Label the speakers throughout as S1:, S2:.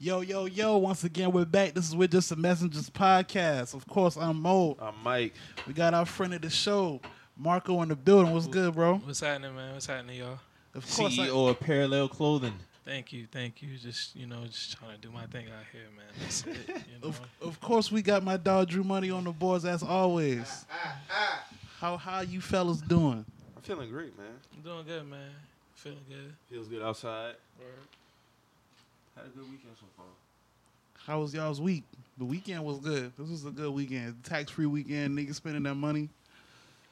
S1: Yo, yo, yo, once again, we're back. This is We're Just a Messengers podcast. Of course, I'm Mo.
S2: I'm Mike.
S1: We got our friend of the show, Marco, in the building. What's good, bro?
S3: What's happening, man? What's happening, y'all?
S1: Of course, I-
S2: CEO E of Parallel Clothing.
S3: Thank you, thank you. Just you know, just trying to do my thing out here, man. That's it. You know,
S1: of, of course, we got my dog Drew Money on the boards as always. How how you fellas doing?
S2: I'm feeling great, man.
S3: I'm doing good, man. Feeling good.
S2: Feels good outside. Had a good weekend so far.
S1: How was y'all's week? The weekend was good. This was a good weekend. Tax free weekend. Niggas spending that money.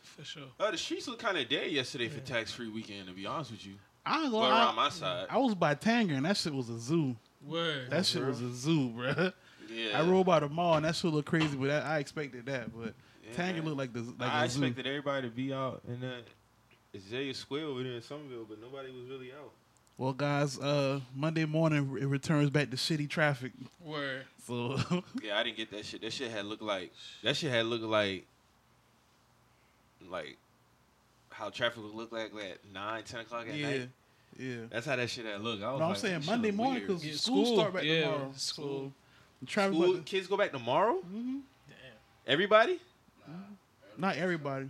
S3: For sure.
S2: Uh, the streets look kind of dead yesterday for tax free weekend. To be honest with you,
S1: I ain't
S2: well,
S1: gonna
S2: around
S1: lie.
S2: my side,
S1: I was by Tanger and that shit was a zoo.
S3: Word.
S1: That shit
S2: bro.
S1: was a zoo, bruh.
S2: yeah.
S1: I rode by the mall and that shit looked crazy, but I, I expected that. But
S2: yeah,
S1: Tanger
S2: man.
S1: looked like the like
S2: I
S1: a zoo.
S2: expected everybody to be out in that Isaiah Square over there in Somerville, but nobody was really out.
S1: Well, guys, uh, Monday morning it returns back to shitty traffic.
S3: Word.
S1: So
S2: Yeah, I didn't get that shit. That shit had looked like that shit had looked like like how traffic would look like at nine, ten o'clock at
S1: yeah,
S2: night.
S1: yeah.
S2: That's how that shit had looked. I was
S1: No, I'm
S2: like,
S1: saying
S2: "This shit
S1: Monday
S2: look
S1: morning
S2: weird."
S1: because
S3: Yeah,
S1: school,
S3: school,
S1: start back
S3: yeah,
S1: tomorrow.
S3: school.
S1: So, traffic.
S2: School, kids go back tomorrow.
S1: hmm
S3: Damn.
S2: Everybody?
S1: Not everybody.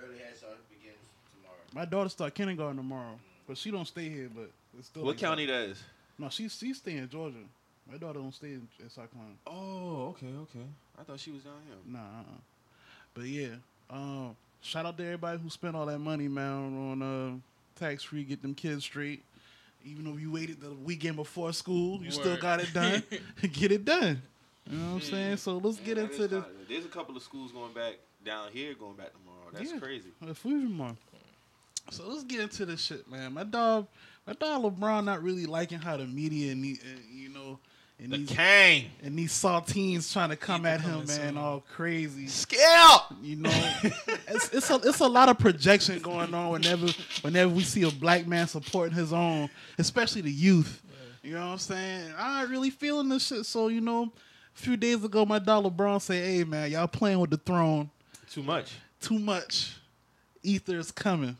S4: Early head start begins tomorrow.
S1: My daughter start kindergarten tomorrow, but she don't stay here. But it's still.
S2: What
S1: like
S2: county
S1: That.
S2: that is?
S1: No, she she stay in Georgia. My daughter don't stay in, in South Carolina.
S2: Oh, okay, okay. I thought she was down here.
S1: Nah. Uh-uh. But yeah, um, shout out to everybody who spent all that money, man, on uh, tax free, get them kids straight. Even though you waited the weekend before school, you still
S3: Word.
S1: got it done. get it done. You know what I'm
S3: Yeah.
S1: saying? So let's get
S2: Man, Mm. that
S1: into
S2: is
S1: this.
S2: kinda- There's a couple of schools going back down here, going back tomorrow. That's
S1: Yeah.
S2: crazy.
S1: Uh, Fusion Mark. So let's get into this shit, man. My dog, my dog LeBron, not really liking how the media and the, uh, you know, and
S2: The
S1: these
S2: Kang
S1: and these saltines trying to come
S3: the
S1: at him,
S3: comments
S1: man,
S3: on.
S1: all crazy.
S2: scale.
S1: You know, it's it's a, it's a lot of projection going on whenever whenever we see a black man supporting his own, especially the youth. You know what I'm saying? And I ain't really feeling this shit. So you know, a few days ago, my dog LeBron said, "Hey man, y'all playing with the throne
S2: Too much.
S1: too much. Ether is coming.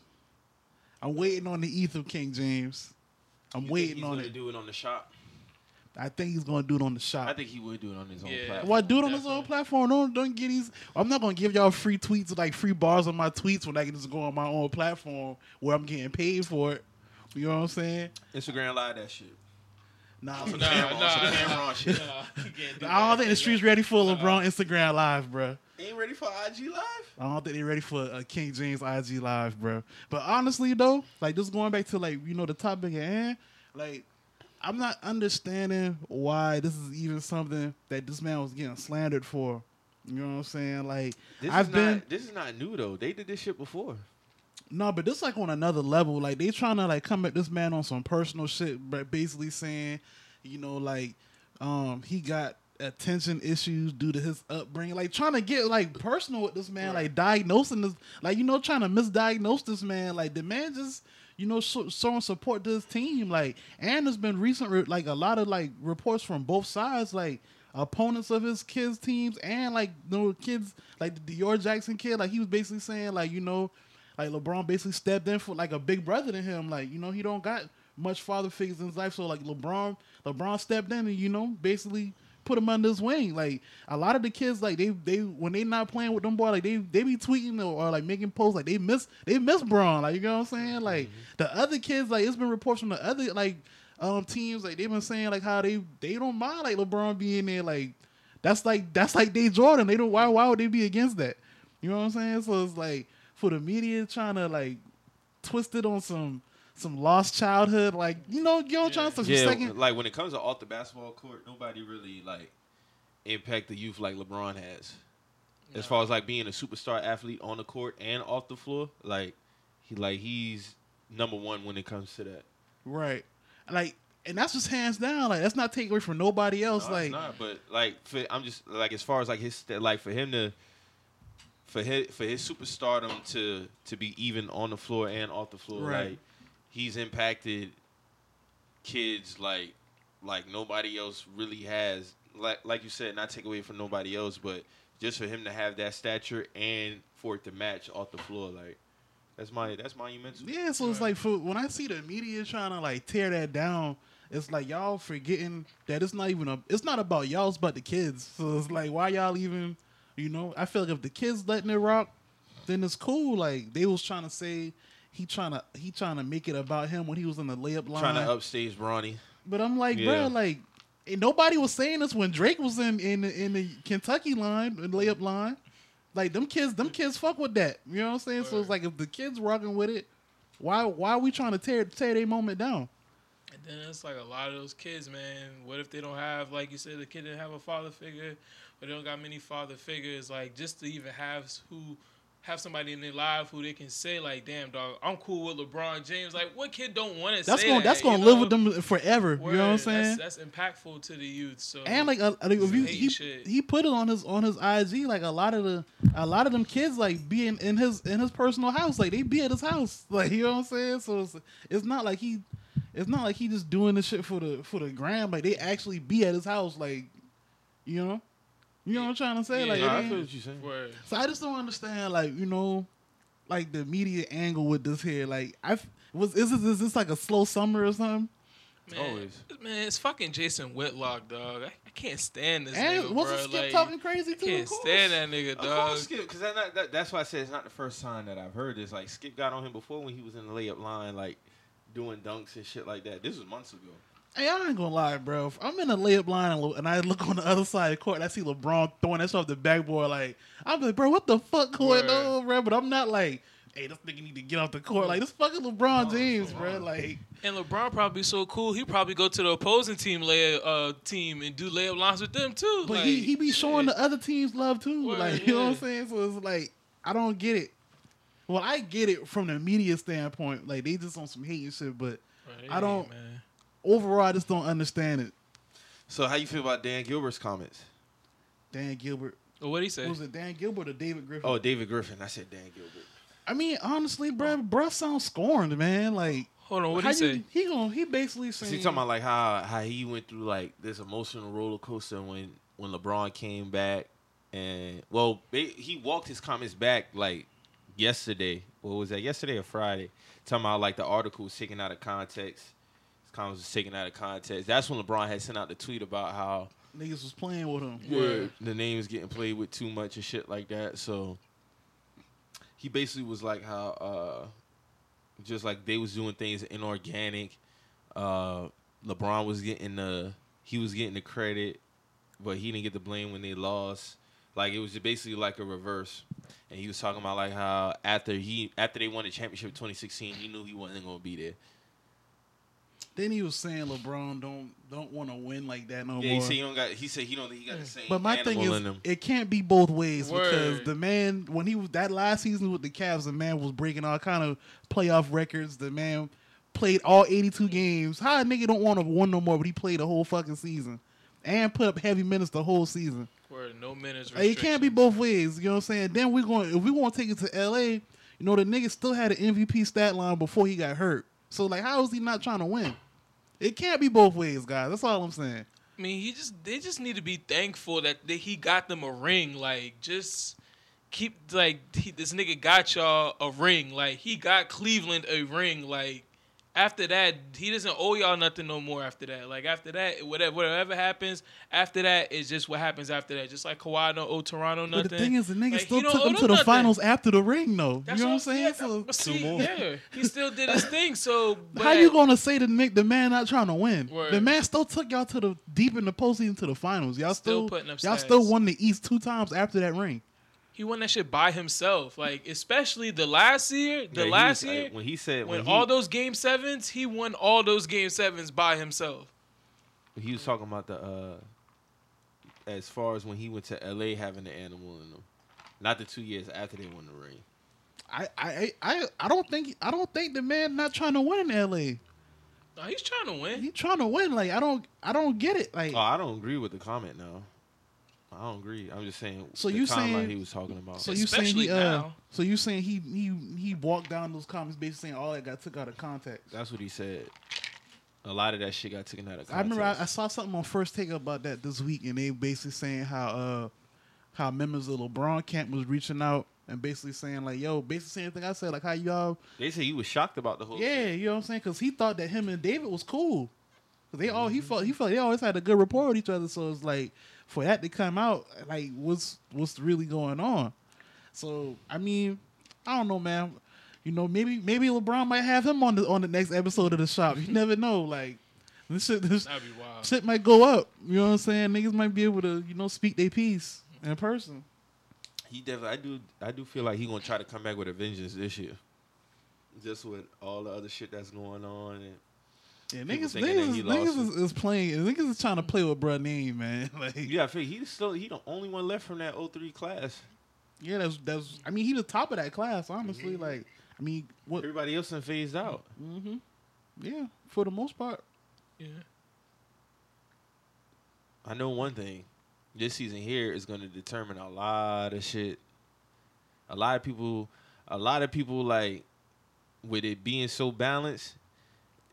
S1: I'm waiting on the ether, King James. I'm
S2: You think
S1: waiting
S2: he's
S1: on
S2: gonna
S1: it. Uh,
S2: Do it on the shop.
S1: I think he's gonna do it on the shop.
S2: I think he would do it on his own
S3: Yeah.
S2: platform.
S1: Why do it on his own
S3: Definitely.
S1: platform? Don't don't get these. I'm not gonna give y'all free tweets like free bars on my tweets when I can just go on my own platform where I'm getting paid for it. You know what I'm saying?
S2: Instagram live that shit.
S1: Nah,
S2: Also
S3: Nah,
S2: camera, also
S3: nah.
S2: camera on shit.
S3: Nah, you can't do
S1: I don't
S3: that.
S1: think the streets ready for LeBron Instagram Live, bruh.
S2: Ain't ready for IG live?
S1: I don't think they're ready for uh, King James IG live, bro. But honestly, though, like just going back to like you know the topic at hand, like I'm not understanding why this is even something that this man was getting slandered for. You know what I'm saying? Like
S2: This
S1: I've
S2: is
S1: been
S2: not this is not new though. They did this shit before.
S1: no, but this like on another level. Like they trying to like come at this man on some personal shit, but basically saying, you know, like um he got attention issues due to his upbringing. Like trying to get like personal with this man, like diagnosing this, like you know, trying to misdiagnose this man. Like the man just. You know, so, showing support to his team, like, and there's been recent, re- like, a lot of like reports from both sides, like, opponents of his kids' teams, and like, you know, kids, like the Dior Jackson kid, like, he was basically saying, like, you know, like LeBron basically stepped in for like a big brother to him. Like you know he don't got much father figures in his life, so like LeBron, LeBron stepped in and you know basically put him under his wing. Like a lot of the kids, like they they when they not playing with them boy, like they they be tweeting or, or, like making posts like they miss they miss Bron. Like you know what I'm saying? Like the other kids, like it's been reports from the other like um teams, like they've been saying like how they they don't mind like LeBron being there. Like that's like that's like they Jordan. They don't why why would they be against that? You know what I'm saying? So it's like for the media trying to like twist it on some some lost childhood, like you know, you know, trying to
S2: Yeah,
S1: second.
S2: like when it comes to off the basketball court, nobody really like impact the youth like LeBron has. As
S3: Nah.
S2: far as like being a superstar athlete on the court and off the floor, like he like he's number one when it comes to that.
S1: Right. Like, and that's just hands down. Like, that's not taking away from nobody else.
S2: No,
S1: like,
S2: it's not, but like for, I'm just like as far as like his st- like for him to for his for his superstardom to to be even on the floor and off the floor,
S1: Right.
S2: like he's impacted kids like like nobody else really has. Like like you said, not take away from nobody else, but just for him to have that stature and for it to match off the floor, like that's my that's monumental.
S1: yeah. So it's
S3: Right.
S1: like for when I see the media trying to like tear that down, It's like y'all forgetting that it's not even a. It's not about y'all. It's about the kids. So it's like why y'all even. You know, I feel like if the kids letting it rock, then it's cool. Like they was trying to say he trying to he trying to make it about him when he was in the layup line.
S2: Trying to upstage Bronny.
S1: But I'm like,
S2: Yeah.
S1: bruh, like and nobody was saying this when Drake was in in the- in the Kentucky line and layup line. Like them kids, them kids fuck with that. You know what I'm saying? So it's like if the kids rocking with it, why why are we trying to tear tear their moment down?
S3: And then it's like a lot of those kids, man. What if they don't have, like you said, the kid didn't have a father figure, or they don't got many father figures? Like just to even have s- who have somebody in their life who they can say, like, damn, dog, I'm cool with LeBron James. Like, what kid don't want to say
S1: That's gonna
S3: that,
S1: that's
S3: you
S1: gonna
S3: know?
S1: live with them forever.
S3: Word,
S1: you know what I'm saying?
S3: that's- That's, impactful to the youth. So
S1: and like, a, like if
S3: Some
S1: you,
S3: hate
S1: he
S3: shit.
S1: he put it on his on his IG like a lot of the a lot of them kids like being in his in his personal house like they be at his house like you know what I'm saying so it's it's not like he it's not like he just doing this shit for the for the gram like they actually be at his house like you know you know what I'm trying to say
S3: Yeah.
S1: like
S3: Nah,
S1: it
S3: I
S1: ain't-
S2: you're saying.
S3: word.
S1: so I just don't understand, like you know, like the media angle with this here. Like I was, is this, is this like a slow summer or something?
S3: Man,
S2: Always.
S3: man, it's fucking Jason Whitlock, dog. I, I can't stand this
S1: And
S3: nigga,
S1: what's
S3: bro.
S1: the skip
S3: like,
S1: talking crazy
S3: I
S1: too?
S3: can't
S1: Of course.
S3: stand that nigga,
S2: Of course,
S3: dog.
S2: Skip, because that, that, that's why I said it's not the first time that I've heard this. Like Skip got on him before when he was in the layup line, like doing dunks and shit like that. This was months ago.
S1: Hey, I ain't gonna lie, bro. If I'm in a layup line and, Le- and I look on the other side of the court and I see LeBron throwing that shit off the backboard, like I'm like, bro, what the fuck going
S3: Word.
S1: on, bro? But I'm not like, hey, this nigga need to get off the court. Like this fucking LeBron James, bro. Like
S3: And LeBron probably so cool. He probably go to the opposing team lay uh team and do layup lines with them too.
S1: But
S3: like,
S1: he, he be showing
S3: shit.
S1: the other teams love too.
S3: Word,
S1: like you know what I'm
S3: yeah.
S1: saying? So it's like I don't get it. Well, I get it from the media standpoint. Like they just on some hate and shit, but
S3: Bro, they
S1: I don't-
S3: hate, man.
S1: overall I just don't understand it.
S2: So how you feel about Dan Gilbert's comments?
S1: Dan Gilbert.
S3: Well, what he say?
S1: Was it Dan Gilbert or David Griffin?
S2: Oh, David Griffin. I said Dan Gilbert.
S1: I mean, honestly, bro,
S2: Oh.
S1: bruh sounds scorned, man. Like
S3: Hold on, what
S1: how
S3: he say?
S1: you- he gon' he basically
S2: So
S1: saying
S2: he talking about like how how he went through like this emotional roller coaster when when LeBron came back and well they, he walked his comments back like yesterday. What was that? Yesterday or Friday? Talking about like the article was taken out of context. His comments was taken out of context. That's when LeBron had sent out the tweet about how
S1: niggas was playing with him.
S3: Yeah.
S2: the name is getting played with too much and shit like that. So he basically was like how uh just like they was doing things inorganic. Uh LeBron was getting the he was getting the credit, but he didn't get the blame when they lost. Like it was basically like a reverse. And he was talking about like how after he after they won the championship in 2016, he knew he wasn't gonna be there.
S1: Then he was saying LeBron don't don't want to win like that no
S2: yeah, he
S1: more. Mm.
S2: said he don't got. He said he don't think he got the same.
S1: But my
S2: animal
S1: thing is,
S2: in him.
S1: it can't be both ways because
S3: Word.
S1: the man, when he was that last season with the Cavs, the man was breaking all kind of playoff records. The man played all 82 games. How a nigga don't want to win no more, but he played the whole fucking season and put up heavy minutes the whole season.
S3: Word, no minutes.
S1: Like, it can't be
S3: restriction.
S1: both ways. You know what I'm saying? Then we're going if we want to take it to L.A. You know the nigga still had an MVP stat line before he got hurt. So like, how is he not trying to win? It can't be both ways, guys. That's all I'm saying.
S3: I mean, he just they just need to be thankful that they, he got them a ring. Like, just keep like he, this nigga got y'all a ring. Like, he got Cleveland a ring. Like, after that, he doesn't owe y'all nothing no more. After that, like after that, whatever whatever happens after that is just what happens after that. Just like Kawhi don't owe Toronto nothing.
S1: But the thing is, the nigga
S3: Like,
S1: still
S3: he don't
S1: took
S3: owe
S1: him to
S3: them
S1: the
S3: nothing.
S1: finals after the ring, though.
S3: That's
S1: you know what I'm saying?
S3: yeah,
S1: so
S3: that- see,
S2: more.
S3: Yeah, he still did his thing. So
S1: how
S3: but-
S1: you gonna say the Nick, the man not trying to win? The
S3: Word.
S1: man still took y'all to the deep in the postseason to the finals. Y'all still,
S3: Still putting up
S1: y'all
S3: stats.
S1: still won the East two times after that ring.
S3: he won that shit by himself. Like especially the last year,
S2: Yeah,
S3: the
S2: he
S3: last
S2: was-
S3: year.
S2: when he said
S3: When
S2: he-
S3: all those game sevens, he won all those game sevens by himself.
S2: He was talking about the uh as far as when he went to LA having the animal in him. Not the two years after they won the ring.
S1: I, I, I, I don't think I don't think the man not trying to win in LA.
S3: Nah, he's trying to win.
S1: He trying to win. Like I don't, I don't get it. Like
S2: Oh, I don't agree with the comment now. I don't agree. I'm just saying
S1: So
S2: the
S1: you
S2: timeline
S1: saying-
S2: he was talking about.
S1: so you saying
S3: Especially
S1: he, uh,
S3: now.
S1: so you saying he he he walked down those comments basically saying all that got took out of context.
S2: That's what he said. A lot of that shit got taken out of
S1: I
S2: context.
S1: remember I, I saw something on First Take about that this week, and they basically saying how uh how members of LeBron camp was reaching out and basically saying like, "Yo, basically saying thing I said, like how y'all,
S2: they said he was shocked about the whole
S1: yeah,
S2: shit.
S1: you know what I'm saying?" Because he thought that him and David was cool. 'Cause They all he
S2: Mm-hmm.
S1: felt he felt they always had a good rapport with each other. So it's like for that to come out, like what's what's really going on? So I mean, I don't know, man. You know, maybe maybe LeBron might have him on the on the next episode of the shop. You never know. Like this shit, this
S3: That'd be wild.
S1: shit might go up. You know what I'm saying? Niggas might be able to you know speak their piece in person.
S2: He definitely. I do. I do feel like he gonna try to come back with a vengeance this year. Just with all the other shit that's going on, and
S1: Yeah,
S2: People
S1: niggas,
S2: thinking that
S1: niggas,
S2: he
S1: is,
S2: lost
S1: niggas is, is playing. Niggas is trying to play with bruh name, man. Like, yeah.
S2: yeah, I feel he's still he the only one left from that 03 class.
S1: that's that's. I mean, he was top of that class, honestly.
S2: Mm-hmm.
S1: Like, I mean, what?
S2: Everybody else done phased out.
S1: hmm Yeah, for the most part.
S3: Yeah.
S2: I know one thing. This season here is going to determine a lot of shit. A lot of people, a lot of people like, with it being so balanced,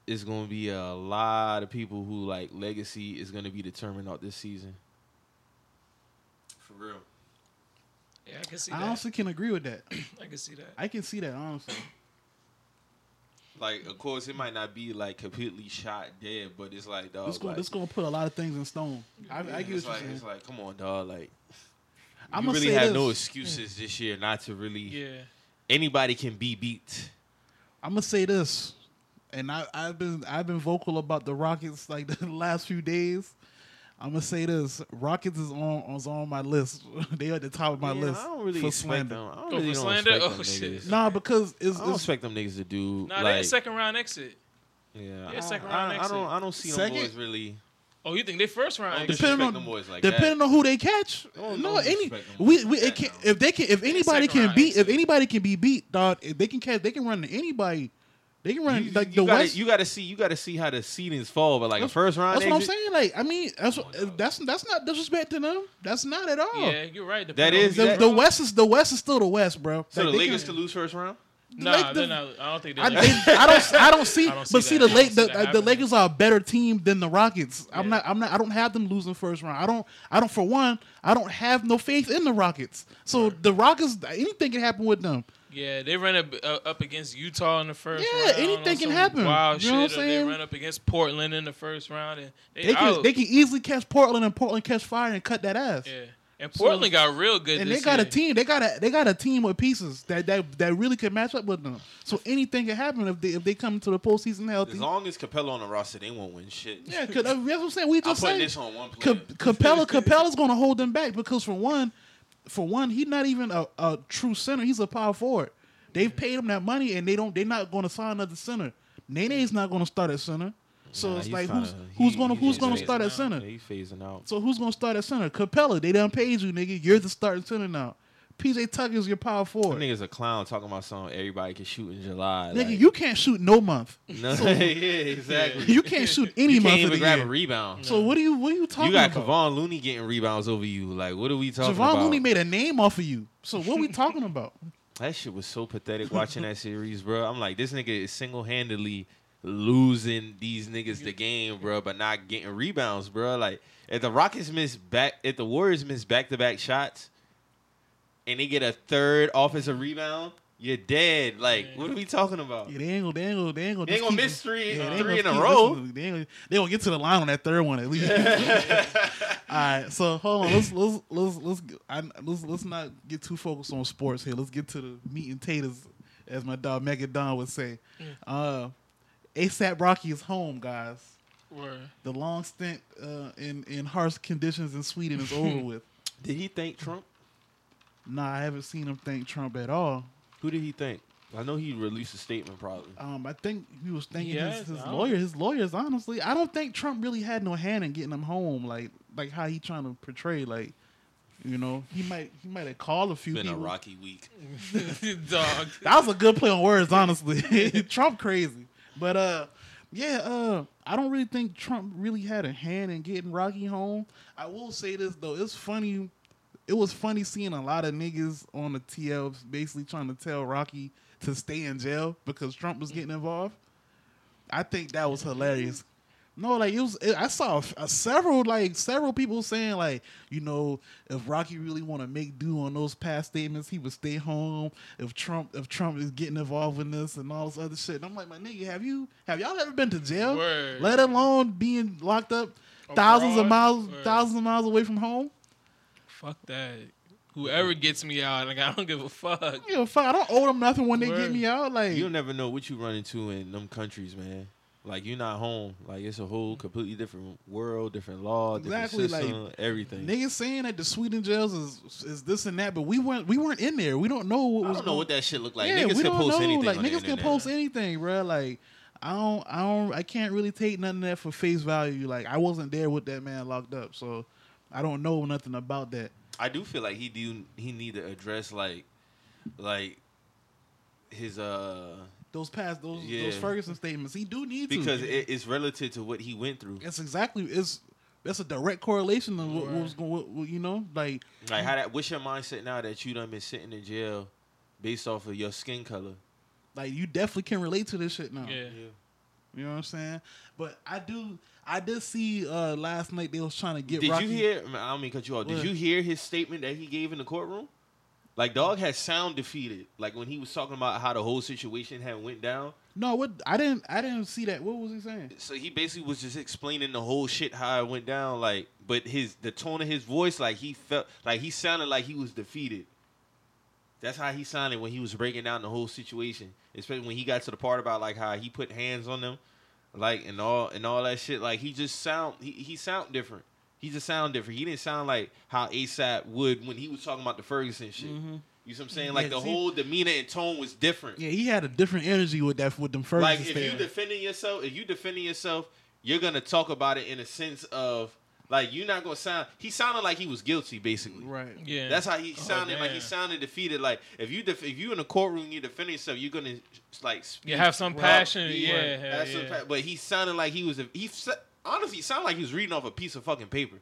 S2: it's going to be a lot of people who like legacy is going to be determined out this season. For real.
S3: Yeah, I can see
S1: I
S3: that.
S1: honestly can agree with that.
S3: I can see that.
S1: I can see that honestly.
S2: Like, of course, it might not be like completely shot dead, but it's like, dog,
S1: This going
S2: Oh, like,
S1: this going to put a lot of things in stone. I, I get what
S2: it's
S1: you're
S2: like,
S1: saying.
S2: it's like, come on, dog, like.
S1: I'm
S2: you
S1: gonna
S2: really
S1: say
S2: have
S1: this.
S2: no excuses this year not to really.
S3: Yeah.
S2: Anybody can be beat.
S1: I'm gonna say this, and I, I've been I've been vocal about the Rockets like the last few days. I'm gonna say this: Rockets is on is on my list. they are at the top of my
S2: Yeah,
S1: list
S2: I don't really
S1: for
S2: expect
S1: slander.
S2: them. I don't
S3: Oh,
S2: really
S3: for
S2: don't
S3: slander?
S2: expect them
S3: Oh, shit.
S2: niggas.
S1: Nah, because it's,
S2: I don't
S1: it's
S2: expect them niggas to do
S3: Nah,
S2: like
S3: they're second round exit.
S2: yeah.
S3: they're
S2: I-
S3: second
S2: I,
S3: round
S2: I
S3: exit.
S2: don't. I don't see
S1: Second?
S2: them boys really.
S3: Oh, you think they first round
S2: I don't
S3: exit?
S2: disrespect
S1: Depending on-
S2: them boys like
S1: depending on who they catch.
S2: Don't-
S1: no,
S2: don't
S1: any
S2: disrespect them
S1: we,
S2: like
S1: we
S2: that,
S1: it can,
S2: no.
S1: if they can if anybody
S3: second
S1: can
S3: round
S1: beat if
S3: exit.
S1: anybody can be beat, dog. If they can catch, they can run to anybody. They can
S2: that.
S1: run
S2: You,
S1: like
S2: you
S1: the
S2: gotta,
S1: West.
S2: you gotta see. You gotta see how the seedings fall. But like a
S1: That's-
S2: first round.
S1: that's what I'm
S2: exit,
S1: saying. Like, I mean, that's
S3: Come on, dog.
S1: that's that's not disrespect to them. That's not at all.
S3: Yeah, you're right.
S2: That
S3: depending on
S2: is-
S3: who
S1: The,
S3: they
S2: that-
S1: the
S3: first-
S1: West is the West is still the West, bro.
S2: So
S1: Like,
S2: the
S1: they
S2: Lakers
S1: can-
S2: to lose first round.
S3: Nah,
S1: like the-
S3: they're not, I don't think they're.
S1: I,
S3: like-
S1: they, I don't. I don't see.
S3: I don't see
S1: but see,
S3: that.
S1: the
S3: I don't
S1: Lake,
S3: see
S1: the,
S3: that
S1: uh, the
S3: happening.
S1: Lakers are a better team than the Rockets. I'm
S3: Yeah.
S1: not. I'm not. I don't have them losing first round. I don't. I don't. For one, I don't have no faith in the Rockets. So the Rockets, anything can happen with them.
S3: yeah, they ran up, uh, up against Utah in the first
S1: Yeah,
S3: round.
S1: anything
S3: on
S1: can
S3: some
S1: happen.
S3: Wild
S1: You know
S3: shit.
S1: what I'm
S3: or
S1: saying?
S3: They ran up against Portland in the first round, and they,
S1: They can.
S3: out.
S1: They can easily catch Portland, and Portland catch fire and cut that ass.
S3: yeah, and
S1: So-
S3: Portland got real good.
S1: And they
S3: this
S1: got a
S3: year.
S1: team. They got a. They got a team with pieces that that, that really could match up with them. So anything can happen if they if they come to the postseason healthy.
S2: As long as Capella on the roster, they won't win shit.
S1: Yeah, cause, uh, that's what I'm saying. We
S2: I'm
S1: just
S2: putting
S1: saying.
S2: this on one player.
S1: Ca- Capella Capella's going to hold them back because for one, for one, he's not even a, a true center. He's a power forward. They've paid him that money and they don't. They're not going to sign another center. Nene's not going to start at center. So
S2: Nah,
S1: it's
S2: he's
S1: like
S2: tryna-
S1: who's who's
S2: he-
S1: going to
S2: he's
S1: who's going to
S2: phasing
S1: start at
S2: out.
S1: center?
S2: Yeah, He's phasing out.
S1: So who's going to start at center? Capella. They done paid you, nigga. You're the starting center now. PJ Tucker's your power
S2: That
S1: forward.
S2: nigga's a clown talking about something everybody can shoot in July.
S1: Nigga,
S2: like-
S1: you can't shoot no month.
S2: No, yeah, exactly.
S1: You can't shoot any
S2: You
S1: month
S2: can't
S1: of
S2: even
S1: the
S2: grab a
S1: year.
S2: rebound.
S1: So what are you what are you talking
S2: You got
S1: about?
S2: Kevon Looney getting rebounds over you. Like, what are we talking
S1: Javon
S2: about?
S1: Looney made a name off of you. So what we talking about?
S2: that shit was so pathetic watching that series, bro. I'm like, this nigga is single handedly losing these niggas the game, bro, but not getting rebounds, bro. Like, if the Rockets miss back, if the Warriors miss back to back shots, and they get a third offensive rebound, you're dead. Like,
S3: Yeah.
S2: what are we talking about?
S1: Yeah, they ain't gonna, they ain't gonna, they ain't gonna,
S2: They
S1: just
S2: ain't gonna
S1: keep-
S2: miss three-
S1: they
S2: three
S1: ain't
S2: in a
S1: keep
S2: row.
S1: listening. They ain't gonna, they gonna get to the line on that third one at least. All right, so hold on, let's let's let's let's I, let's let's not get too focused on sports here. Let's get to the meat and taters, as my dog Mega Don would say. Uh, ASAP Rocky is home, guys.
S3: Word.
S1: The long stint uh, in in harsh conditions in Sweden is over with.
S2: Did he thank Trump?
S1: Nah, I haven't seen him thank Trump at all.
S2: Who did he thank? I know he released a statement probably.
S1: Um, I think he was thinking
S3: Yes,
S1: his, his
S3: I don't-
S1: lawyer. His lawyers, honestly, I don't think Trump really had no hand in getting him home. Like, like how he trying to portray, like, you know, he might he might have called a few
S2: Been a
S1: people.
S2: rocky week.
S3: Dog.
S1: That was a good play on words, honestly. Trump crazy, but uh, yeah, uh, I don't really think Trump really had a hand in getting Rocky home. I will say this though, it's funny. It was funny seeing a lot of niggas on the TL basically trying to tell Rocky to stay in jail because Trump was getting involved. I think that was hilarious. No, like it was. It, I saw f- uh, several, like several people saying, like you know, if Rocky really want to make do on those past statements, he would stay home. If Trump, if Trump is getting involved in this and all this other shit, and I'm like, my nigga, have you, have y'all ever been to jail?
S3: Word.
S1: Let alone being locked up
S3: Abroad?
S1: thousands of miles,
S3: Word.
S1: thousands of miles away from home.
S3: Fuck that. Whoever gets me out, like I don't give a fuck.
S1: You know, fuck, I don't owe them nothing when they
S3: Word.
S1: get me out. Like,
S2: You'll never know what you run into in them countries, man. Like you're not home. Like it's a whole completely different world, different law,
S1: Exactly,
S2: different system, everything.
S1: niggas saying that the Sweden jails is is this and that, but we weren't we weren't in there. We don't know what
S2: I
S1: was
S2: don't know
S1: going-
S2: what that shit look like.
S1: yeah,
S2: niggas
S1: we
S2: can
S1: don't
S2: post
S1: know.
S2: anything.
S1: Like
S2: on the
S1: niggas can
S2: internet.
S1: post anything, bro. Like I don't, I don't, I can't really take none of that for face value. Like I wasn't there with that man locked up, so I don't know nothing about that.
S2: I do feel like he do he need to address like like his uh
S1: Those past those
S2: Yeah.
S1: those Ferguson statements, he do need
S2: because
S1: to
S2: it, it's relative to what he went through.
S1: It's exactly it's that's a direct correlation of what,
S3: Right.
S1: what was going. What, what, you know, like
S2: Like how that what's your mindset now that you done been sitting in jail based off of your skin color?
S1: like you definitely can relate to this shit now.
S3: Yeah.
S1: You know what I'm saying? But I do, I did see uh last night they was trying to get.
S2: Did
S1: Rocky,
S2: you hear? I don't mean to cut you off. Did
S1: What?
S2: you hear his statement that he gave in the courtroom? Like dog had sound defeated. Like when he was talking about how the whole situation had went down.
S1: No, what I didn't, I didn't see that. What was he saying?
S2: So he basically was just explaining the whole shit how it went down. Like, but his the tone of his voice, like he felt like he sounded like he was defeated. That's how he sounded when he was breaking down the whole situation. Especially when he got to the part about like how he put hands on them, like and all and all that shit. Like he just sound he, he sound different. He just sound different. He didn't sound like how ASAP would when he was talking about the Ferguson shit. You see what I'm saying? Like
S1: Mm-hmm. Yeah,
S2: the
S1: see-
S2: whole demeanor and tone was different
S1: Yeah, he had a different energy with that with them Ferguson
S2: like if you
S1: statements.
S2: defending yourself, if you defending yourself, you're gonna talk about it in a sense of like you're not gonna sound. He sounded like he was guilty, basically.
S1: right.
S3: Yeah.
S2: That's how he
S3: Oh,
S2: sounded. like he
S3: damn.
S2: sounded defeated. Like if you def- if you in the courtroom, you defending yourself, you're gonna like speak
S3: You have some
S2: raw,
S3: passion.
S2: speak-
S3: Yeah.
S2: have
S3: hell
S2: some
S3: yeah.
S2: pa- but he sounded like he was a, he sa- honestly sounded like he was reading off a piece of fucking paper.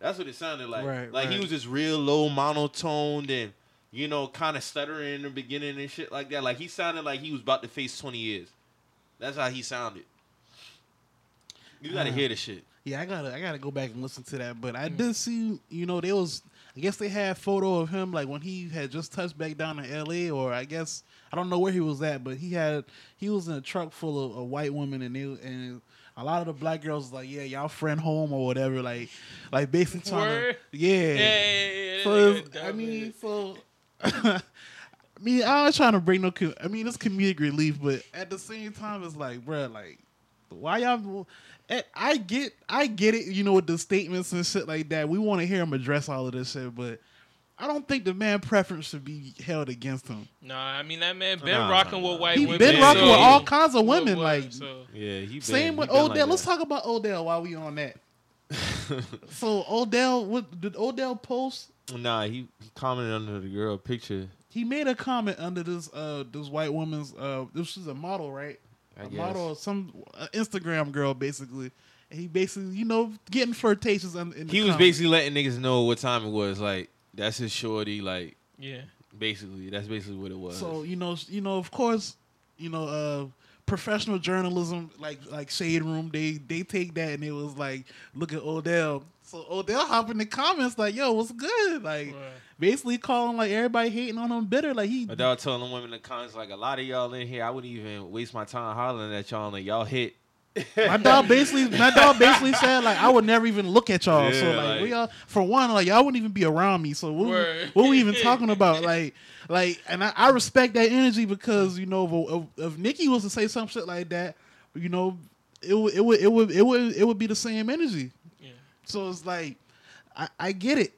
S2: That's what it sounded like.
S1: Right,
S2: like he
S1: right.
S2: was just real low monotoned and you know kind of stuttering in the beginning and shit like that. Like he sounded like he was about to face twenty years. That's how he sounded. You gotta
S1: Uh,
S2: hear the shit.
S1: Yeah, I gotta I gotta go back and listen to that. But I did see, you know, there was I guess they had photo of him like when he had just touched back down in LA or I guess I don't know where he was at, but he had he was in a truck full of a white woman and they and a lot of the black girls was like, Yeah, y'all friend home or whatever, like like basically trying
S3: Word?
S1: to Yeah.
S3: Yeah, yeah, yeah, yeah.
S1: So
S3: That nigga
S1: it's- I
S3: dumb
S1: mean,
S3: as-
S1: so I mean, I'm not trying to bring no. co- I mean, it's comedic relief, but at the same time, it's like, bruh, like, why y'all? and I get, I get it. You know, with the statements and shit like that, we want to hear him address all of this shit, but I don't think the man preference should be held against him.
S3: nah, I mean that man been
S2: Nah,
S3: rocking
S2: nah,
S3: with
S2: nah.
S3: white
S1: He
S3: women.
S1: been
S2: so-
S1: rocking with all
S2: Yeah.
S1: kinds of
S3: What
S1: women,
S3: was,
S1: like
S3: so-
S2: Yeah, he. Been,
S1: same with Odell. Let's talk about Odell while we on that. So Odell, what did Odell post?
S2: nah, he, he commented under the girl picture.
S1: he made a comment under this uh this white woman's uh this is a model right
S2: I
S1: A
S2: guess.
S1: model or some uh, instagram girl basically and he basically you know getting flirtatious in, in the
S2: He was
S1: comments.
S2: basically letting niggas know what time it was. Like that's his shorty. Like
S3: Yeah.
S2: basically, that's basically what it was.
S1: so you know you know of course you know uh professional journalism like like shade room they they take that and it was like look at odell so odell hop in the comments like yo what's good like
S3: Right.
S1: basically calling like everybody hating on him bitter like he
S2: My dog telling them women in the comments like a lot of y'all in here. I wouldn't even waste my time hollering at y'all and y'all hit.
S1: My dog basically, my dog basically said like I would never even look at y'all. so
S2: Yeah,
S1: like,
S2: like-
S1: we all for one, like y'all wouldn't even be around me. So what, we,
S3: Word.
S1: what we even talking about? Like, like, and I, I respect that energy because you know if, if, if Nikki was to say some shit like that, you know, it would it would it would it would it would be the same energy.
S3: Yeah.
S1: So it's like, I, I get it.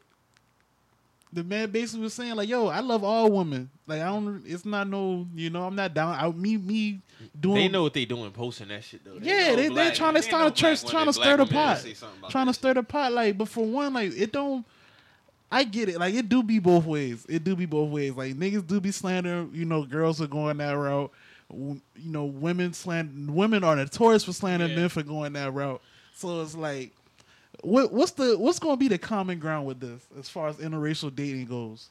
S1: The man basically was saying like, "Yo, I love all women. Like, I don't. It's not no. You know, I'm not down. I me me doing.
S2: They know what they doing posting that shit though.
S1: Yeah,
S2: know
S1: they- they
S2: black-
S1: tryna start a
S2: know
S1: church,
S2: black women,
S1: tryna stir the
S2: black women
S1: pot.
S2: say something about
S1: trying to
S2: that
S1: stir
S2: shit.
S1: the pot. Like, but for one, like it don't. I get it. Like it do be both ways. It do be both ways. Like niggas do be slandering. You know, girls are going that route. W- You know, women slander. Women are notorious for slandering
S3: Yeah.
S1: men for going that route. So it's like, what what's the what's going to be the common ground with this as far as interracial dating goes?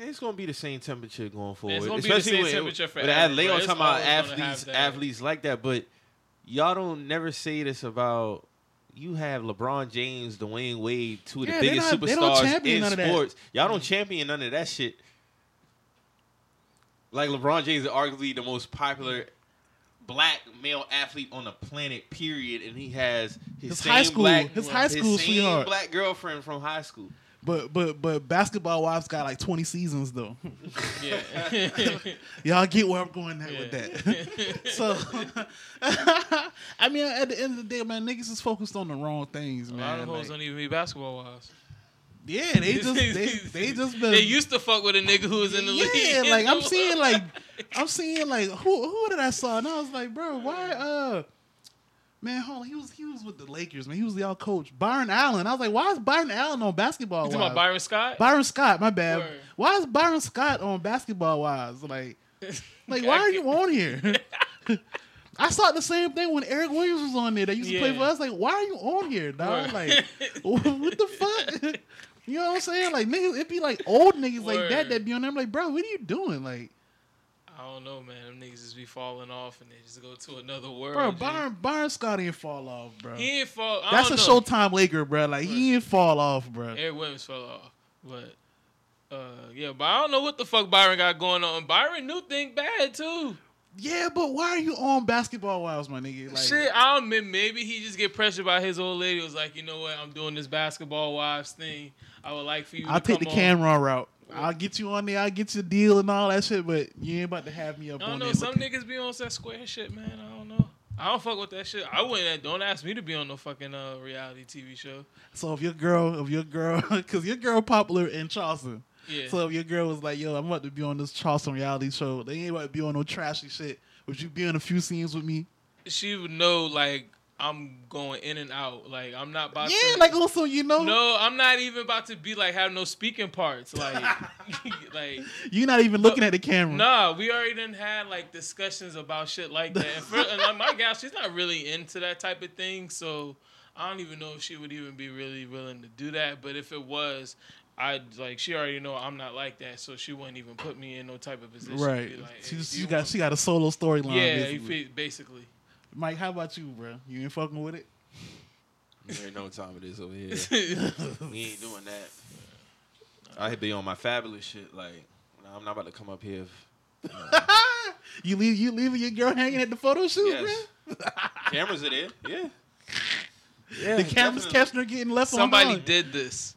S2: It's gonna be the same temperature going forward.
S3: gonna be the
S2: Especially
S3: same
S2: when,
S3: temperature
S2: when
S3: forever,
S2: they
S3: bro.
S2: all
S3: It's
S2: talking about
S3: always gonna have
S2: athletes,
S3: that.
S2: athletes like that, but y'all don't never say this about you have LeBron James, Dwayne Wade, two of
S1: Yeah,
S2: the
S1: they
S2: biggest
S1: not- they don't
S2: superstars
S1: champion
S2: in
S1: none of that. Mm.
S2: sports. Y'all don't champion none of that shit. Like LeBron James is arguably the most popular black male athlete on the planet, period, and he has his,
S1: His
S2: same
S1: high school-
S2: black,
S1: his high school
S2: same
S1: sweetheart.
S2: black girlfriend from high school.
S1: But but but basketball wives got like twenty seasons though.
S3: Yeah.
S1: Y'all get where I'm going at with that.
S3: that.
S1: so I mean, at the end of the day, man, niggas is focused on the wrong things,
S3: a lot of
S1: man.
S3: hoes
S1: Like,
S3: don't even be basketball wives.
S1: yeah, they just they, they just been
S3: They used to fuck with a nigga who was in the
S1: yeah,
S3: league.
S1: like I'm seeing like I'm seeing like who who did I saw and I was like, bro, why uh man, hold on, he was he was with the Lakers, man. He was y'all coach. Byron Allen. I was like, why is Byron Allen on basketball?
S3: You talking about
S1: Wives?
S3: Byron Scott?
S1: Byron Scott, my bad.
S3: Word.
S1: Why is Byron Scott on basketball wise? Like like why are you on here? I saw the same thing when Eric Williams was on there. They used to play
S3: Yeah.
S1: for us. Like, why are you on here, dog?
S3: Word.
S1: Like, what the fuck? you know what I'm saying? Like, niggas, it be like old niggas like that
S3: Word.
S1: that be on there. I'm like, bro, what are you doing? Like,
S3: I don't know, man. Them niggas just be falling off and they just go to another world.
S1: Bro,
S3: G.
S1: Byron Byron Scott ain't fall off, bro.
S3: He ain't fall. I
S1: That's a
S3: don't know.
S1: Showtime Laker, bro. Like he ain't fall off, bro.
S3: Eric Williams fell off, but uh, yeah. But I don't know what the fuck Byron got going on. Byron knew thing bad too.
S1: Yeah, but why are you on basketball wives, my nigga? Like,
S3: Shit, I don't mean maybe he just get pressured by his old lady. Was like, you know what? I'm doing this basketball wives thing. I would like for you.
S1: I'll
S3: to
S1: take the
S3: come on.
S1: Cameron route. I'll get you on there. I'll get you a deal and all that shit. But you ain't about to have me up
S3: I
S1: on
S3: don't know.
S1: there.
S3: Some
S1: looking-
S3: niggas be on that square shit, man. I don't know. I don't fuck with that shit. I wouldn't. Don't ask me to be on no fucking uh, reality TV show.
S1: So if your girl, if your girl, because your girl popular in Charleston.
S3: Yeah.
S1: So if your girl was like, "Yo, I'm about to be on this Charleston reality show. They ain't about to be on no trashy shit. Would you be in a few scenes with me?
S3: she would know like I'm going in and out. Like I'm not about
S1: yeah,
S3: to
S1: like also you know,
S3: No, I'm not even about to be like have no speaking parts. Like like
S1: you're not even looking at the camera.
S3: nah, we already done had like discussions about shit like that. And, for, and like, my gal, she's not really into that type of thing, so I don't even know if she would even be really willing to do that. But if it was, I like she already know I'm not like that, so she wouldn't even put me in no type of position. to be
S1: Right.
S3: like,
S1: she
S3: "Hey,
S1: just,
S3: do you
S1: she got
S3: want-"
S1: she got a solo storyline.
S3: yeah, you
S1: basically.
S3: feel- basically.
S1: Mike, how about you, bro? You ain't fucking with it.
S2: You already know what time it is over here. We ain't doing that. I be on my fabulous shit. Like, nah, I'm not about to come up here. if- nah.
S1: you leave you leaving your girl hanging at the photo shoot,
S2: yes. Cameras are there. Yeah. Yeah.
S1: bro. The cameras
S2: definitely.
S1: catching her getting left
S3: Somebody
S1: on.
S3: did this.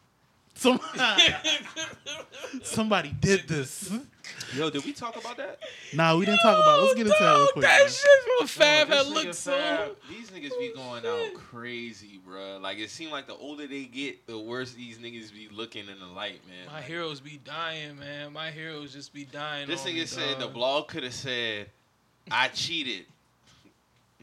S1: Somebody did. Somebody did this.
S2: Yo, did we talk about that?
S1: Nah, we didn't talk about. it. Let's get into that real
S3: dog,
S1: quick.
S3: That
S1: man.
S3: shit from Fab
S2: Yo, this
S3: had
S2: nigga
S3: looked so.
S2: Fab, These niggas be going out crazy, bruh. Like it seemed like the older they get, the worse these niggas be looking in the light, man.
S3: My
S2: Like,
S3: heroes be dying, man. My heroes just be dying.
S2: This
S3: on
S2: nigga
S3: me,
S2: said the
S3: dog.
S2: blog could have said, "I cheated."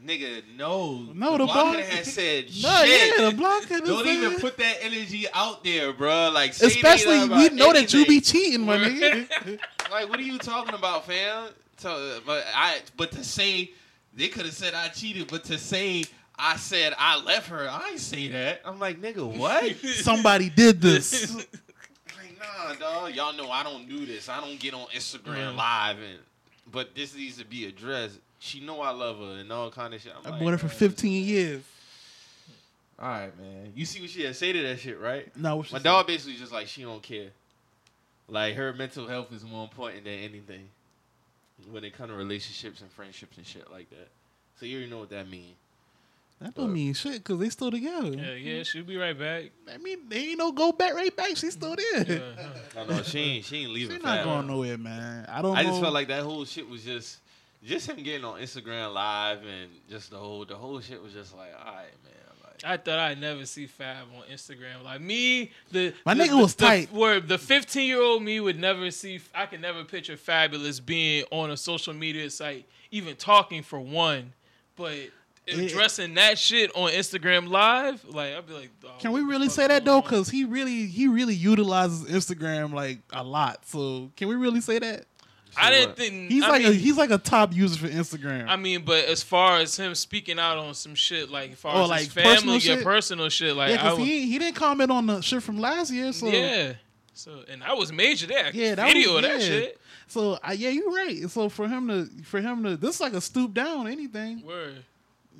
S2: Nigga, no,
S1: No, the
S2: the,
S1: blog-
S2: blog could have said
S1: Nah,
S2: shit.
S1: yeah, the block could
S2: Don't even put that energy out there, bruh. Like, say they
S1: Especially,
S2: love
S1: we
S2: about
S1: know that you be
S2: anything.
S1: cheating, my
S3: Word.
S1: nigga.
S2: Like, what are you talking about, fam? So, but I, but to say they could have said I cheated, but to say I said I left her, I ain't say that. I'm like, nigga, what? like,
S1: Somebody did this.
S2: nah, dog. Y'all know I don't do this. I don't get on Instagram
S1: Mm.
S3: Right.
S2: live, and but this needs to be addressed. She know I love her and all kind of shit. I'm
S1: I've
S2: like,
S1: been with her for
S2: man,
S1: 15 years.
S2: All right, man. You see what she had say to that shit, right?
S1: No, what she
S2: My
S1: said.
S2: dog basically just like she don't care. Like her mental health is more important than anything when it comes to relationships and friendships and shit like that. So you already know what that means.
S1: That don't mean shit because they still together.
S3: Yeah, yeah, she'll be right back.
S1: I mean, they ain't no go back right back. She's still there.
S3: Yeah,
S1: She's
S3: huh.
S2: I know she ain't she ain't leaving.
S1: not
S2: fast.
S1: going nowhere, man. I don't.
S2: I
S1: know.
S2: just felt like that whole shit was just just him getting on Instagram live and just the whole the whole shit was just like, all right, man. Like
S3: I thought I'd never see Fab on Instagram. Like me, the
S1: My
S3: the-
S1: nigga
S3: the-
S1: was
S3: the-
S1: tight.
S3: Where the fifteen year old me would never see. I could never picture Fabulous being on a social media site, even talking for one. But addressing that shit on Instagram Live, like I'd be like, dog,
S1: Can
S3: what
S1: we
S3: the
S1: really
S3: fuck
S1: say that
S3: going
S1: though?
S3: on?
S1: Because he really, he really utilizes Instagram like a lot. So can we really say that?
S2: So
S3: I didn't
S2: what?
S3: think
S1: He's
S3: I
S1: like,
S3: mean,
S1: a, he's like a top user for Instagram.
S3: I mean, but as far as him speaking out on some shit, like as far
S1: Oh,
S3: as
S1: like
S3: his family,
S1: personal
S3: your
S1: shit?
S3: personal shit, like
S1: yeah,
S3: I
S1: because
S3: would,
S1: he he didn't comment on the shit from last year. So
S3: yeah. So and I was major there.
S1: Yeah,
S3: Yeah,
S1: that
S3: video
S1: was-
S3: of that
S1: yeah.
S3: shit.
S1: so I, yeah, you're right. So for him to for him to this is like a stoop down anything.
S3: Word.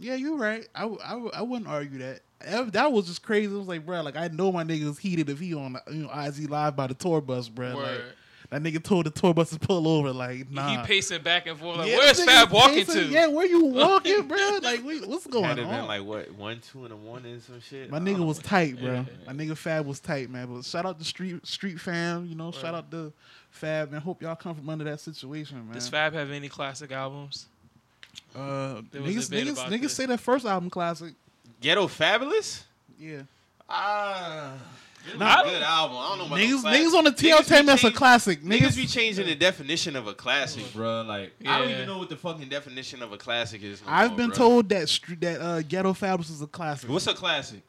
S1: Yeah, you're right. I, w- I, w- I wouldn't argue that. That that was just crazy. It was like, bro, like I know my nigga was heated if he on you know IZ live by the tour bus, bro. Like
S3: Word.
S1: that nigga told the tour bus to pull over. Like nah,
S3: He pacing back and forth. Like,
S1: Yeah,
S3: where's
S1: nigga
S3: Fab walking
S1: pacing.
S3: to?
S1: Yeah, where you walking, bro? Like we, what's going
S2: Had to
S1: on?
S2: been like um, what one, two in the morning, some shit.
S1: my
S2: I
S1: nigga
S2: don't
S1: was
S2: know.
S1: tight, bro.
S3: Yeah.
S1: My nigga Fab was tight, man. But shout out to street street fam, you know. Shout
S3: Word.
S1: out to Fab, man. Hope y'all come from under that situation, man.
S3: Does Fab have any classic albums?
S1: Uh,
S3: There was
S1: niggas,
S3: debate
S1: niggas,
S3: about
S1: niggas
S3: this.
S1: say that first album classic.
S2: Ghetto Fabulous.
S1: Yeah,
S2: Ah, it was
S3: Nah,
S2: a good album. I don't know about
S1: niggas,
S2: no classic.
S1: niggas on the TL
S2: Niggas be
S1: team. That's a
S2: changing-
S1: classic.
S2: Niggas,
S1: Niggas,
S2: be changing the definition of a classic, bro. Like I don't
S3: Yeah.
S2: even know what the fucking definition of a classic is. no
S1: I've
S2: more,
S1: been
S2: bruh.
S1: told that str- that uh, Ghetto Fabulous is a classic.
S2: What's a classic?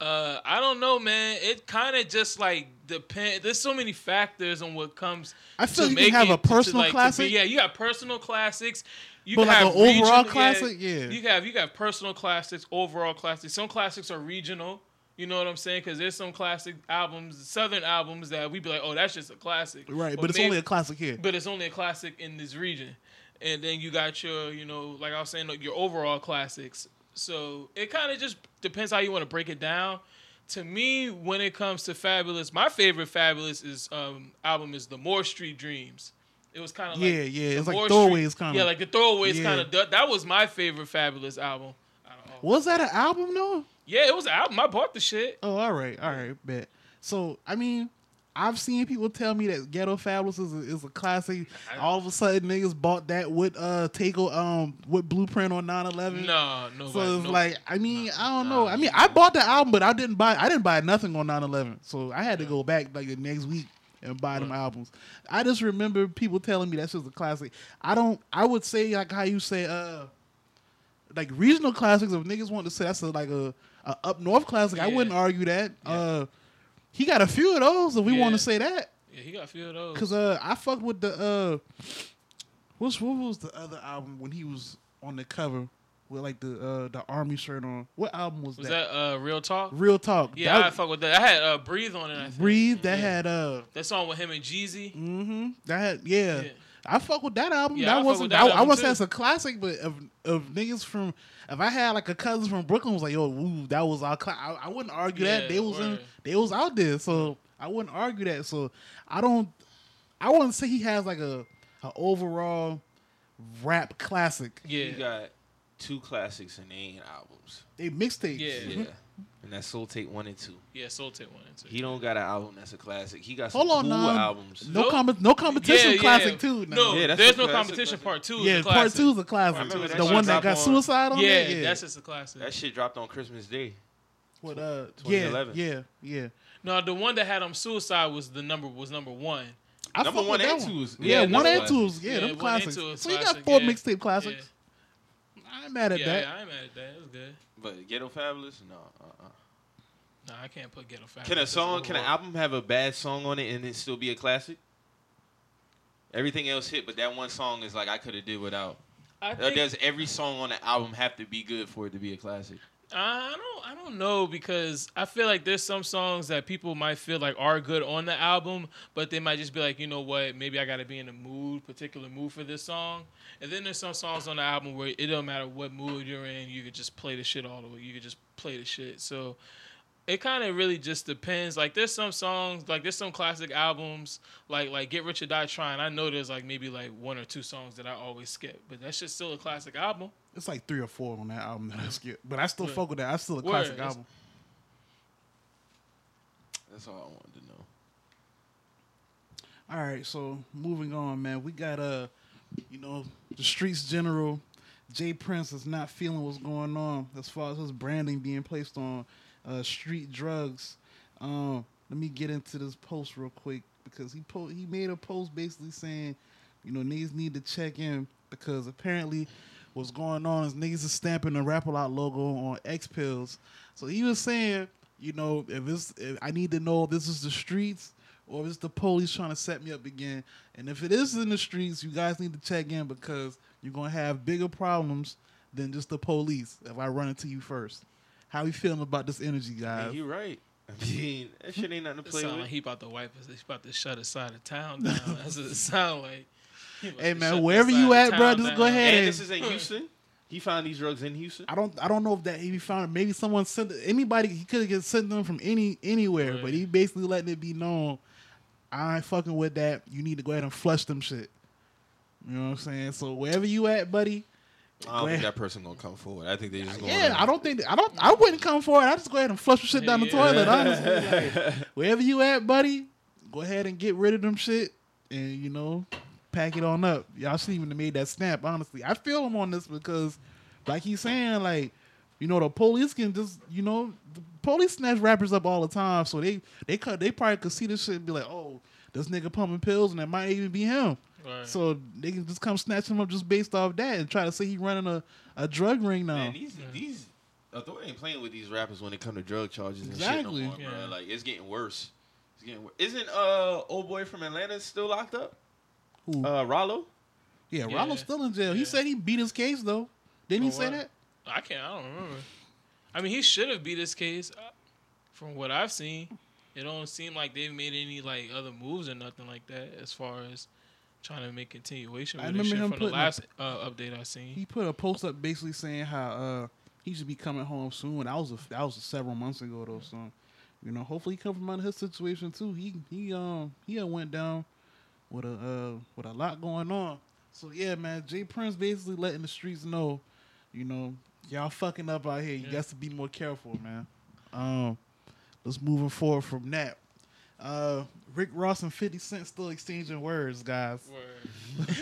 S3: Uh, I don't know, man. It kind of just like depend. There's so many factors on what comes.
S1: I feel
S3: to
S1: you
S3: make
S1: can have
S3: it
S1: a
S3: to,
S1: personal
S3: like, to be-
S1: classic.
S3: yeah, you got personal classics. You
S1: But
S3: can
S1: like
S3: have
S1: an overall
S3: regional- yeah,
S1: classic? Yeah.
S3: You have you got personal classics, overall classics. Some classics are regional. You know what I'm saying? Because there's some classic albums, southern albums that we be like, oh, that's just a classic.
S1: Right,
S3: Or
S1: but it's
S3: maybe-
S1: only a classic here.
S3: but it's only a classic in this region. And then you got your, you know, like I was saying, like, your overall classics. So it kind of just depends how you want to break it down. To me, when it comes to Fabulous, my favorite Fabulous is um, album is the Moore Street Dreams. It was kind of like
S1: Yeah, yeah,
S3: the
S1: it's like
S3: Moore
S1: throwaways
S3: Street-
S1: kinda.
S3: yeah, like the throwaways
S1: Yeah.
S3: kind of that, that was my favorite Fabulous album. I don't know.
S1: Was that an album though?
S3: Yeah, it was an album. I bought the shit.
S1: Oh, all right, all right, bet. So I mean, I've seen people tell me that Ghetto Fabulous is a, is a classic.
S3: I-
S1: All of a sudden, niggas bought that with uh Taco um with Blueprint on 9/11.
S3: No, no.
S1: Um, So it's like I mean I don't know
S2: nah,
S1: I mean I bought the album but I didn't buy I didn't buy nothing on 9/11 so I had to
S3: Yeah.
S1: go back like the next week and buy them albums. I just remember people telling me that's just a classic. I don't I would say like how you say uh like regional classics if niggas want to say that's a, like a, a up north classic I
S3: Yeah.
S1: wouldn't argue that.
S3: Yeah.
S1: Uh he got a few of those if we want
S3: Yeah.
S1: to say that
S3: yeah, he got a few of those.
S1: cuz uh I fucked with the uh what's what was the other album when he was on the cover with like the uh the army shirt on. What album was,
S3: was
S1: that?
S3: that uh, real talk?
S1: Real talk.
S3: Yeah, I
S1: that,
S3: fuck with that. I had uh, Breathe on it. I think.
S1: breathe. That
S3: Yeah.
S1: had uh.
S3: That song with him and Jeezy.
S1: Mm-hmm. That had yeah.
S3: Yeah.
S1: I fuck with that album.
S3: Yeah, I
S1: that
S3: fuck
S1: wasn't.
S3: with that
S1: I, I
S3: album,
S1: wouldn't say
S3: too.
S1: it's a classic, but of of niggas from. If I had like a cousin from Brooklyn was like, yo, woo, that was our. Cla-. I, I wouldn't argue that
S3: Yeah,
S1: they was in,
S3: word.
S1: they was out there, so I wouldn't argue that. So I don't. I wouldn't say he has like a a overall rap classic.
S3: Yeah.
S2: You got two classics and they ain't albums.
S1: They mixtapes.
S3: Yeah.
S2: Yeah, and that's Soul Tape One and Two.
S3: Yeah, Soul Tape one and two.
S2: He don't got an album that's a classic. He got some
S1: Hold on
S2: cool
S1: now.
S2: albums.
S1: No
S3: Nope.
S1: com- no competition
S3: yeah,
S1: classic
S3: yeah.
S1: too.
S3: No,
S2: Yeah, that's
S3: there's
S2: a
S3: no
S2: classic,
S3: competition.
S2: classic.
S3: Part two
S1: yeah,
S3: is a
S1: part
S3: classic.
S1: two is a classic.
S2: remember that
S1: The
S2: shit
S1: one that
S2: dropped
S1: got
S2: on-
S1: suicide on
S3: yeah,
S1: there. Yeah,
S3: that's just a classic.
S2: That shit dropped on Christmas Day.
S1: What, uh, yeah,
S2: 2011.
S1: yeah, yeah.
S3: no, the one that had him suicide was the number was number one.
S1: I
S2: Number
S1: fuck
S2: one
S1: with
S2: and
S1: that
S2: two is-
S1: Yeah,
S2: yeah,
S1: one
S2: that's
S1: and
S2: classic.
S1: two is yeah,
S3: Yeah, one
S1: them
S3: and
S1: classics.
S3: two is
S1: So you got
S3: classic,
S1: four
S3: yeah.
S1: mixtape classics. I ain't mad at
S3: yeah,
S1: that.
S3: yeah, I ain't mad at that. It was good.
S2: But Ghetto Fabulous, no. Uh-uh.
S3: No, I can't put Ghetto Fat.
S2: Can a song, can an album have a bad song on it and it still be a classic? Everything else hit, but that one song is like I could have did without.
S3: I
S2: Uh,
S3: think,
S2: Does every song on the album have to be good for it to be a classic?
S3: I don't. I don't know because I feel like there's some songs that people might feel like are good on the album, but they might just be like, you know what? Maybe I got to be in a mood, particular mood for this song. And then there's some songs on the album where it don't matter what mood you're in, you could just play the shit all the way. You could just play the shit. So it kind of really just depends. Like there's some songs, like there's some classic albums, like like Get Rich or Die Trying. I know there's like maybe like one or two songs that I always skip, but that's just still a classic album.
S1: It's like three or four on that album that I skipped, but I still
S3: Word.
S1: fuck with that. I still a
S3: Word,
S1: classic
S3: that's-
S1: album.
S2: That's all I wanted to know.
S1: All right, so moving on, man. We got uh, you know, the streets general, Jay Prince is not feeling what's going on as far as his branding being placed on uh, street drugs. Um, let me get into this post real quick because he po- he made a post basically saying, you know, niggas need to check in because apparently what's going on is niggas is stamping the Rap A Lot logo on X pills. So he was saying, you know, if it's if I need to know if this is the streets or if it's the police trying to set me up again. And if it is in the streets, you guys need to check in because you're gonna have bigger problems than just the police if I run into you first. How you feeling about this energy, guys?
S2: Man, you right. I mean, that shit ain't nothing to
S3: It
S2: play
S3: sound
S2: with.
S3: like he about to wipe us. He's about to shut his side of town down. That's what it sound like. He about
S1: Hey,
S3: to
S1: man,
S3: shut
S1: wherever
S3: this
S1: you
S3: side of
S1: at, bro,
S3: town
S1: just go
S3: down.
S1: ahead.
S2: and this is in Houston. He found these drugs in Houston.
S1: I don't I don't know if that he found maybe someone sent anybody he could have sent them from any anywhere,
S3: Right.
S1: but he basically letting it be known I ain't fucking with that. You need to go ahead and flush them shit. You know what I'm saying? So wherever you at, buddy.
S2: I don't
S1: Well-
S2: think that person gonna come forward. I think they just gonna
S1: Yeah, I don't think I don't I wouldn't come for it. I just go ahead and flush the shit down the
S3: Yeah.
S1: toilet. Honestly, Like, wherever you at, buddy, go ahead and get rid of them shit, and you know, pack it on up. Y'all shouldn't even have made that snap. Honestly, I feel him on this because, like he's saying, like you know, the police can just you know, the police snatch rappers up all the time, so they they could they probably could see this shit and be like, oh, this nigga pumping pills, and that might even be him.
S3: Right.
S1: So they can just come snatch him up just based off that and try to say he running a, a drug ring now.
S2: Man, these these authority ain't playing with these rappers when it come to drug charges and
S1: Exactly.
S2: shit no more,
S3: Yeah.
S2: bro. Like it's getting worse. It's getting worse. Isn't uh old boy from Atlanta still locked up?
S1: Who?
S2: Uh, Rollo.
S1: Yeah,
S3: Yeah.
S1: Rollo's still in jail. He
S3: Yeah.
S1: said he beat his case though. Didn't he
S3: For
S1: say
S3: what?
S1: that?
S3: I can't. I don't remember. I mean, he should have beat his case. Uh, From what I've seen, it don't seem like they've made any like other moves or nothing like that as far as trying to make continuation.
S1: I
S3: With this
S1: remember them
S3: shit from the
S1: putting a-
S3: last uh, update I seen.
S1: He put a post up basically saying how uh, he should be coming home soon. That was a, that was several months ago though. So you know, hopefully he come from out of his situation too. He he um he done went down with a uh, with a lot going on. So yeah, man, Jay Prince basically letting the streets know, you know, y'all fucking up out here. You
S3: Yeah.
S1: got to be more careful, man. Um, let's moving forward from that. Uh, Rick Ross and Fifty Cent still exchanging words, guys.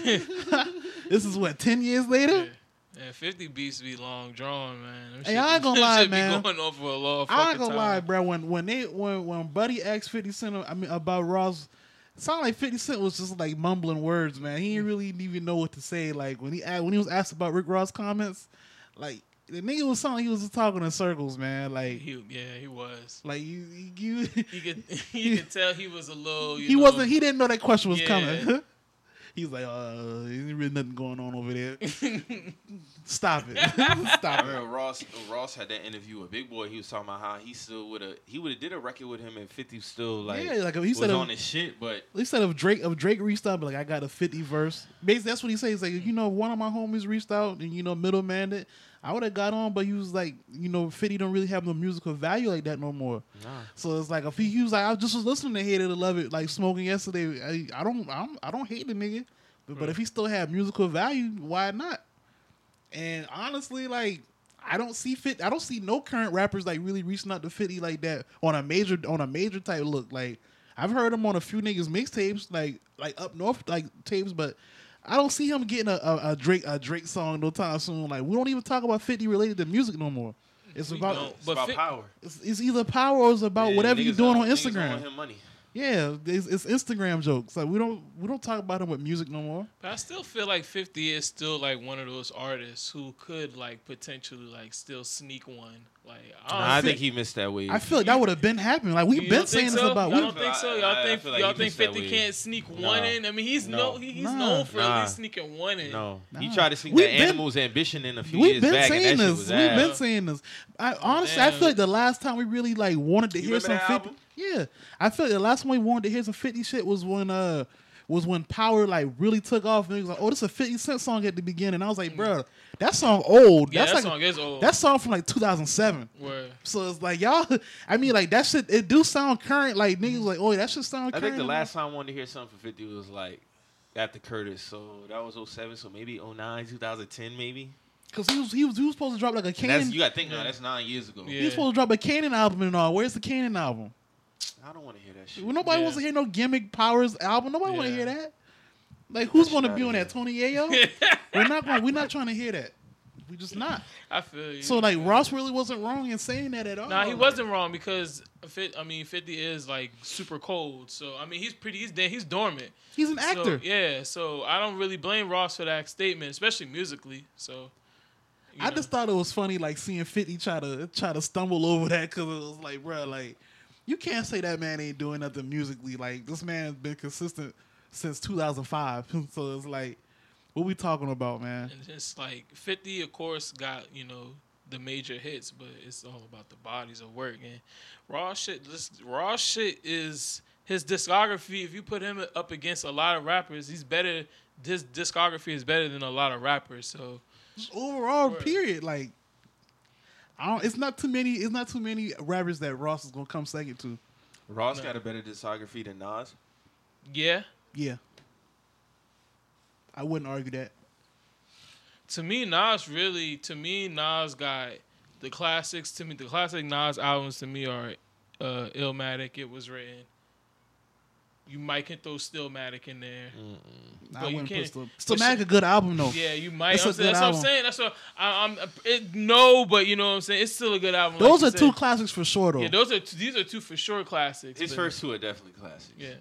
S1: this is what ten years later.
S3: Yeah. Yeah, 50 beats be long drawn, man. Them
S1: Hey,
S3: shit-
S1: I ain't gonna
S3: them
S1: lie,
S3: shit
S1: man.
S3: Be going on for a long fucking
S1: I ain't gonna
S3: time.
S1: lie, bro. When when they when when Buddy asked Fifty Cent, I mean about Ross, it sounded like Fifty Cent was just like mumbling words, man. He
S3: Mm.
S1: didn't really even know what to say. Like when he a- when he was asked about Rick Ross comments, like the nigga was sounding like he was just talking in circles, man. Like
S3: He, yeah, he was.
S1: like you you.
S3: You could, you could tell he was a little. You
S1: He
S3: know,
S1: wasn't. He didn't know that question was
S3: Yeah.
S1: coming. He's like, uh, there's really nothing going on over there. Stop it.
S2: I
S1: Stop it.
S2: remember Ross. Ross had that interview with Big Boy. He was talking about how he still would have. He would have did a record with him, and Fifty still like
S1: yeah, like he
S2: was
S1: said,
S2: on his shit. But
S1: He said if Drake if Drake reached out, be like I got a fifty verse. Basically, that's what he says. He's like you know, one of my homies reached out and you know, middleman it. I would have got on, but he was like, you know, fifty don't really have no musical value like that no more.
S2: nah,
S1: So it's like if he, he was like, I just was listening to Hate It or Love It, like smoking yesterday. I, I don't, I'm, I don't hate the nigga, but, but if he still had musical value, why not? And honestly, like I don't see fit. I don't see no current rappers like really reaching out to Fifty like that on a major on a major type look. Like I've heard him on a few niggas mixtapes, like like up north like tapes, but. I don't see him getting a, a, a Drake a Drake song no time soon. Like we don't even talk about Fifty related to music no more. It's
S3: We
S1: about
S3: don't.
S2: it's
S3: But
S2: about
S3: Fif-
S2: power.
S1: it's, it's either power or it's about
S2: Yeah,
S1: whatever
S2: niggas
S1: you're doing
S2: don't-
S1: on
S2: niggas don't
S1: Instagram.
S2: want him money.
S1: Yeah, it's, it's Instagram jokes. Like we don't we don't talk about him with music no more.
S3: But I still feel like 50 is still like one of those artists who could like potentially like still sneak one. Like I, don't
S2: Nah, Oh, I
S3: think-
S2: think he missed that wave.
S1: I feel like that would have been happening. Like we've
S3: You
S1: been
S3: don't
S1: saying
S3: think so?
S1: this about.
S3: Y'all
S1: We,
S3: don't think so? Y'all
S2: I- I
S3: think
S2: feel like
S3: y'all
S2: he
S3: think
S2: missed that
S3: 50
S2: way.
S3: can't sneak
S2: No.
S3: one in? I mean, he's
S2: No.
S3: no, he, he's
S1: Nah.
S3: known for at
S2: Nah.
S3: least sneaking one in.
S2: No, he
S1: Nah.
S2: tried to sneak
S1: We've
S2: that
S1: been-
S2: animal's ambition in a few
S1: we've
S2: years
S1: been
S2: back,
S1: saying
S2: and that
S1: this.
S2: shit was
S1: We've
S2: ass.
S1: been saying this. I honestly, I
S3: Damn.
S1: feel like the last time we really like wanted to
S2: You
S1: hear
S2: remember
S1: some
S2: that
S1: fifty.
S2: album?
S1: Yeah, I feel like the last one we wanted to hear some fifty shit was when uh was when Power like really took off and it was like, oh, this is a fifty cent song at the beginning. I was like, bro, that song old.
S3: Mm. Yeah,
S1: that's
S3: that
S1: like
S3: song is old.
S1: that song from like two thousand seven.
S3: where
S1: So it's like y'all. I mean, like that shit. It do sound current. Like niggas, like oh, that should sound.
S2: Mm-hmm. I
S1: current.
S2: think the last time I wanted to hear something for 50 was like after Curtis. So that was 07, so maybe 09, 2010, maybe.
S1: because he was he was he was supposed to drop like a
S2: And that's,
S1: Canaan.
S2: you got to think now,
S3: Yeah.
S2: that's nine years ago.
S1: He was supposed to drop a Canaan album and all. Where's the Canaan album?
S2: I don't want to hear that shit.
S1: Well, nobody wants to
S3: Yeah.
S1: hear no gimmick powers album. Nobody want to
S3: Yeah.
S1: hear that. Like who's
S2: That's
S1: going to
S2: right,
S1: be on
S2: yeah.
S1: that Tony Ayo? we're not going. We're not trying to hear that. We just not.
S3: I feel you.
S1: So like oh. Ross really wasn't wrong in saying that at all.
S3: Nah, he wasn't wrong because fit. I mean, Fifty is like super cold. So I mean, he's pretty. He's dead. He's dormant.
S1: He's an
S3: So,
S1: actor.
S3: yeah. So I don't really blame Ross for that statement, especially musically. So you
S1: I
S3: know.
S1: just thought it was funny, like seeing Fifty try to try to stumble over that because it was like, bruh, like you can't say that man ain't doing nothing musically. Like this man's been consistent since 2005, so it's like, what we talking about, man?
S3: and just like 50 of course got you know the major hits but it's all about the bodies of work and raw shit just raw shit is his discography if you put him up against a lot of rappers he's better this discography is better than a lot of rappers so
S1: Just overall,
S3: Word.
S1: period. Like, I don't. It's not too many. It's not too many rappers that Ross is gonna come second to.
S2: Ross
S3: No.
S2: got a better discography than Nas.
S3: Yeah.
S1: Yeah, I wouldn't argue that.
S3: To me, Nas really. To me, Nas got the classics. To me, the classic Nas albums to me are uh, Illmatic. It was written. You might can throw Stillmatic in there.
S2: Mm.
S1: I
S3: Well, you
S1: wouldn't put
S3: can't-
S1: still.
S3: but
S1: Stillmatic a good album though.
S3: Yeah, you
S1: That's
S3: might. I'm
S1: a
S3: saying-
S1: good
S3: That's, what I'm
S1: album.
S3: saying. That's what I, I'm. It, no, but you know what I'm saying. It's still a good album. like
S1: Those
S3: you
S1: are two
S3: said.
S1: classics for sure though.
S3: yeah, those are two, these are two for sure classics.
S2: His
S3: but-
S2: first two are definitely classics.
S3: Yeah.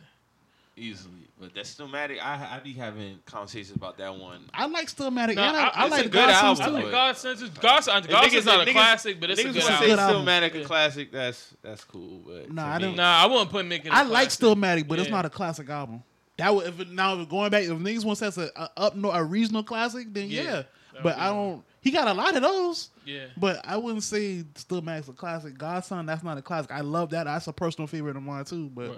S2: easily. But that's Stillmatic. I I be having conversations about that one.
S1: I like Stillmatic.
S3: Nah,
S1: and I,
S3: I-
S1: I,
S2: it's
S1: like
S2: a
S1: the
S2: good
S1: Godson's too.
S2: album,
S3: I
S2: but-
S3: think Godson's is Godson's, Godson's
S2: uh, Niggas-
S3: not a
S2: niggas-
S3: classic, but it's a
S2: niggas wanna
S3: good
S1: say
S3: album.
S1: Good album.
S2: Stillmatic a
S3: Yeah.
S2: classic. That's that's cool. But
S1: Nah,
S2: to
S1: I
S2: me,
S1: don't-
S3: Nah, I wouldn't put Make It. a
S1: I like
S3: classic.
S1: Stillmatic, but it's
S3: Yeah.
S1: not a classic album. That would if it, now if going back if niggas want to say it's a, a up no a regional classic, then
S3: Yeah,
S1: yeah.
S3: that would
S1: But
S3: be
S1: I
S3: one.
S1: don't. He got a lot of those,
S3: Yeah.
S1: but I wouldn't say Stillmatic's a classic. Godson, that's not a classic. I love that. That's a personal favorite of mine too. But
S3: Word.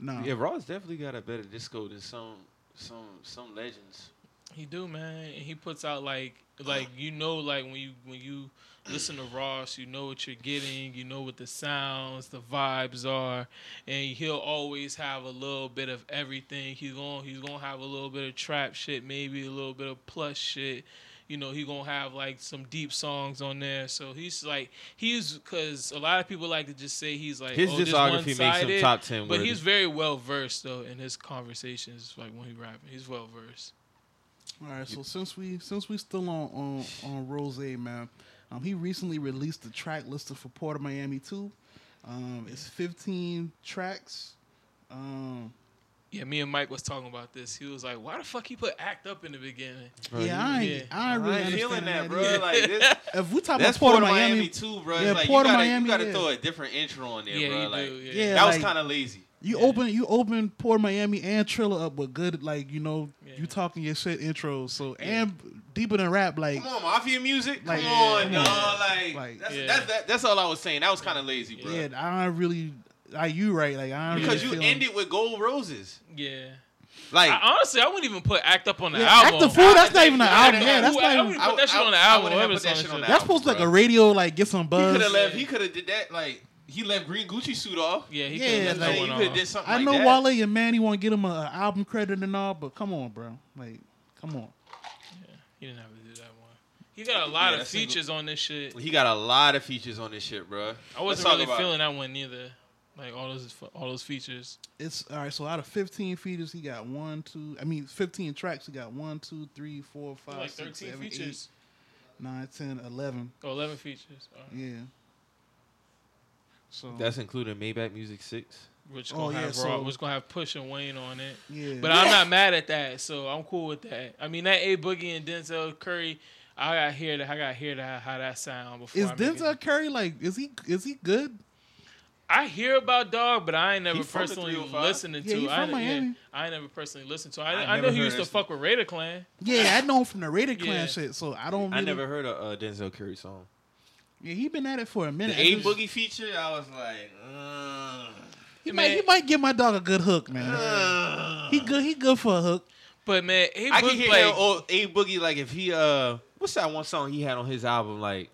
S1: no,
S2: Yeah, Ross definitely got a better disco than some some some legends.
S3: He do, man. And he puts out like like you know like when you when you listen to Ross, you know what you're getting, you know what the sounds, the vibes are, and he'll always have a little bit of everything. He's going to he's going to have a little bit of trap shit, maybe a little bit of plus shit. You know, he going to have like some deep songs on there. So he's like he's cuz a lot of people like to just say he's like
S2: His
S3: oh, just
S2: discography makes him
S3: one-sided,"
S2: top ten.
S3: But
S2: worthy.
S3: he's very well versed though in his conversations like when he rapping. He's well versed.
S1: All right, so since we since we still on on, on Rose, man, um, he recently released the track listed for Port of Miami too. Um, it's 15 tracks. Um,
S3: Yeah, me and Mike was talking about this. He was like, "Why the fuck he put act up in the beginning?"
S2: Bro,
S1: yeah, I ain't,
S3: yeah.
S1: I ain't
S2: I
S1: really
S2: ain't feeling
S1: understand
S2: that,
S1: that,
S2: bro.
S1: either.
S2: Like this,
S1: If we talk
S2: that's
S1: about
S2: Port
S1: Port
S2: of
S1: of
S2: Miami, too, bro. It's
S1: Yeah,
S2: like
S1: Port
S2: you
S1: of
S2: gotta,
S1: Miami,
S2: you gotta
S1: yeah.
S2: throw a different intro on there,
S3: yeah,
S2: bro.
S3: you
S2: Like
S3: do. Yeah,
S1: yeah,
S2: that was
S1: like,
S2: kind of lazy.
S1: You
S3: Yeah.
S1: open you open Port Miami and Triller up with good like you know
S3: Yeah.
S1: you talking your shit intros so
S3: Yeah.
S1: and deeper than rap like
S2: Come on, mafia music.
S1: Like,
S2: come on,
S1: yeah.
S2: dawg. Like,
S1: Like,
S2: that's,
S3: Yeah.
S2: that's, that, that's all I was saying. That was kind of lazy, bro.
S1: yeah I don't really like you right like I don't
S2: Because
S1: really
S2: you
S1: feel-
S2: ended with gold roses.
S3: yeah.
S2: Like,
S3: I, honestly, I wouldn't even put act up on the
S1: Yeah,
S3: album.
S1: Act the Fool, that's not even an
S2: I-
S1: album
S2: I-
S1: yeah that's
S3: I
S1: not
S3: wouldn't
S1: even,
S3: put that shit on the
S2: I- I
S3: album.
S2: wouldn't have
S3: whoever
S2: put that
S3: song
S2: shit
S3: it
S2: on
S3: is.
S2: the
S1: that's supposed to
S2: album,
S1: like a
S2: bro.
S1: radio like get some
S2: he
S1: buzz
S2: could have left.
S3: Yeah.
S2: He could have did that. Like, he left green Gucci suit off.
S3: Yeah, he
S1: Yeah,
S3: could
S1: like-
S3: have that
S2: you
S3: one
S2: could
S3: on.
S2: have did something
S1: I
S2: like
S1: know
S2: that.
S1: Wale and Manny want to get him an album credit and all, but come on, bro. Like, come on.
S3: He didn't have to do that one. He got a lot
S2: Yeah,
S3: of
S2: that single-
S3: features on this shit.
S2: He got a lot of features on this shit, bro.
S3: I wasn't really feeling that one either. Like all those all those features.
S1: It's all right. So out of fifteen features, he got one, two. I mean, fifteen tracks. He got one, two, three, four, five,
S3: like
S1: six,
S3: 13
S1: seven,
S3: features.
S1: eight, nine, ten, eleven.
S3: Oh, 11 features. All right.
S1: Yeah. So
S2: That's including Maybach Music Six.
S3: Which
S1: Oh,
S3: gonna
S1: yeah,
S3: have
S1: so-
S3: Raw, which gonna have Push and Wayne on it.
S1: yeah.
S3: But I'm not mad at that, so I'm cool with that. I mean, that A Boogie and Denzel Curry, I got to hear that. I got to hear that how that sound before.
S1: is
S3: I make it.
S1: Denzel Curry like? Is he is he good?
S3: I hear about Dog, but I ain't never
S2: He from the
S3: personally
S2: 305?
S3: listened to.
S1: Yeah, he
S3: I,
S1: from
S3: yeah,
S1: Miami.
S3: I ain't never personally listened to. I,
S2: I
S3: I, know
S2: never
S3: he
S2: heard
S3: used to
S2: his-
S3: fuck with Raider Clan.
S1: Yeah, I know him from the Rated Clan
S3: Yeah.
S1: shit. So I don't. Really,
S2: I never heard a uh, Denzel Curry song.
S1: Yeah, he been at it for a
S2: The
S1: minute. I
S2: A
S1: just-
S2: Boogie feature, I was like, uh,
S1: He
S3: Man.
S1: might he might give my dog a good hook, man.
S2: uh.
S1: He good. He good for a hook.
S3: But man, A
S2: I can hear
S3: Boogie
S2: him,
S3: like
S2: oh, A Boogie like if he uh, what's that one song he had on his album? Like,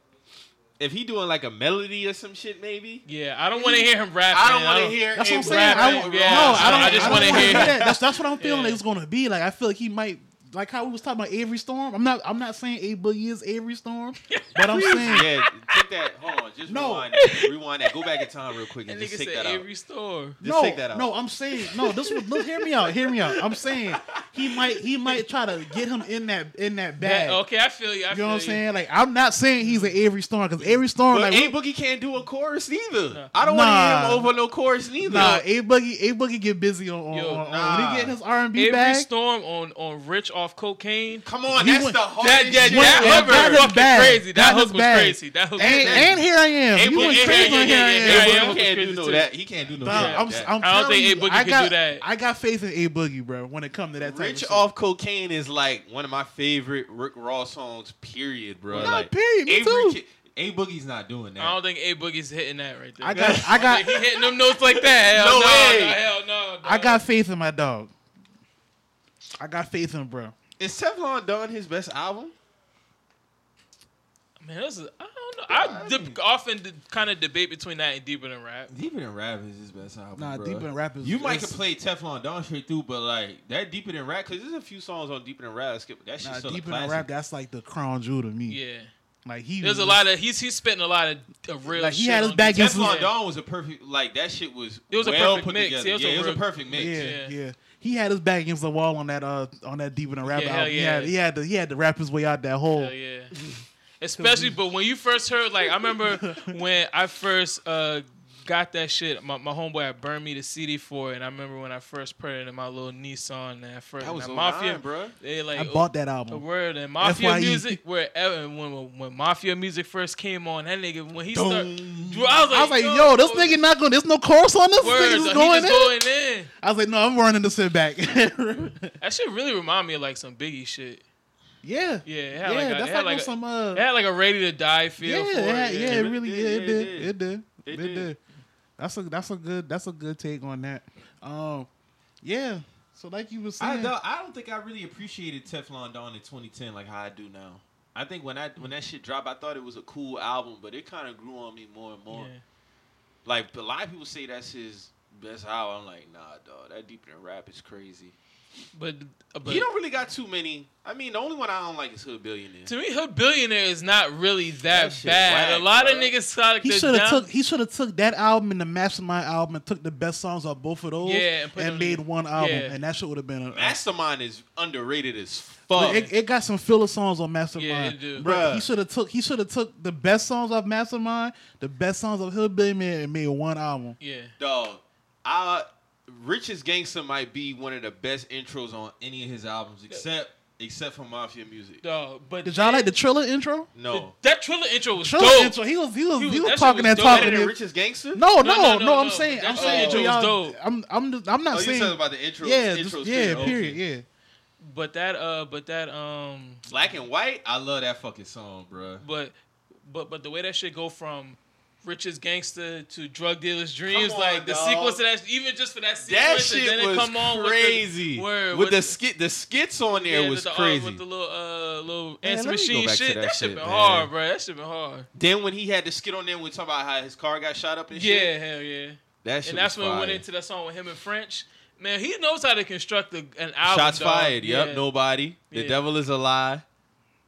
S2: if he doing like a melody or some shit, maybe.
S3: yeah, I don't want to hear him rap.
S2: I don't
S3: man.
S2: want to hear.
S1: That's
S2: A
S1: what I'm saying.
S2: Boogie
S1: I,
S2: rap
S1: don't-
S3: yeah,
S1: no, I don't.
S3: I just
S1: don't
S3: wanna
S1: wanna
S3: hear-
S1: that. That's that's what I'm feeling.
S3: Yeah.
S1: Like it's gonna be like. I feel like he might. Like how we was talking about Avery Storm. I'm not. I'm not saying A Boogie is Avery Storm, but I'm saying
S2: yeah, take that. Hold on, just
S1: No.
S2: rewind that. Rewind that. Go back in time real quick
S3: That
S2: and
S3: nigga
S2: just take
S3: said
S2: that out.
S3: every store.
S2: Just
S1: no,
S2: take that out.
S1: no. I'm saying no. This was look. Hear me out. Hear me out. I'm saying he might. He might try to get him in that in that bag.
S3: That- okay, I feel you. I
S1: You
S3: feel
S1: know what I'm
S3: you.
S1: saying? Like I'm not saying he's an Avery Storm because Avery Storm like
S2: But A Boogie can't do a chorus neither.
S3: Nah.
S2: I don't want to
S1: Nah.
S2: hear him over no chorus neither.
S1: nah. A Boogie. A Boogie get busy on on,
S3: Yo,
S1: on- on- when
S2: nah.
S1: he get his R and B
S3: Every
S1: bag.
S3: storm on on Rich off cocaine.
S2: Come on,
S1: He
S2: that's
S1: went-
S2: the hardest
S3: That yeah,
S2: shit.
S3: that,
S1: Yeah,
S3: hook was
S1: Oh, that is
S3: fucking
S1: bad.
S3: crazy. That,
S1: That
S3: hook
S1: is
S3: was
S1: bad.
S3: crazy. That hook was
S1: and,
S3: crazy.
S1: and here I am.
S2: A
S1: he went
S2: Boogie-
S1: crazy
S3: yeah,
S1: on here
S3: yeah,
S1: I
S3: yeah,
S1: am.
S3: yeah, yeah,
S1: bro.
S3: yeah.
S2: A Boogie can't do no
S3: Dog,
S2: that. He can't do no
S1: Dog,
S2: that.
S1: I'm,
S2: That-
S1: I'm
S3: I don't
S1: telling
S3: think A
S1: you,
S3: Boogie
S1: I
S3: could
S1: got,
S3: do that.
S1: I got faith in A Boogie, bro. When it comes to that type of
S2: Rich
S1: shit.
S2: off cocaine is like one of my favorite Rick Ross songs. Period, bro.
S1: Nah,
S2: like,
S1: period, me too.
S2: Ki- A Boogie's not doing that.
S3: I don't think A Boogie's hitting that right there.
S1: I got, I
S3: Like,
S1: got,
S3: he hitting them notes like that. Hell no,
S2: No way.
S3: no hell no.
S1: I
S3: dog.
S1: got faith in my dog. I got faith in him, bro.
S2: Is Teflon Don his best album?
S3: Man, that's a, I don't know. I,
S2: I
S3: dip-
S2: think-
S3: often kind of debate between that and deeper than rap.
S2: Deeper than rap is his best album.
S1: Nah,
S2: bruh.
S1: Deeper Than Rap is-
S2: You might
S1: is-
S2: could play Teflon Don straight through, but like that Deeper Than Rap, because there's a few songs on Deeper Than Rap. I Skip that shit's
S1: Nah,
S2: still
S1: deep
S2: a
S1: in the rap,
S2: classic.
S1: that's like the crown jewel to me.
S3: Yeah,
S1: Like he
S3: there's a
S1: was-
S3: lot of he's he's spitting a lot of, of real.
S1: Like, he
S3: shit
S1: had his
S3: on
S1: back
S3: the-
S1: against
S2: Teflon
S3: Yeah.
S2: Don was a perfect like that shit was.
S3: It was a
S2: well
S3: perfect
S2: put
S3: mix.
S2: together.
S3: It was
S2: yeah,
S3: a
S2: it was a
S3: real-
S2: perfect mix.
S1: Yeah,
S3: Yeah.
S1: yeah, He had his back against the wall on that uh on that Deep in the Rap
S3: Yeah, hell
S1: album. He
S3: yeah.
S1: had he had to he had to rap his way out that hole.
S3: Hell yeah. Especially, but when you first heard, like, I remember when I first uh, got that shit, my, my homeboy had burned me the CD for it, and I remember when I first put it in my little Nissan, and I first,
S2: That was
S3: and
S2: Mafia, bro.
S3: They like,
S1: I bought that
S3: the
S1: album.
S3: word and mafia
S1: FYE.
S3: music, where when, when when mafia music first came on, that nigga when he
S1: Dun.
S3: started,
S1: I was like, yo, this nigga not going. to There's no chorus on this.
S3: word,
S1: This nigga's
S3: he
S1: going in.
S3: just going in.
S1: I was like, no, I'm running this shit back. yeah,
S3: That shit really remind me of like some Biggie shit.
S1: yeah,
S3: Yeah, it had
S1: that's
S3: like a, it
S1: like,
S3: had like
S1: on
S3: a,
S1: some uh,
S3: it had like a ready to die
S1: yeah,
S3: feel.
S1: it
S3: for
S1: had-
S3: it.
S1: yeah, it really, yeah, it
S2: It
S1: did,
S2: did.
S1: it did, it
S2: It
S1: did.
S2: did.
S1: That's a that's a good that's a good take on that. Um, yeah. So like you were
S2: I
S1: saying,
S2: don't, I don't think I really appreciated Teflon Don in 2010 like how I do now. I think when I when that shit dropped, I thought it was a cool album, but it kind of grew on me more and more.
S3: Yeah.
S2: Like a lot of people say that's his best album. I'm like, nah, dog, that deeper than rap is crazy.
S3: But, uh, but
S2: he don't really got too many. I mean, the only one I don't like is Hood Billionaire.
S3: To me, her billionaire is not really that,
S2: That shit
S3: bad.
S2: whack,
S3: a lot of
S2: bro.
S3: niggas thought like
S1: he
S3: the
S1: should have
S3: down-
S1: took he should have took that album and the Mastermind album and took the best songs of both of those
S3: Yeah, and put
S1: and
S3: them
S1: made
S3: together.
S1: one album,
S3: Yeah.
S1: and that shit would have been a.
S2: Mastermind is underrated as
S1: But
S2: fuck.
S1: it, it got some filler songs on Mastermind.
S3: Yeah, it do.
S1: Bruh,
S2: Bruh.
S1: He should have took he should have took the best songs off Mastermind, the best songs of Hillbilly Man, and made one album.
S3: Yeah,
S2: Dog, I Richest Gangster might be one of the best intros on any of his albums, except except for Mafia Music.
S3: dog. But
S1: Did y'all like the Triller intro?
S2: No.
S3: that Triller intro was
S1: Triller
S3: dope.
S1: intro. He was he was
S3: He
S1: he
S3: was-
S1: was,
S3: that shit
S1: talking that
S3: was dope.
S1: talk.
S2: Better than
S1: and-
S2: Richest Gangster?
S1: No, no,
S3: No,
S1: no,
S3: no,
S1: I'm
S3: no,
S1: saying,
S3: but
S1: I'm
S3: that
S1: saying,
S2: shit
S1: to
S2: was
S1: y'all,
S3: dope.
S1: I'm, I'm, just, I'm not
S2: Oh, you
S1: saying,
S2: talking about the intro?
S1: yeah,
S2: intro
S1: just-
S2: shit.
S1: yeah,
S2: Okay.
S1: period, yeah.
S3: But that uh, but that um,
S2: Black and White, I love that fucking song, bruh.
S3: but but but the way that shit go from richest gangster to drug dealer's dreams,
S2: on,
S3: like the
S2: dog.
S3: sequence of that, even just for that sequence,
S2: That
S3: and
S2: shit
S3: then it
S2: was
S3: come on
S2: crazy.
S3: with the, word,
S2: with the skit, the skits on there
S3: yeah,
S2: was
S3: the, uh,
S2: crazy.
S3: with the little uh little
S1: Yeah, let
S3: answer
S1: me
S2: go
S3: machine
S2: back to
S3: shit.
S2: that
S3: That, shit
S2: shit,
S3: been
S2: man.
S3: hard, bro. That shit been hard.
S2: then when he had the skit on there, we talk about how his car got shot up and
S3: Yeah,
S2: shit.
S3: hell yeah.
S2: That shit
S3: and that's
S2: was
S3: when we went
S2: fire.
S3: into that song with him and French. Man, he knows how to construct a, an album.
S2: Shots
S3: dog.
S2: fired. Yep.
S3: Yeah.
S2: Nobody. The
S3: Yeah.
S2: devil is a lie.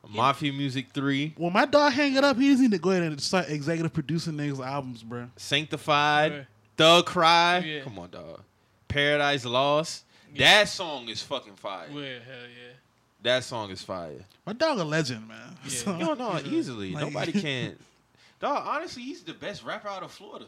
S2: Mafia Music Three.
S1: When my dog hang it up, he just need to go ahead and start executive producing niggas' albums, bro.
S2: Sanctified.
S3: Right.
S2: Thug Cry.
S3: Yeah.
S2: Come on, dog. Paradise Lost.
S3: Yeah.
S2: That song is fucking fire.
S3: Yeah, hell yeah.
S2: That song is fire.
S1: My dog a legend, man.
S3: Yeah.
S1: So-
S2: No, no,
S3: Easily.
S2: easily.
S1: Like-
S2: Nobody can. Dog, honestly, he's the best rapper out of Florida.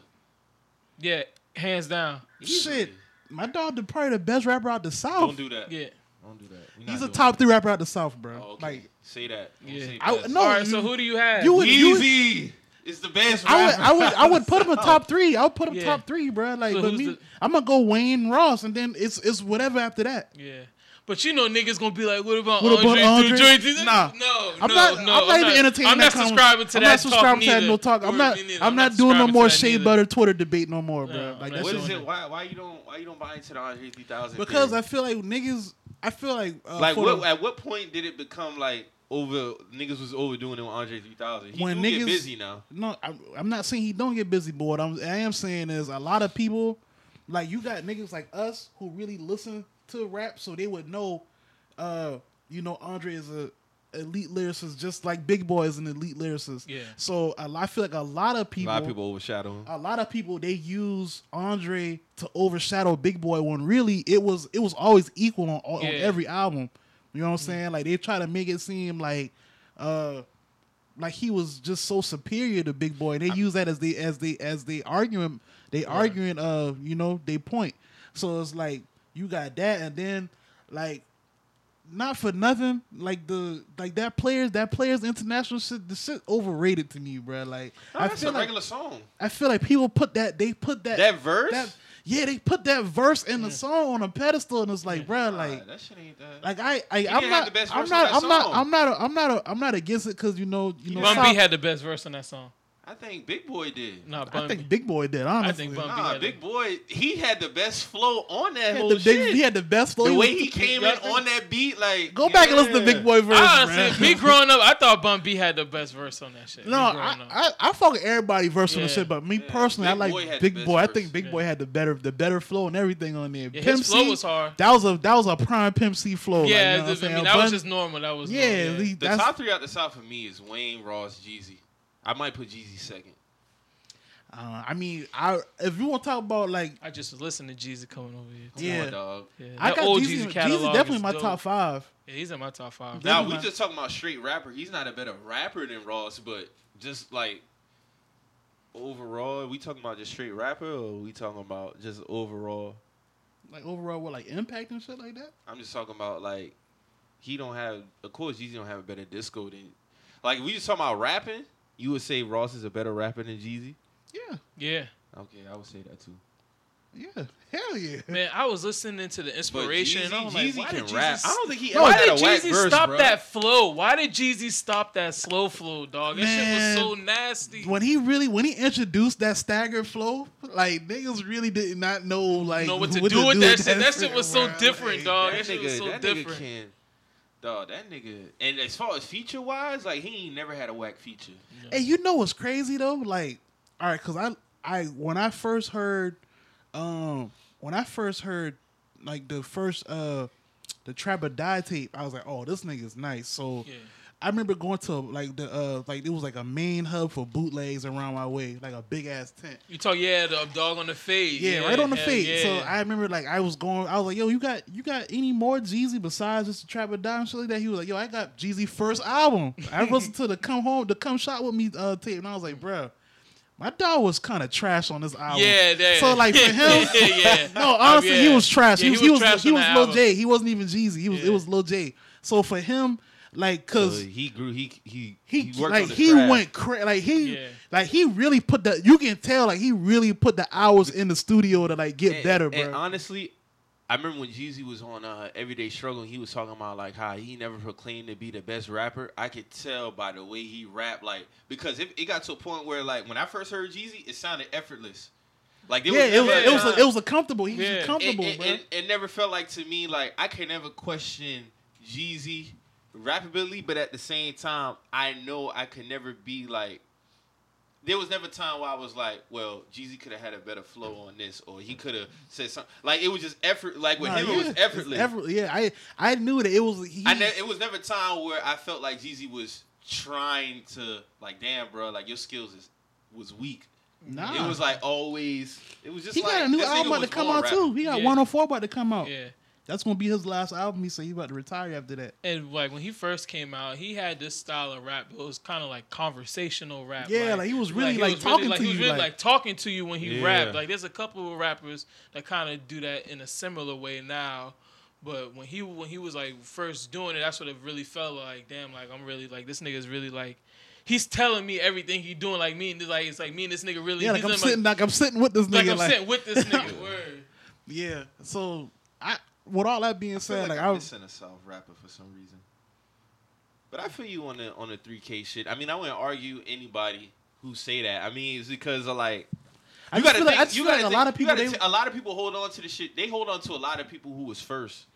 S3: Yeah, hands down.
S2: Easily.
S1: Shit. my dog the probably the best rapper out the
S2: Don't
S1: south.
S2: do that.
S3: Yeah.
S2: Don't do that. We not
S1: Oh. He's a
S2: doing
S1: top three rapper out the south,
S2: that.
S1: bro.
S2: Oh, okay.
S1: Like
S2: say that. Don't
S3: Yeah.
S2: say
S1: I-
S2: best.
S1: no,
S3: All right,
S1: you-
S3: so who do you have?
S1: you would-
S2: Easy is the best
S1: I would,
S2: rapper.
S1: I would, I would put him in top three. I would put him
S3: Yeah.
S1: top three, bro. Like,
S3: So
S1: but
S3: who's
S1: me,
S3: the-
S1: I'm gonna go Wayne Ross, and then it's it's whatever after that.
S3: yeah. But you know niggas gonna be like, what about
S1: What about
S3: Andre?
S1: Andre?
S3: Andre? Andre?
S1: Nah.
S3: No,
S1: I'm
S3: no,
S1: not.
S3: no,
S1: I'm not even entertaining.
S3: I'm
S1: that
S3: not
S1: comment.
S3: subscribing to
S1: I'm
S3: that
S1: not subscribing to that
S3: neither.
S1: no talk.
S3: Or
S1: I'm not.
S3: me neither.
S1: I'm, not, doing no
S3: subscribing to
S1: more
S3: that
S1: shade
S3: neither.
S1: butter Twitter debate no more, bro.
S3: No, I'm
S1: like
S3: not
S1: that's
S2: What
S3: doing
S2: is
S1: the-
S2: it? Why why you don't why you don't buy into the Andre 3000?
S1: Because
S2: theory?
S1: I feel like niggas. I feel like uh,
S2: like
S1: for
S2: what
S1: the-
S2: at what point did it become like over niggas was overdoing it with Andre 3000? He
S1: When
S2: do get
S1: niggas-
S2: busy now.
S1: No, I, I'm not saying he don't get busy, boy. What I'm, I am saying is a lot of people, like you got niggas like us who really listen to rap, so they would know, uh, you know, Andre is a elite lyricist, just like Big Boy is an elite lyricist.
S3: Yeah.
S1: So a lot, I feel like a lot of
S2: A
S1: people,
S2: lot of people overshadow him.
S1: a lot of people, they use Andre to overshadow Big Boy when really it was it was always equal on, all- on
S3: Yeah.
S1: every album. You know what I'm saying? Like they try to make it seem like uh like he was just so superior to Big Boy. They use that as they as they as they arguing they arguing uh you know they point. So it's like you got that and then like not for nothing, like the like that players that players international shit the shit overrated to me, bro. Like
S2: No,
S1: I
S2: that's
S1: feel
S2: a
S1: like
S2: regular song.
S1: I feel like people put that they put that
S2: That verse.
S1: that- yeah they put that verse in the song on a pedestal and it's like bruh,
S2: Nah,
S1: like
S2: that shit ain't that.
S1: like I, I
S2: didn't
S1: I'm
S2: have
S1: not
S2: the best
S1: I'm
S2: verse
S1: not
S2: on that
S1: I'm not
S2: song.
S1: I'm not a, I'm not a, I'm not against it because you know you know
S3: Bun B
S1: South-
S3: had the best verse on that song.
S2: I think Big Boy did.
S3: Nah,
S1: I
S3: Bun B.
S1: think Big Boy did. Honestly,
S3: Bun B
S2: Nah,
S3: had
S2: Big
S3: it.
S2: Boy, he had the best flow on that
S1: he,
S2: whole
S1: had the big-
S2: shit.
S1: he had the best flow.
S2: the
S1: He
S2: way
S1: was-
S2: he came in
S3: Y'all think-
S2: on that beat, like
S1: Go back and listen to
S2: yeah.
S1: Big Boy verse. bruh.
S3: Honestly, Ah, me growing up, I thought Bun B had the best verse on that shit.
S1: No,
S3: me growing
S1: I,
S3: up.
S1: I I fuck with everybody verse on the
S3: Yeah.
S1: shit, but me
S2: Yeah.
S1: personally,
S2: Big
S1: I like
S2: Boy had the
S1: Big
S2: best
S1: Boy. I
S2: verse.
S1: think Big
S3: Yeah.
S1: Boy had the better the better flow and everything on there.
S3: yeah,
S1: Pimp
S3: his flow
S1: C,
S3: was hard.
S1: that was a that was a prime Pimp C flow.
S3: yeah,
S1: like, you know what I'm
S3: I
S1: saying?
S3: mean that was
S1: Bun-
S3: just normal. That was
S1: yeah.
S3: normal,
S1: he-
S2: The
S1: that's-
S2: top three out the south for me is Wayne, Ross, Jeezy. I might put Jeezy second.
S1: uh, I mean, I if you want to talk about like,
S3: I just was listening to Jeezy coming over here.
S2: Come
S1: Yeah.
S2: on, dog.
S3: Yeah,
S1: I
S3: that
S1: got
S3: old
S1: Jeezy,
S3: catalog
S1: Jeezy definitely
S3: is
S1: my
S3: dope.
S1: top five.
S3: Yeah, he's in my top five.
S1: That-
S2: Now
S1: Never
S2: we
S1: mind.
S2: just talking about straight rapper. He's not a better rapper than Ross, but just like overall, we talking about just straight rapper, or we talking about just overall?
S1: Like overall, with like impact and shit like that.
S2: I'm just talking about like he don't have. Of course, Jeezy don't have a better disco than. Like if we just talking about rapping. You would say Ross is a better rapper than Jeezy.
S1: Yeah,
S3: yeah,
S2: Okay, I would say that too.
S1: yeah, hell yeah.
S3: man, I was listening to the
S2: But
S3: inspiration.
S2: Jeezy,
S3: and I'm like,
S2: Jeezy
S3: why
S2: can
S3: did Jeezy
S2: rap. I don't think he ever
S3: Why
S2: had
S3: did
S2: a whack
S3: Jeezy
S2: verse,
S3: stop
S2: bro.
S3: that flow? Why did Jeezy stop that slow flow, dog? That
S1: Man.
S3: shit was so nasty.
S1: When he really when he introduced that staggered flow, like niggas really did not know like
S3: know what to do with that shit. That shit was so different,
S1: Like,
S3: dog.
S2: that
S3: That shit was
S2: nigga,
S3: so
S2: that nigga
S3: different.
S2: can. Dog, that nigga. And as far as feature wise, like he ain't never had a whack feature.
S1: Hey, you know what's crazy though? Like, all right, because I, I when I first heard, um, when I first heard, like the first, uh, the Trap or Die tape, I was like, oh, this nigga's nice. So,
S3: Yeah.
S1: I remember going to like the, uh, like it was like a main hub for bootlegs around my way, like a big ass tent.
S3: You talk, yeah, the dog on the fade.
S1: Yeah, right on the
S3: hell
S1: feet.
S3: yeah.
S1: So I remember like I was going, I was like, yo, you got you got any more Jeezy besides just the Trap or Die and shit like that? He was like, yo, I got Jeezy first album. I listened to the Come Home, the Come Shot with Me uh, tape, and I was like, bro, my dog was kind of trash on this album.
S3: yeah, that,
S1: So like for him,
S3: yeah, yeah.
S1: no, honestly,
S3: Yeah.
S1: he was trash.
S3: Yeah,
S1: he was he was, he
S3: trash
S1: was,
S3: on that
S1: Lil
S3: album.
S1: J. He wasn't even Jeezy. He was
S3: Yeah.
S1: it was Lil J. So for him, like,
S2: So
S1: cause
S2: he grew. He he
S1: he,
S2: worked
S1: like
S2: on the
S1: he
S2: craft.
S1: went cra- like he
S3: Yeah.
S1: like he really put the you can tell like he really put the hours in the studio to like get
S2: And-
S1: better, bro.
S2: And honestly, I remember when Jeezy was on uh, Everyday Struggle, he was talking about like how he never proclaimed to be the best rapper. I could tell by the way he rapped, like because it, it got to a point where like when I first heard Jeezy, it sounded effortless. Like there
S1: yeah, it was
S2: never a
S1: it was
S2: time-
S1: a, it was a comfortable. He was
S3: Yeah.
S1: just comfortable,
S2: it,
S1: bro.
S2: it, it, it never felt like to me like I can never question Jeezy rap ability, but at the same time, I know I could never be like. There was never a time where I was like, "Well, Jeezy could have had a better flow on this, or he could have said something." Like it was just effort. Like with
S1: Nah,
S2: him,
S1: yeah,
S2: it was
S1: it's
S2: effortless.
S1: effort- yeah, I I knew that it was. He,
S2: I ne- it was never a time where I felt like Jeezy was trying to like, "Damn, bro, like your skills is was weak."
S1: nah,
S2: It was like always. It was just
S1: he
S2: like
S1: got a new
S2: this nigga
S1: album about to
S2: was
S1: come
S2: born
S1: out
S2: rapping.
S1: too. He got
S3: Yeah.
S1: 104 about to come out.
S3: yeah.
S1: That's gonna be his last album. He said he about to retire after that.
S3: And like when he first came out, he had this style of rap. But it was kind of like conversational rap.
S1: Yeah, like, he was really, like,
S3: was
S1: talking
S3: like,
S1: to
S3: he was
S1: you,
S3: really
S1: like-
S3: like, talking to you when he
S2: Yeah.
S3: rapped. Like there's a couple of rappers that kind of do that in a similar way now. But when he when he was like first doing it, that's what it really felt like. Damn, like I'm really like this nigga's really like. He's telling me everything he doing, like me and this, like it's like me and this nigga really.
S1: Yeah, like
S3: he's
S1: I'm
S3: in,
S1: sitting like I'm sitting with this
S3: like,
S1: nigga.
S3: I'm sitting with this nigga. word.
S1: yeah. So I with all that being
S2: feel
S1: said, like
S2: I'm
S1: I was.
S2: missing a South rapper for some reason. But I feel you on the on the three K shit. I mean, I wouldn't argue anybody who say that. I mean, it's because of like
S1: I
S2: you
S1: just
S2: gotta
S1: feel
S2: think,
S1: like- I just
S2: you
S1: feel
S2: gotta
S1: like a
S2: think-
S1: lot of
S2: you
S1: people,
S2: gotta
S1: they-
S2: t- a lot of people hold on to the shit. They hold on to a lot of people who was first.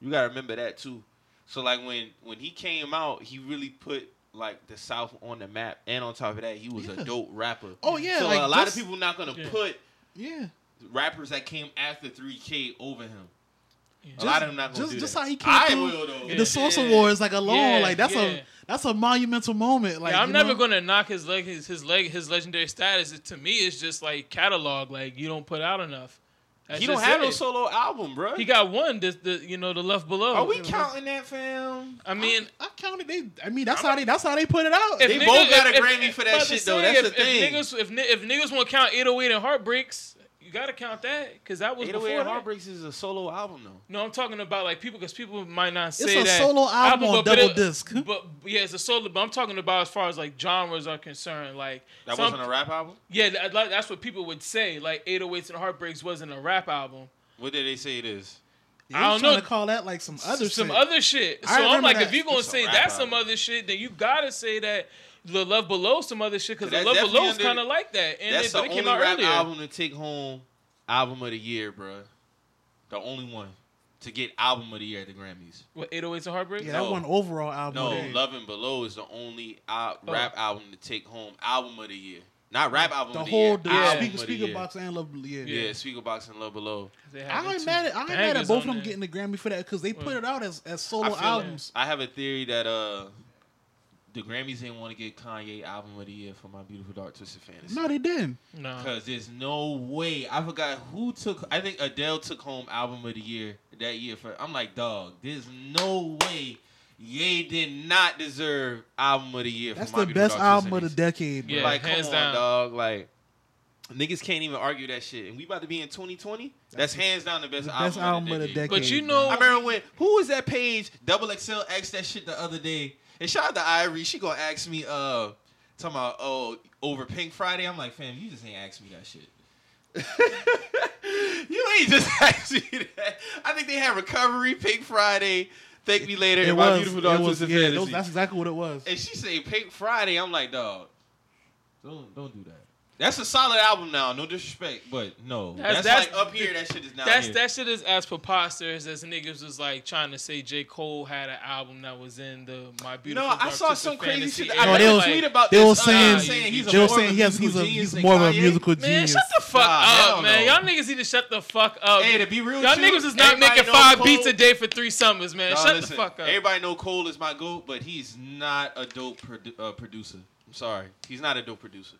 S2: You gotta remember that too. So like when when he came out, he really put like the South on the map, and on top of that, he was
S1: Yeah.
S2: a dope rapper.
S1: Oh, yeah,
S2: so
S1: like,
S2: a lot
S1: just-
S2: of people not gonna
S3: Yeah.
S2: put
S1: Yeah.
S2: rappers that came after three K over him.
S3: Yeah.
S2: a lot of them not gonna
S1: just,
S2: do
S1: just
S2: that.
S1: how he came
S2: I
S1: through
S2: will though.
S1: the
S3: Yeah.
S1: Source Awards like alone.
S3: Yeah,
S1: like that's
S3: yeah.
S1: a that's a monumental moment. Like
S3: yeah, I'm
S1: you
S3: never
S1: know?
S3: gonna knock his leg, his his leg, his legendary status. It, to me, it's just like catalog. Like you don't put out enough. That's
S2: he don't
S3: just
S2: have
S3: it.
S2: no solo album, bro.
S3: He got one. This the you know the left below.
S2: Are we counting that, fam?
S3: I mean,
S1: I counted. They, I mean, that's how they that's how they put it out.
S3: if
S2: They
S3: niggas-
S2: both got
S3: if-
S2: a
S3: if-
S2: Grammy for that
S3: about to
S2: shit, though.
S3: say,
S2: That's
S3: if,
S2: the thing.
S3: If niggas, if, ni- if niggas want to count 808 and heartbreaks, you gotta count that because that was
S2: 808
S3: before
S2: and
S3: that.
S2: oh Heartbreaks is a solo album, though.
S3: No, I'm talking about like people because people might not say
S1: a
S3: that
S1: solo album on
S3: but- but
S1: double
S3: it-
S1: disc.
S3: But yeah, it's a solo. But I'm talking about as far as like genres are concerned, like
S2: That
S3: some-
S2: wasn't a rap album.
S3: Yeah, that, like, oh that's what people would say. Like 808s and Heartbreaks wasn't a rap album.
S2: What did they say it is?
S1: Yeah,
S3: I
S1: he's
S3: don't know.
S1: trying to call that like some other
S3: some
S1: shit.
S3: other shit. So
S1: I
S3: I'm
S1: remember
S3: like,
S1: that.
S3: if you gonna
S2: It's a
S3: say
S2: rap
S3: that's
S2: album.
S3: some other shit, then you gotta say that the Love Below some other shit because
S2: That's
S3: the Love
S2: definitely
S3: Below's
S2: under-
S3: kind of like that, and
S2: That's
S3: it, but
S2: the
S3: it
S2: only
S3: came out
S2: rap
S3: earlier.
S2: album to take home album of the year, bro. The only one to get album of the year at the Grammys.
S3: What 808s and Heartbreak?
S1: yeah,
S2: No.
S1: that one overall album.
S2: No,
S1: there.
S2: Love and Below is the only uh,
S3: Oh.
S2: rap album to take home album of the year. Not rap album
S1: the
S2: of the
S1: whole
S2: year.
S1: the
S2: album
S1: speaker,
S2: of the
S1: speaker
S2: year.
S1: box and love. Yeah,
S2: Yeah, Speaker Box and Love Below.
S3: They had
S1: I
S3: them
S1: ain't
S3: two
S1: mad at I ain't mad at
S3: bangers
S1: both
S3: on
S1: of them
S3: there. Mm.
S1: getting the Grammy for that because they put
S3: Well,
S1: it out as, as
S2: I,
S1: solo
S2: feel-
S1: albums.
S2: I have a theory that uh, the Grammys didn't want to get Kanye album of the year for My Beautiful Dark Twisted Fantasy.
S1: No, they didn't.
S3: No,
S2: Cause there's no way. I forgot who took. I think Adele took home album of the year that year. For I'm like, dog. There's no way. Ye did not deserve album of the year.
S1: That's
S2: for My
S1: the
S2: Beautiful
S1: best
S2: Dark
S1: album
S2: Twisted
S1: of the
S2: Fantasy.
S1: decade. Bro.
S3: Yeah,
S2: like,
S3: hands
S2: come on,
S3: down.
S2: dog. Like, niggas can't even argue that shit. And we about to be in 2020. That's, hands down the best,
S1: the
S2: album,
S1: best album
S2: of the decade.
S3: but you
S1: bro.
S3: know,
S2: I remember when who was that page? Double XL asked that shit the other day. And shout out to Irie. She gonna ask me, uh, talking about oh over Pink Friday. I'm like, fam, you just ain't asked me that shit. you ain't just asked me that. I think they had Recovery, Pink Friday, Thank Me Later, and My Beautiful Dark
S1: it was,
S2: Twisted
S1: yeah,
S2: Fantasy.
S1: those- that's exactly what it was.
S2: and she say Pink Friday. I'm like, dog, don't don't do that. That's a solid album now. No disrespect, but no,
S3: That's-
S2: that's,
S3: that's-
S2: like up here. That shit is not.
S3: that's
S2: here.
S3: that shit is as preposterous as niggas was like trying to say J Cole had an album that was in the My Beautiful.
S2: No, I
S3: Dark
S2: saw
S3: Twisted
S2: some crazy
S3: Fantasy
S2: shit.
S3: era,
S1: No,
S2: I
S1: they
S2: read a
S1: was-
S2: tweet about
S1: they
S2: this.
S1: was
S2: uh,
S1: saying-
S2: saying he's a
S1: They were
S2: more
S1: saying he has, he's, a,
S2: genius
S1: he's
S2: than
S1: more of a
S2: Kanye.
S1: musical
S3: Man,
S1: genius.
S3: shut the fuck
S2: Nah,
S3: up,
S2: hell
S3: man.
S2: no.
S3: Y'all niggas need to shut the fuck up.
S2: Hey, to be real,
S3: Y'all
S2: with you,
S3: niggas is not
S2: everybody
S3: making
S2: know
S3: five
S2: Cole-
S3: beats a day for three summers, man.
S2: Nah,
S3: shut
S2: listen,
S3: the fuck up.
S2: Everybody know Cole is my goat, but he's not a dope produ- uh, producer. I'm sorry, he's not a dope producer.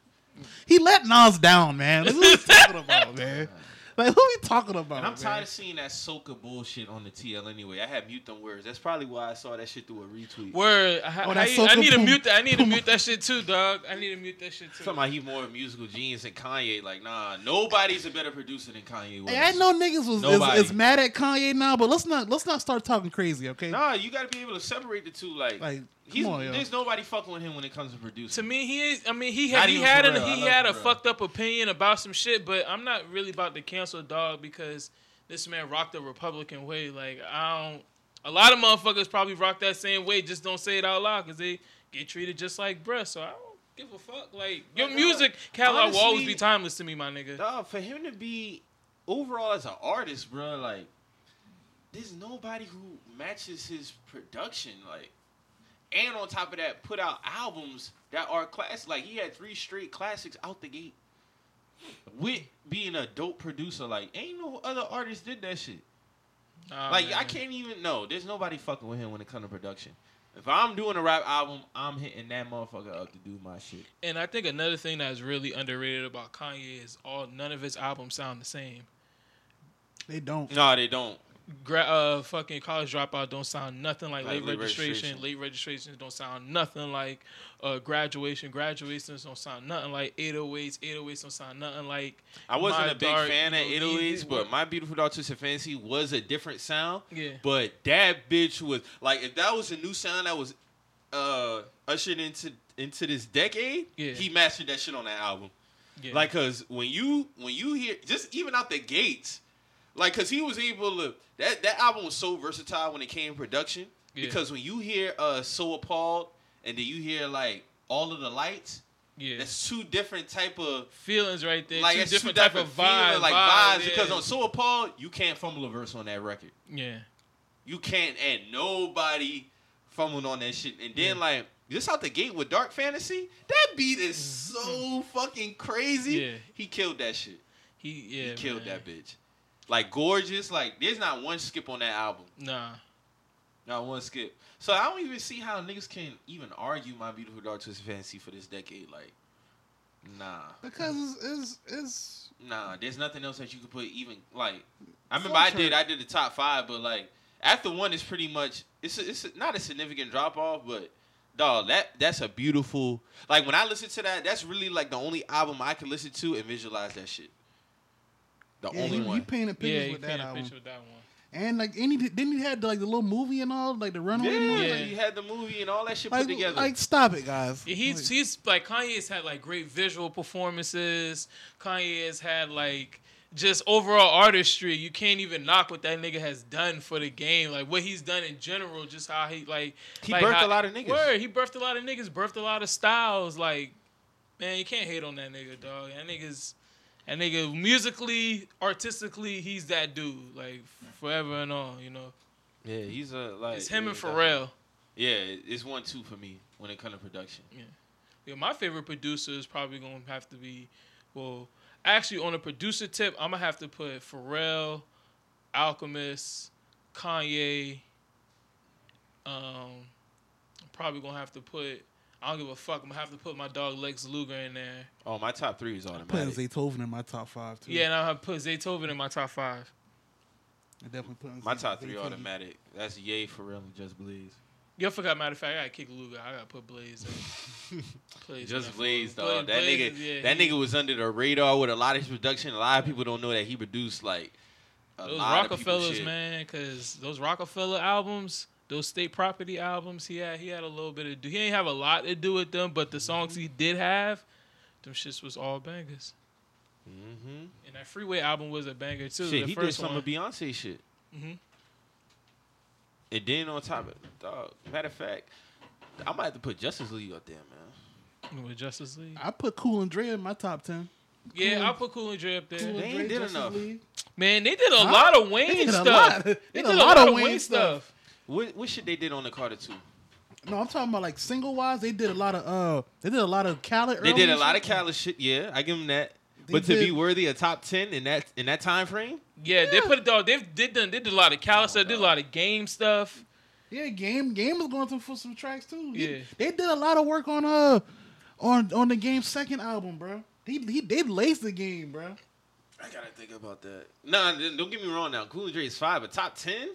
S1: he let Nas down, man. Like, what are we talking about, man? Like, who we talking about?
S2: And I'm
S1: man?
S2: tired of seeing that soca bullshit on the TL anyway. I had mute them words. That's probably why I saw that shit through a retweet.
S3: Word. I,
S1: Oh,
S3: I-
S1: that's
S3: I-
S1: so
S3: I need to
S1: kapoom.
S3: mute that. I need to mute that shit too, dog. I need to mute that shit too.
S2: Talking about he more of a musical genius than Kanye. Like, nah, nobody's a better producer than Kanye was.
S1: Hey, I know niggas was
S2: Nobody.
S1: is, is mad at Kanye now, but let's not let's not start talking crazy, okay?
S2: Nah, you got to be able to separate the two. Like,
S1: Like, come
S2: he's,
S1: on, yo.
S2: there's nobody fucking with him when it comes to producing.
S3: To me, he is. I mean, he
S2: Not
S3: had he
S2: even
S3: had
S2: for
S3: a,
S2: real. I
S3: he
S2: love
S3: had a
S2: for real.
S3: fucked up opinion about some shit, but I'm not really about to cancel dog because this man rocked the Republican way. Like I don't. A lot of motherfuckers probably rock that same way. Just don't say it out loud because they get treated just like bruh. So I don't give a fuck. Like your
S2: Like, uh,
S3: music catalog will always
S2: honestly-
S3: be timeless to me, my nigga.
S2: Dog, for him to be overall as an artist, bro, like there's nobody who matches his production, like. And on top of that, put out albums that are classic. Like he had three straight classics out the gate. With being a dope producer, like ain't no other artist did that shit.
S3: Nah,
S2: Like I
S3: man.
S2: can't even know. There's nobody fucking with him when it comes to production. If I'm doing a rap album, I'm hitting that motherfucker up to do my shit.
S3: And I think another thing that's really underrated about Kanye is all none of his albums sound the same.
S1: They don't.
S2: No, they don't.
S3: Gra- uh, fucking college dropout don't sound nothing like,
S2: Like
S3: late,
S2: late
S3: registration.
S2: registration.
S3: Late registrations don't sound nothing like uh, graduation. Graduations don't sound nothing like 808s. 808s don't sound nothing like
S2: I wasn't
S3: My
S2: a big
S3: Dark,
S2: fan of
S3: you know,
S2: Italy's,
S3: easy
S2: but
S3: work.
S2: My Beautiful Dark Twisted Fantasy was a different sound.
S3: yeah.
S2: But that bitch was like, if that was a new sound that was uh, ushered into into this decade,
S3: Yeah.
S2: he mastered that shit on that album.
S3: yeah.
S2: Like, cause when you when you hear just even out the gates, like, cause he was able to that that album was so versatile when it came to production.
S3: Yeah.
S2: Because when you hear uh, "So Appalled" and then you hear like all of the lights,
S3: yeah.
S2: that's two different type of
S3: feelings right there.
S2: like
S3: Two
S2: it's
S3: different
S2: two
S3: type of vibe.
S2: feeling, like
S3: vibe,
S2: vibes,
S3: yeah.
S2: because on So Appalled, you can't fumble a verse on that record.
S3: yeah.
S2: You can't, and nobody fumbled on that shit. And then
S3: Yeah.
S2: like just out the gate with Dark Fantasy, that beat is so fucking crazy.
S3: Mm-hmm. Yeah.
S2: He killed that shit.
S3: He yeah.
S2: he killed
S3: man.
S2: that bitch. Like gorgeous, like there's not one skip on that album.
S3: Nah.
S2: Not one skip. So I don't even see how niggas can even argue my beautiful dark twisted fantasy for this decade. Like, nah.
S1: Because it's it's, it's
S2: Nah, there's nothing else that you could put even like. I
S1: Some
S2: remember I
S1: sort-
S2: did. I did the top five, but like after one is pretty much it's a, it's a- not a significant drop off, but dog that that's a beautiful like when I listen to that, that's really like the only album I can listen to and visualize that shit. The
S1: yeah,
S2: only
S1: you, you
S2: one.
S1: painted
S3: yeah.
S1: pictures
S3: He
S1: with that
S3: painted a
S1: album.
S3: picture with that one.
S1: And like any then you had like the little movie and all, like the runaway
S2: yeah,
S1: movie.
S2: you had the movie and all that shit
S1: Like,
S2: put together.
S1: like stop it, guys.
S3: Yeah, he's
S1: like,
S3: he's like Kanye's had like great visual performances. Kanye's had like just overall artistry, you can't even knock what that nigga has done for the game. Like what he's done in general, just how he like
S2: He
S3: like
S2: birthed
S3: how-
S2: a lot of niggas.
S3: Word, he birthed a lot of niggas, birthed a lot of styles. Like man, you can't hate on that nigga, dog. That nigga's that nigga musically, artistically, he's that dude. Like forever and on, you know.
S2: Yeah, he's a like.
S3: It's him
S2: yeah,
S3: and
S2: that-
S3: Pharrell.
S2: Yeah, it's one two for me when it comes to production.
S3: Yeah, my favorite producer is probably gonna have to be, well, actually on a producer tip, I'm gonna have to put Pharrell, Alchemist, Kanye. Um, I'm probably gonna have to put. I don't give a fuck. I'm gonna have to put my dog Lex Luger in there.
S2: Oh, my top three is
S1: Putting
S2: automatic.
S1: Zaytoven in my top five too.
S3: Yeah, and I'll have to put Zaytoven in my top five.
S1: I definitely putting
S2: My top three
S1: Zaytoven.
S2: automatic. That's Yay, Pharrell, and Just Blaze.
S3: Yo, I forgot. Matter of fact, I gotta kick Luger. I gotta put Blaze. in. Blaze in
S2: Just
S3: that
S2: Blaze,
S3: fool.
S2: dog. That
S3: Blaze
S2: nigga,
S3: is- yeah,
S2: that
S3: he-
S2: nigga was under the radar with a lot of his production. A lot of people don't know that he produced like a
S3: those
S2: lot of
S3: Rockefellers,
S2: people's shit.
S3: man, because those Rockefeller albums, those state property albums, he had he had a little bit of do. He ain't have a lot to do with them, but the songs he did have, them shits was all bangers.
S2: Mm-hmm.
S3: And that Freeway album was a banger too.
S2: shit,
S3: the
S2: he did
S3: first
S2: some
S3: one.
S2: of Beyonce shit.
S3: Mhm.
S2: And then on top of dog, matter of fact, I might have to put Justice League up there, man.
S3: with Justice League.
S1: I put Cool and Dre in my top ten.
S3: yeah,
S1: Ah, Cool.
S3: I put Cool and Dre up there.
S1: Cool
S2: They
S1: and
S2: ain't
S1: Dre,
S2: did
S1: Justice
S2: enough.
S1: League.
S3: Man, they did a
S1: Huh?
S3: lot of Wayne
S1: They did a
S3: stuff.
S1: lot.
S3: They, did a lot, of Wayne, stuff.
S2: What what shit they did on the Carter Two?
S1: No, I'm talking about like single wise. They did a lot of uh, they did a lot of Khaled.
S2: They
S1: early
S2: did a
S1: and
S2: lot of
S1: shit.
S2: Khaled shit. Yeah, I give them that.
S1: They
S2: but to be
S1: did-
S2: worthy of top ten in that in that time frame,
S3: Yeah, they put it dog. They did done. They did a lot of Cali stuff. Did a lot of game stuff.
S1: Yeah, game game was going through for some tracks too. He-
S3: Yeah.
S1: they did a lot of work on uh on on the game's second album, bro. He, he they laced the game, bro.
S2: I gotta think about that. Nah, th- don't get me wrong. Now, Cool and Dre is five, but top ten.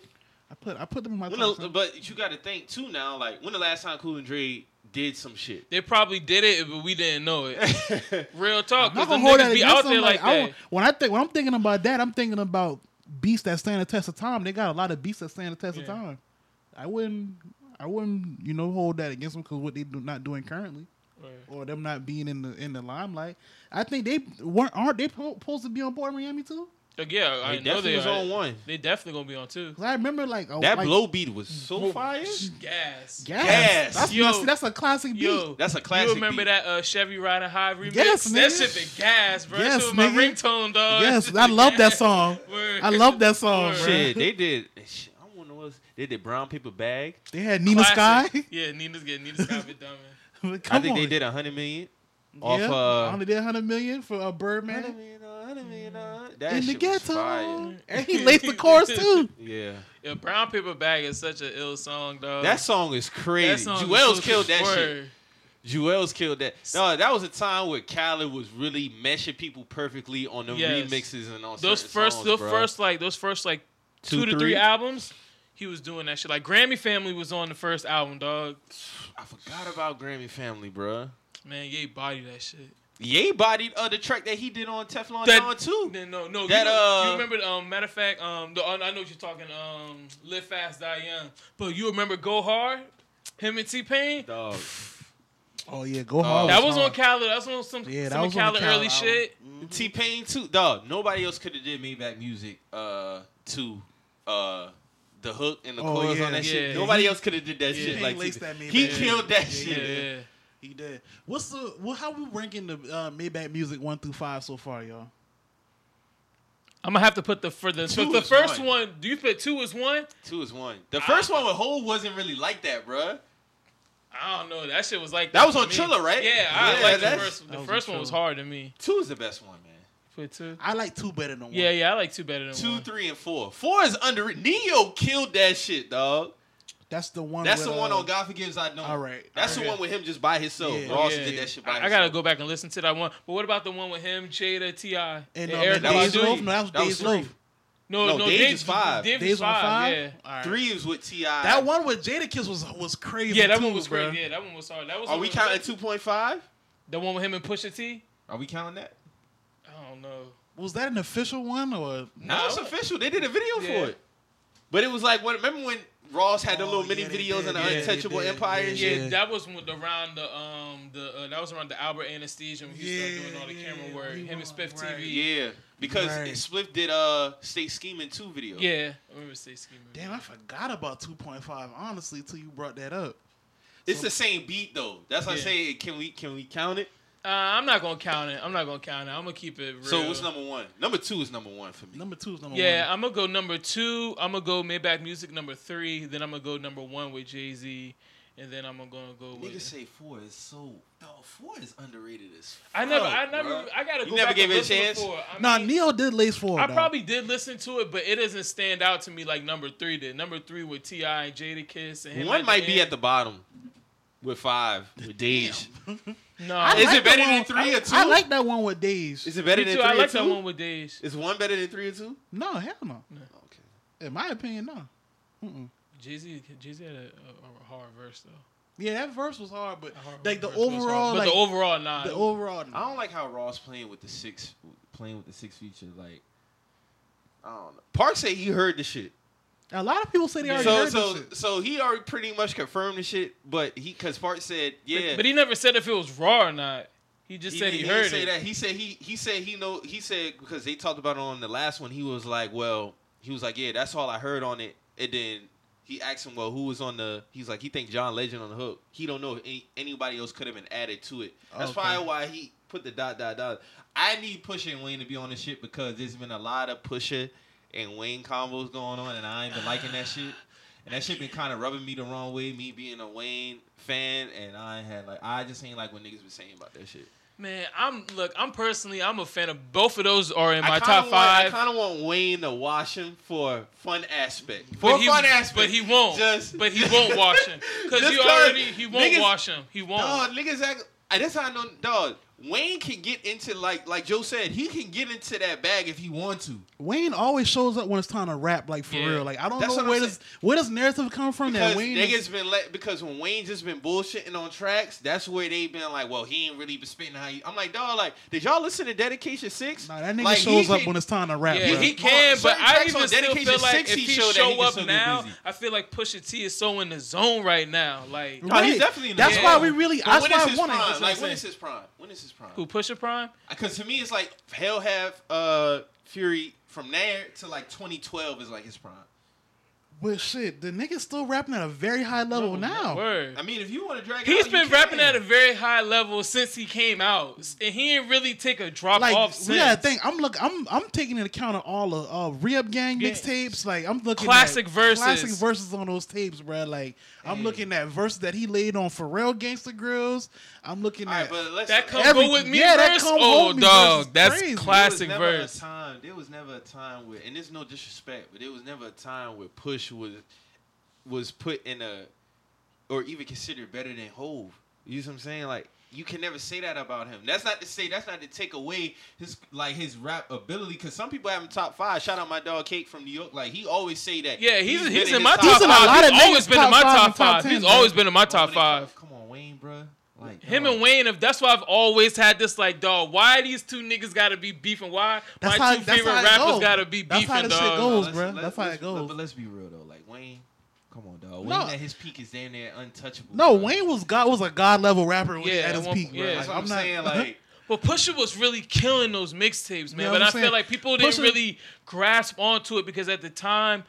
S1: I put I put them in my
S2: When
S1: top.
S2: the,
S1: ten.
S2: but you gotta think too now. Like when the last time Cool and Dre did some shit?
S3: They probably did it, but we didn't know it. Real talk,
S1: I'm not
S3: because the
S1: gonna hold
S3: niggas
S1: that
S3: be
S1: against
S3: out
S1: them.
S3: there like,
S1: like, I
S3: that.
S1: want- when I think when I'm thinking about that, I'm thinking about beasts that stand the test of time. They got a lot of beasts that stand the test
S3: Yeah.
S1: of time. I wouldn't I wouldn't you know hold that against them because what they do not doing currently or them not being in the in the limelight. I think they weren't aren't they po- supposed to be on board Miami too?
S3: Like, yeah, I
S2: They
S3: know
S2: definitely
S3: they
S2: was
S3: are.
S2: on one.
S3: They definitely gonna be on two.
S1: Because I remember like a,
S2: That
S1: Oh, like,
S2: blow beat was so
S1: Whoa.
S2: fire.
S3: Gas.
S1: Gas.
S2: Yes.
S1: That's,
S3: Yo.
S1: that's, that's a classic beat.
S3: Yo,
S2: That's a classic.
S3: You remember
S2: beat.
S3: that uh, Chevy Rider High remix?
S1: Yes,
S3: that
S1: nigga.
S3: shit been gas, bro.
S1: Yes,
S3: that shit was my
S1: nigga.
S3: ringtone, dog.
S1: Yes, I love that song.
S3: Word.
S1: I love that song,
S3: Word.
S1: bro.
S2: Shit, they did. Shit, I wonder what else. They did Brown Paper Bag.
S1: They had Nina
S3: Classic.
S1: Sky.
S3: Yeah, Nina's getting Nina Sky bit dumb.
S1: Come
S2: I think
S1: on.
S2: they did a hundred million. Off
S1: Yeah,
S2: uh,
S1: only did 100 million for uh,
S2: 100
S1: Birdman
S2: million, uh, 100 million, uh, that
S1: in the
S2: shit was
S1: ghetto.
S2: fire.
S1: And he laced the chorus too.
S2: Yeah,
S3: Yeah, Brown Paper Bag is such an ill song, dog.
S2: that song is crazy.
S3: That song is
S2: Jewels
S3: so-
S2: killed that shit.
S3: Word.
S2: Jewels killed that. No, that was a time where Khaled was really meshing people perfectly on the
S3: Yes.
S2: remixes and on
S3: Those
S2: certain
S3: first,
S2: songs,
S3: those
S2: bro.
S3: first like those first like two, to three albums, he was doing that shit. Like Grammy Family was on the first album, dog.
S2: I forgot about Grammy Family, bro.
S3: Man, Ye body that shit.
S2: Ye bodied uh, the track that he did on Teflon
S3: That-
S2: Don too.
S3: Then no, no.
S2: That,
S3: you, know- you
S2: uh,
S3: remember? Um, matter of fact, um, the, I know what you're talking. Um, live fast, die young. But you remember Go Hard, him and T Pain.
S2: Dog,
S3: Mm-hmm.
S1: Oh yeah, go
S2: Oh,
S1: hard.
S3: That
S2: was
S3: was on Khaled. That was on some,
S1: Yeah, that
S3: some
S1: was on
S3: Khaled
S1: the Khaled
S3: early
S1: album.
S3: shit.
S2: T Pain too. Dog, nobody else could have did me back music. Uh, to uh. The hook and the
S1: Oh,
S2: chorus
S1: yeah.
S2: on that
S3: Yeah.
S2: shit. Nobody else could have did that
S3: Yeah.
S2: shit.
S3: He
S2: Like
S1: laced that
S2: T-Pain.
S1: Maybach.
S2: he
S1: Yeah.
S2: killed that
S1: Yeah.
S2: shit.
S3: Yeah.
S1: He did. What's the what, how we ranking the uh, Maybach music one through five so far, y'all?
S3: I'm gonna have to put the for the,
S2: Two
S3: but the
S2: is
S3: first
S2: one.
S3: one. Do you put two as one?
S2: Two is one. The first one with Hole wasn't really like that, bruh.
S3: I don't know. That shit was like
S2: That was
S3: for
S2: on
S3: me.
S2: Triller, right?
S3: Yeah, I
S2: Yeah,
S3: like the
S2: that's-
S3: first.
S1: That
S3: The
S1: was
S3: first
S1: on
S3: one was
S1: Triller.
S3: hard to me.
S2: Two is the best one, man.
S3: Put two.
S1: I like two better than one.
S3: Yeah, yeah, I like two better than
S2: Two,
S3: one.
S2: three, and four. Four is underrated. Neo killed that shit, dog.
S1: That's the one.
S2: That's
S1: with,
S2: the one
S1: uh,
S2: on God Forgives I Know.
S1: All right.
S2: That's
S3: Okay.
S2: the one with him just by himself.
S1: Yeah.
S2: Ross
S3: Yeah,
S2: did
S3: yeah.
S2: that shit by
S3: I, I
S2: himself.
S3: gotta go back and listen to that one. But what about the one with him, Jada, Ti, and,
S1: And, um,
S3: Eric
S1: and Days
S2: Badu.
S1: Loaf. No, that was
S2: That was
S1: Days
S2: three.
S1: Loaf.
S3: No, no,
S2: No, Dave's
S3: Dave's
S2: is five.
S3: Dave's
S1: Days
S3: is
S1: on
S3: five.
S1: five. Oh,
S3: Yeah.
S1: All right.
S2: Three is with Ti.
S1: That one with Jada Kiss was was crazy.
S3: Yeah, that
S1: too,
S3: one was
S1: bruh.
S3: great. Yeah, that one was hard. That was
S2: Are we
S3: the-
S2: counting two point five?
S3: The one with him and Pusha T.
S2: Are we counting that?
S3: I don't know.
S1: Was that an official one or?
S2: No, it's
S3: No.
S2: official. They did a video
S3: Yeah.
S2: for it. But it was like, what? Remember when Raw's had the
S1: Oh,
S2: little
S1: yeah,
S2: mini
S1: they
S2: videos
S1: did,
S2: and the
S1: yeah, they
S2: Untouchable
S1: did,
S2: Empire and
S1: yeah.
S2: shit.
S3: Yeah, that was with- around the um the uh, that was around the Albert anesthesia when he started doing all the
S1: Yeah,
S3: camera
S1: yeah,
S3: work.
S1: we
S3: Him and
S1: were-
S3: Spiff
S1: right.
S3: TV.
S2: Yeah, because
S1: Right.
S2: Spliff did uh State Scheming Two video.
S3: Yeah, I remember Stay Scheming.
S1: Damn, I forgot about 2.5. Honestly, till you brought that up.
S2: it's the same beat though. That's why I
S3: Yeah.
S2: say can we can we count it?
S3: Uh, I'm not gonna count it. I'm not gonna count it. I'm gonna keep it real.
S2: So what's number one? Number two is number one for me.
S1: Number two is number
S3: Yeah,
S1: one.
S3: I'm gonna go number two. I'm gonna go Maybach Music number three. Then I'm gonna go number one with Jay Z, and then I'm gonna go
S2: Niggas
S3: with.
S2: say four is so no four is underrated as. Fuck,
S3: I never, I never,
S2: bruh.
S3: I gotta
S2: You
S3: go
S2: never
S3: back
S2: gave
S3: and
S2: it a
S3: listen
S2: chance?
S3: before. I
S1: Nah,
S3: mean,
S1: Neo did lace four.
S3: I
S1: though.
S3: probably did listen to it, but it doesn't stand out to me like number three did. Number three with Ti and Jada Kiss and him
S2: One might be at
S3: end.
S2: the bottom with five with Dej.
S3: no.
S1: I
S2: Is
S1: like that
S2: it better
S1: one-
S2: than three
S1: I-
S2: or two?
S1: I like that one with Days.
S2: Is it better
S3: Me
S2: than
S3: too,
S2: three
S3: I
S2: or
S3: like
S2: two?
S3: that one with Dej.
S2: Is one better than three or two?
S1: No, hell no.
S2: Okay.
S1: In my opinion, no. Mm-mm.
S3: Jay Z, Jay Z had a, a, a hard verse though.
S1: Yeah, that verse was hard, but
S3: A hard
S1: like the
S3: verse was hard.
S1: overall,
S3: but
S1: like
S3: the overall, nah.
S1: the overall,
S2: I don't like how Ross playing with the six, playing with the six feature. Like, I don't know. Park said he heard the shit.
S1: a lot of people say they
S3: Yeah.
S1: already
S2: So
S1: heard
S2: so
S1: this shit.
S2: so he already pretty much confirmed the shit. But he, cause Park said, yeah.
S3: But he never said if it was raw or not. He just said he,
S2: didn't
S3: heard
S2: say
S3: it.
S2: that. He said he he said he know he said because they talked about it on the last one. He was like, well, he was like, yeah, that's all I heard on it. And then he asked him, well, who was on the? He's like, he think John Legend on the hook. He don't know if any, anybody else could have been added to it. That's
S1: Okay.
S2: probably why he put the dot dot dot. I need Pusha and Wayne to be on this shit because there's been a lot of Pusha and Wayne combos going on, and I ain't been liking that shit. And that shit been kind of rubbing me the wrong way, me being a Wayne fan, and I ain't had like I just ain't like what niggas been saying about that shit.
S3: Man, I'm look. I'm personally, I'm a fan of both of those. Are in my
S2: I kinda
S3: top
S2: want-
S3: five.
S2: I kind of want Wayne to wash him for fun aspect. For
S3: but he,
S2: fun aspect.
S3: but he won't.
S2: Just-
S3: but he won't wash him because
S2: Just
S3: he
S2: 'cause
S3: already he won't
S2: niggas-
S3: wash him. He won't.
S2: Dog, niggas act. I- That's how I know, dog. Wayne can get into like like Joe said, he can get into that bag if he want to.
S1: Wayne always shows up when it's time to rap, like for
S3: Yeah.
S1: real. Like I don't
S2: That's what
S1: know
S2: I'm
S1: where
S2: saying.
S1: this where does narrative come from
S2: Because
S1: that Wayne
S2: niggas
S1: is,
S2: been let because when Wayne just been bullshitting on tracks, that's where they been like, well, he ain't really been spitting how he. I'm like, dog, like, did y'all listen to Dedication Six?
S1: Nah, that nigga
S2: Like, he
S1: shows up
S2: can-
S1: when it's time to rap.
S3: yeah,
S1: bruh.
S3: he can,
S2: Certain
S3: but I
S2: tracks
S3: even
S2: on
S3: still
S2: Dedication
S3: feel like
S2: Six,
S3: if
S2: he
S3: he,
S2: showed that he
S3: show
S2: can
S3: up
S2: still get
S3: now,
S2: busy.
S3: I feel like Pusha T is so in the zone right now. Like
S2: No, he's
S1: Right.
S2: definitely in the
S1: That's
S3: game.
S1: why we really.
S2: But
S1: That's
S2: when
S1: why
S2: is
S1: I
S2: his
S1: wanted.
S2: prime?
S1: that's what I'm
S2: Like, when
S1: saying.
S2: is his prime? When is his prime?
S3: who Pusha Prime?
S2: Because to me, it's like hell have uh, Fury from there to like 2012 is like his prime.
S1: But shit, the nigga's still rapping at a very high level now.
S3: Word.
S2: I mean, if you want to drag, it
S3: He's
S2: out,
S3: been
S2: you
S3: rapping
S2: can.
S3: at a very high level since he came out, and he didn't really take a drop
S1: like
S3: off since.
S1: we gotta think. I'm look. I'm I'm taking into account of all of uh, Reb Gang
S3: Yeah.
S1: mixtapes. Like I'm looking
S3: Classic
S1: at
S3: verses.
S1: classic verses on those tapes, bruh. Like I'm looking at verses that he laid on Pharrell Gangsta Grills. I'm looking
S2: All right,
S1: at.
S2: but let's
S3: That come
S2: come.
S1: Every-
S3: go with me
S1: yeah, that
S3: verse.
S1: come
S3: oh,
S1: with me verse
S3: dog,
S1: is
S3: that's
S1: crazy.
S3: classic
S2: there was never
S3: verse.
S2: A time, there was never a time where, and there's no disrespect, but there was never a time where Push was was put in a, or even considered better than Hove. You see what I'm saying? Like you can never say that about him. That's not to say that's not to take away his like his rap ability. Because some people have him top five. Shout out my dog Cake from New York. Like he always say that.
S3: Yeah, he's
S2: been
S3: he's, in
S2: his
S3: my
S1: He's
S3: top
S1: in a lot
S3: five.
S1: of
S3: He's always
S1: niggas'
S3: been
S1: top
S3: in my
S1: five
S3: top
S1: and top
S3: five. He's
S1: 10,
S3: always
S1: bro.
S3: been in my
S2: But
S3: top
S2: when it come-
S3: five.
S2: Come on, Wayne, bro. Like
S3: Him
S1: Uh-huh.
S3: and Wayne, if that's why I've always had this like, dog, why these two niggas gotta be beefing? Why
S1: That's
S3: my
S1: how-
S3: two
S1: that's
S3: favorite
S1: how it
S3: rappers
S1: go.
S3: gotta be
S1: That's
S3: beefing,
S1: how this shit
S3: dog?
S1: goes.
S2: Let's-
S1: bro.
S2: let's-
S1: That's how
S2: let's-
S1: it goes.
S2: But let's be real though. Like Wayne, come on, dog. Wayne
S1: No.
S2: at his peak is damn near untouchable.
S1: no,
S2: bruh.
S1: Wayne was God was a God level rapper when he
S3: Yeah,
S1: at
S3: at
S1: his
S3: one
S1: peak.
S3: point- yeah.
S1: bruh.
S2: That's what
S1: I'm
S2: I'm,
S1: not-
S2: saying. Like,
S3: But Pusha was really killing those mixtapes, man.
S1: Yeah,
S3: but
S1: I'm
S3: I
S1: saying,
S3: feel like people didn't
S1: Pusha-
S3: really grasp onto it because at the time,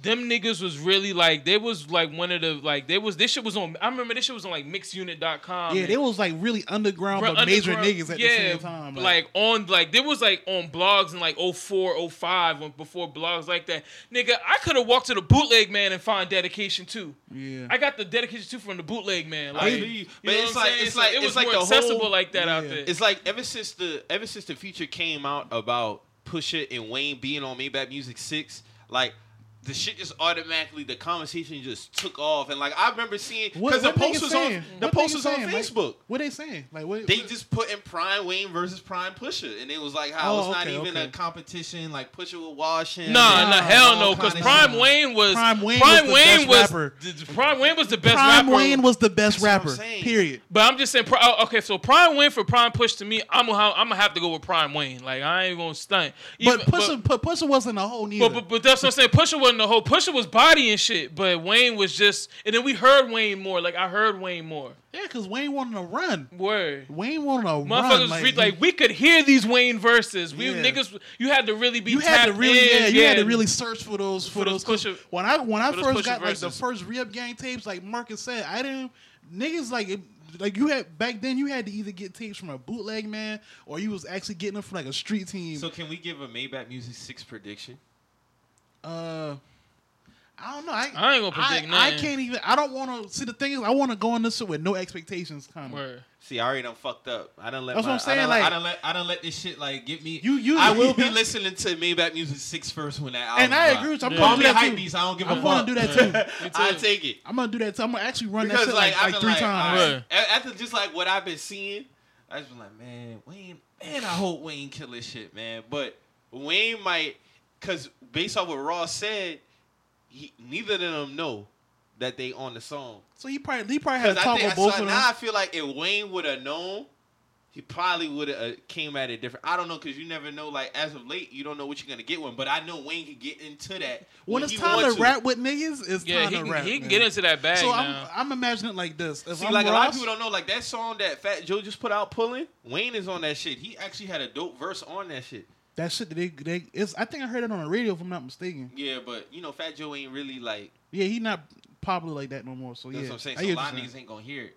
S3: them niggas was really like they was like one of the like they was this shit was on. I remember this shit was on like mixedunit.com.
S1: yeah,
S3: and-
S1: they was like really underground,
S3: Bruh,
S1: but major
S3: underground-
S1: niggas at
S3: yeah,
S1: the same time.
S3: Like, on like there was like on blogs in like 04, 05, when, before blogs like that. Nigga, I could have walked to the bootleg man and find dedication too.
S1: yeah,
S3: I got the dedication too from the bootleg man.
S2: I
S3: Like,
S2: hear you.
S3: you
S2: But
S3: know
S2: it's
S3: what I'm
S2: like-
S3: saying?
S2: it's like-
S3: it was
S2: it's like
S3: more
S2: the whole-
S3: accessible like that out
S1: Yeah.
S3: there.
S2: it's like ever since the ever since the future came out about Pusha and Wayne being on Maybach Music Six, like. The shit just automatically, the conversation just took off, and like I remember seeing
S1: What-
S2: because the
S1: what niggas
S2: post was
S1: saying?
S2: on the
S1: What
S2: post
S1: niggas
S2: was on
S1: saying, like-
S2: Facebook.
S1: what they saying? Like what
S2: They
S1: what-
S2: just put in Prime Wayne versus Prime Pusha, and it was like how
S1: Oh,
S2: it's not
S1: okay,
S2: even
S1: okay.
S2: a competition. Like Pusha would wash him.
S3: Nah,
S1: Nah,
S3: nah, hell
S2: all
S3: no, because
S2: kinda
S3: Prime
S2: shit.
S3: Wayne was
S1: Prime Wayne was the
S3: Wayne
S1: best
S3: was-
S1: rapper.
S3: the- the- Prime Wayne was the best
S1: Prime
S3: rapper.
S1: Wayne was the best
S2: That's what I'm
S1: rapper.
S2: saying.
S1: Period.
S3: But I'm just saying, Pri- oh, okay, so Prime Wayne for Prime Push to me, I'm gonna, ha- I'm gonna have to go with Prime Wayne. Like I ain't gonna stunt. Even-
S1: but Pusha, but, Pusha wasn't a whole neither.
S3: But, but, but that's what I'm saying. Pusha wasn't the whole Pusha was bodying shit, but Wayne was just. And then we heard Wayne more. Like I heard Wayne more.
S1: Yeah, because Wayne wanted to run.
S3: Word.
S1: Wayne wanted to
S3: Motherfuckers
S1: run.
S3: was read like we could hear these Wayne verses. We
S1: Yeah.
S3: niggas, you had to really be.
S1: you had to
S3: tapped
S1: really,
S3: in,
S1: yeah, you had to
S3: and-
S1: really search for those for,
S3: For
S1: those.
S3: those
S1: 'cause
S3: Pusha-
S1: when I when I
S3: for those
S1: first
S3: Pusha
S1: got like the
S3: verses.
S1: first re-up gang tapes, like Marcus said, I didn't niggas like it, like you had back then. You had to either get tapes from a bootleg man or you was actually getting them from like a street team.
S2: So can we give a Maybach Music Six prediction?
S1: uh, I don't know. I,
S3: I ain't gonna predict
S1: I, I
S3: nothing.
S1: can't even. I don't want to see the thing is. I want to go on this shit with no expectations. Kind of.
S3: Word.
S2: See, I already done fucked up. I don't let.
S1: That's what
S2: my-
S1: I'm saying,
S2: I done, let-
S1: like-
S2: I don't let. I done let this shit like get me.
S1: You- you-
S2: I will be listening to Maybach Music Six first when that album.
S1: And I
S2: drop.
S1: agree with you. I'm
S3: Yeah.
S2: Call
S1: gonna
S2: me
S1: do that
S2: hype
S1: too.
S2: beast. I don't give a
S1: I'm
S2: fuck.
S1: gonna do that too.
S3: Me too.
S2: I take it.
S1: I'm gonna do that too. I'm gonna actually run that
S2: Because
S1: shit
S2: like,
S1: like, like,
S2: I've been
S1: three
S2: like,
S1: times.
S2: alright. A- after just like what I've been seeing, I just been like, man, Wayne, man, I hope Wayne kill this shit, man. But Wayne might, cause based off what Ross said, he, neither of them know that they on the song.
S1: So he probably he probably had
S2: Cause
S1: to
S2: I
S1: talk
S2: think
S1: with
S2: I
S1: both
S2: saw,
S1: of them.
S2: now I feel like if Wayne would have known, he probably would have uh, came at it different. I don't know because you never know. Like as of late, you don't know what you're gonna get one. But I know Wayne could get into that
S1: When it's
S2: he
S1: time
S2: want
S1: to rap with niggas, it's
S3: Yeah,
S1: time
S3: he
S1: to
S3: can,
S1: rap.
S3: he can
S1: man.
S3: get into that bag
S1: So I'm,
S3: now.
S1: I'm imagining it like this. If
S2: See,
S1: I'm
S2: like a lot of
S1: Ross-
S2: people don't know, like that song that Fat Joe just put out, "Pulling." Wayne is on that shit. He actually had a dope verse on that shit.
S1: that shit that they they it's. I think I heard it on the radio if I'm not mistaken.
S2: Yeah, but you know, Fat Joe ain't really like.
S1: Yeah, he not popular like that no more. So
S2: That's
S1: yeah,
S2: what I'm saying.
S1: I
S2: So
S1: hear
S2: a
S1: what
S2: lot of
S1: you're
S2: niggas
S1: saying.
S2: ain't gonna hear it.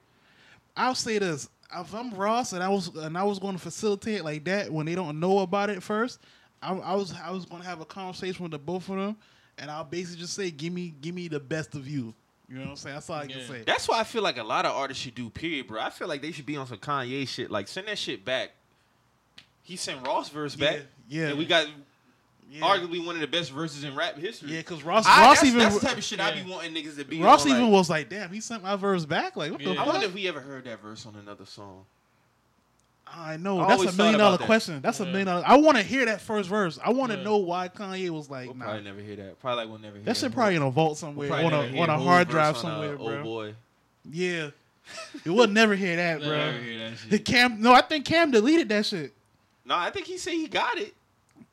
S1: I'll say this: if I'm Ross and I was and I was going to facilitate like that when they don't know about it first, I, I was I was going to have a conversation with the both of them, and I'll basically just say, give me give me the best of you. You know what I'm saying? That's all I can
S3: Yeah.
S1: say.
S2: That's why I feel like a lot of artists should do. Period, bro. I feel like they should be on some Kanye shit. Like send that shit back. He sent Ross verse
S1: Yeah,
S2: back.
S1: yeah.
S2: and we got
S1: yeah.
S2: arguably one of the best verses in rap history.
S1: Yeah, because Ross,
S2: I,
S1: Ross
S2: that's,
S1: even
S2: that's the type of shit I
S3: Yeah.
S2: be wanting niggas to be.
S1: Ross
S2: on, like-
S1: even was like, "Damn, he sent my verse back." Like, what the
S3: Yeah.
S1: fuck?
S2: I wonder if we ever heard that verse on another song.
S1: I know
S2: I
S1: that's
S2: always
S1: a
S2: thought
S1: million
S2: about
S1: dollar
S2: that.
S1: question. That's a
S3: Yeah.
S1: million dollar. I want to hear that first verse. I want to
S3: Yeah.
S1: know why Kanye was like,
S2: We'll
S1: "Nah."
S2: probably never hear that. Probably like we'll never hear
S1: That shit
S2: it.
S1: probably in a vault somewhere,
S2: Probably
S1: on
S2: never
S1: a
S2: hear
S1: on a
S2: whole
S1: hard
S2: verse
S1: drive
S2: on a
S1: somewhere,
S2: old
S1: bro.
S2: boy.
S1: Yeah, you will never hear that, bro.
S2: Never hear that shit.
S1: The Cam, no, I think Cam deleted that shit.
S2: No, I think he said he got it.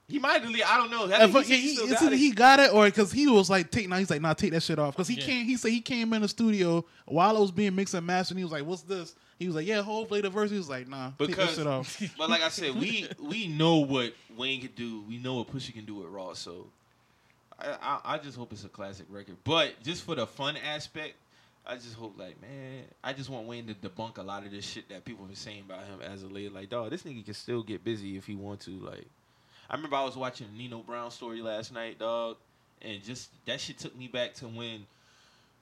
S2: He might delete. I don't know. I
S1: If,
S2: think he, said
S1: he,
S2: he still
S1: it's
S2: got
S1: either
S2: it.
S1: he got it or because he was like, take now he's like, nah, take that shit off because he
S3: Yeah.
S1: can't. He said he came in the studio while it was being mixed and mastered. and He was like, what's this? He was like, yeah, hopefully the verse. He was like, nah, take that
S2: Because-
S1: shit off.
S2: but like I said, we we know what Wayne can do. We know what Pusha can do with Raw. So I, I I just hope it's a classic record. But just for the fun aspect, I just hope like man, I just want Wayne to debunk a lot of this shit that people been saying about him as of late. Like dog, this nigga can still get busy if he want to. Like I remember I was watching Nino Brown story last night, dog, and just that shit took me back to when.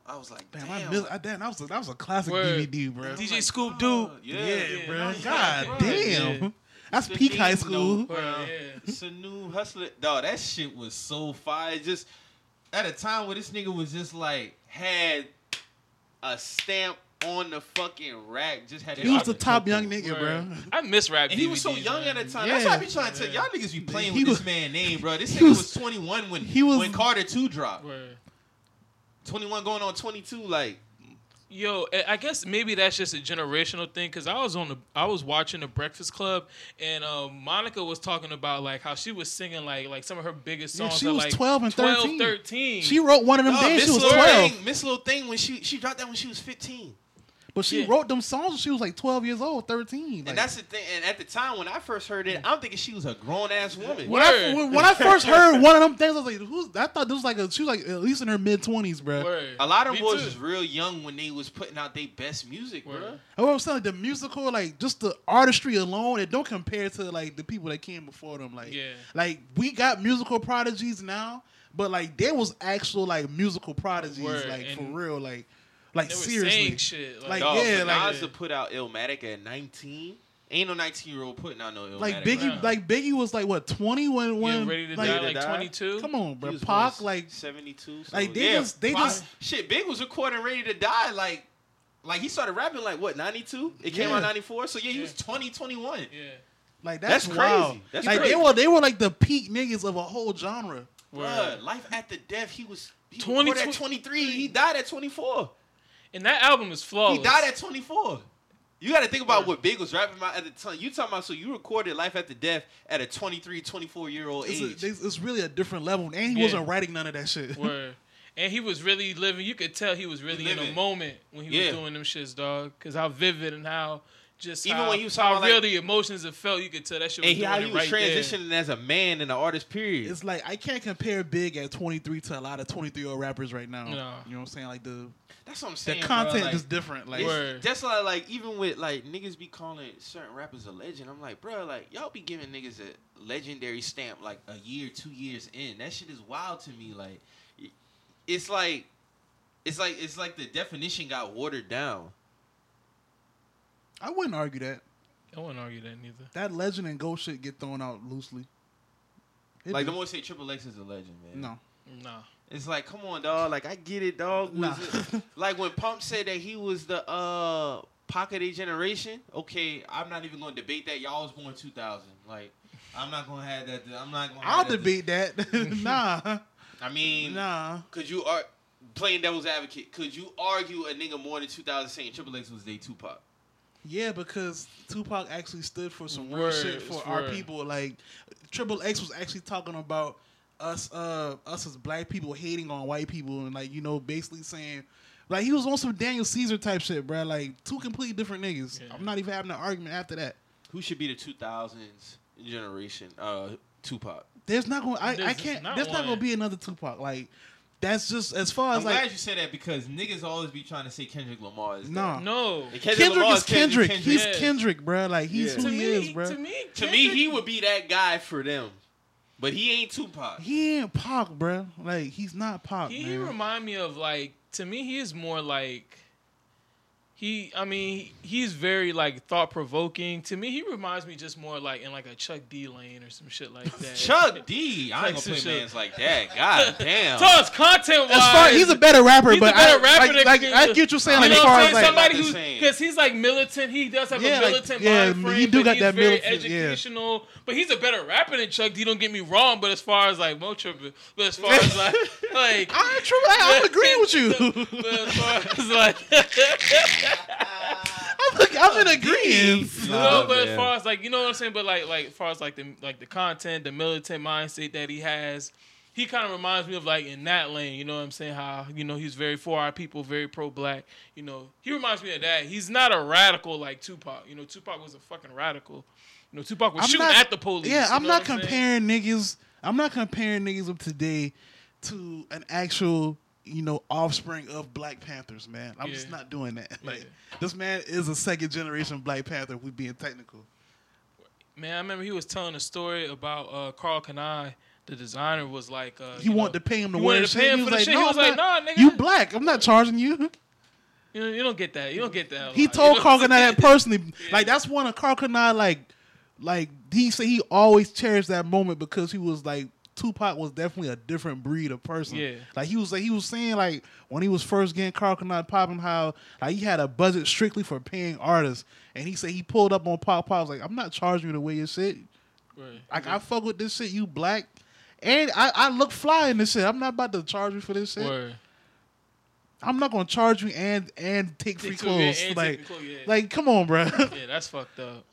S2: I was like,
S1: Damn,
S2: damn,
S1: I missed. I, damn, that was a, that was a classic
S3: Word.
S1: DVD, bro.
S3: DJ Scoop Dude.
S2: Yeah,
S1: Yeah, bro.
S2: yeah,
S1: God
S2: bro.
S1: damn.
S3: Yeah.
S1: That's
S2: The
S1: peak high
S2: name,
S1: school.
S2: though, bro.
S3: Yeah.
S2: It's a new hustler. Dog, that shit was so fire. Just at a time where this nigga was just like had a stamp on the fucking rack. Just had. that
S1: He was the
S2: opportunity.
S1: top young nigga, bro.
S3: Word. I miss rap.
S2: And he was so
S3: DVDs,
S2: young
S3: man.
S2: at the time. That's why I be trying to tell
S3: Yeah.
S2: y'all niggas be playing
S1: He
S2: with
S1: was-
S2: this man name, bro. This
S1: he
S2: nigga was,
S1: was-
S2: 21 when
S1: he was-
S2: when Carter 2 dropped.
S3: Word.
S2: 21 going on 22, like
S3: Yo, I- I guess maybe that's just a generational thing because I was on the I was watching the Breakfast Club and um, Monica was talking about like how she was singing like like some of her biggest
S1: Yeah,
S3: songs.
S1: she
S3: are,
S1: was
S3: like
S1: 12 and 13.
S3: 13.
S1: She wrote one of them
S2: dog,
S1: days.
S2: Oh, Miss
S1: She was
S2: Lil
S1: twelve,
S2: Thing, Miss Little Thing when she she dropped that when she was 15.
S1: but she
S3: Yeah.
S1: wrote them songs. when She was like twelve years old, thirteen. Like,
S2: And that's the thing. And at the time when I first heard it, I'm thinking she was a grown ass woman.
S1: when I,
S3: Word.
S1: when, when I first heard one of them things. I was like, "Who's?" I thought this was like a, she was like at least in her mid twenties, bro.
S3: Word.
S2: A lot of
S3: Me
S2: boys
S3: too.
S2: was real young when they was putting out their best music,
S3: Word.
S2: bro.
S1: I was saying like, the musical, like just the artistry alone, it don't compare to like the people that came before them. Like,
S3: Yeah.
S1: like we got musical prodigies now, but like there was actual like musical prodigies,
S3: Word.
S1: like for
S3: And
S1: real, like like
S3: They were
S1: seriously.
S3: saying shit
S1: Like,
S2: Dog,
S1: yeah,
S2: for
S1: like-
S2: Nas to put out Illmatic at 19, ain't no 19 year old putting out no Illmatic.
S1: Like Biggie,
S3: Right.
S1: like Biggie was like what twenty when
S3: Yeah,
S1: when
S3: ready to
S1: like,
S3: die
S2: to
S3: like
S2: die?
S3: 22.
S1: Come on,
S2: He
S1: bro.
S2: was
S1: Pac,
S2: what,
S1: like
S2: 72. So,
S1: like, they
S2: yeah,
S1: just- they
S2: Pac-
S1: just-
S2: shit. Big was recording Ready to Die like. Like he started rapping like what 92? It came
S1: Yeah.
S2: out 94. So yeah, he
S3: Yeah.
S2: was 20, 21.
S3: Yeah.
S1: like that's,
S2: That's
S1: wild.
S2: crazy. That's
S1: like
S2: crazy.
S1: they were they were like the peak niggas of a whole genre.
S2: Bruh, life at the death. He was he
S3: 20
S2: recorded at 23. He died at 24.
S3: And that album is flawless.
S2: He died at 24. You got to think about what Big was rapping about at the time. You talking about so you recorded Life After Death at a 23, 24 year old
S1: It's,
S2: age.
S1: a, it's- it's really a different level, and he
S3: Yeah.
S1: wasn't writing none of that shit.
S3: Word. And he was really living. You could tell he was really in the
S2: Living.
S3: moment when he
S2: Yeah.
S3: was doing them shits, dog. Cause how vivid and how just
S2: Even
S3: how,
S2: when he was
S3: how
S2: talking
S3: real
S2: like-
S3: the emotions that felt. You could tell that shit was
S2: and he,
S3: doing
S2: how he
S3: it
S2: was
S3: right there.
S2: transitioning as a man and an artist. Period.
S1: It's like I can't compare Big at 23 to a lot of 23 year old rappers right now.
S3: No.
S1: You know what I'm saying? Like the
S2: that's what I'm
S1: the
S2: saying. bro,
S1: content
S2: like-
S1: is different. Like
S2: It's-
S3: Word.
S2: That's why, like, even with like niggas be calling certain rappers a legend. I'm like, bro, like y'all be giving niggas a legendary stamp like a year, two years in. That shit is wild to me. Like, y- it's like, it's like, it's like the definition got watered down.
S1: I wouldn't argue that.
S3: I wouldn't argue that neither.
S1: That legend and ghost shit get thrown out loosely. It
S2: like,
S1: do.
S2: the more say Triple X is a legend, man.
S1: no.
S3: Nah.
S2: It's like, come on, dog. Like, I get it, dog.
S1: Nah.
S2: like when Pump said that he was the uh pocket A generation. Okay, I'm not even going to debate that. Y'all was born 2000. Like, I'm not going to have that. I'm not going. to
S1: I'll debate that. nah.
S2: I mean,
S1: Nah.
S2: could you are playing devil's advocate? Could you argue a nigga more than 2000 saying Triple X was day Tupac?
S1: Yeah, because Tupac actually stood for some real
S3: Word,
S1: shit for
S3: it's
S1: our
S3: word.
S1: people. Like Triple X was actually talking about us, uh, us as black people hating on white people, and like you know, basically saying, like he was on some Daniel Caesar type shit, bruh. Like two completely different niggas.
S3: Yeah.
S1: I'm not even having an argument after that.
S2: Who should be the 2000s generation? Uh, Tupac.
S1: There's not going. to I
S3: There's
S1: I can't.
S3: not
S1: there's not
S3: one.
S1: going to be another Tupac. Like that's just as far
S2: I'm
S1: as like
S2: glad you said that because niggas always be trying to say Kendrick Lamar is
S1: Nah.
S2: that.
S3: No.
S2: And
S1: Kendrick,
S2: Lamar
S1: is Kendrick. He's
S3: Kendrick.
S1: Kendrick, bruh. Like he's who
S2: Yeah.
S3: To
S1: he
S3: me,
S1: is, bruh.
S3: to me,
S2: To me, he
S3: Kendrick-
S2: would be that guy for them, but he ain't Tupac.
S1: He ain't Pac, bruh. Like he's not Pac.
S3: He,
S1: man.
S3: he remind me of like to me he is more like he I mean he's very like thought provoking. To me he reminds me just more like in like a Chuck D lane or some shit like that.
S2: Chuck D, I ain't gonna
S3: Like
S2: play
S3: some shit.
S2: man's like that. God damn.
S3: Toss content wise.
S1: As far, he's a better rapper,
S3: He's a
S1: but
S3: better
S1: I,
S3: rapper
S1: like,
S3: than
S1: like,
S3: Kendrick.
S1: I get you saying
S3: you
S1: like,
S3: know
S1: as
S3: what
S1: far
S3: I'm
S1: as
S3: saying?
S1: like,
S3: Somebody
S2: Like the
S3: who's
S2: same.
S3: because he's like militant. He does have
S1: Yeah,
S3: a
S1: like,
S3: militant
S1: yeah,
S3: mind frame.
S1: you do
S3: but
S1: got
S3: he's
S1: that
S3: very
S1: militant, yeah.
S3: educational. But he's a better rapper than Chuck D. Don't get me wrong. But as far as like Mo tripping, but as far as like like
S1: I, true, I, I'm agreeing with you.
S3: but as far as like.
S1: I'm, like, I'm in agreement.
S2: Nah,
S3: No, but
S2: man.
S3: as far as like you know what I'm saying, but like like as far as like the like the content, the militant mindset that he has, he kind of reminds me of like in that lane. You know what I'm saying? How you know he's very for our people, very pro black. You know he reminds me of that. He's not a radical like Tupac. You know Tupac was a fucking radical. You know Tupac was
S1: I'm
S3: shooting
S1: not-
S3: at the police.
S1: Yeah,
S3: you
S1: I'm
S3: know
S1: not
S3: what saying?
S1: comparing niggas. I'm not comparing niggas of today to an actual, you know, offspring of Black Panthers, man. I'm just
S3: Yeah.
S1: not doing that. Like
S3: Yeah.
S1: this man is a second generation Black Panther. If we being technical.
S3: Man, I remember he was telling a story about uh, Carl Kanai. The designer was like, uh,
S1: He
S3: you
S1: wanted
S3: know,
S1: to pay him to
S3: he
S1: wear
S3: wanted
S1: his
S3: to pay
S1: shit.
S3: him
S1: He
S3: for
S1: was like,
S3: the shit.
S1: no,
S3: He was
S1: I'm
S3: like,
S1: not-
S3: nah, nigga.
S1: You black. I'm not charging you.
S3: you, know, you don't get that. You don't get that. a
S1: He
S3: lot.
S1: told
S3: You
S1: Carl
S3: know?
S1: Kanai that personally. Like that's one of Carl Kanai like like he said he always cherished that moment because he was like Tupac was definitely a different breed of person.
S3: Yeah.
S1: Like he was like he was saying like when he was first getting Carl Kanai popping how like he had a budget strictly for paying artists. And he said he pulled up on Pop Pop was like, I'm not charging you to wear your shit.
S3: Right.
S1: Like I fuck with this shit, you black. And I, I look fly in this shit. I'm not about to charge you for this shit.
S3: Word.
S1: I'm not gonna charge you and and take free
S3: Take two, yeah,
S1: clothes.
S3: and take
S1: like,
S3: free clothes, yeah.
S1: like come on, bro.
S3: Yeah, that's fucked up.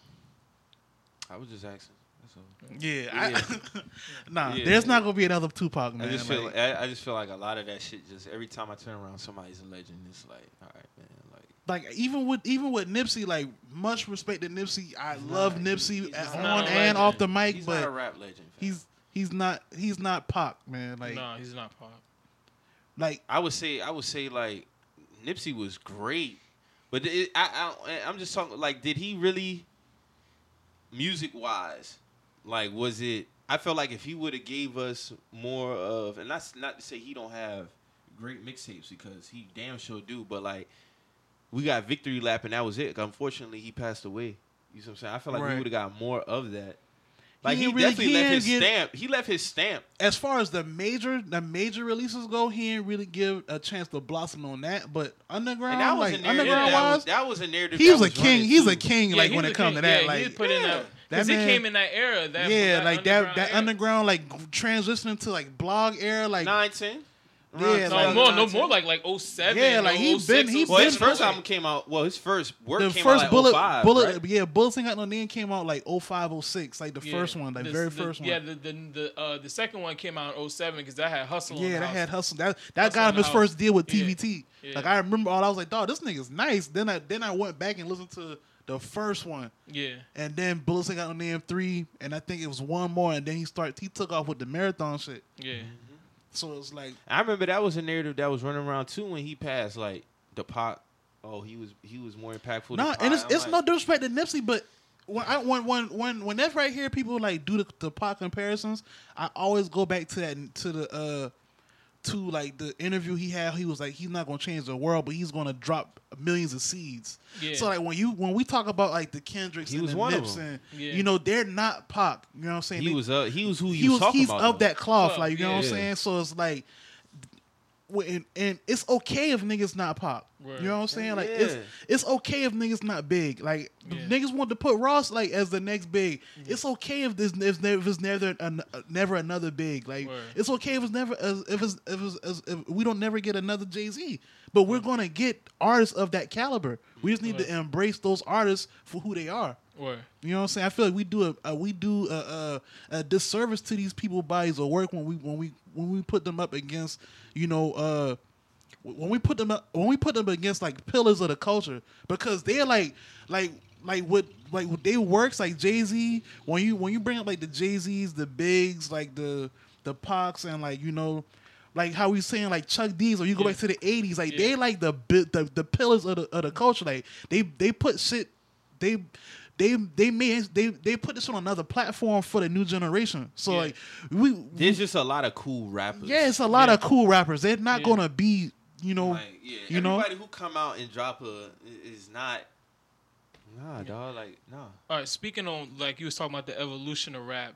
S2: I was just asking. That's all.
S1: Yeah, I, nah.
S2: Yeah.
S1: There's not gonna be another Tupac, man.
S2: I just
S1: like,
S2: feel I, I just feel like a lot of that shit. Just every time I turn around, somebody's a legend. It's like, all right, man. Like
S1: like, even with even with Nipsey, like much respect to Nipsey. I
S2: He's
S1: love
S2: not-
S1: Nipsey
S2: he's not
S1: on
S3: a
S1: and
S3: legend.
S1: off the mic,
S2: he's not a
S1: but
S2: rap legend. fam.
S1: he's he's not he's not Pac, man. Like
S3: no, he's not pop.
S1: like
S2: I would say I would say like Nipsey was great, but it, I, I I'm just talking like did he really music wise like was it I felt like if he would have gave us more of and that's not to say he don't have great mixtapes because he damn sure do but like we got victory lap and that was it unfortunately he passed away you know what I'm saying I feel like
S1: Right.
S2: we would have got more of that like he,
S1: ain't really-
S2: definitely
S1: he
S2: left
S1: ain't
S2: his
S1: get-
S2: stamp he left his stamp
S1: as far as the major the major releases go, he didn't really give a chance to blossom on that. But underground,
S2: and that was
S1: like
S2: a narrative
S1: underground
S2: that
S1: wise,
S2: was, that was a narrative
S1: he
S2: that
S1: was a king.
S2: running
S1: He's
S2: through.
S1: a king.
S3: Yeah,
S1: like
S3: he
S1: when
S3: was
S1: it
S3: a
S1: comes
S3: king.
S1: to that,
S3: yeah,
S1: like
S3: he put in that
S1: That
S3: because he
S1: man-
S3: came in that era. That
S1: yeah, like that
S3: underground
S1: that
S3: era.
S1: underground like transitioning to like blog era, like
S2: nine ten. Around
S1: Yeah,
S2: the
S3: No
S2: time-
S1: like-
S3: more, no more. Like 07.
S1: Yeah, like, he
S3: 06,
S1: been- he
S2: Well, his
S3: 07.
S2: first album came out. Well, his first work
S1: the
S2: came
S1: first
S2: out like
S1: bullet,
S2: 05,
S1: bullet,
S2: right?
S1: yeah, bullets ain't got no name came out like 05, 06, like the
S3: Yeah.
S1: first one, like
S3: The-
S1: very
S3: the-
S1: first one.
S3: Yeah, the the the, uh, the second one came out in 07 because that had hustle. on
S1: Yeah,
S3: the
S1: that
S3: house.
S1: had hustle. That that
S3: Hustle
S1: got
S3: in
S1: him
S3: the
S1: his first deal with
S3: Yeah.
S1: TVT.
S3: Yeah.
S1: Like I remember all. I was like, dog, this nigga's nice. Then I then I went back and listened to the first one,
S3: Yeah,
S1: and then Bullets ain't got no name three, and I think it was one more, and then he start he took off with the marathon shit.
S3: yeah.
S1: So it's like,
S2: I remember that was a narrative that was running around too when he passed. Like the pop. Oh, he was he was more impactful. than
S1: no,
S2: Pac.
S1: and it's
S2: I'm
S1: it's
S2: like,
S1: no disrespect to Nipsey, but. When I when when when when that's right here, people like do the, the pop comparisons. I always go back to that to the uh to like the interview he had. He was like, he's not gonna change the world, but he's gonna drop millions of seeds.
S3: Yeah.
S1: So like when you when we talk about like the Kendricks
S2: He
S1: and
S2: was
S1: the
S2: one of
S1: Nips
S2: them.
S1: and
S3: Yeah.
S1: you know they're not pop. You know what I'm saying?
S2: He
S1: They-
S2: was uh, he was who you
S1: he
S2: was,
S1: was
S2: talking
S1: he's
S2: about.
S1: of
S2: though.
S1: that cloth.
S3: Well,
S1: Like you know what
S2: yeah.
S1: I'm saying? So it's like. w- And, and it's okay if niggas not pop.
S3: Word.
S1: You know what I'm saying? Like
S2: Yeah.
S1: it's it's okay if niggas not big. Like the
S3: Yeah.
S1: niggas want to put Ross like as the next big. It's okay if this if, there- if it's never an, uh, never another big. Like
S3: Word.
S1: it's okay if it's never as if it's if it's as, if we don't never get another Jay Z. But we're gonna get artists of that caliber. We just need
S3: Word.
S1: to embrace those artists for who they are.
S3: Or
S1: You know what I'm saying? I feel like we do a, a we do a, a, a disservice to these people bodies of work when we when we when we put them up against you know uh when we put them up when we put them against like pillars of the culture because they're like like like what like what they works like Jay Z when you when you bring up like the Jay Z's the Bigs like the the Pox and like you know. Like how we saying like Chuck D's or you go
S3: Yeah.
S1: back to the eighties, like
S3: Yeah.
S1: they like the, bi- the the pillars of the of the culture. Like they they put shit they they they made they they put this on another platform for the new generation. So
S3: Yeah.
S1: like we
S2: There's just a lot of cool rappers.
S1: yeah, it's a lot
S3: Yeah.
S1: of cool rappers. They're not
S3: Yeah.
S1: gonna be you know
S2: Like, yeah,
S1: you know?
S2: everybody who come out and drop a i- is not. Nah, dog. Like, nah.
S3: all right. Speaking on like you was talking about the evolution of rap.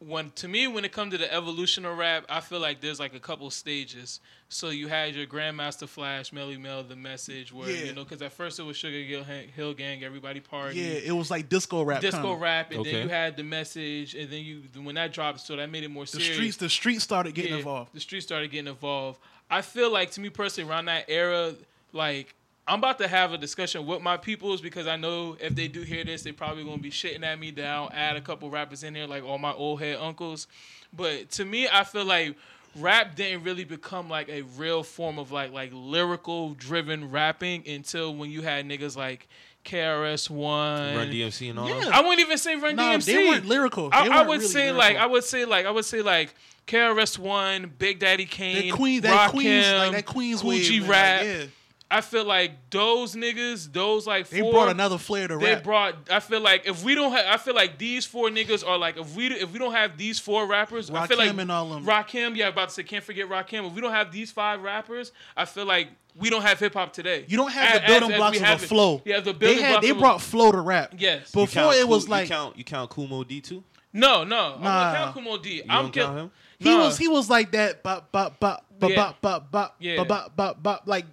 S3: When to me, when it comes to the evolution of rap, I feel like there's like a couple stages. So you had your Grandmaster Flash, Melly Mel, The Message, where
S1: Yeah.
S3: you know, because at first it was Sugar Hill, Hill Gang, everybody party,
S1: yeah, it was like disco rap.
S3: disco
S1: kinda.
S3: rap, and
S2: Okay.
S3: then you had The Message, and then you when that dropped, so that made it more
S1: The
S3: serious.
S1: streets the streets started getting
S3: Yeah,
S1: involved.
S3: The street started getting involved. I feel like to me personally, around that era, like I'm about to have a discussion with my peoples because I know if they do hear this, they probably gonna be shitting at me that I don't add a couple rappers in there, like all my old head uncles. But to me, I feel like rap didn't really become like a real form of like like lyrical driven rapping until when you had niggas like KRS One.
S2: Run DMC and all.
S1: Yeah.
S2: that.
S3: I wouldn't even say Run
S1: No,
S3: DMC.
S1: they weren't lyrical.
S3: I,
S1: They
S3: I
S1: weren't
S3: would
S1: really
S3: say
S1: lyrical.
S3: like I would say like I would say like KRS One, Big Daddy Kane,
S1: That Queens, that
S3: Rakim,
S1: Queens, like that Queens
S3: Cool
S1: wave,
S3: G
S1: man, like,
S3: Rap.
S1: yeah,
S3: I feel like those niggas, those like
S1: they
S3: four,
S1: brought another flair to
S3: They
S1: rap.
S3: brought. I feel like if we don't have, I feel like these four niggas are like if we if we don't have these four rappers, I feel like
S1: Rakim and all them.
S3: Rakim, yeah, about to say can't forget Rakim. If we don't have these five rappers, I feel like we don't have hip hop today.
S1: you don't have
S3: As-
S1: the building
S3: as- as
S1: blocks
S3: we
S1: of
S3: have
S1: the
S3: it.
S1: flow.
S3: Yeah, the building
S1: they had
S3: blocks
S1: they
S3: of-
S1: brought flow to rap.
S3: Yes.
S2: You
S1: before
S2: count
S1: it
S2: Kool-
S1: was
S2: you
S1: like
S2: count, you count Kumo D too. You
S3: No,
S1: Nah.
S3: no, I'm gonna count Kumo D.
S2: don't
S3: I'm
S2: count
S3: count-
S2: him.
S1: He
S3: Nah.
S1: was he was like that bop bop bop bop
S3: Yeah.
S1: bop bop bop
S3: Yeah.
S1: bop bop bop bop like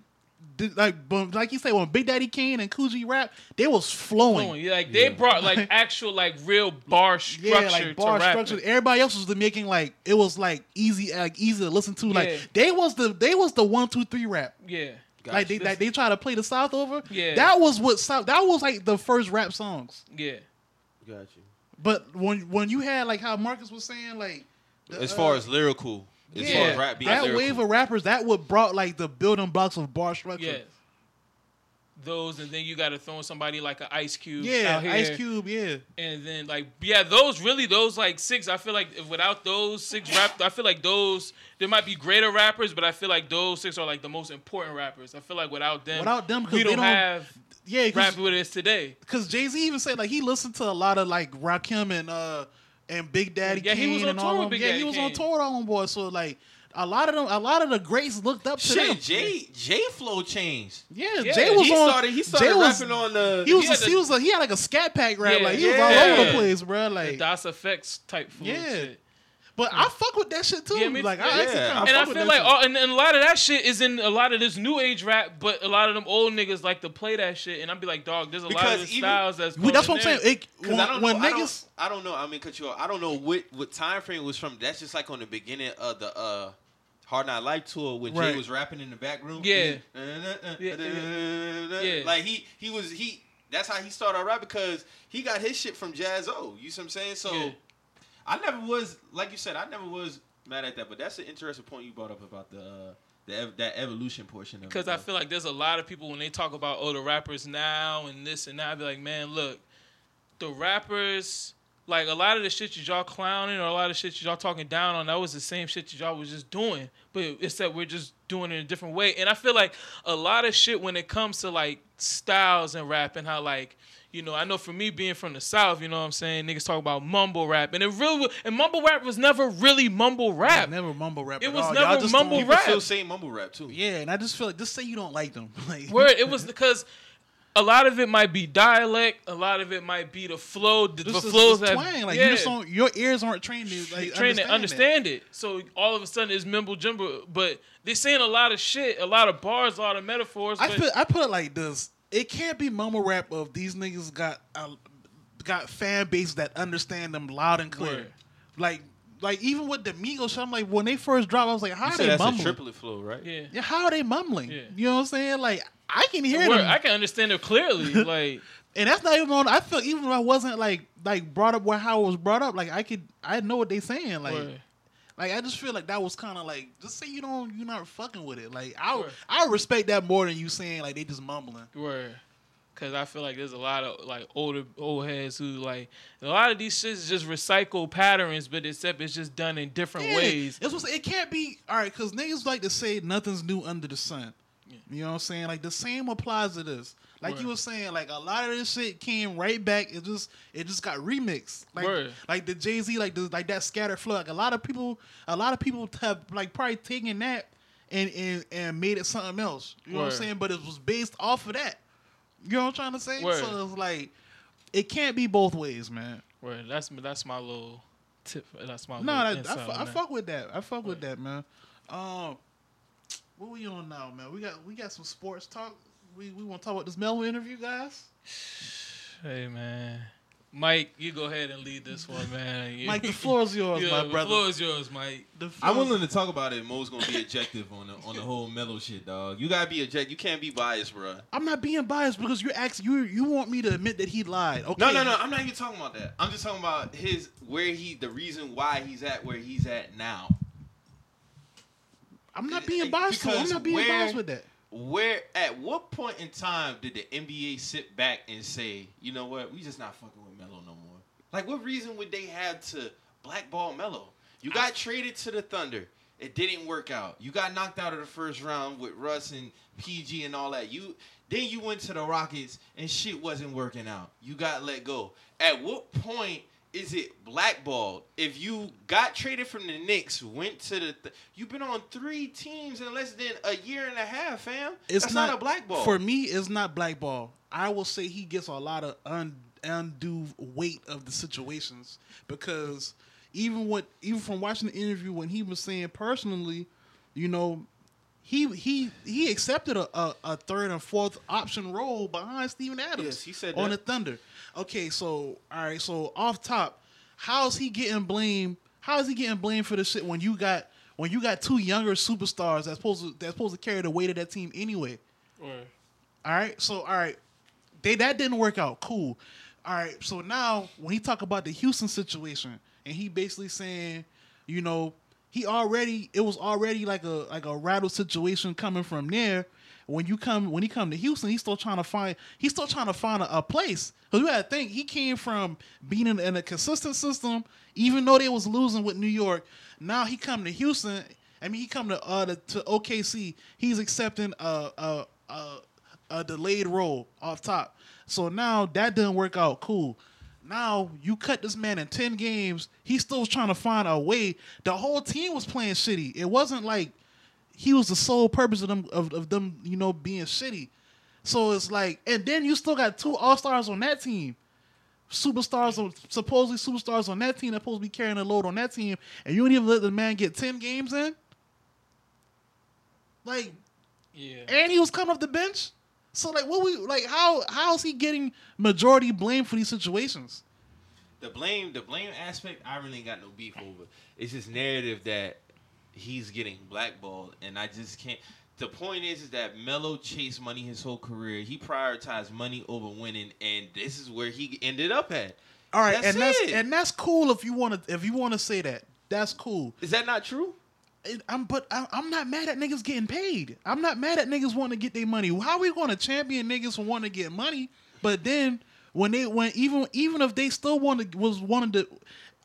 S1: did- like boom, like you say when Big Daddy Kane and Coogee rap they was flowing.
S3: Flowing. Yeah, Like they
S2: Yeah.
S3: brought like actual like real bar structure
S1: Yeah, like bar
S3: to rap.
S1: structure.
S3: with.
S1: Everybody else was making like it was like easy, like easy to listen to. Like
S3: Yeah.
S1: they was the they was the one two three rap.
S3: Yeah.
S1: Like they
S3: Gotcha.
S1: like they try to play the South over.
S3: Yeah.
S1: that was what South. That was like the first rap songs.
S3: Yeah.
S2: Got you.
S1: But when when you had like how Marcus was saying like the,
S2: As far
S1: uh,
S2: as lyrical, as
S3: yeah,
S2: far as rap being
S1: that
S2: lyrical,
S1: wave of rappers that would brought like the building blocks of bar structure.
S3: Yeah. Those and then you gotta throw in somebody like an Ice Cube.
S1: Yeah,
S3: out here.
S1: Ice Cube. Yeah,
S3: And then like yeah, those really those like six. I feel like if without those six rap, I feel like those there might be greater rappers, but I feel like those six are like the most important rappers. I feel like without them,
S1: Without them, 'cause
S3: we
S1: they
S3: don't
S1: don't-
S3: have
S1: yeah,
S3: rap with us today.
S1: because Jay Z even said like he listened to a lot of like Rakim and uh and Big Daddy.
S3: Yeah, he was
S1: Kane
S3: on
S1: and
S3: tour
S1: all
S3: with
S1: them.
S3: Big
S1: Yeah,
S3: Daddy
S1: he was on
S3: Kane.
S1: tour with all them boys. So like a lot of them, a lot of the greats looked up to them.
S2: shit. Jay Jay flow changed.
S1: Yeah,
S3: Yeah,
S1: Jay was
S2: he
S1: on.
S2: started. He started
S1: Jay was,
S2: rapping on the.
S1: He was.
S3: had
S1: a- he
S3: the-
S1: was. a- he had like a scat pack rap.
S3: Yeah,
S1: like he was
S2: yeah.
S1: all over the place, bro.
S3: The
S1: Like,
S3: DOS effects type fool
S1: Yeah.
S3: shit.
S1: but I fuck with that shit too.
S3: Yeah, me
S1: like
S3: too.
S1: I actually
S2: Yeah,
S1: kinda
S2: I
S3: and I
S1: fuck with
S3: feel
S1: that
S3: like
S1: shit.
S3: all, and, and a lot of that shit is in a lot of this new age rap, but a lot of them old niggas like to play that shit, and I'd be like, dog, there's a lot
S2: Because
S3: of the
S2: even-
S3: styles that's.
S1: We- that's what I'm
S3: going
S1: saying.
S3: in.
S1: It,
S2: Cause
S1: when
S2: I don't
S1: when
S2: know, I don't-
S1: niggas,
S2: I don't, know. I mean, cut you off. I don't know what what time frame it was from. That's just like on the beginning of the uh, Hard Not Life tour when
S1: Right.
S2: Jay was rapping in the back room.
S3: Yeah. Yeah, yeah.
S2: Like he he was he that's how he started out rap because he got his shit from Jazz O. You see what I'm saying? So
S3: Yeah.
S2: I never was like you said, I never was mad at that, but that's an interesting point you brought up about the uh, the ev- that evolution portion of it,
S3: Because I
S2: though.
S3: feel like there's a lot of people when they talk about oh the rappers now and this and that, I be like, man, look, the rappers like a lot of the shit that y'all clowning or a lot of shit that y'all talking down on, that was the same shit that y'all was just doing, but except we're just doing it in a different way. And I feel like a lot of shit when it comes to like styles and rap and how like. You know, I know for me being from the South, you know what I'm saying? Niggas talk about mumble rap. And it really, and mumble rap was never really mumble rap.
S1: never mumble rap.
S3: It
S1: at
S3: was
S1: all.
S3: never
S1: Y'all just don't-
S3: mumble
S2: people
S3: rap.
S2: still say mumble rap too.
S1: Yeah, and I just feel like just say you don't like them. Like
S3: Word. It was because a lot of it might be dialect. A lot of it might be the flow. The, the
S1: This is-
S3: flows
S1: this
S3: that
S1: twang. Like
S3: yeah.
S1: you just don't, your ears aren't trained to like
S3: train to
S1: understand
S3: understand it. So all of a sudden it's mumble jumble. But they're saying a lot of shit, a lot of bars, a lot of metaphors.
S1: I
S3: but
S1: put I put it like this: it can't be mumble rap of these niggas got uh, got fan base that understand them loud and clear.
S3: Word.
S1: Like like even with the Migos, I'm like when they first dropped, I was like, how
S2: You
S1: are
S2: said
S1: they
S2: that's a
S1: mumbling?
S2: triplet flow, right?
S3: yeah,
S1: Yeah, how are they mumbling?
S3: Yeah.
S1: You know what I'm saying? Like I can hear
S3: Word,
S1: them,
S3: I can understand it clearly. like
S1: and that's not even on. I feel even if I wasn't like like brought up where how I was brought up, like I could I know what they saying. Like
S3: word.
S1: Like I just feel like that was kind of like just say you don't you not fucking with it. Like I
S3: Sure.
S1: I respect that more than you saying like they just mumbling.
S3: Word. Cause I feel like there's a lot of like older old heads who like a lot of these shits is just recycle patterns, but except it's just done in different
S1: Yeah,
S3: ways.
S1: That's what it can't be. All right, because niggas like to say nothing's new under the sun. You know what I'm saying? Like the same applies to this. Like you
S3: Word.
S1: were saying, like a lot of this shit came right back. It just it just got remixed. Like
S3: Word.
S1: like the Jay Z, like the like that scattered flow. Like a lot of people, a lot of people have like probably taken that and and and made it something else. You know what I'm
S3: Word.
S1: saying? But it was based off of that. You know what I'm trying to say?
S3: Word.
S1: So it's like it can't be both ways, man.
S3: Word. That's that's my little tip. That's my
S1: No,
S3: little
S1: that, I,
S3: insight
S1: fu-
S3: on
S1: I
S3: that.
S1: fuck with that. I fuck with that, man. Um, what we on now, man? We got we got some sports talk. We we want to talk about this Melvin interview, guys.
S3: Hey man, Mike, you go ahead and lead this one, man. You-
S1: Mike, the floor is yours,
S3: Yeah,
S1: my
S3: the
S1: brother.
S3: floor is yours, Mike.
S1: The
S2: I'm
S1: floor-
S2: willing to talk about it. Mo's gonna be objective on the on the whole mellow shit, dog. You gotta be objective. You can't be biased, bro.
S1: I'm not being biased because you're asking you you want me to admit that he lied. Okay.
S2: No, no, no. I'm not even talking about that. I'm just talking about his where he the reason why he's at where he's at now.
S1: I'm not being biased. though. I'm
S2: Because
S1: not being
S2: where-
S1: biased with that.
S2: Where at what point in time did the NBA sit back and say, you know what, we just not fucking with Melo no more? Like, what reason would they have to blackball Melo? You got traded to the Thunder. It didn't work out. You got knocked out of the first round with Russ and PG and all that. You then you went to the Rockets and shit wasn't working out. You got let go. At what point is it blackballed? If you got traded from the Knicks, went to the th- you've been on three teams in less than a year and a half, fam.
S1: It's
S2: That's not, a blackball.
S1: For me, it's not blackball. I will say he gets a lot of un, undue weight of the situations because even what even from watching the interview when he was saying personally, you know, he he he accepted a, a, a third and fourth option role behind Steven Adams.
S2: Yes, he said
S1: on
S2: that.
S1: the Thunder. Okay, so all right, so off top, how is he getting blamed? How is he getting blamed for the shit when you got when you got two younger superstars that's supposed to that's supposed to carry the weight of that team anyway?
S3: Word.
S1: All right. So all right, they that didn't work out. Cool. All right. So now when he talk about the Houston situation, and he basically saying, you know, he already it was already like a like a rattle situation coming from there. When you come when he come to Houston, he's still trying to find he's still trying to find a, a place. Cause you gotta think he came from being in, in a consistent system, even though they was losing with New York. Now he come to Houston. I mean, he come to uh to, to OKC. He's accepting a a, a a delayed roll off top. So now that didn't work out. Cool. Now you cut this man in ten games. He still was trying to find a way. The whole team was playing shitty. It wasn't like he was the sole purpose of them of, of them you know being shitty. So it's like, and then you still got two all stars on that team, superstars on supposedly superstars on that team that's supposed to be carrying a load on that team, and you don't even let the man get ten games in. Like
S3: Yeah.
S1: and he was coming off the bench. So like, what we like? How how is he getting majority blame for these situations?
S2: the blame the blame aspect I really ain't got no beef over. It's this narrative that he's getting blackballed, and I just can't. The point is, is that Melo chased money his whole career. He prioritized money over winning, and this is where he ended up at.
S1: All right,
S2: That's
S1: and that's
S2: it.
S1: and that's cool if you want to if you want to say that. That's cool.
S2: Is that not true?
S1: It- I'm but I, I'm not mad at niggas getting paid. I'm not mad at niggas wanting to get their money. How we going to champion niggas who want to get money, but then when they when even even if they still want to was wanted to,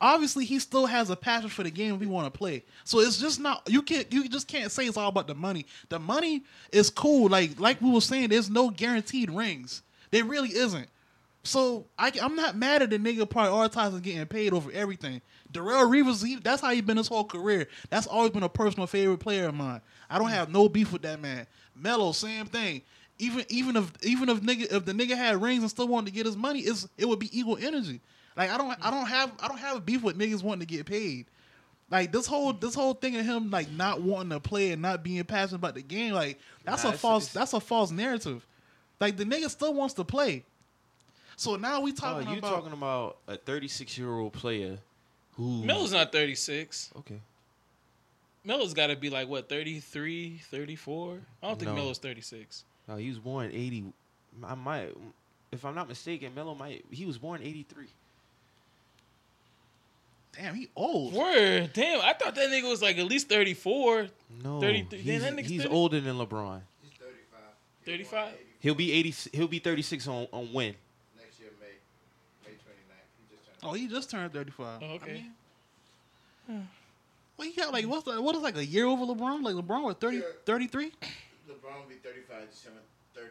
S1: obviously he still has a passion for the game we want to play. So it's just not you can't you just can't say it's all about the money. The money is cool. Like like we were saying, there's no guaranteed rings. There really isn't. So I, am not mad at the nigga prioritizing getting paid over everything. Darrell Reeves, he, that's how he been his whole career. That's always been a personal favorite player of mine. I don't have no beef with that man. Melo, same thing. Even even if even if nigga if the nigga had rings and still wanted to get his money, it's, it would be equal energy. Like I don't I don't have I don't have a beef with niggas wanting to get paid. Like this whole this whole thing of him like not wanting to play and not being passionate about the game, like that's
S2: Nah,
S1: a
S2: it's-
S1: false
S2: it's-
S1: that's a false narrative. Like the nigga still wants to play. So now we
S2: Oh,
S1: talking
S2: you
S1: about
S2: talking about a 36 year old player who
S3: Melo's not 36.
S2: okay.
S3: Melo's got to be like, what, 33, 34? I don't think
S2: No.
S3: Melo's 36.
S2: No, he was born 80. I might, if I'm not mistaken, Melo might. He was born 83.
S1: damn he old.
S3: Word. Damn, I thought that nigga was like at least 34.
S2: No,
S3: 33. Damn,
S2: he's,
S3: that nigga's
S2: he's
S3: 30.
S2: older than LeBron.
S4: He's 35. He
S3: 35?
S4: was born in 80
S2: He'll be 80. He'll be 36 on on when.
S4: Next year, May. May 29th. He just turned
S1: Oh, he just turned thirty five.
S3: Oh, okay.
S1: Well, he got like what's the, what is like a year over LeBron? Like LeBron was 30,
S4: Yeah.
S1: 33?
S4: LeBron will be 35 December 30th.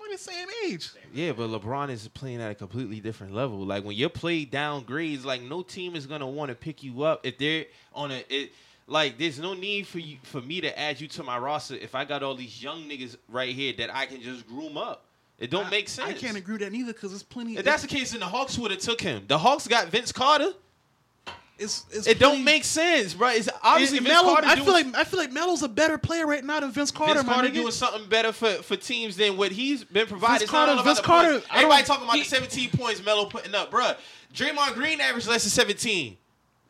S1: We're the same age.
S4: Same
S2: Yeah, but LeBron is playing at a completely different level. Like when your play downgrades, like no team is gonna want to pick you up if they're on a. It, like there's no need for you for me to add you to my roster if I got all these young niggas right here that I can just groom up. It don't
S1: I-
S2: make sense.
S1: I can't agree with that neither because there's plenty.
S2: If that's the case, then the Hawks would have took him. The Hawks got Vince Carter.
S1: it's, it's
S2: It don't
S1: plenty-
S2: make sense, bro. It's obviously
S1: And
S2: Vince
S1: Melo-
S2: Carter.
S1: I
S2: doing-
S1: feel like I feel like Melo's a better player right now than Vince Carter.
S2: Vince
S1: my
S2: Carter
S1: nigga.
S2: doing something better for, for teams than what he's been provided.
S1: Vince
S2: It's not
S1: Carter-
S2: all about
S1: Vince
S2: the
S1: Carter-
S2: points.
S1: I don't-
S2: Everybody talking about
S3: he-
S2: the 17 points Melo putting up, bruh. Draymond Green averaged less than 17,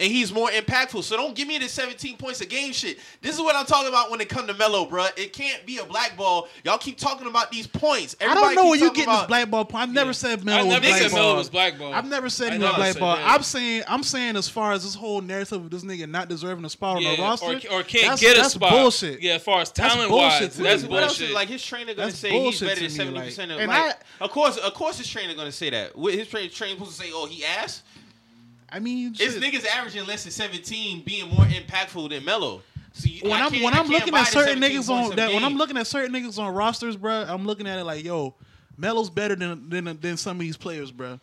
S2: and he's more impactful. So don't give me the 17 points a game shit. This is what I'm talking about when it come to Melo, bruh. It can't be a black ball. Y'all keep talking about these points.
S1: I don't know
S2: keep
S1: where you
S2: talking
S1: getting
S2: about,
S1: this black ball. point. I've never said Melo
S3: I
S1: was
S3: never
S1: black
S3: said Melo
S1: ball.
S3: was blackballed.
S1: I've never said
S3: I
S1: he was
S3: never
S1: black
S3: said
S1: ball.
S3: that.
S1: I'm saying I'm saying as far as this whole narrative of this nigga not deserving a spot on the
S3: Yeah,
S1: roster
S3: or, or can't
S1: that's,
S3: get a
S1: that's
S3: spot.
S1: bullshit.
S3: Yeah, as far as
S1: That's
S3: talent
S1: bullshit
S3: wise,
S1: to
S3: that's
S1: me.
S2: What else
S3: bullshit.
S2: is like his trainer gonna
S1: That's
S2: say he's
S1: bullshit
S2: better than
S1: to me,
S2: seventy
S1: like-
S2: percent of
S1: and
S2: like of course of course his trainer gonna say that. What his trainer trainer supposed to say, oh he ass?
S1: I mean,
S2: It's
S1: shit.
S2: niggas averaging less than seventeen being more impactful than Melo. So you,
S1: when
S2: I
S1: I'm
S2: can't-
S1: when
S2: I
S1: I'm
S2: can't
S1: looking
S2: buy
S1: at
S2: the
S1: certain
S2: 17
S1: niggas
S2: points
S1: on
S2: a
S1: that when
S2: game.
S1: I'm looking at certain niggas on rosters, bruh, I'm looking at it like, yo, Melo's better than than than some of these players, bruh,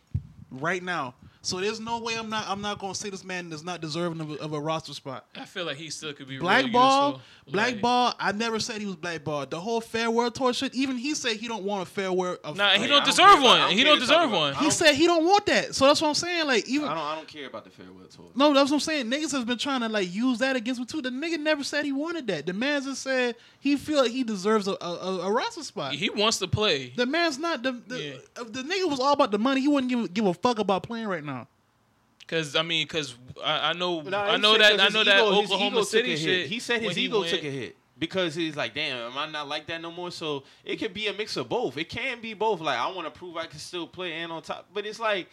S1: right now. So there's no way I'm not I'm not gonna say this man is not deserving of a, of a roster spot.
S3: I feel like he still could be
S1: Black
S3: real
S1: ball,
S3: useful.
S1: black
S3: Like-
S1: ball. I never said he was black ball. The whole farewell tour shit. Even he said he don't want a farewell. Of,
S3: Nah, he
S2: Like,
S3: don't
S2: I
S3: deserve
S2: care about-
S3: one.
S2: I
S3: He
S2: care
S3: don't
S2: to talk
S3: deserve
S2: about-
S3: one.
S2: I
S1: He
S2: don't-
S1: said he don't want that. So that's what I'm saying. Like even
S2: I don't I don't care about the farewell tour.
S1: No, that's what I'm saying. Niggas has been trying to like use that against me too. The nigga never said he wanted that. The man just said he feel like he deserves a, a, a- a roster spot.
S3: He wants to play.
S1: the man's not the the,
S3: Yeah.
S1: if the nigga was all about the money. He wouldn't give, give a fuck about playing right now.
S3: Cause I mean, cause I, I know,
S2: Nah,
S3: I
S2: he
S3: know
S2: said
S3: that,
S2: 'cause
S3: I
S2: his
S3: know
S2: ego-
S3: that
S2: his ego
S3: Oklahoma
S2: took
S3: City
S2: a hit.
S3: shit.
S2: He said his
S3: when he
S2: ego
S3: went-
S2: took a hit because he's like, damn, am I not like that no more? So it could be a mix of both. It can be both. Like I want to prove I can still play and on top, but it's like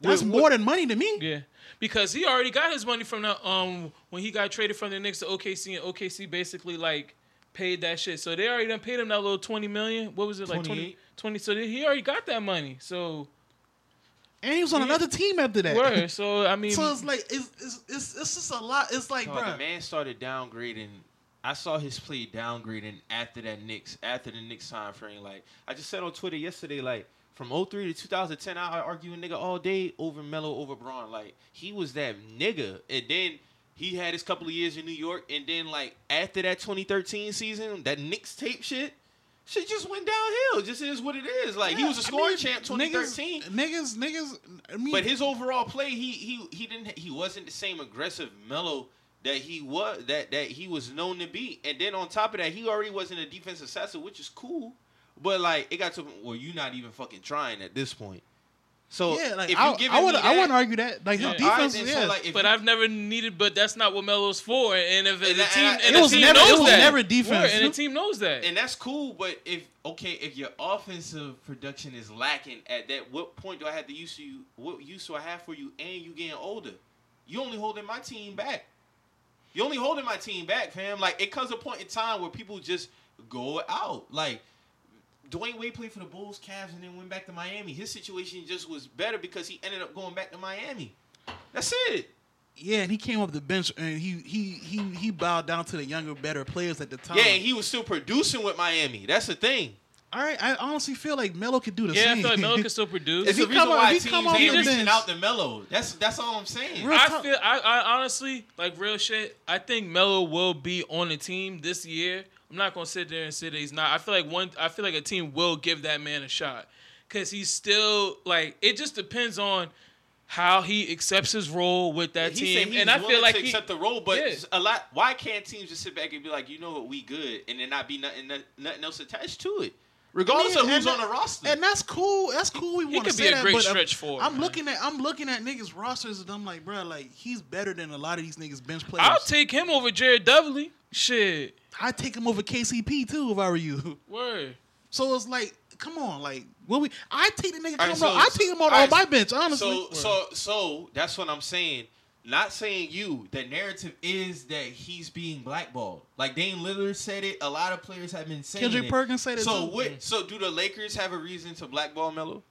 S1: That's
S2: with-
S1: more than money to me.
S3: Yeah, because he already got his money from the um when he got traded from the Knicks to OKC, and OKC basically like paid that shit. So they already done paid him that little twenty million. What was it like 20,
S2: 28?
S3: 20 So they- he already got that money. So
S1: And he was on
S3: Yeah.
S1: another team after that.
S3: word. So I mean,
S1: so it's like it's, it's it's it's just a lot. It's like,
S2: So,
S1: bruh.
S2: the man started downgrading. I saw his play downgrading after that Knicks, after the Knicks time frame. Like I just said on Twitter yesterday, like from 03 to 2010, I argued nigga all day over Melo, over Braun. Like he was that nigga, and then he had his couple of years in New York, and then like after that 2013 season, that Knicks tape shit. Shit just went downhill. Just is what it is. Like he
S1: Yeah,
S2: was a
S1: I
S2: scoring
S1: mean,
S2: champ 2013.
S1: Niggas, niggas, niggas. I mean,
S2: But his overall play, he he he didn't he wasn't the same aggressive mellow that he was that that he was known to be. And then on top of that, he already wasn't a defensive assassin, which is cool. But like it got to a point where you're not even fucking trying at this point. So
S1: yeah, like
S2: if
S1: I,
S2: you giving
S1: I would,
S2: me
S1: I wouldn't
S2: that-
S1: argue that. Like his
S3: Yeah.
S2: All right,
S1: defense,
S2: then,
S1: yeah,
S2: so like if
S3: But I've never needed. But that's not what Melo's for. And if
S2: And
S3: the
S2: I-
S3: team,
S2: and I-
S3: and
S2: It
S3: the
S2: was
S3: team
S2: never- it
S3: knows
S2: was
S3: that,
S1: never
S3: Word,
S1: defense.
S3: and the team knows that.
S2: and that's cool. But if okay, if your offensive production is lacking at that, what point do I have to use you? What use do I have for you? And you getting older, you only holding my team back. You only holding my team back, fam. Like it comes a point in time where people just go out. Like Dwayne Wade played for the Bulls, Cavs, and then went back to Miami. His situation just was better because he ended up going back to Miami. That's it.
S1: yeah, and he came off the bench and he he he he bowed down to the younger, better players at the time.
S2: Yeah, and he was still producing with Miami. That's the thing.
S1: All right, I honestly feel like Melo could do the
S3: yeah, I
S1: same.
S3: feel like Melo can still produce.
S2: It's
S1: he
S2: the reason
S1: come out- if
S2: why
S1: he
S2: teams
S1: come off
S2: ain't
S3: the
S2: reaching
S1: bench-
S2: out to Melo. That's that's all I'm saying.
S1: Real
S3: I
S1: talk.
S3: feel I, I honestly like real shit. I think Melo will be on the team this year. I'm not gonna sit there and say that he's not. I feel like one. I feel like a team will give that man a shot because he's still like. It just depends on how he accepts his role with that
S2: he said
S3: team,
S2: he's
S3: and I
S2: willing
S3: feel like
S2: to
S3: he.
S2: accept the role, but
S3: Yeah.
S2: a lot. Why can't teams just sit back and be like, you know what, we good, and then not be nothing, nothing- nothing else attached to it, regardless
S1: Yeah,
S2: of who's
S1: and
S2: on the roster.
S1: And that's cool. That's cool. We want to
S3: could
S1: say
S3: be a
S1: that,
S3: great
S1: but
S3: stretch
S1: I'm,
S3: forward,
S1: I'm
S3: man.
S1: looking at I'm looking at niggas rosters, and I'm like, bro, like he's better than a lot of these niggas bench players.
S3: I'll take him over Jared Dudley. Shit,
S1: I'd take him over KCP too if I were you.
S3: word.
S1: So it's like, come on, like, will we? I take the nigga.
S2: All
S1: Come
S2: right,
S1: on, I
S2: so-
S1: take him on,
S2: all
S1: on
S2: right,
S1: my bench, honestly.
S2: so, so, so that's what I'm saying. Not saying you. The narrative is that he's being blackballed. Like Dane Lillard said it. A lot of players have been saying
S1: Kendrick
S2: it.
S1: Perkins said it
S2: So
S1: too.
S2: what? So do the Lakers have a reason to blackball Melo?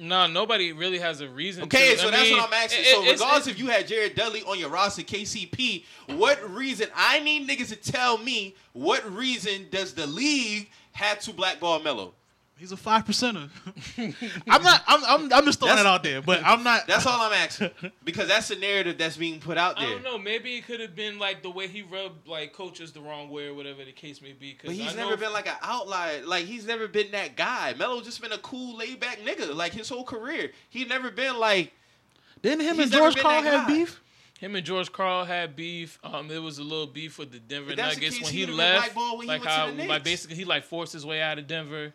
S3: Nah, nobody really has a reason.
S2: Okay,
S3: to.
S2: so
S3: I
S2: that's
S3: mean,
S2: what I'm asking.
S3: it-
S2: so
S3: it's-
S2: regardless
S3: it's-
S2: if you had Jared Dudley on your roster, KCP, what reason? I need niggas to tell me what reason does the league have to blackball Melo?
S1: He's a five percenter. I'm not. I'm. I'm, I'm just throwing
S2: That's-
S1: it out there, but I'm not.
S2: That's all I'm asking because that's the narrative that's being put out
S3: I
S2: there.
S3: don't know. Maybe it could have been like the way he rubbed like coaches the wrong way or whatever the case may be. 'cause
S2: But he's
S3: I know
S2: never been like an outlier. Like he's never been that guy. Melo just been a cool, laid back nigga. Like his whole career, he never been like
S1: Didn't him
S2: He's
S1: and
S2: never
S1: George
S2: been
S1: Carl
S2: that
S1: have
S2: guy.
S1: beef?
S3: Him and George Carl had beef. Um, there was a little beef with the Denver
S2: But that's the
S3: Nuggets
S2: case,
S3: when
S2: he
S3: he
S2: would've been
S3: left.
S2: blackballed when he
S3: like
S2: went to
S3: how,
S2: the Knicks.
S3: like basically, he like forced his way out of Denver,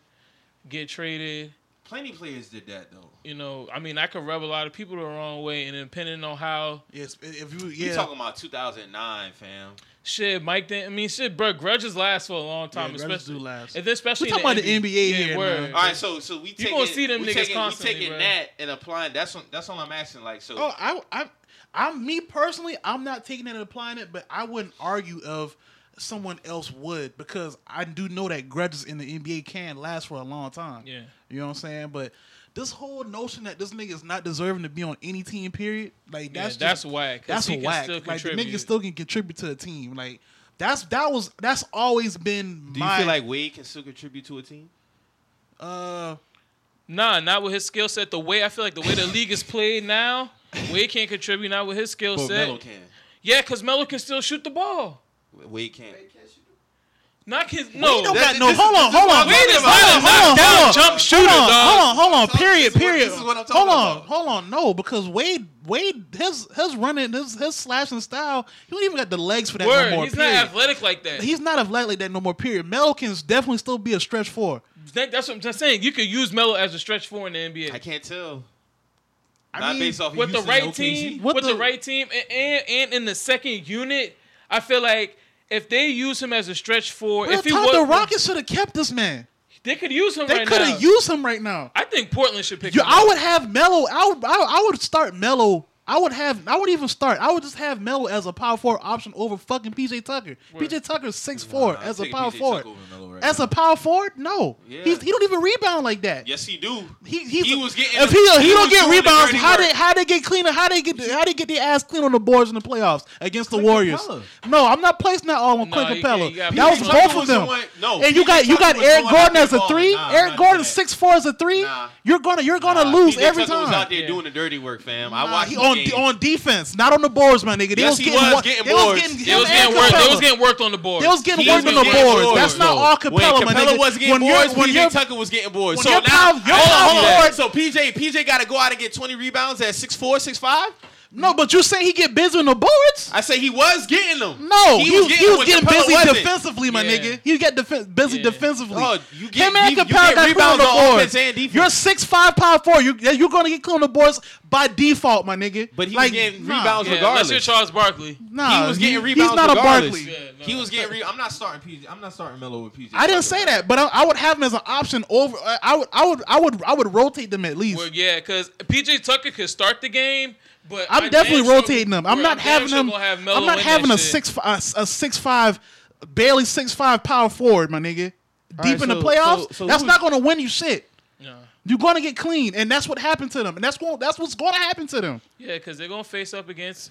S3: get traded.
S2: plenty players did that though.
S3: You know, I mean, I could rub a lot of people the wrong way, and depending on how
S1: Yes. If you,
S2: We
S1: yeah.
S2: talking about 2009, fam.
S3: shit Mike did. I mean, shit, bro, grudges last for a long time,
S1: Yeah, grudges
S3: especially
S1: do last.
S3: And then especially
S1: We talking
S3: in
S1: about the NBA
S3: yeah,
S1: here,
S3: word.
S1: man.
S2: All right, so so we taking,
S3: gonna see them
S2: we
S3: niggas
S2: taking,
S3: constantly,
S2: we taking
S3: bruh.
S2: that and applying. That's what, that's all I'm asking. Like so,
S1: Oh, I, I, I'm me personally. I'm not taking it and applying it, but I wouldn't argue of someone else would because I do know that grudges in the NBA can last for a long time.
S3: Yeah.
S1: you know what I'm saying. But this whole notion that this nigga is not deserving to be on any team, period, like
S3: Yeah,
S1: that's
S3: that's
S1: just,
S3: whack, 'cause
S1: That's
S3: he can
S1: whack.
S3: still
S1: like the nigga
S3: contribute.
S1: still can contribute to a team. Like that's that was that's always been
S2: do you
S1: my
S2: feel like Wade can still contribute to a team?
S1: uh
S3: Nah, not with his skill set. The way I feel like the way the league is played now, Wade can't contribute not with his skill
S2: But
S3: set.
S2: Melo can.
S3: Yeah, because Melo can still shoot the ball.
S2: Wade can't.
S4: They catch you.
S3: Not his. No,
S1: don't
S2: this-
S1: got no.
S2: this is-
S1: hold
S2: this
S1: on,
S2: is
S1: hold
S2: what
S1: on,
S2: I'm
S1: hold
S2: talking
S1: on, hold
S2: about.
S1: on,
S3: Knockdown
S1: hold on,
S3: jump shooter,
S1: hold on,
S3: dog.
S1: hold on, hold on.
S2: This is what-
S1: Period,
S2: this is what-
S1: period.
S2: this is what I'm
S1: hold
S2: talking
S1: on,
S2: about.
S1: hold on. No, because Wade, Wade, his his running, his his slashing style, he don't even got the legs for that
S3: Word,
S1: no more.
S3: he's
S1: period.
S3: not athletic like that.
S1: He's not athletic like that no more. Period. Melo can definitely still be a stretch four.
S3: That- that's what I'm just saying. You could use Melo as a stretch four in the NBA
S2: I can't tell.
S1: I
S2: Not
S1: mean,
S2: based off of
S3: with the
S2: Houston and
S3: right
S2: OKC.
S3: team.
S1: What
S3: with the,
S1: the-
S3: right team, and, and and in the second unit, I feel like if they use him as a stretch four,
S1: Real
S3: if he
S1: talk,
S3: was,
S1: the Rockets should have kept this man.
S3: they could use him
S1: They
S3: right
S1: could
S3: now.
S1: have used him right now.
S3: I think Portland should pick
S1: You,
S3: him.
S1: I
S3: up.
S1: would have Melo. I would, I, I would start Melo. I would have. I would even start. I would just have Melo as a power forward option over fucking PJ Tucker. PJ Tucker's six four
S2: Nah, I'm
S1: as a
S2: taking
S1: power
S2: PJ
S1: forward.
S2: Tucker over Melo right
S1: As a
S2: now.
S1: power forward, no.
S2: Yeah.
S1: He's, he don't even rebound like that.
S2: yes, he do.
S1: He, he's
S2: He
S1: a-
S2: was getting
S1: if
S2: the-
S1: he, he,
S2: he
S1: don't
S2: was
S1: get
S2: doing the
S1: rebound,
S2: dirty
S1: how
S2: work.
S1: they how they get cleaner? How they get how they get their ass clean on the boards in the playoffs against the Warriors?
S2: Capella.
S1: No, I'm not placing that all on
S3: No,
S1: Clint
S3: you
S1: Capella.
S3: can't. You gotta
S1: that was
S3: put Tucker
S1: both of
S2: was
S1: them.
S2: the one- no,
S1: and you
S2: PJ
S1: got you
S2: Tucker
S1: got
S2: was
S1: Eric
S2: going out
S1: Gordon
S2: there
S1: as a
S2: balling.
S1: three.
S2: Nah, I'm
S1: Eric
S2: not
S1: Gordon
S2: doing that.
S1: six four as a three.
S2: Nah.
S1: You're gonna you're gonna
S2: Nah,
S1: lose
S2: PJ
S1: every
S2: Tucker was
S1: time.
S2: out there
S3: Yeah.
S2: doing the dirty work, fam. I
S1: Nah,
S2: watched
S1: he
S2: the
S1: on
S2: game.
S1: on defense, not on the boards, my nigga. They
S2: Yes,
S1: was
S2: he
S1: getting
S2: was
S1: wa-
S2: getting
S1: they was
S2: boards.
S1: getting-
S3: They
S1: him
S3: was
S1: and
S3: getting worked. They
S1: Capella.
S3: was getting worked on the board.
S1: They was getting
S2: He
S1: worked on
S2: was
S1: the
S2: getting
S1: boards.
S2: boards,
S1: That's not
S2: though.
S1: all
S2: When
S1: Capella, my
S2: Capella
S1: nigga.
S2: wasn't getting
S1: when you're-
S2: boards,
S1: when
S2: PJ
S1: you're-
S2: Tucker was getting boards.
S1: when
S2: So
S1: your
S2: now,
S1: power- your
S2: hold on,
S1: power
S2: hold on.
S1: forward-
S2: So PJ, PJ got to go out and get 20 rebounds at 6'4", 6'5"?
S1: No, but you say he get busy on the boards?
S2: I say he was getting them.
S1: No,
S2: he
S1: he, was he
S2: them
S1: was
S2: when
S1: getting
S2: Capella
S1: busy
S2: wasn't.
S1: defensively, my
S3: Yeah.
S1: nigga. He got defen- busy
S3: Yeah.
S1: defensively.
S2: Oh, you get,
S1: Him and
S2: you, you
S1: Capella got
S2: get
S1: put on
S2: rebounds
S1: the
S2: on
S1: boards.
S2: offense and defense.
S1: You're six five, power four. You you're gonna get clean on the boards by default, my nigga.
S2: But he was
S1: like,
S2: getting
S1: nah,
S2: rebounds
S3: Yeah, unless
S2: regardless.
S3: you're Charles Barkley.
S1: Nah,
S2: he was getting
S1: He's
S2: rebounds
S1: not
S2: regardless.
S1: a Barkley.
S3: Yeah, no.
S2: He was getting. Re- I'm not starting PG. I'm not starting Melo with PG.
S1: I didn't say that, but I, I would have him as an option over. I, I would, I would, I would, I would rotate them at least.
S3: Well, yeah, because PJ Tucker could start the game, but
S1: I'm
S3: I damn
S1: definitely
S3: sure-
S1: rotating them. I'm
S3: bro,
S1: not
S3: damn
S1: having
S3: sure
S1: them.
S3: gonna have Melo
S1: I'm not
S3: in
S1: having
S3: that
S1: a
S3: shit.
S1: six, a, a six five, barely six five power forward, my nigga. Deep
S2: right,
S1: in the
S2: so-
S1: playoffs,
S2: so- so
S1: that's
S2: who-
S1: not gonna win you shit.
S3: No.
S1: You're gonna get clean, and that's what happened to them, and that's what that's what's gonna happen to them.
S3: Yeah, because they're gonna face up against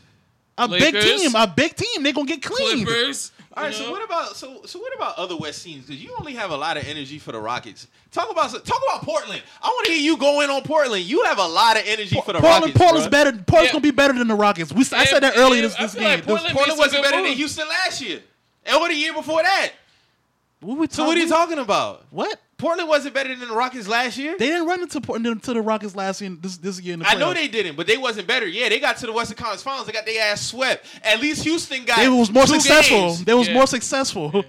S1: A big
S3: Lakers.
S1: team, a big team, they're gonna get clean.
S3: Clippers.
S2: All right.
S3: you
S2: So
S3: know?
S2: what about so so what about other West teams? Because you only have a lot of energy for the Rockets. Talk about talk about Portland. I want to hear you go in on Portland. You have a lot of energy for the
S1: Portland,
S2: Rockets.
S1: Portland's
S2: bruh.
S1: better. Portland's
S3: Yeah.
S1: gonna be better than the Rockets. We, I
S3: And-
S1: said that earlier
S3: and
S1: this,
S3: I
S1: this
S3: feel
S1: game.
S3: like Portland-
S2: Portland
S3: It's a
S2: wasn't
S3: good
S2: better than
S3: move.
S2: Houston last year, and what a year before that.
S1: what we
S2: So what are you talking about?
S1: What?
S2: Portland wasn't better than the Rockets last year.
S1: They didn't run into Portland to the Rockets last year. This this year in the playoffs.
S2: I know they didn't, but they wasn't better. Yeah, they got to the Western Conference Finals. They got their ass swept. At least Houston got.
S1: They was more
S2: two
S1: successful.
S2: games.
S1: They was
S3: Yeah.
S1: more successful.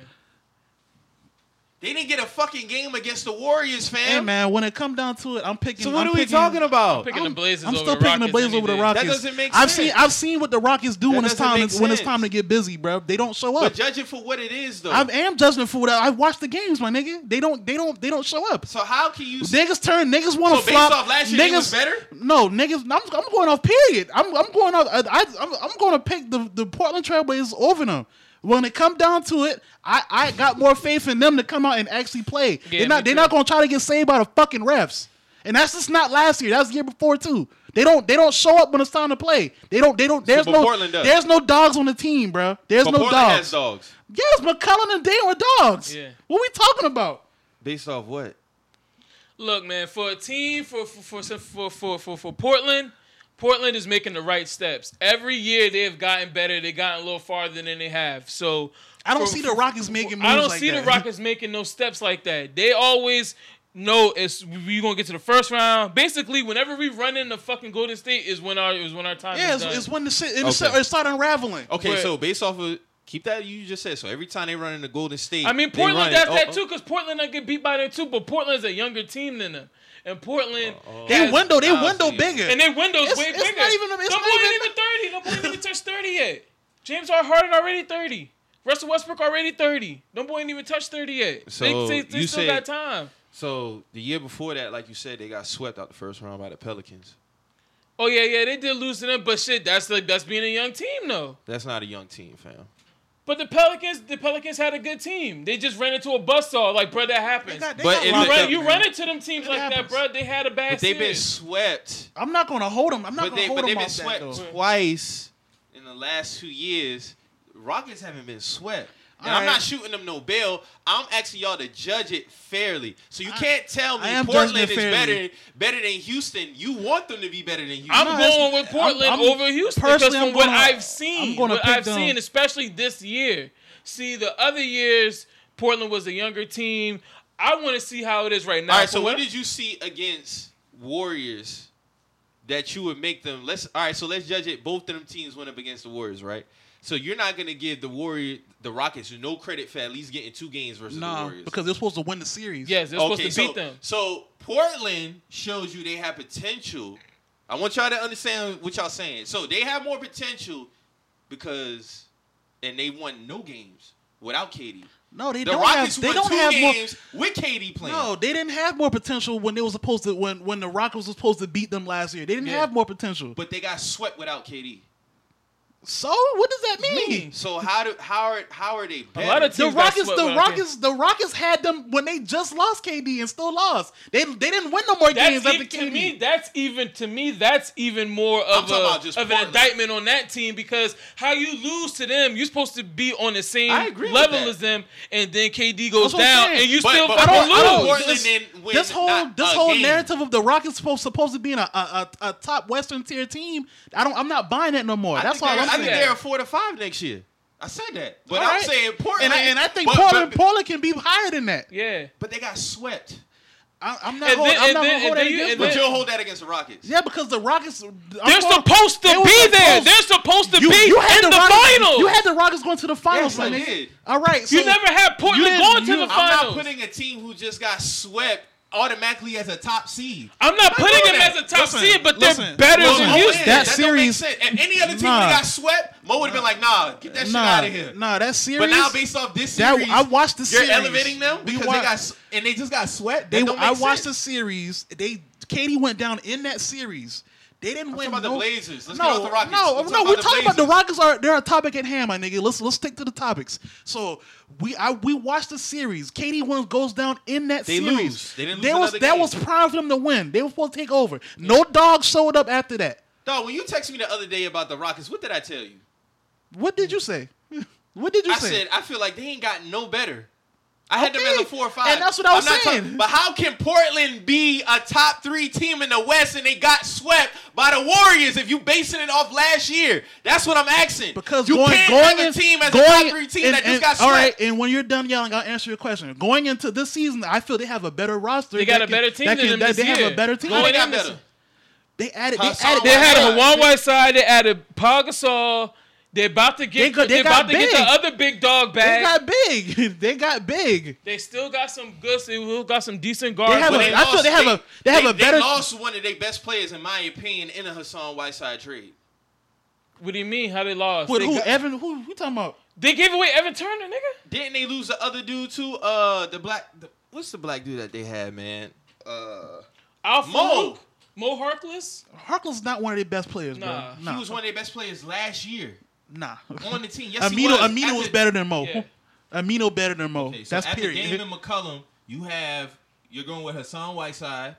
S2: They didn't get a fucking game against the Warriors,
S1: Hey
S2: fam.
S1: man, when it come down to it, I'm picking.
S2: so what
S1: I'm
S2: are we
S1: picking-
S2: talking about?
S3: Picking the Blazers
S1: I'm
S3: over
S1: still
S3: the
S1: picking the
S3: Rockets
S1: Blazers
S3: any
S1: over the
S3: day.
S1: Rockets.
S2: doesn't make
S1: I've
S2: sense.
S1: seen I've seen what the Rockets do
S2: That
S1: when it's
S2: doesn't
S1: time
S2: make
S1: to, when it's
S2: sense.
S1: time to get busy, bro. They don't show
S2: But
S1: up.
S2: judge it for what it is, though.
S1: I am judging for that. I watched the games, my nigga. They don't they don't they don't show up.
S2: so how can you? say
S1: Niggas turn niggas want to
S2: So based
S1: flop.
S2: off last year,
S1: niggas
S2: they was better?
S1: No, niggas. I'm, I'm going off. Period. I'm I'm going off. I, I I'm, I'm going to pick the the Portland Trailblazers over them. When it come down to it, I, I got more faith in them to come out and actually play.
S3: Yeah,
S1: they're not
S3: me
S1: they're
S3: too.
S1: not going to try to get saved by the fucking refs. And that's just not last year. That's the year before too. They don't they don't show up when it's time to play. They don't they don't. There's
S2: but
S1: no
S2: Portland does.
S1: there's no dogs on the team, bro. There's
S2: but
S1: no
S2: Portland
S1: dogs.
S2: has dogs.
S1: Yes, McCollum and Day were dogs.
S3: Yeah.
S1: What we talking about?
S2: Based off what?
S3: Look, man, for a team for for for for for, for, for Portland. Portland is making the right steps. Every year they've gotten better. They've gotten a little farther than they have. So
S1: I don't
S3: for-
S1: see the Rockets making moves.
S3: I don't
S1: like
S3: see
S1: that.
S3: the Rockets making no steps like that. They always know it's we gonna get to the first round. Basically, whenever we run into fucking Golden State is when our is when our time
S1: Yeah,
S3: is
S1: it's,
S3: done.
S1: it's when the shit it
S2: Okay.
S1: it start unraveling.
S2: Okay,
S3: But-
S2: so based off of keep that you just said. So every time they run into Golden State,
S3: I mean,
S2: they
S3: Portland
S2: run-
S3: does
S2: oh,
S3: that
S2: oh.
S3: too because Portland don't get beat by them too. But Portland's a younger team than them, and Portland
S1: They
S3: has-
S1: window, they
S2: I'll
S1: window
S2: see.
S1: bigger.
S3: and their windows
S1: It's-
S3: way
S1: it's
S3: bigger.
S1: not even a- it's not
S3: Them boys
S1: even-
S3: ain't even thirty. Them boys ain't even touched thirty yet. James R. Harden already thirty. Russell Westbrook already thirty. Them boy ain't even touched thirty yet.
S2: So,
S3: they, they, they
S2: you
S3: still
S2: say-
S3: got time.
S2: So the year before that, like you said, they got swept out the first round by the Pelicans.
S3: Oh yeah, yeah, they did lose to them, but shit, that's like that's being a young team though.
S2: That's not a young team, fam.
S3: But the Pelicans, the Pelicans had a good team. They just ran into a buzzsaw, like bro, that happens.
S1: got- they
S2: But
S1: got
S2: in
S3: you,
S1: Rockets,
S2: the-
S3: run,
S1: man.
S3: you run into them teams
S1: It
S3: like
S1: happens.
S3: that, bro. They had a bad
S2: But they've been
S3: series.
S2: swept.
S1: I'm not gonna hold them. I'm not
S2: But,
S1: gonna
S2: they,
S1: hold
S2: but
S1: them
S2: they've been
S1: off that though.
S2: swept twice in the last two years. Rockets haven't been swept. And I'm
S1: Alright.
S2: not shooting them no bill. I'm asking y'all to judge it fairly. So you can't tell me
S1: I am
S2: Portland
S1: judging it
S2: is
S1: fairly.
S2: better better than Houston. You want them to be better than Houston.
S3: I'm
S1: No, it's-
S3: going with
S1: I'm-
S3: Portland
S1: I'm-
S3: over Houston because
S1: personally,
S3: from
S1: I'm
S3: what
S1: gonna-
S3: I've seen,
S1: I'm gonna
S3: what
S1: pick
S3: I've
S1: them.
S3: seen, especially this year. See, the other years, Portland was a younger team. I want to see how it is right now.
S2: All right. So
S3: But
S2: what did you see against Warriors that you would make them? Let's. All right. So let's judge it. Both of them teams went up against the Warriors, right? So you're not gonna give the Warrior the Rockets no credit for at least getting two games versus the
S1: Nah,
S2: Warriors
S1: because they're supposed to win the series.
S3: yes, they're supposed to
S2: so,
S3: beat them.
S2: So Portland shows you they have potential. I want y'all to understand what y'all saying. So they have more potential because, and they won no games without Katie.
S1: No, they
S2: The
S1: don't
S2: Rockets
S1: have. They
S2: won
S1: don't
S2: two
S1: have
S2: games with Katie
S1: more.
S2: playing.
S1: No, they didn't have more potential when they were supposed to when when the Rockets was supposed to beat them last year. They didn't
S3: Yeah.
S1: have more potential.
S2: but they got swept without KD.
S1: so what does that mean?
S3: Mean.
S2: So how do how are how are they better?
S3: lot of
S1: The
S3: Teams got
S1: Rockets,
S3: swept
S1: the
S3: when I came.
S1: Rockets, the Rockets had them when they just lost KD and still lost. They they didn't win no more games
S3: That's
S1: after KD.
S3: even, to me. That's even to me. That's even more of,
S2: talking
S3: a,
S2: about just
S3: of an
S2: Portland.
S3: indictment on that team because how you lose to them, you're supposed to be on the same
S2: I agree with
S3: level
S2: that.
S3: as them, and then KD goes
S1: That's what I'm
S3: down,
S1: saying.
S3: and you
S2: But-
S3: still
S2: but
S3: fucking
S2: I don't-
S3: lose.
S2: Portland
S1: this,
S2: didn't win
S1: this whole
S2: not
S1: this
S2: a
S1: whole
S2: game.
S1: narrative of the Rockets supposed supposed to be in a, a, a, a top Western tier team. I don't. I'm not buying that no more.
S2: I
S1: That's
S2: think
S1: all
S2: they're-
S1: I'm
S2: I think
S1: saying.
S2: they're a four to five next year. I said that, but
S1: All
S2: I'm
S1: right.
S2: saying Portland,
S1: and I, and I think
S2: but-
S1: Portland
S2: but,
S1: Portland can be higher than that.
S3: Yeah.
S2: but they got swept.
S1: I, I'm not.
S3: And
S1: Hold,
S3: then-
S1: I'm
S3: and
S1: not gonna hold
S3: then- and then
S1: that
S3: you-
S1: against.
S3: and
S1: me.
S2: But
S3: then-
S2: you'll hold that against the Rockets.
S1: yeah, because the Rockets. I'm
S3: They're
S1: going-
S3: supposed to
S1: they
S3: be
S1: was
S3: there.
S1: supposed-
S3: They're supposed to
S1: You,
S3: be
S1: you had
S3: in the,
S1: Rockets,
S3: finals.
S1: You had the Rockets going to the finals,
S2: Yes, I
S1: my nigga.
S2: did.
S1: All right, so
S3: You never had Portland
S1: didn't-
S3: going to
S1: you-
S3: the
S1: I'm not
S2: I'm
S3: finals.
S2: not putting a team who just got swept automatically as a top seed.
S3: putting
S2: doing
S3: them
S2: that.
S3: as a top
S1: Listen,
S3: seed, but they're
S1: listen,
S3: better
S1: listen.
S3: than
S1: Oh,
S2: Mo
S3: Houston.
S2: is.
S1: That
S2: don't make
S1: series-
S2: sense. If any other team
S1: Nah.
S2: would've got swept, Mo would have been like, "Nah, get that shit
S1: nah,
S2: out of here."
S1: Nah, that series.
S2: But now, based off this
S1: that
S2: series,
S1: I watched the
S2: you're
S1: series.
S2: elevating them
S1: We
S2: because
S1: wa-
S2: they got s- and they just got swept.
S1: They,
S2: That don't
S1: I
S2: make
S1: watched the
S2: sense.
S1: series. They Katie went down in that series. They didn't win.
S2: talking about the
S1: no-
S2: Blazers. Let's
S1: no,
S2: get off the Rockets.
S1: no, no.
S2: Let's talk
S1: We're
S2: about the
S1: talking about the
S2: Blazers.
S1: Rockets are they're a topic at hand, my nigga. Let's let's stick to the topics. So we I we watched the series. KD one goes down in that
S2: They
S1: series.
S2: lose. They didn't
S1: There
S2: lose
S1: was
S2: another
S1: that
S2: game.
S1: was prime for them to win. They were supposed to take over. No dog showed up after that.
S2: Dog, when you texted me the other day about the Rockets, what did I tell you?
S1: What did you say? What did you
S2: I
S1: say?
S2: said I feel like they ain't got no better. I had them
S1: Okay.
S2: as a four or five,
S1: And that's what I was
S2: I'm not
S1: saying.
S2: talking- but how can Portland be a top three team in the West and they got swept by the Warriors? If you basing it off last year, that's what I'm asking.
S1: Because
S2: you
S1: going,
S2: can't
S1: going
S2: have
S1: in-
S2: a team as
S1: going,
S2: a top three team
S1: and-
S2: that
S1: and-
S2: just got swept.
S1: All right, and when you're done yelling, I'll answer your question. Going into this season, I feel they have a better roster.
S3: They got
S1: that
S3: a better team
S1: that
S3: than them
S1: that
S3: this
S1: They
S3: year.
S1: have a better team.
S2: How
S3: Going
S2: they
S1: They,
S2: got
S3: in this-
S2: better?
S1: added. They
S2: Hassan
S1: added.
S3: They had
S2: Yeah.
S3: a Hawan Whiteside. They added Pau Gasol. They about to
S1: They
S3: get.
S1: go-
S3: They,
S1: they
S3: about
S1: got
S3: to get
S1: big.
S3: the other big dog
S1: They
S3: back.
S1: got big. They got big.
S3: They still got some good. They still got some decent guards.
S1: have
S3: but
S1: a-
S3: they-
S1: I feel they have a- they have a better-
S2: They lost one of their best players, in my opinion, in a Hassan Whiteside trade.
S3: what do you mean? How they lost?
S1: Who,
S3: they,
S1: who
S3: got-
S1: Evan? Who we talking about?
S3: they gave away Evan Turner, nigga.
S2: Didn't they lose the other dude too? Uh, the black. The, what's the black dude that they had, man? Uh,
S3: Alpha
S2: Mo.
S3: Luke, Mo Harkless.
S1: Harkless not one of their best players,
S3: Nah,
S1: bro. Nah,
S2: he was one of their best players last year
S1: nah.
S2: on the team. Yes, he
S1: Amino,
S2: was.
S1: Amino
S2: After-
S1: was better than Mo.
S3: Yeah.
S1: Amino better than Mo.
S2: Okay, so
S1: That's
S2: after
S1: period.
S2: Damon McCullum, you have you're going with Hassan Whiteside,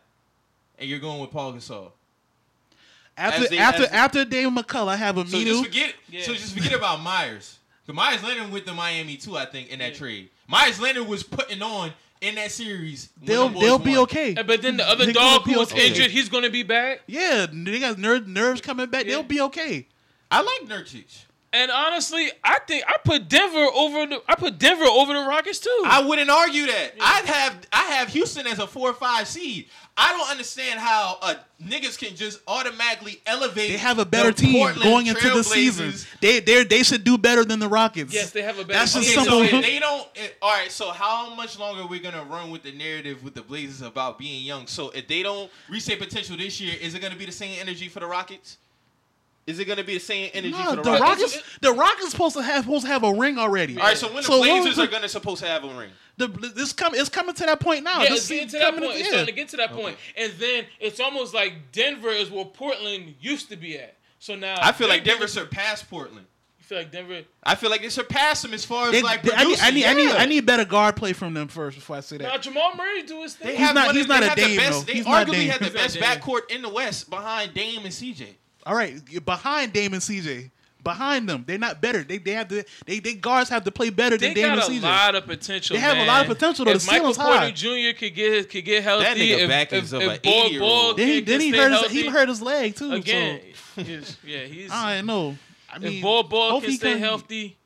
S2: and you're going with Paul Gasol.
S1: After
S2: as they-
S1: after
S2: as they-
S1: after David McCullough, I have
S2: So
S1: Amino.
S2: just forget.
S3: Yeah.
S2: So just forget about Myers. 'Cause Myers Leonard went to Miami too, I think, in that
S3: Yeah.
S2: trade. Myers Leonard was putting on in that series. when
S1: they'll
S2: the boys
S1: they'll be
S2: won.
S1: okay.
S3: Uh, But then the other
S1: Niggas
S3: dog
S1: will
S3: who
S1: be
S3: was
S1: okay.
S3: injured, he's gonna be back.
S1: Yeah, they got nerve, nerves coming back.
S3: Yeah.
S1: They'll be okay.
S2: I like Nurkic.
S3: And honestly, I think I put Denver over the I put Denver over the Rockets too.
S2: I wouldn't argue that. I'd have I have Houston as a four or five seed. I don't understand how uh, niggas can just automatically elevate.
S1: They have a better
S2: the
S1: team
S2: Portland
S1: going into the
S2: Trailblazers.
S1: season. They they they should do better than the Rockets.
S3: yes, they have a better.
S1: That's
S3: team.
S1: just
S2: Okay,
S1: some-
S2: so
S1: Simple.
S2: if they don't. If, all right, so how much longer are we gonna run with the narrative with the Blazers about being young? So if they don't reach their potential this year, is it gonna be the same energy for the Rockets? Is it gonna be the same energy
S1: No,
S2: for
S1: the
S2: the,
S1: Rockets,
S2: Rockets?
S1: the Rockets supposed to have supposed to have a ring already.
S2: All right, so when the
S1: what
S2: Blazers
S1: was-
S2: are gonna supposed to have a ring?
S1: the, this come it's coming to that point now.
S3: Yeah,
S1: This
S3: it's getting to
S1: season
S3: that
S1: coming
S3: point.
S1: to-
S3: It's
S1: yeah.
S3: starting to get to that point. And then it's almost like Denver is where Portland used to be at. So now
S2: I feel like Denver surpassed Portland.
S3: You feel like Denver.
S2: I feel like they surpassed them as far as
S1: They-
S2: like
S1: they- I need
S2: producing.
S1: I need, I need
S2: Yeah.
S1: I need better guard play from them first before I say
S3: Now
S1: that.
S3: Jamal Murray do his
S2: They
S3: thing.
S1: He's
S2: have
S1: not-
S2: one of-
S1: he's not
S2: they
S1: a
S2: have
S1: Dame,
S2: the best.
S1: though.
S2: They
S1: He's not
S2: arguably
S1: Dame.
S2: had the
S1: He's
S3: not
S2: best
S3: Dame.
S2: backcourt in the West behind Dame and CJ.
S1: All right, behind Dame and CJ, behind them, they're not better. They they have to they they guards have to play better
S3: They
S1: than Dame
S3: got
S1: and
S3: a
S1: CJ.
S3: lot of potential.
S1: They have a
S3: man.
S1: lot of potential, though.
S3: If
S1: The
S3: Michael
S1: ceiling's
S3: Porter
S1: high.
S3: Jr. could get could get healthy.
S2: That nigga
S3: if,
S2: back
S3: if,
S2: is
S3: if,
S2: of a
S3: Ball,
S2: 80-year-old.
S3: Ball
S1: then he
S3: can-
S1: then
S3: can
S1: he
S3: stay
S1: hurt his,
S3: healthy
S1: he hurt his leg too.
S3: again.
S1: So,
S3: he's- yeah, he's.
S1: I don't know. I mean,
S3: if Ball Ball
S1: hope
S3: can
S1: he
S3: stay healthy,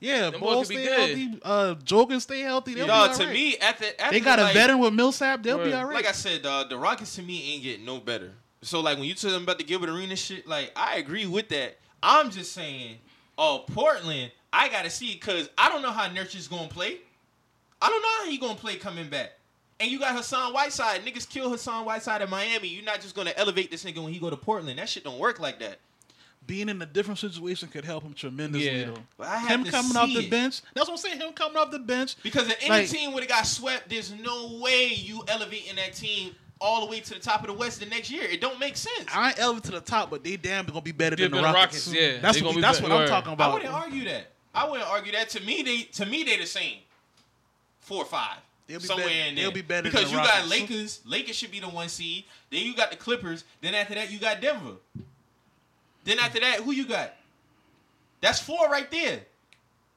S1: Yeah,
S3: Them
S1: Ball
S3: boys could
S1: stay
S3: be
S1: healthy. Uh, Joe can stay healthy. They'll
S2: Dog,
S1: be
S2: to
S1: all right.
S2: me, at the at
S1: they
S2: the,
S1: got
S2: like,
S1: a veteran with Millsap. They'll be
S3: Word.
S1: all right.
S2: Like I said, dog, the Rockets to me ain't getting no better. So like when you tell them about the Gilbert Arena shit, like I agree with that. I'm just saying, oh Portland, I gotta see because I don't know how Nurkic's gonna play. I don't know how he gonna play coming back. And you got Hassan Whiteside. Niggas kill Hassan Whiteside in Miami. You're not just gonna elevate this nigga when he go to Portland. That shit don't work like that.
S1: Being in a different situation could help him tremendously.
S3: Yeah.
S1: Though.
S2: But I have
S1: Him
S2: to
S1: coming off
S2: see
S1: the
S2: it.
S1: bench. That's what I'm saying. Him coming off the bench.
S2: Because if any
S1: Like-
S2: team would have got swept, there's no way you elevating that team all the way to the top of the West the next year. It don't make sense. I,
S1: I ain't elevated to the top, but they damn gonna be better
S3: They're
S1: than the
S3: better
S1: Rockets.
S3: Rockets, yeah.
S1: that's
S3: They
S1: what,
S3: gonna be
S1: that's
S3: better.
S1: what I'm
S3: Word.
S1: talking about.
S2: wouldn't argue that. I wouldn't argue that. To me, they to me they the same. Four or five.
S1: They'll be
S2: somewhere
S1: better-
S2: in there.
S1: they'll be better than
S2: because
S1: the
S2: you
S1: Rockets.
S2: got Lakers. Lakers should be the one seed. Then you got the Clippers. Then after that, you got Denver. Then after that, who you got? That's four right there.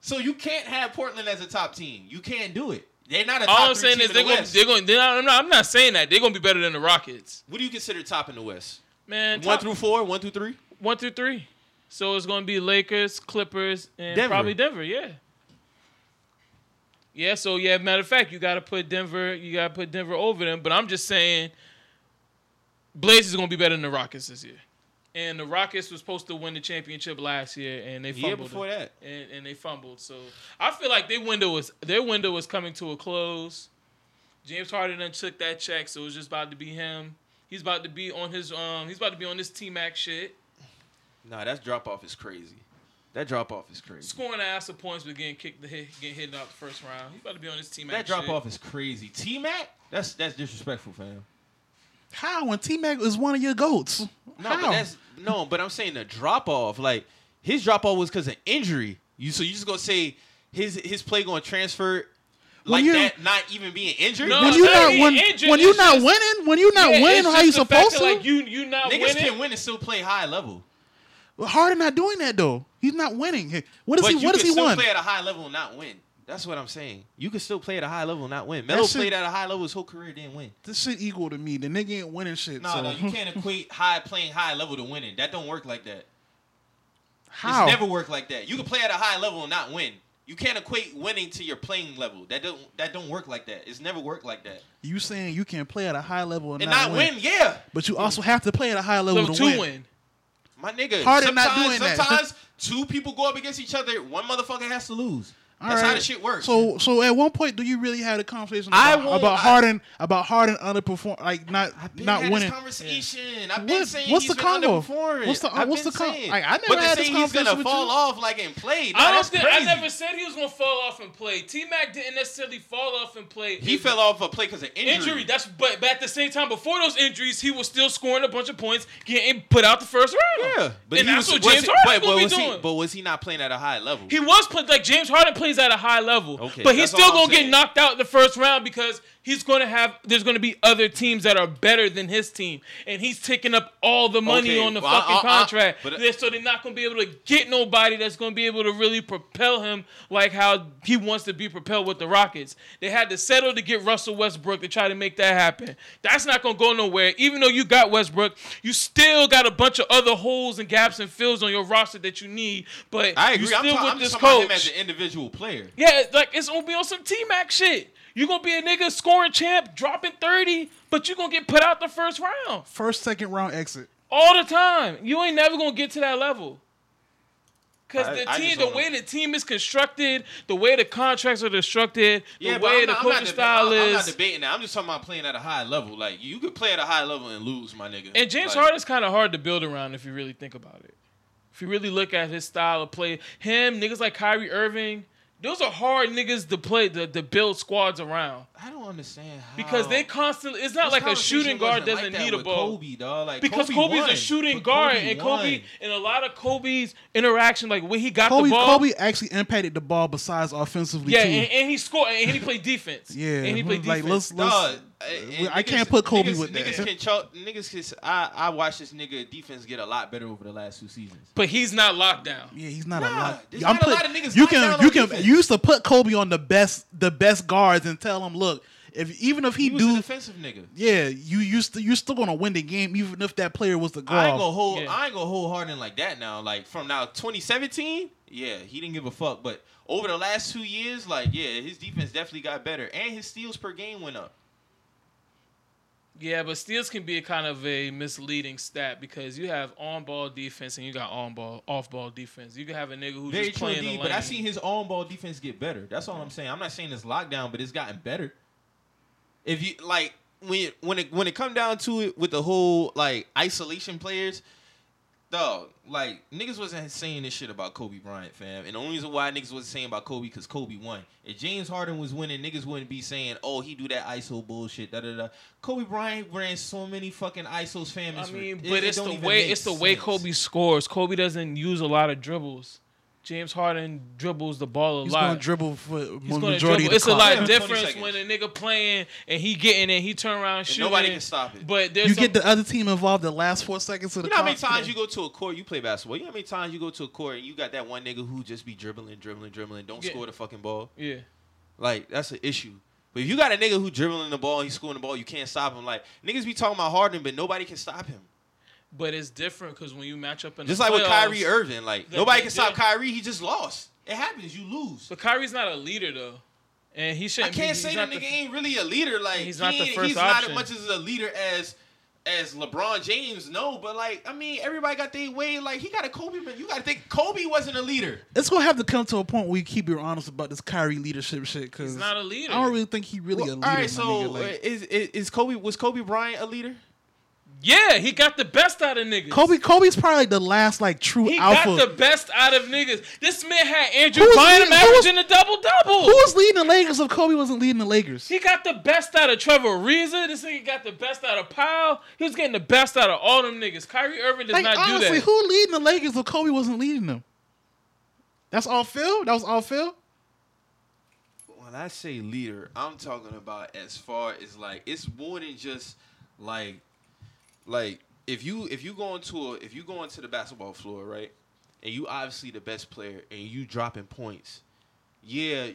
S2: So you can't have Portland as a top team. You can't do it. They're not a top
S3: all I'm
S2: three
S3: saying
S2: team
S3: is
S2: in
S3: they're
S2: the
S3: gonna
S2: West.
S3: they're gonna. They're not, I'm, not, I'm not saying that they're gonna be better than the Rockets,
S2: What do you consider top in the West?
S3: man.
S2: One
S3: top-
S2: through four, one through three.
S3: one through three. So it's gonna be Lakers, Clippers, and
S2: Denver.
S3: probably Denver. Yeah. Yeah, so yeah, matter of fact, you gotta put Denver, you gotta put Denver over them. But I'm just saying Blazers gonna be better than the Rockets this year. And the Rockets was supposed to win the championship last year and they
S2: The year
S3: fumbled.
S2: before
S3: it.
S2: that.
S3: And, and they fumbled. So I feel like their window was their window was coming to a close. James Harden done took that check, so it was just about to be him. He's about to be on his um he's about to be on this T Mac shit.
S2: Nah, that drop off is crazy. That drop off is crazy.
S3: Scoring the ass of points but getting kicked the hit getting hit out the first round. He's about to be on this T Mac
S2: That drop off is crazy. T Mac, that's that's disrespectful, fam.
S1: How when T Mac is one of your goats?
S2: No,
S1: How?
S2: but that's no, but I'm saying the drop off. Like his drop off was because of injury. You so you just gonna say his his play gonna transfer
S1: When
S2: like
S1: you-
S2: that, not even being injured.
S3: No,
S1: when you
S3: that
S1: not
S3: ain't
S1: when,
S3: injured,
S1: when you
S3: it's
S1: not
S3: just-
S1: winning, when you not
S3: Yeah,
S1: winning,
S3: it's
S1: how
S3: just
S1: you
S3: the fact
S1: supposed
S3: that,
S1: to?
S3: Like you, you not
S2: niggas
S3: winning.
S2: can win and still play high level.
S1: Well, Harden not doing that though. He's not winning. What is
S2: But
S1: he?
S2: you
S1: What
S2: can
S1: does he
S2: still
S1: win?
S2: play at a high level and not win. That's what I'm saying. You can still play at a high level and not win. Melo
S1: shit-
S2: played at a high level his whole career, didn't win.
S1: This shit equal to me. The nigga ain't winning shit.
S2: No,
S1: so.
S2: no, you can't equate high playing high level to winning. That don't work like that.
S1: How?
S2: It's never worked like that. You can play at a high level and not win. You can't equate winning to your playing level. That don't that don't work like that. It's never worked like that.
S1: you saying you can play at a high level and,
S2: And not win, yeah.
S1: but you also have to play at a high level
S3: so
S1: to
S3: two
S1: win.
S3: win.
S2: My nigga,
S1: Harden not
S2: sometimes,
S1: doing that.
S2: sometimes two people go up against each other, one motherfucker has to lose.
S1: All
S2: That's how
S1: right.
S2: the shit works.
S1: So, so at one point, do you really have the conversation
S2: I
S1: about,
S2: won't-
S1: about
S2: I-
S1: Harden about Harden underperform, like
S2: I've
S1: not
S2: been
S1: not
S2: had
S1: winning?
S2: This conversation. I've been
S1: What-
S2: saying
S1: what's
S2: he's
S1: the
S2: been
S1: combo?
S2: underperforming.
S1: What's the-
S2: I've
S1: what's
S2: been
S1: the com-
S2: saying.
S1: like, I never
S2: but to
S1: had
S2: say
S1: this
S2: he's gonna
S1: conversation with
S2: fall
S1: you.
S2: off like and play. Nah,
S3: I don't
S2: that's
S3: think, I
S2: crazy.
S3: never said he was gonna fall off and play. T Mac didn't necessarily fall off and play.
S2: He fell off a play because of injury.
S3: Injury. That's but, but at the same time, before those injuries, he was still scoring a bunch of points, getting put out the first round.
S2: yeah. But
S3: and
S2: he
S3: that's
S2: was,
S3: what
S2: was
S3: James
S2: he-
S3: Harden's
S2: but,
S3: gonna
S2: but
S3: be
S2: was
S3: doing.
S2: He, but was he not playing at a high level?
S3: He was playing like James Harden plays at a high level,
S2: Okay,
S3: but
S2: that's
S3: he's
S2: all
S3: still
S2: I'm
S3: gonna
S2: saying.
S3: get knocked out in the first round because he's gonna have there's gonna be other teams that are better than his team, and he's taking up all the money
S2: Okay,
S3: on the
S2: well, I-
S3: fucking
S2: I- I-
S3: contract.
S2: but-
S3: They're- so they're not gonna be able to get nobody that's gonna be able to really propel him like how he wants to be propelled with the Rockets. They had to settle to get Russell Westbrook to try to make that happen. That's not gonna go nowhere. Even though you got Westbrook, you still got a bunch of other holes and gaps and fills on your roster that you need. But
S2: I
S3: you
S2: agree.
S3: still
S2: I'm, ta-
S3: with
S2: I'm
S3: this
S2: just talking about him
S3: coach.
S2: as an individual player.
S3: yeah, it's like it's gonna be on some T Mac shit. You gonna be a nigga scoring champ, dropping thirty, but you gonna get put out the first round
S1: First, second round exit.
S3: all the time. You ain't never gonna get to that level. Cause
S2: I-
S3: the
S2: I
S3: team,
S2: just
S3: the
S2: wanna-
S3: way the team is constructed, the way the contracts are constructed, the way the coaching
S2: deba-
S3: style
S2: I'm- I'm not
S3: is,
S2: debating that. I'm just talking about playing at a high level. Like you could play at a high level and lose, my nigga.
S3: and James
S2: Like,
S3: Harden's kind of hard to build around if you really think about it. If you really look at his style of play, him niggas like Kyrie Irving, those are hard niggas to play to, to build squads around.
S2: I don't understand how
S3: Because they constantly, it's
S2: Oh.
S3: not
S2: this
S3: like a
S2: conversation
S3: shooting guard
S2: wasn't
S3: doesn't
S2: like that
S3: need a
S2: with
S3: ball.
S2: Kobe, dawg. Like,
S3: Because
S2: Kobe
S3: Kobe's
S2: won.
S3: a shooting
S2: But
S3: guard, and
S2: won.
S3: Kobe, and a lot of Kobe's interaction, like when he got
S1: Kobe,
S3: the ball,
S1: Kobe actually impacted the ball besides offensively
S3: yeah,
S1: too.
S3: and, and he scored, and he played defense.
S1: yeah, hmm,
S3: and he played
S1: like
S3: defense.
S1: let's, let's
S2: Dawg,
S1: we-
S2: and
S1: I
S2: niggas-
S1: can't put Kobe
S2: niggas,
S1: with that.
S2: niggas Can chalk, niggas can, s- I, I watched this nigga defense get a lot better over the last two seasons.
S3: but he's not locked down.
S1: Yeah, he's not a
S2: Nah,
S1: lot.
S2: there's
S1: Yeah, I'm
S2: not a
S1: put-
S2: lot of niggas
S1: You
S2: locked
S1: can
S2: down
S1: you
S2: on
S1: can
S2: defense.
S1: you used to put Kobe on the best the best guards and tell him, look, if even if he,
S2: He was a
S1: do,
S2: defensive nigga.
S1: yeah, you used to you're still gonna win the game even if that player was the
S2: I ain't gonna
S1: guard.
S2: hold.
S3: Yeah.
S2: I ain't gonna hold Harden like that now. Like from now 2017, yeah, he didn't give a fuck. But over the last two years, like yeah, his defense definitely got better, and his steals per game went up.
S3: Yeah, but steals can be a kind of a misleading stat because you have on ball defense and you got on ball off ball defense. You can have a nigga who's
S2: Very
S3: just
S2: true
S3: playing the
S2: indeed.
S3: lane.
S2: But I seen his on ball defense get better. That's all I'm saying. I'm not saying it's lockdown, but it's gotten better. If you like when when it when it come down to it with the whole like isolation players, dog, like niggas wasn't saying this shit about Kobe Bryant, fam. And the only reason why niggas wasn't saying about Kobe because Kobe won. If James Harden was winning, niggas wouldn't be saying, oh, he do that ISO bullshit, da da da. Kobe Bryant ran so many fucking ISOs, fam.
S3: I
S2: it's ri-
S3: mean,
S2: it- it
S3: but it's
S2: don't
S3: the
S2: even
S3: way
S2: make
S3: it's the way
S2: sense.
S3: Kobe scores. Kobe doesn't use a lot of dribbles. James Harden dribbles the ball a
S1: He's
S3: lot.
S1: gonna dribble for
S3: He's gonna
S1: majority
S3: dribble.
S1: of the
S3: It's a lot
S1: clock.
S2: Yeah,
S3: of
S2: 20
S3: difference
S2: seconds.
S3: when a nigga playing and he getting it, he turn around
S2: And
S3: shooting.
S2: nobody can stop it.
S3: But there's
S1: You
S3: some-
S1: get the other team involved the last four seconds of the
S2: You know how many
S1: clock.
S2: times you go to a court, you play basketball. You know how many times you go to a court and you got that one nigga who just be dribbling, dribbling, dribbling, don't
S3: Yeah.
S2: score the fucking ball.
S3: yeah.
S2: Like that's an issue. But if you got a nigga who dribbling the ball, he's scoring the ball, you can't stop him. Like niggas be talking about Harden, but nobody can stop him.
S3: But it's different because when you match up in
S2: Just
S3: the
S2: like with
S3: playoffs-
S2: Kyrie Irving, like
S3: the-
S2: nobody
S3: the-
S2: can stop Kyrie. He just lost. It happens. You lose.
S3: But Kyrie's not a leader though. and he
S2: I
S3: shouldn't. be,
S2: can't
S3: he's
S2: say
S3: not
S2: that nigga
S3: the-
S2: ain't really a leader. Like
S3: He's
S2: he's
S3: not
S2: not
S3: the
S2: he,
S3: first
S2: He's
S3: option.
S2: not as much as a leader as as LeBron James. No, but like I mean, everybody got their way. Like he got a Kobe, but you got to think Kobe wasn't a leader.
S1: It's gonna have to come to a point where you keep your honest about this Kyrie leadership shit. Cause
S3: He's not a leader.
S1: I don't really think he really a
S2: Well,
S1: leader.
S2: all
S1: my
S2: right, so
S1: nigga. Like,
S2: uh, is, is is Kobe was Kobe Bryant a leader?
S3: yeah, he got the best out of niggas.
S1: Kobe, Kobe's probably the last like true
S3: He
S1: alpha.
S3: got the best out of niggas. This man had Andrew
S1: Who was
S3: Bynum
S1: leading- who was-
S3: averaging a double double.
S1: Who was leading the Lakers if Kobe wasn't leading the Lakers?
S3: He got the best out of Trevor Reza. This nigga got the best out of Powell. He was getting the best out of all them niggas. Kyrie Irving does
S1: like
S3: not do
S1: honestly,
S3: that.
S1: who leading the Lakers if Kobe wasn't leading them? That's all Phil. That was all Phil.
S2: When I say leader, I'm talking about as far as like it's more than just like like if you if you go into a if you go into the basketball floor, right? And you obviously the best player and you dropping points. Yeah,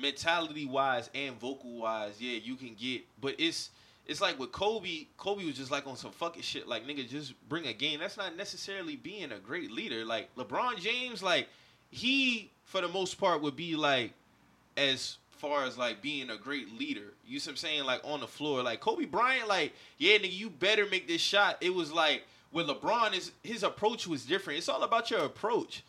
S2: mentality wise and vocal wise, yeah, you can get but it's it's like with Kobe, Kobe was just like on some fucking shit. Like, nigga, just bring a game. That's not necessarily being a great leader. Like, LeBron James, like, he, for the most part, would be like, as far as like being a great leader. You see what I'm saying? Like on the floor. Like Kobe Bryant, like, yeah, nigga, you better make this shot. It was like with LeBron is his approach was different. It's all about your approach.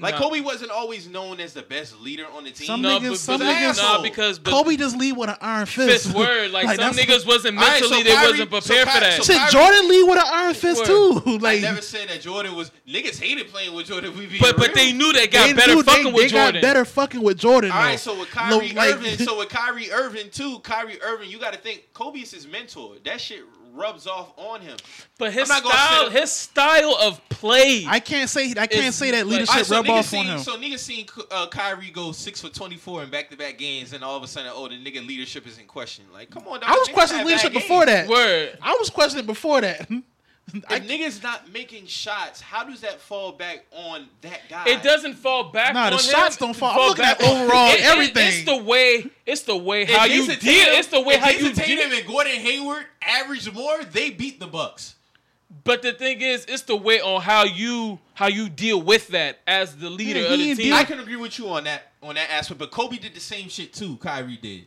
S2: Like
S3: Nah.
S2: Kobe wasn't always known as the best leader on the team.
S1: Some
S3: No,
S1: niggas-
S3: but,
S1: some
S3: but-
S1: niggas-
S3: nah, because but
S1: Kobe just lead with an iron fist.
S3: fifth word, like, some
S1: that's-
S3: niggas wasn't
S2: All right,
S3: mentally,
S2: so
S3: they
S2: Kyrie-
S3: wasn't
S2: so
S3: prepared for
S2: Ky-
S3: that.
S2: so-
S1: Shit, Jordan lead with an iron fist
S3: Word.
S1: too.
S2: I
S1: Like
S2: never said that Jordan was niggas hated playing with Jordan. We be
S3: but but they knew they got
S1: they
S3: better
S1: knew- they-
S3: fucking with
S1: they Got
S3: Jordan.
S1: better fucking with Jordan.
S2: All right,
S1: though.
S2: so with Kyrie
S1: Look, like-
S2: Irving, so with Kyrie Irving too, Kyrie Irving, you got to think Kobe is his mentor. That shit rubs off on him.
S3: But his
S2: I'm not gonna
S3: style,
S2: sit up-
S3: his style of play.
S1: I can't say I can't
S3: It's-
S1: say that
S3: like-
S1: leadership
S2: All right, so
S1: rub
S2: niggas
S1: off on
S2: seen,
S1: him.
S2: So niggas seen uh, Kyrie go six for twenty four in back to back games, and all of a sudden, oh, the nigga leadership is in question. Like, come on, dog,
S1: I was
S2: niggas
S1: questioning
S2: had
S1: leadership
S2: bad
S1: before
S2: games.
S1: that.
S3: Word.
S1: I was questioning before that. I,
S2: If niggas not making shots, how does that fall back on that guy?
S3: It doesn't fall back.
S1: Nah, the
S3: on him.
S1: shots don't fall. I'm looking at
S3: back on-
S1: overall
S3: It- it-
S1: everything.
S3: It's the way. It's the way
S2: If
S3: how you
S2: Jason
S3: deal.
S2: Tatum-
S3: It's the way
S2: if
S3: how
S2: Jason
S3: you deal.
S2: Tatum and Gordon Hayward average more. They beat the Bucks.
S3: But the thing is, it's the way on how you how you deal with that as the leader
S1: Yeah,
S3: of
S1: he
S3: the
S1: ain't
S3: team.
S1: deal-
S2: I can agree with you on that on that aspect, but Kobe did the same shit too. Kyrie did.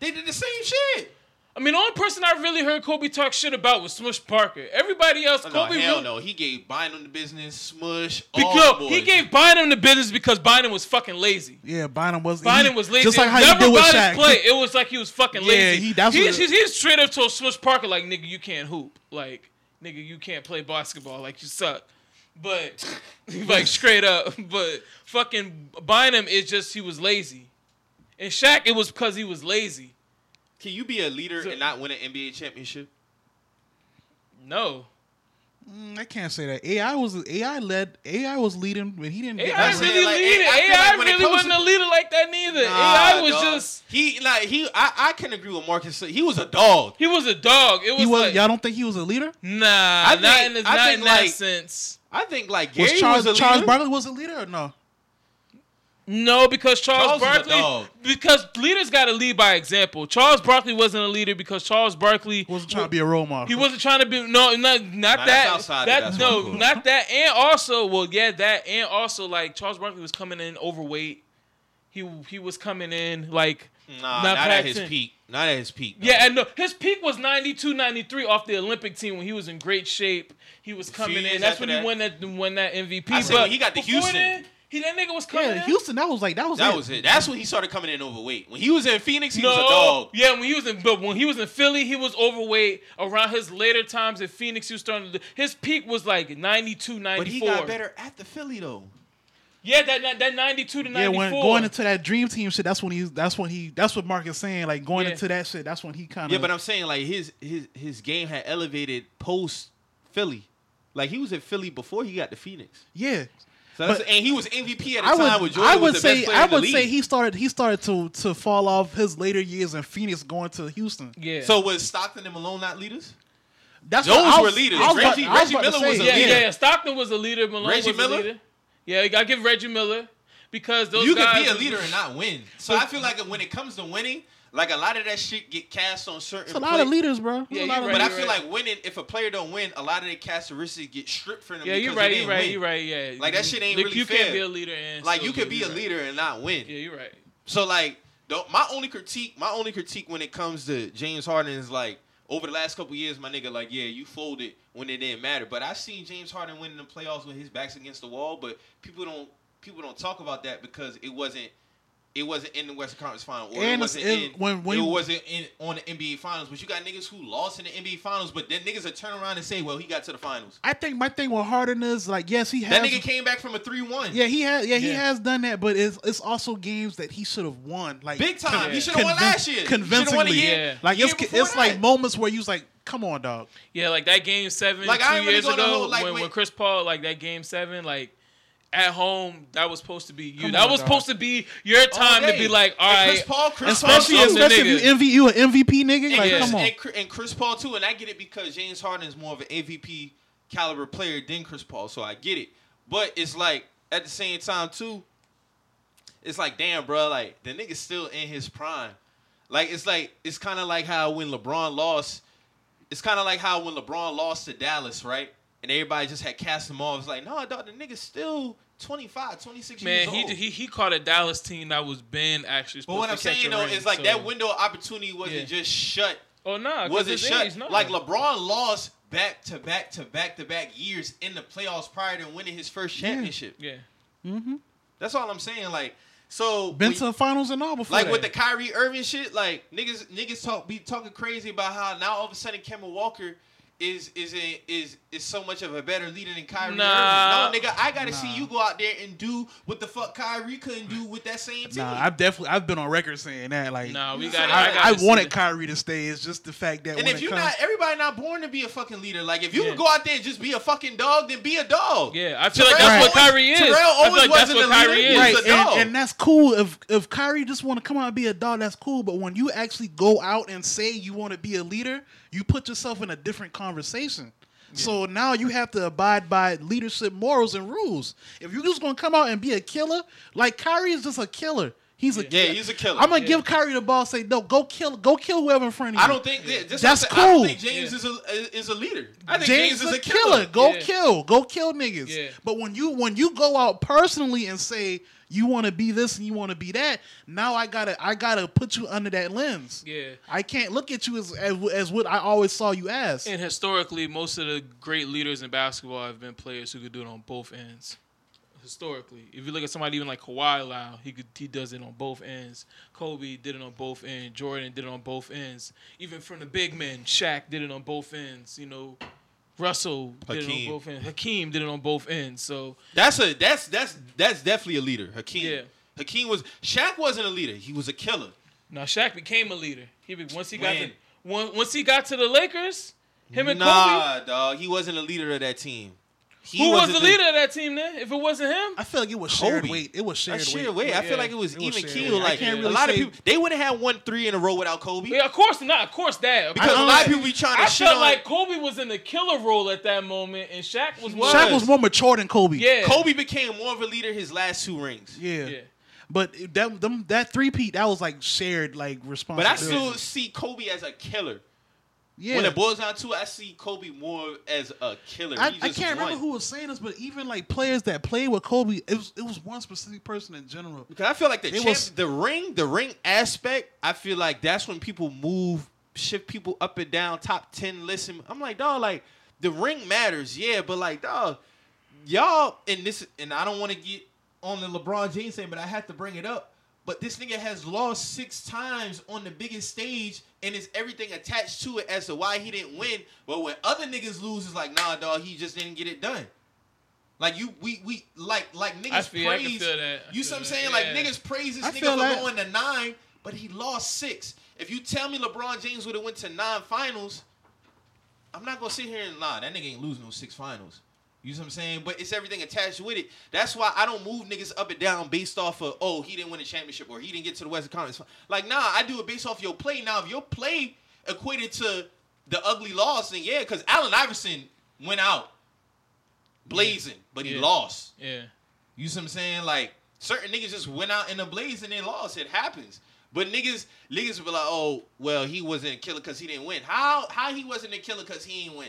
S2: They did the same shit.
S3: I mean, the only person I really heard Kobe talk shit about was Smush Parker. Everybody else,
S2: Oh,
S3: Kobe
S2: no, hell
S3: really,
S2: no. He gave Bynum the business, Smush, all the
S3: because
S2: boys.
S3: he gave Bynum the business because Bynum was fucking lazy.
S1: yeah, Bynum was
S3: Bynum
S1: he-
S3: was lazy.
S1: Just like how
S3: Never
S1: you do with
S3: about his
S1: Shaq.
S3: play. It was like he was fucking
S1: Yeah,
S3: lazy.
S1: he- that's
S3: he's,
S1: what-
S3: he's, he's straight up told Smush Parker like, nigga, you can't hoop. Like, nigga, you can't play basketball. Like, you suck. But like straight up. But fucking Bynum is just he was lazy. And Shaq, it was because he was lazy.
S2: Can you be a leader
S3: So-
S2: and not win an NBA championship?
S3: No.
S1: Mm, I can't say that. AI was AI led. AI was leading, but he didn't.
S3: AI
S1: that's
S2: I'm
S1: it.
S3: really
S2: saying, like,
S3: lead it.
S2: I feel
S3: AI
S2: like when it
S3: really
S2: comes
S3: wasn't
S2: to-
S3: a leader like that neither.
S2: Nah,
S3: AI was
S2: dog.
S3: just
S2: he like he. I, I can agree with Marcus. He was a dog.
S3: he was a dog. It was,
S1: He was.
S3: like
S1: y'all don't think he was a leader?
S3: nah,
S2: I
S3: not
S2: think-
S3: in, the,
S2: I
S3: not
S2: think,
S3: in that
S2: like-
S3: sense.
S2: I think like
S1: Was
S2: Gary was,
S1: Charles
S2: a leader.
S1: Charles Barkley was a leader or no?
S3: No, because
S2: Charles
S3: Charles,
S2: was a
S3: Barkley
S2: dog.
S3: because leaders got to lead by example. Charles Barkley wasn't a leader because Charles Barkley
S1: Wasn't trying to be a role model.
S3: He wasn't trying to be no, not not
S2: Nah, that's
S3: that.
S2: outside
S3: that
S2: of- that's
S3: no,
S2: not cool.
S3: not that. And also, well, yeah, that. And also, like Charles Barkley was coming in overweight. He he was coming in like
S2: Nah,
S3: Not
S2: not, at
S3: Paxton.
S2: his peak. Not at his peak. dog.
S3: yeah, and no, his peak was 92, 93 off the Olympic team when he was in great shape. He was coming
S2: years
S3: in. That's
S2: after
S3: when he
S2: that.
S3: won that won that MVP.
S2: I said
S3: but
S2: when he got to
S3: before
S2: Houston.
S3: Then, he that nigga was coming.
S1: Yeah,
S3: in.
S1: Houston. That was like that was.
S2: that
S1: it.
S2: was it. That's when he started coming in overweight. When he was in Phoenix, he
S3: no,
S2: was a dog.
S3: yeah, when he was in, but when he was in Philly, he was overweight. Around his later times in Phoenix, he was starting to. His peak was like 92, 94.
S2: But he got better at the Philly though.
S3: Yeah, that that, that 92 to 94.
S1: Yeah, when going into that dream team shit, that's when he. That's when he. That's what Mark is saying. Like going
S3: Yeah.
S1: into that shit, that's when he kind of.
S2: Yeah, but I'm saying like his his his game had elevated post Philly. Like he was at Philly before he got to Phoenix.
S1: yeah.
S2: So that's,
S1: But-
S2: and he was MVP at the
S1: I
S2: time with
S1: would,
S2: Jordan.
S1: I would
S2: was the
S1: say,
S2: best player
S1: I
S2: in the
S1: would
S2: league.
S1: say he started, he started to to fall off his later years in Phoenix, going to Houston.
S3: Yeah.
S2: So was Stockton and Malone not leaders?
S1: That's
S2: Those
S1: what I
S2: were
S1: was-
S2: leaders.
S1: I was about-
S2: Reggie-
S1: I was
S2: Reggie
S1: about to
S2: Miller
S1: say.
S2: was a
S3: yeah,
S2: leader.
S3: yeah, yeah. Stockton was a leader. Malone
S2: Reggie
S3: was a
S2: Miller?
S3: leader. Yeah, I give Reggie Miller because those
S2: you
S3: guys.
S2: can be a leader and not win. So I feel like when it comes to winning, like a lot of that shit get cast on certain.
S1: It's a lot
S2: play-
S1: of leaders, bro.
S3: Yeah,
S1: It's a
S3: you
S1: lot of
S3: right,
S2: But I
S3: you
S2: feel
S3: right.
S2: like winning, if a player don't win, a lot of their characteristics get stripped from them.
S3: Yeah, you're
S2: because they
S3: right. You're
S2: didn't
S3: right.
S2: win.
S3: You're right. Yeah.
S2: Like, that shit ain't
S3: Like,
S2: really
S3: You
S2: fair.
S3: can't be a leader and
S2: Like
S3: still
S2: you could be
S3: you're
S2: a
S3: right.
S2: leader and not win.
S3: Yeah, you're right.
S2: So like Don't, my only critique, my only critique when it comes to James Harden is like over the last couple years, my nigga, like yeah, you folded when it didn't matter. But I've seen James Harden win in the playoffs with his backs against the wall, but people don't people don't talk about that because it wasn't it wasn't in the Western Conference Final or
S1: And
S2: it wasn't
S1: it's- it-
S2: in,
S1: when- when-
S2: it wasn't in on the NBA Finals. But you got niggas who lost in the NBA Finals, but then niggas are turn around and say, well, he got to the finals.
S1: I think my thing with Harden is like, yes, he has.
S2: That nigga came back from a three one.
S1: yeah, he has. Yeah, he
S3: Yeah.
S1: has done that, but it's it's also games that he should have won. Like
S2: Big time.
S1: con-
S2: He shoulda won
S1: convinc-
S2: last year. He shoulda won the
S1: Convincingly,
S2: year-
S3: Yeah.
S1: Like
S2: year
S1: it's
S2: before
S1: it's like
S2: that.
S1: moments where you was like, come on, dog.
S3: Yeah, like that game seven
S2: Like,
S3: two
S2: I ain't really
S3: years
S2: gonna
S3: ago
S2: hold, like,
S3: when,
S2: wait-
S3: when Chris Paul like that game seven like at home that was supposed to be you.
S1: Come
S3: that
S1: on,
S3: was
S1: dog.
S3: supposed to be your time to
S2: day.
S3: be like, all
S2: And
S3: right,
S2: Chris Paul, Chris
S1: Especially,
S2: Paul,
S3: I'm the
S1: especially if
S3: nigga.
S1: you envy you an MVP nigga.
S2: and,
S1: Like,
S3: Yeah.
S2: Chris,
S1: come on.
S2: and Chri- and Chris Paul too. And I get it because James Harden is more of an MVP caliber player than Chris Paul, so I get it. But it's like at the same time too, it's like damn, bro, like the nigga's still in his prime. Like it's like it's kind of like how when LeBron lost, it's kind of like how when LeBron lost to Dallas, right? And everybody just had cast him off. It's like, no, dog, the nigga's still 25, 26 years
S3: man, he,
S2: old.
S3: he he caught a Dallas team that was Ben actually.
S2: but
S3: Supposed
S2: what
S3: to
S2: I'm
S3: catch
S2: saying
S3: a
S2: though
S3: ring,
S2: is like
S3: so-
S2: that window of opportunity wasn't
S3: Yeah.
S2: just shut
S3: Oh no, nah,
S2: was it shut?
S3: No.
S2: Like LeBron lost back to back to back to back years in the playoffs prior to winning his first championship.
S3: yeah.
S1: Mm-hmm.
S2: That's all I'm saying. Like so,
S1: Been
S2: when-
S1: to the finals and all before.
S2: like
S1: that.
S2: with the Kyrie Irving shit, like niggas niggas talk be talking crazy about how now all of a sudden Kemba Walker. Is is a, is is so much of a better leader than Kyrie
S3: Nah.
S2: Irving? No, nigga, I gotta see
S1: Nah.
S2: you go out there and do what the fuck Kyrie couldn't do with that same team.
S1: Nah, I've definitely I've been on record saying that. Like,
S3: Nah, we
S1: I-
S3: gotta- I
S1: I,
S3: gotta see
S1: wanted
S3: that.
S1: Kyrie to stay. It's just the fact that
S2: and
S1: when
S2: if
S1: it
S2: you're
S1: comes,
S2: not, everybody not born to be a fucking leader. Like if you
S3: Yeah.
S2: can go out there and just be a fucking dog, then be a dog.
S3: Yeah, I feel like
S2: Terrell
S3: that's what
S2: always-
S3: Kyrie is.
S2: Terrell
S3: I feel
S2: always
S3: like that's
S2: wasn't
S3: what
S2: the
S3: Kyrie
S2: leader.
S3: is.
S2: Right.
S1: right,
S2: he's a dog.
S1: and, and that's cool. If if Kyrie just want to come out and be a dog, that's cool. But when you actually go out and say you want to be a leader, you put yourself in a different conversation. So now you have to abide by leadership morals and rules. If you're just gonna come out and be a killer, like Kyrie is just a killer. He's a
S2: Yeah, he's a killer.
S1: I'm gonna
S3: Yeah.
S1: give Kyrie the ball. Say no, go kill, go kill whoever in front of you.
S2: I don't think that, just
S1: That's
S2: like I said, I don't
S1: cool.
S2: think James
S3: Yeah.
S2: is a is a leader. I think
S1: James, is a killer. Go
S3: Yeah.
S1: kill. Go kill niggas.
S3: Yeah.
S1: But when you when you go out personally and say you want to be this and you want to be that, now I gotta I gotta put you under that lens.
S3: Yeah.
S1: I can't look at you as as, as what I always saw you as.
S3: And historically, most of the great leaders in basketball have been players who could do it on both ends. Historically, if you look at somebody even like Kawhi Lau, he could he does it on both ends. Kobe did it on both ends. Jordan did it on both ends. Even from the big men, Shaq did it on both ends. You know, Russell did it
S2: Hakeem.
S3: on both ends. Hakeem did it on both ends. So
S2: That's a that's that's that's definitely a leader. Hakeem.
S3: Yeah.
S2: Hakeem was Shaq wasn't a leader. He was a killer.
S3: now Shaq became a leader. He be- once he got
S2: When?
S3: to one, once he got to the Lakers, him and Kobe.
S2: nah, dog. He wasn't a leader of that team. He
S3: Who was
S2: wasn't
S3: the leader of that team then? If it wasn't him,
S1: I feel like it was
S2: Kobe.
S1: shared weight. It was shared,
S2: That's shared
S1: weight.
S2: weight. I
S3: Yeah.
S2: feel like it was
S1: It was
S2: even
S1: shared
S2: keel.
S1: weight. I
S2: Like
S1: can't
S2: a
S1: really
S2: lot of
S1: say-
S2: people, they would have had one three in a row without Kobe.
S3: Yeah, of course not. Of course that.
S2: Because a
S1: I-
S2: lot of people be trying to
S3: I
S2: shit
S3: felt
S2: on
S3: like Kobe was in the killer role at that moment, and Shaq was one.
S1: Shaq was more mature than Kobe.
S3: yeah,
S2: Kobe became more of a leader his last two rings.
S1: Yeah.
S3: Yeah.
S1: But it- that them, that three peat that was like shared like
S2: But I
S1: responsibility.
S2: still see Kobe as a killer.
S1: yeah.
S2: When it boils down to it, I see Kobe more as a killer.
S1: I,
S2: He
S1: I
S2: just
S1: can't
S2: won.
S1: remember who was saying this, but even like players that played with Kobe, it was it was one specific person in general.
S2: Because I feel like the
S1: It
S2: champ,
S1: was-
S2: the ring, the ring aspect. I feel like that's when people move, shift people up and down, top ten. Listen, I'm like, dog, like the ring matters, yeah, but like, dog, y'all, and this, and I don't want to get on the LeBron James thing, but I have to bring it up. But this nigga has lost six times on the biggest stage, and it's everything attached to it as to why he didn't win. But when other niggas lose, it's like, nah, dog, he just didn't get it done. Like you, we, we, like, like niggas
S3: I feel- I can
S2: praise.
S3: feel that. I
S2: You
S3: feel
S2: see what I'm
S3: that,
S2: saying?
S3: yeah.
S2: Like niggas praise this
S1: I
S2: nigga
S1: feel
S2: for
S1: that.
S2: going to nine, but he lost six. If you tell me LeBron James would have went to nine finals, I'm not gonna sit here and lie. That nigga ain't lose no six finals. You see what I'm saying? But it's everything attached with it. That's why I don't move niggas up and down based off of oh he didn't win a championship or he didn't get to the Western Conference. Like nah, I do it based off your play. Now if your play equated to the ugly loss, then yeah, because Allen Iverson went out blazing, but he
S3: Yeah.
S2: lost.
S3: yeah,
S2: You see what I'm saying? Like certain niggas just went out in a blaze and they lost. It happens. But niggas, niggas be like, oh, well, he wasn't a killer because he didn't win. How how he wasn't a killer because he ain't win?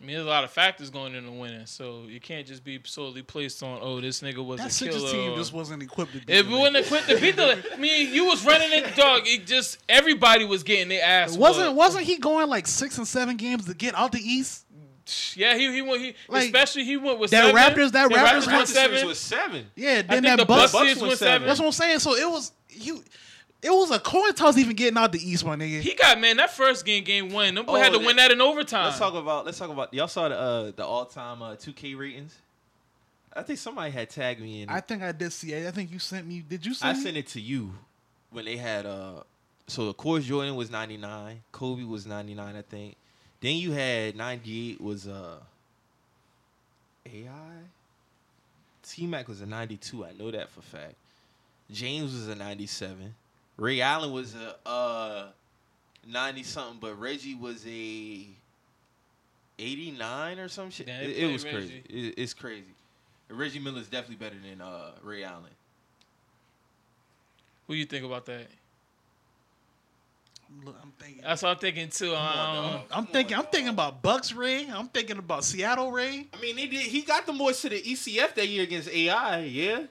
S3: I mean, there's a lot of factors going into winning, so you can't just be solely placed on oh this nigga was
S1: That
S3: a killer.
S1: Sixers team
S3: or-
S1: just wasn't equipped to beat
S3: if
S1: the
S3: we wouldn't have
S1: Lakers.
S3: quit to beat the, I mean, you was running it, dog. It just everybody was getting their ass.
S1: wasn't
S3: whooped.
S1: wasn't he going like six and seven games to get out the East?
S3: Yeah, he he went. He,
S1: Like,
S3: especially he went with
S1: that
S3: seven.
S1: Raptors- that
S3: The
S1: Raptors
S3: went
S1: went
S3: seven.
S2: was seven.
S1: Yeah,
S3: I
S1: then
S3: think
S1: that
S3: the
S1: Bucks.
S3: Bucks
S2: Bucks
S3: went
S2: went
S3: seven.
S2: seven.
S1: That's what I'm saying. So it was you. It was a coin toss even getting out the East, my nigga.
S3: He got man that first game, game one. Them boy
S2: Oh,
S3: had to
S2: that-
S3: win that in overtime.
S2: Let's talk about let's talk about y'all saw the uh, the all time uh, 2K ratings. I think somebody had tagged me in. it.
S1: I think I did see. it. I think you sent me. Did you
S2: I
S1: send? me?
S2: sent it to you when they had uh so of course Jordan was 99, Kobe was 99 I think. Then you had 98 was uh AI T Mac was a 92, I know that for fact. James was a 97. Ray Allen was a uh 90 something, but Reggie was a 89 or some shit.
S3: Yeah, they
S2: it, it
S3: played
S2: was crazy.
S3: Reggie.
S2: It- it's crazy. Reggie Miller's definitely better than uh Ray Allen.
S3: What do you think about that?
S1: Look, I'm thinking.
S3: That's what I'm thinking
S2: on,
S3: too. Um,
S2: dog.
S1: I'm
S2: Come
S1: thinking.
S2: on,
S1: I'm thinking
S2: dog.
S1: about Bucks Ray. I'm thinking about Seattle Ray.
S2: I mean, he did. He got the boys to the ECF that year against AI, yeah.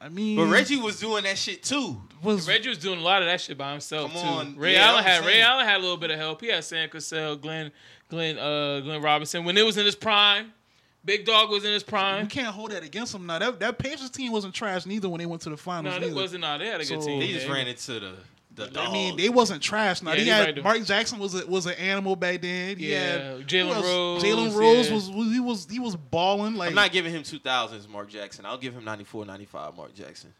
S1: I mean,
S2: But Reggie was doing that shit too.
S1: was
S3: Reggie was doing a lot of that shit by himself
S2: Come
S3: too.
S2: on.
S3: Ray
S2: Yeah,
S3: Allen
S2: I'm
S3: had Ray
S2: saying.
S3: Allen had a little bit of help. He had Sam Cassell, Glenn, Glenn, uh, Glenn Robinson when it was in his prime. Big Dog was in his
S1: you
S3: prime.
S1: can't hold that against them now. That that Pacers team wasn't trash neither when they went to the finals.
S3: No, they
S1: neither.
S3: wasn't. No, they had a good
S1: So-
S3: team.
S2: They just
S3: man.
S2: ran into the the dog.
S1: I mean, they wasn't trash. Now
S3: Yeah,
S1: they
S3: he
S1: had
S3: right there.
S1: Mark Jackson was a, was an animal back then. He had-
S3: Yeah, Jalen
S1: who else?
S3: Rose,
S1: Jalen Rose
S3: yeah.
S1: was was- he was he was balling like
S2: I'm not giving him 2000s Mark Jackson. I'll give him 94, 95 Mark Jackson.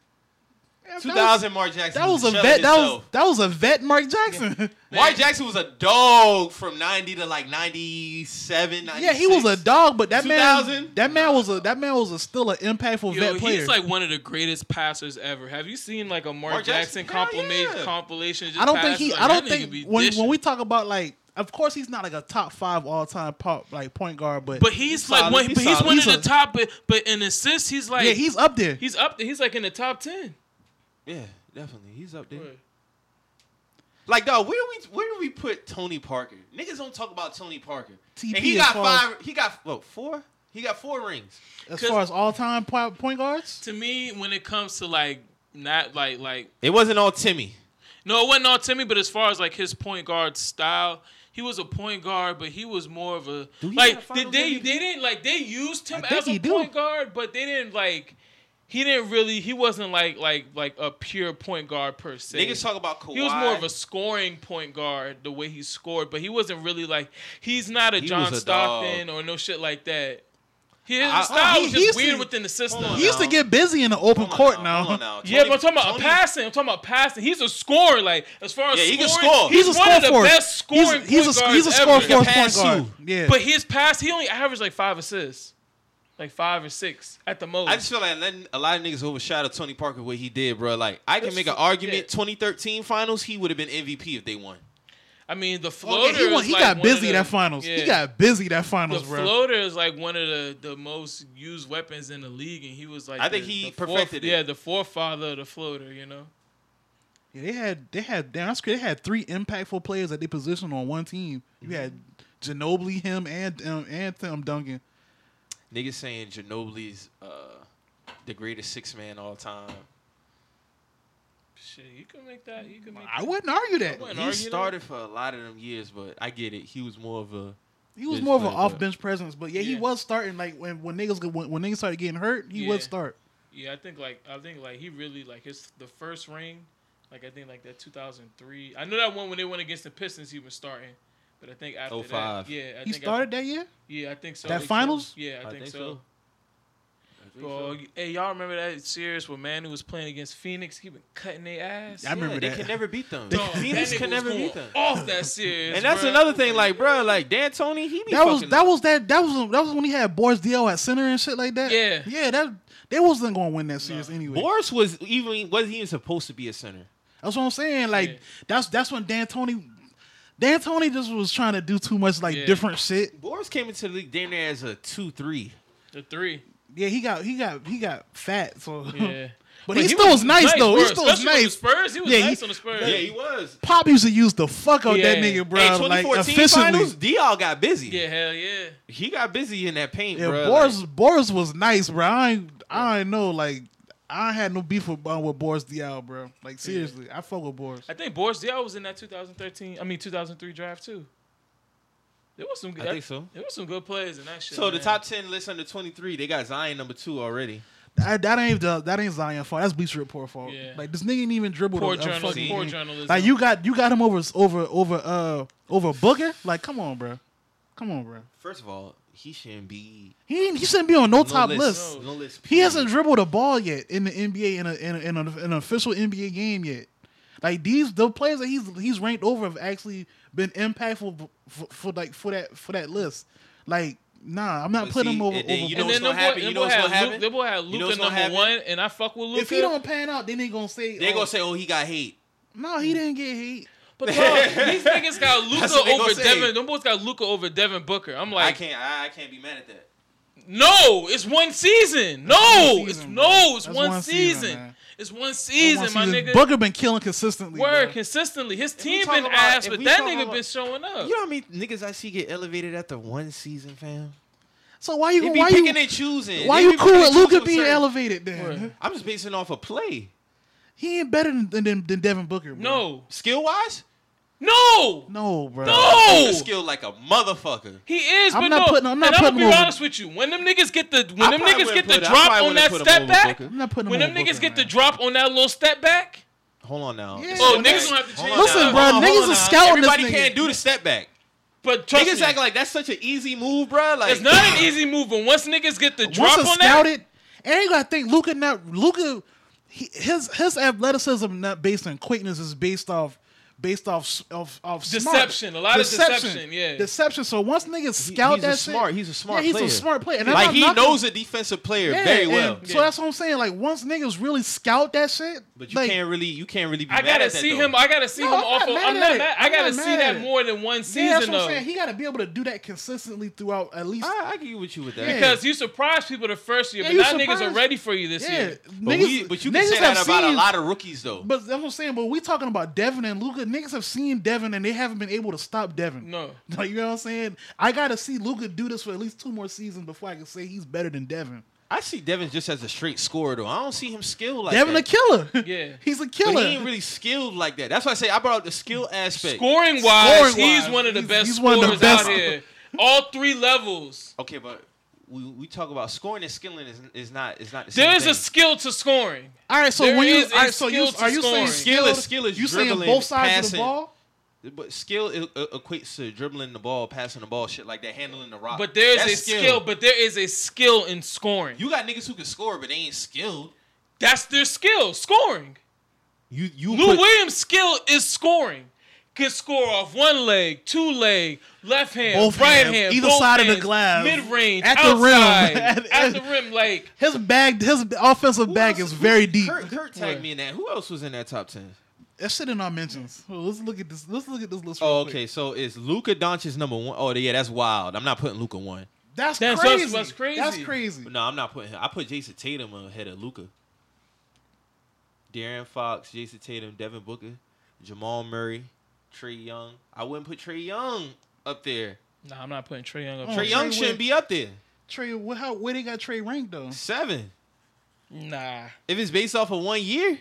S1: Yeah,
S2: 2000 Mark Jackson.
S1: That was, that was a
S2: chilling
S1: vet. That was
S2: himself.
S1: that was a vet. Mark Jackson.
S2: Mark Jackson was a dog from 90 to like 97, 96.
S1: Yeah, he was a dog, but that
S2: 2000?
S1: man, that man was a that man was a, still an impactful
S3: Yo,
S1: vet player.
S3: he's like one of the greatest passers ever. Have you seen like a Mark,
S2: Mark
S3: Jackson,
S2: Jackson? Hell
S3: compliment-
S2: yeah.
S3: compilation? Just
S1: I don't think
S3: passes?
S1: he.
S3: Like,
S1: I
S3: that
S1: don't
S3: nigga
S1: think
S3: be
S1: when
S3: dishing.
S1: when we talk about like, of course he's not like a top five all time pop like point guard, but,
S3: But he's,
S2: He's
S3: like
S2: solid.
S3: one.
S2: He's
S3: but he's
S2: solid.
S3: one
S1: He's
S3: of
S1: a-
S3: the top. But, but in assists, he's like
S1: yeah, he's up there.
S3: he's up there. He's like in the top ten.
S2: Yeah, definitely. He's up there. Like, dog, where do we where do we put Tony Parker? Niggas don't talk about Tony Parker.
S1: TP
S2: and he
S1: as
S2: got
S1: far as-
S2: five. He got well four. He got four rings.
S1: as
S3: 'cause-
S1: far as all time point, point guards.
S3: To me, when it comes to like not like like
S2: It wasn't all Timmy.
S3: no, it wasn't all Timmy. But as far as like his point guard style. He was a point guard, but he was more of a
S2: he have
S3: like did
S2: finals
S3: they
S2: MVP?
S3: they didn't like they used him
S1: I think
S3: as a
S1: he do.
S3: point guard, but they didn't like he didn't really he wasn't like like like a pure point guard per se.
S2: Niggas talk about Kawhi.
S3: He was more of a scoring point guard the way he scored, but he wasn't really like he's not a
S2: He
S3: John
S2: was a dog.
S3: Stockton or no shit like that. His
S2: I-
S3: style
S1: he- he
S3: was just
S1: used
S3: weird
S1: to-
S3: within the system.
S2: Hold on
S1: He used to
S2: now.
S1: get busy in the open
S2: Hold on
S1: court
S2: now,
S1: now.
S2: hold on now.
S3: yeah,
S2: Tony-
S3: but I'm talking about
S2: Tony-
S3: passing. I'm talking about passing. He's a scorer. Like as far as
S2: Yeah, he can
S3: scoring,
S2: score.
S3: He's,
S1: He's a
S3: one
S1: score
S3: of the
S1: force.
S3: best scoring
S1: He's, he's
S3: point
S1: a
S3: guards
S1: he's a
S3: ever.
S1: score force point
S2: Pass
S1: guard.
S2: you.
S1: Yeah,
S3: But his pass, he only averaged like five assists, like five or six at the most.
S2: I just feel like letting a lot of niggas overshadow Tony Parker what he did, bro. Like I can
S3: That's
S2: make an
S3: fu-
S2: argument.
S3: yeah.
S2: 2013 finals, he would have been MVP if they won.
S3: I mean, the floater.
S1: Okay, he, went-
S3: is
S1: he
S3: like
S1: got
S3: one of
S1: busy
S3: the-
S1: that finals. He
S3: yeah.
S1: got busy that
S3: The
S1: finals, bro.
S3: floater is like one of the, the most used weapons in the league, and he was like
S2: I think
S3: the-
S2: he
S3: the foref-
S2: perfected it.
S3: Yeah, the forefather of the floater. You know,
S1: Yeah, they had they had damn that's crazy. They had three impactful players at their position on one team. You had Ginobili, him, and um, and Tim Duncan.
S2: Niggas saying Ginobili's uh, the greatest six man all time.
S3: shit, you can make that. You can make.
S1: I wouldn't argue that.
S3: wouldn't. An
S2: He
S3: argument?
S2: started for a lot of them years, but I get it. He was more of a
S1: He was
S2: Bench
S1: more of an
S2: player,
S1: off
S2: but-
S1: bench presence, but yeah, he
S3: Yeah.
S1: was starting like when when niggas go- when, when niggas started getting hurt, he
S3: Yeah.
S1: would start.
S3: Yeah, I think like I think like he really like his the first ring, like I think like that 2003. I know that one when they went against the Pistons, he was starting. But I think after that,
S2: 05.
S3: yeah, I
S1: he
S3: think
S1: started that year.
S3: I, yeah, I think so.
S1: That
S3: They killed-
S1: finals?
S3: Yeah, I, think, so.
S2: I think
S3: Bro,
S2: so.
S3: hey, y'all remember that series where Manu was playing against Phoenix? He been cutting their ass.
S1: I remember
S2: yeah, they
S1: that.
S2: can never beat them.
S3: Dog,
S2: Phoenix
S3: that nigga
S2: can
S3: was
S2: never
S3: going
S2: beat them.
S3: Off that series,
S2: And that's
S3: bruh.
S2: another thing, like, bro, like Dan Tony, he be
S1: That was
S2: fucking
S1: that was that that was that was when he had Boris Dio at center and shit like that.
S3: Yeah.
S1: yeah, that they wasn't gonna win that series anyway.
S2: Boris was even wasn't even supposed to be a center.
S1: That's what I'm saying. Like
S3: Yeah.
S1: that's that's when Dan Tony, Dan Tony just was trying to do too much like
S3: Yeah.
S1: different shit.
S2: Boris came into the league damn near as a two three.
S3: The three.
S1: Yeah, he got he got he got fat. So
S3: Yeah.
S1: But, he, still was nice, though.
S3: bro,
S1: He still was
S3: especially on the
S1: nice.
S3: Spurs, he was
S1: Yeah, he-
S3: nice on the Spurs.
S2: Yeah, he was.
S1: Pop used to use the fuck out that
S3: Yeah.
S1: nigga, bro.
S2: Hey,
S1: like
S2: 2014
S1: efficiently.
S2: finals, Dial got busy.
S3: Yeah, hell yeah.
S2: He got busy in that paint,
S1: Yeah,
S2: bro.
S1: Boris Boris was nice, bro. I ain't, I ain't know like I ain't had no beef with uh, with Boris Diaw, bro. Like seriously, I fuck with Boris.
S3: I think Boris Diaw was in that 2013, I mean 2003 draft too. There was some good.
S2: I think so.
S3: There was some good players in that shit.
S2: so the
S3: man.
S2: top ten list under twenty three, they got Zion number two already.
S1: I, that ain't the, that ain't Zion fault. That's Bleacher Report fault.
S3: Yeah.
S1: Like this nigga ain't even dribble.
S3: poor
S1: the, uh,
S3: journalism.
S1: fucking
S3: Poor
S1: game.
S3: journalism.
S1: Like you got you got him over over over uh over Booker. Like come on, bro. Come on, bro.
S2: First of all, he shouldn't be
S1: He ain't- he shouldn't be on no,
S2: no
S1: top list.
S2: list. No list.
S1: He hasn't dribbled a ball yet in the NBA in a, in, a, in, a, in an official NBA game yet. Like these, the players that he's he's ranked over have actually been impactful for, for like for that for that list. Like, nah, I'm not
S2: But
S1: putting
S2: see,
S1: him over.
S2: and then
S1: over
S2: you know
S3: and
S2: what's
S3: then the
S2: gonna happen?
S3: boy,
S2: You
S3: the
S2: know
S3: boy
S2: what's gonna
S3: had Luke,
S2: happen?
S3: the boy had Luke
S2: know what's
S3: at
S2: gonna
S3: number
S2: happen?
S3: one, and I fuck with Luke.
S1: if he don't pan out, then they gonna say
S2: They
S1: oh,
S2: gonna say, "Oh, he got hate."
S1: no, he didn't get hate.
S3: But dog, these niggas got
S2: That's
S3: Luca
S2: what they gonna
S3: over
S2: say.
S3: Devin. Them boys got Luca over Devin Booker. I'm
S2: I
S3: like,
S2: can't. I, I can't be mad at that.
S3: no, it's one season. No,
S1: one
S3: it's
S1: season,
S3: no,
S1: bro.
S3: it's
S1: That's
S3: one,
S1: one season,
S3: season.
S1: man.
S3: it's one
S1: I
S3: season,
S1: wanna
S3: my
S1: see this.
S3: nigga.
S1: Booker been killing consistently.
S3: Word
S1: bro.
S3: consistently. His
S2: we
S3: team
S2: talk
S3: been
S2: about-
S3: ass,
S2: if
S3: but
S2: we
S3: that
S2: talk
S3: nigga
S2: about-
S3: been showing up.
S2: You know how many niggas I see get elevated after one season, fam?
S1: So why you
S2: They be
S1: why
S2: picking
S1: you
S2: and choosing.
S1: why
S2: They
S1: you
S2: be
S1: cool
S2: picking
S1: with
S2: and choosing
S1: Luca
S2: for
S1: being
S2: certain-
S1: elevated then?
S3: Word.
S2: I'm just basing off of play,
S1: He ain't better than, than than Devin Booker. Bro.
S3: No,
S2: skill wise.
S3: no,
S1: no, bro.
S3: No! Oh!
S2: skill like a motherfucker.
S3: He is,
S1: I'm
S3: but
S1: not
S3: no.
S1: putting- I'm not
S3: and I'm
S1: putting
S3: gonna be
S1: him over-
S3: honest with you. When them niggas get the when
S2: I
S3: them
S2: probably
S3: niggas
S2: wouldn't
S3: get the
S2: put- I
S3: drop
S2: probably
S3: on
S2: wouldn't
S3: that
S2: put him
S3: step
S2: over
S3: back,
S2: Booker.
S1: I'm not putting
S3: when
S1: him
S3: them
S1: over
S3: niggas
S1: Booker,
S3: get the
S1: man.
S3: drop on that little step back,
S2: Hold on now.
S1: Yeah.
S3: oh
S1: Hold
S3: niggas
S1: on.
S3: gonna have to
S2: Hold
S3: change.
S2: on
S1: Listen,
S2: now.
S3: that.
S1: bro,
S2: Hold on,
S1: niggas
S2: hold
S1: a
S2: on.
S1: scout on this
S2: Everybody
S1: nigga.
S2: can't do the step back.
S3: But trust
S2: Niggas
S3: me,
S2: act like that's such an easy move, bro. Like
S3: it's not an easy move. And once niggas get the drop
S1: Once
S3: on
S1: it's
S3: that,
S1: scouted, and you gotta think Luca not Luca his his athleticism not based on quickness is based off based off s- of of smart.
S3: Deception. A lot of deception, yeah.
S1: deception. So once niggas scout
S2: he's
S1: that
S2: a smart.
S1: shit,
S2: He's a smart.
S1: yeah, he's
S2: player.
S1: a smart player. And I'm
S2: like
S1: not
S2: he
S1: knocking-
S2: knows a defensive player
S1: yeah,
S2: very
S1: and
S2: well.
S1: So
S3: Yeah.
S1: that's what I'm saying. Like once niggas really scout that shit,
S2: But you
S1: like,
S2: can't really, you can't really be.
S3: I
S2: mad
S3: gotta
S2: at that,
S3: see
S2: though.
S3: him. I gotta see
S1: No,
S3: him
S1: I'm not
S3: off. Of,
S1: mad
S3: I'm
S1: at
S3: not
S1: it.
S3: mad. I
S1: I'm
S3: gotta
S1: not
S3: see
S1: mad at
S3: that
S1: it.
S3: more than one
S1: Yeah, that's
S3: season
S1: what I'm saying.
S3: though.
S1: He gotta be able to do that consistently throughout at least.
S2: I, I get you with you with that.
S1: Yeah.
S3: Because you surprise people the first year,
S1: Yeah,
S3: but
S1: you
S3: now niggas are
S1: surprise-
S3: ready for you this
S1: yeah,
S3: year.
S2: But,
S1: niggas,
S2: we, but you can
S1: niggas
S2: say that
S1: have
S2: about
S1: seen,
S2: a lot of rookies though.
S1: But that's what I'm saying. But we talking about Devin and Luca. Niggas have seen Devin and they haven't been able to stop Devin.
S3: No.
S1: Like, you know what I'm saying? I gotta see Luca do this for at least two more seasons before I can say he's better than Devin.
S2: I see Devin just as a straight scorer though. I don't see him skilled like
S1: Devin
S2: that.
S1: a killer.
S3: Yeah.
S1: he's a
S2: But
S1: killer.
S2: he ain't really skilled like that. That's why I say I brought up the skill aspect.
S3: Scoring wise,
S1: Scoring-wise,
S3: he's one of the
S1: he's-
S3: best
S1: he's one of
S3: scorers
S1: the best.
S3: out here. All three levels.
S2: Okay, but we, we talk about scoring and skilling is, is not is not the
S3: There
S2: same
S3: is
S2: thing.
S3: a skill to scoring.
S1: all right, so
S3: There
S1: when you
S3: is a
S1: all right, so you
S3: skill to
S1: are you
S3: scoring.
S1: saying
S2: Skill
S1: skilled-
S2: is- skill is
S1: you saying
S2: dribbling,
S1: both sides of the
S2: passing.
S1: ball?
S2: But skill e- e- equates to dribbling the ball, passing the ball, shit like that, handling the rock.
S3: Uh, But there is
S2: That's
S3: a skill. But there is a skill in scoring.
S2: You got niggas who can score, but they ain't skilled.
S3: That's their skill, scoring.
S2: You you
S3: Lou
S2: put-
S3: Williams' skill is scoring. Can score off one leg, two leg, left hand,
S1: Both
S3: right
S1: hands,
S3: hand,
S1: either
S3: both
S1: side of the
S3: hands,
S1: glass,
S3: mid range,
S1: at the rim,
S3: at,
S1: at-
S3: the rim. Like
S1: His bag his offensive
S2: who
S1: bag is
S2: else-
S1: very
S2: who-
S1: deep.
S2: Kurt, Kurt tagged
S3: Yeah.
S2: me in that. Who else was in that top ten?
S1: That shit in our mentions. Well, let's look at this. Let's look at this list. real
S2: Oh,
S1: quick.
S2: okay. So it's Luka Doncic number one. Oh, yeah, that's wild. I'm not putting Luka one.
S1: That's,
S3: That's- that's-
S1: crazy.
S3: that's crazy.
S1: That's crazy.
S2: No, I'm not putting him. I put Jason Tatum ahead of Luka. Darren Fox, Jason Tatum, Devin Booker, Jamal Murray, Trey Young. I wouldn't put Trey Young up there.
S3: Nah, I'm not putting Trey Young up.
S1: Oh,
S2: Trey
S1: Trae
S2: Young
S1: would-
S2: shouldn't be up there.
S1: Trey, wh- how where they got Trey ranked though?
S2: Seven.
S3: Nah.
S2: If it's based off of one year,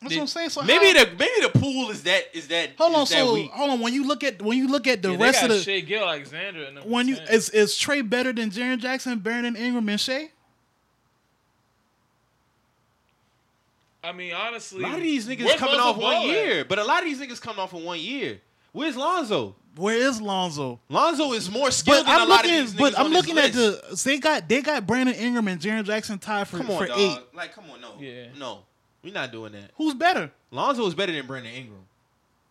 S1: That's what I'm saying. So
S2: maybe
S1: how-
S2: the maybe the pool is that is that.
S1: hold
S2: is
S1: on.
S2: that
S1: So
S2: weak.
S1: hold on. When you look at when you look at the
S3: Yeah, they
S1: rest
S3: got
S1: of the
S3: Shea Gill Alexander. At number
S1: when you
S3: 10.
S1: is is Trey better than Jaron Jackson, Brandon Ingram, and Shea?
S3: I mean,
S2: a
S3: honestly,
S2: lot of these niggas
S3: where's
S2: coming
S3: Lonzo
S2: off one
S3: Ball at?
S2: year, but a lot of these niggas coming off of one year. Where's Lonzo?
S1: Where is Lonzo?
S2: Lonzo is more skilled
S1: But
S2: than a
S1: I'm
S2: lot of
S1: looking.
S2: these niggas
S1: But
S2: on
S1: I'm
S2: this
S1: looking at
S2: list.
S1: the they got they got Brandon Ingram and Jaron Jackson tied for
S2: Come on,
S1: for
S2: dog.
S1: eight.
S2: Like, come on, no,
S3: Yeah.
S2: no, we're not doing that.
S1: Who's better?
S2: Lonzo is better than Brandon Ingram.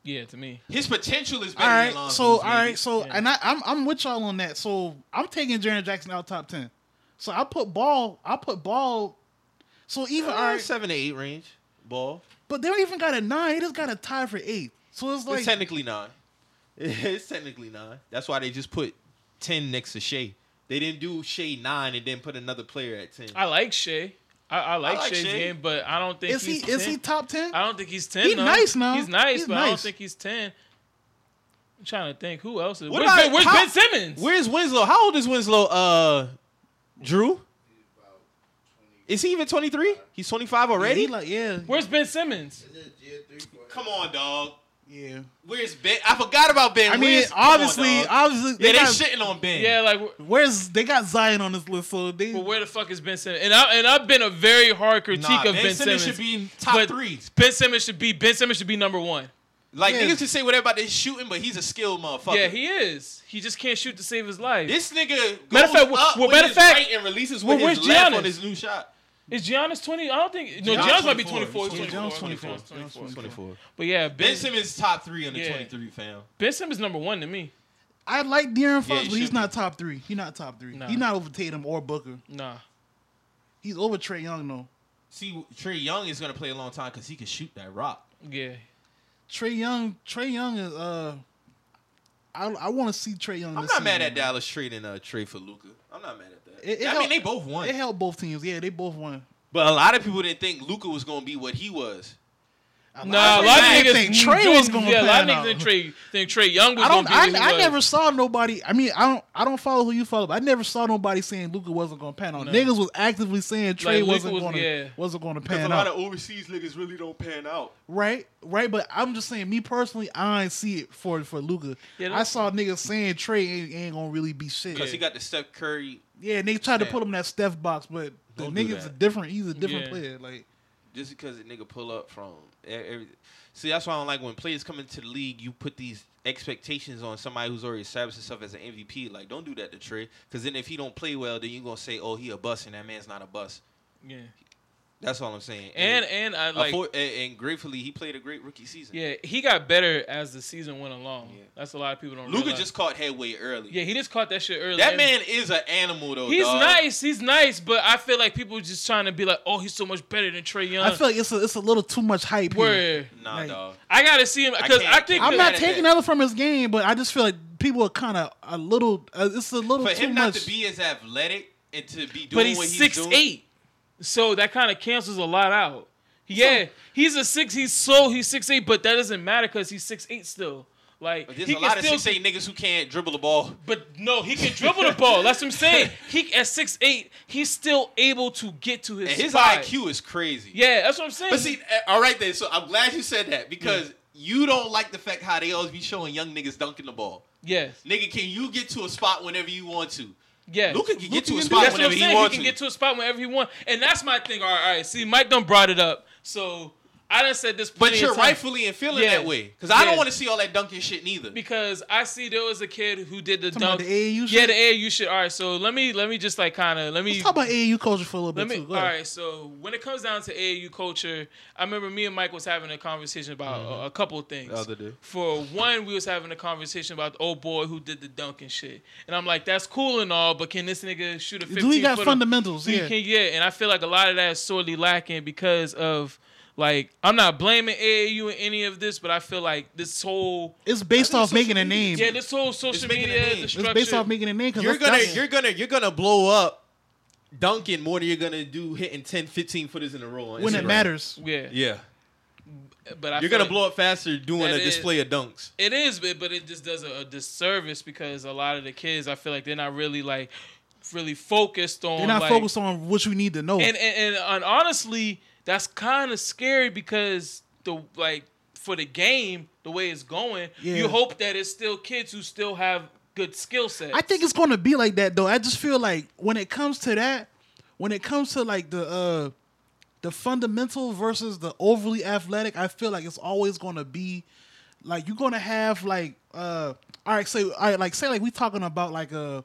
S3: Yeah, to me.
S2: His potential is
S1: All
S2: better
S1: right.
S2: than Lonzo's.
S1: So uh, all
S2: maybe.
S1: right. So
S3: Yeah.
S1: and I, I'm I'm with y'all on that. So I'm taking Jaron Jackson out top ten. So I put ball. I put ball. So even
S2: Uh,
S1: all right.
S2: seven to eight range ball.
S1: But they don't even got a nine. They just got a tie for eight. So it's like
S2: it's technically nine. It's technically nine. That's why they just put ten next to Shea. They didn't do Shea nine and then put another player at ten.
S3: I like Shea. I, I like,
S5: like
S3: Shay's
S5: Shay.
S3: game, but I don't think
S1: Is he
S3: he's
S1: is
S3: 10.
S1: he top ten?
S2: Uh,
S3: I don't think he's ten.
S1: He
S3: though.
S1: nice now.
S3: He's nice,
S1: He's
S3: but I don't
S1: nice.
S3: think he's ten. I'm trying to think who else. Is,
S2: What
S3: where's
S2: about-
S3: ben, where's
S2: how-
S3: Ben Simmons?
S2: Where's Winslow? How old is Winslow? Uh, Drew.
S4: About 20.
S2: Is he even 23? He's 25 already.
S1: He like yeah,
S3: Where's Ben Simmons?
S4: This is year three for him.
S2: Come on, dog.
S1: yeah.
S2: Where's Ben? I forgot about Ben.
S1: I mean,
S2: Where's- come on,
S1: obviously,
S2: dog.
S1: obviously,
S2: yeah,
S1: they
S2: they
S1: got,
S2: shitting on Ben.
S3: Yeah, like wh-
S1: where's they got Zion on this list, so they.
S3: but where the fuck is Ben Simmons? And I and I've been a very hard critique
S2: Nah,
S3: of
S2: ben, Simmons should be in top
S3: but
S2: three.
S3: Ben Simmons should be Ben Simmons should be number one.
S2: Like
S1: Yeah.
S2: niggas can say whatever about his shooting, but he's a skilled motherfucker.
S3: Yeah, he is. He just can't shoot to save his life.
S2: This nigga goes
S3: Matter of fact, well-
S2: up
S3: well,
S2: with
S3: matter
S2: his
S3: of fact-
S2: right and releases
S3: well,
S2: with his
S3: where's
S2: left
S3: Giannis?
S2: on his new shot.
S3: Is Giannis twenty? I don't think. No,
S2: Giannis
S3: Giannis might be
S2: 24.
S3: twenty-four. He's
S1: Yeah, Giannis
S3: 24.
S1: 24.
S3: He's 24.
S1: Giannis 24.
S3: But yeah, ben,
S2: Ben Simmons top three under
S3: Yeah.
S2: 23, fam.
S3: Ben Simmons number one to me.
S1: I like De'Aaron Fox,
S2: he
S1: but he's
S2: should
S1: not top three. He's not top three.
S3: Nah.
S1: He's not over Tatum or Booker.
S3: Nah.
S1: He's over Trey Young though.
S2: See, Trey Young is gonna play a long time because he can shoot that rock.
S3: Yeah.
S1: Trey Young, Trey Young is uh, I I want to see Trey Young.
S2: I'm
S1: this
S2: not mad
S1: season,
S2: at
S1: man.
S2: Dallas trading uh, Trey for Luca. I'm not mad at that.
S1: It- it
S2: I
S1: helped-
S2: mean, they both won,
S1: It helped both teams. Yeah, they both won.
S2: but a lot of people didn't think Luca was gonna be what he was.
S3: Nah, a
S1: of
S3: lot of
S1: guys
S3: niggas
S1: think Trey
S3: didn't-
S1: was gonna
S3: Yeah, a lot of
S1: pan
S3: niggas
S1: out.
S3: think Trey think Trey Young was
S1: I don't.
S3: gonna be.
S1: I,
S3: what he
S1: I
S3: was.
S1: never saw nobody. I mean, I don't. I don't follow who you follow. But I never saw nobody saying Luca wasn't going to pan out.
S3: No.
S1: Niggas was actively saying Trey
S3: Luka
S1: wasn't
S3: was-
S1: going to
S3: yeah.
S1: wasn't going to
S5: Because a
S1: pan
S5: lot
S1: out.
S5: of overseas niggas really don't pan out.
S1: right, right. But I'm just saying, me personally, I ain't see it for for Luca.
S3: Yeah,
S1: I
S3: that's-
S1: saw niggas saying Trey ain't, ain't gonna really be shit.
S2: Because
S1: Yeah,
S2: he got the Steph Curry.
S1: and they tried to
S2: Yeah.
S1: put him in that Steph box, but the
S2: Don't do
S1: niggas
S2: that.
S1: a different. He's a different
S3: Yeah.
S1: player. Like
S2: Just because the nigga pull up from e- every, see that's why I don't like when players come into the league. You put these expectations on somebody who's already established himself as an MVP. Like, don't do that to Trey. Because then if he don't play well, then you gonna say, oh, he a bust, and that man's not a bust.
S3: Yeah.
S2: That's all I'm saying.
S3: And and I like.
S2: Affor- and, and gratefully, he played a great rookie season.
S3: Yeah, he got better as the season went along.
S2: Yeah.
S3: That's a lot of people don't.
S2: Luca
S3: realize.
S2: just caught headway early.
S3: Yeah, he just caught that shit early.
S2: that
S3: And
S2: man is an animal though.
S3: He's
S2: dog.
S3: nice. He's nice, but I feel like people just trying to be like, "Oh, he's so much better than Trey Young."
S2: Uh-huh.
S1: I feel like it's a, it's a little too much hype. here.
S3: where
S2: Nah,
S1: Like-
S2: dog.
S3: I gotta see him because
S2: can't-
S3: I, think
S1: I'm
S2: Yeah,
S3: that-
S1: not
S2: that-
S1: taking
S2: that-
S1: nothing from his game, but I just feel like people are kind of a little. Uh, it's a little
S2: For
S1: too
S2: him not
S1: much.
S2: to be as athletic and to be doing
S3: but
S2: what
S3: he's
S2: he's
S3: six
S2: doing.
S3: eight, so that kind of cancels a lot out. Yeah, he's a six. He's so he's six eight, but that doesn't matter because he's six eight still. Like
S2: But There's
S3: he
S2: a
S3: can
S2: lot of
S3: still
S2: six eight niggas who can't dribble the ball.
S3: But no, he can dribble the ball. That's what I'm saying. He at six eight, he's still able to get to his.
S2: And his
S3: spot.
S2: IQ is crazy.
S3: Yeah, that's what I'm saying.
S2: But see, eh, all right then. So I'm glad you said that because you don't like the fact how they always be showing young niggas dunking the ball.
S3: yes,
S2: Nigga, can you get to a spot whenever you want to?
S3: yes.
S2: Luca can get to
S1: can
S2: a
S1: do
S2: spot
S3: That's what
S2: whenever
S3: I'm
S2: he
S3: saying. He
S2: wants
S3: can
S2: to.
S3: get to a spot whenever he wants, and that's my thing. All right, all right. See, Mike done brought it up, so I done said this. plenty
S2: but
S3: of
S2: you're
S3: times.
S2: rightfully and feeling
S3: Yeah.
S2: that way because I
S3: Yeah.
S2: don't want to see all that dunking shit neither.
S3: because I see there was a kid who did the
S1: Talking about
S3: dunk.
S1: the AAU
S3: yeah,
S1: shit?
S3: the AAU shit. All right, so let me let me just like kind of let me
S1: Let's talk about AAU culture for a little bit
S3: Let me.
S1: too. Go
S3: all
S1: ahead.
S3: right. So when it comes down to AAU culture, I remember me and Mike was having a conversation about a, a couple of things.
S2: other day.
S3: For one, we was having a conversation about the old boy who did the dunk and shit, and I'm like, that's cool and all, but can this nigga shoot a 15
S1: Do we got
S3: footer?
S1: fundamentals?
S3: So you
S1: Yeah.
S3: can- yeah, and I feel like a lot of that is sorely lacking because of like I'm not blaming AAU in any of this, but I feel like this whole
S1: It's based off making a name.
S3: yeah, this whole social
S2: making a
S3: media,
S2: name.
S3: the
S2: It's
S1: it's
S3: structure.
S1: based off making a name. 'cause
S2: you're
S1: that's-
S2: gonna
S1: that's-
S2: you're gonna you're gonna blow up dunking more than you're gonna do hitting 10 15 footers in a row on
S1: when it
S2: Instagram.
S1: matters.
S3: yeah,
S2: yeah
S3: but I
S2: you're
S3: feel
S2: gonna
S3: like-
S2: blow up faster doing
S3: That
S2: a
S3: is-
S2: display of dunks
S3: It is, but but it just does a, a disservice because a lot of the kids, I feel like they're not really like really focused on.
S1: They're not
S3: like,
S1: focused on what you need to know.
S3: And and, and, and honestly, that's kind of scary because the like for the game, the way it's going,
S1: Yeah.
S3: you hope that it's still kids who still have good skill sets.
S1: I think it's going to be like that though. I just feel like when it comes to that, when it comes to like the uh the fundamental versus the overly athletic, I feel like it's always going to be like you're going to have like uh all right, say all right, like say like we talking about like a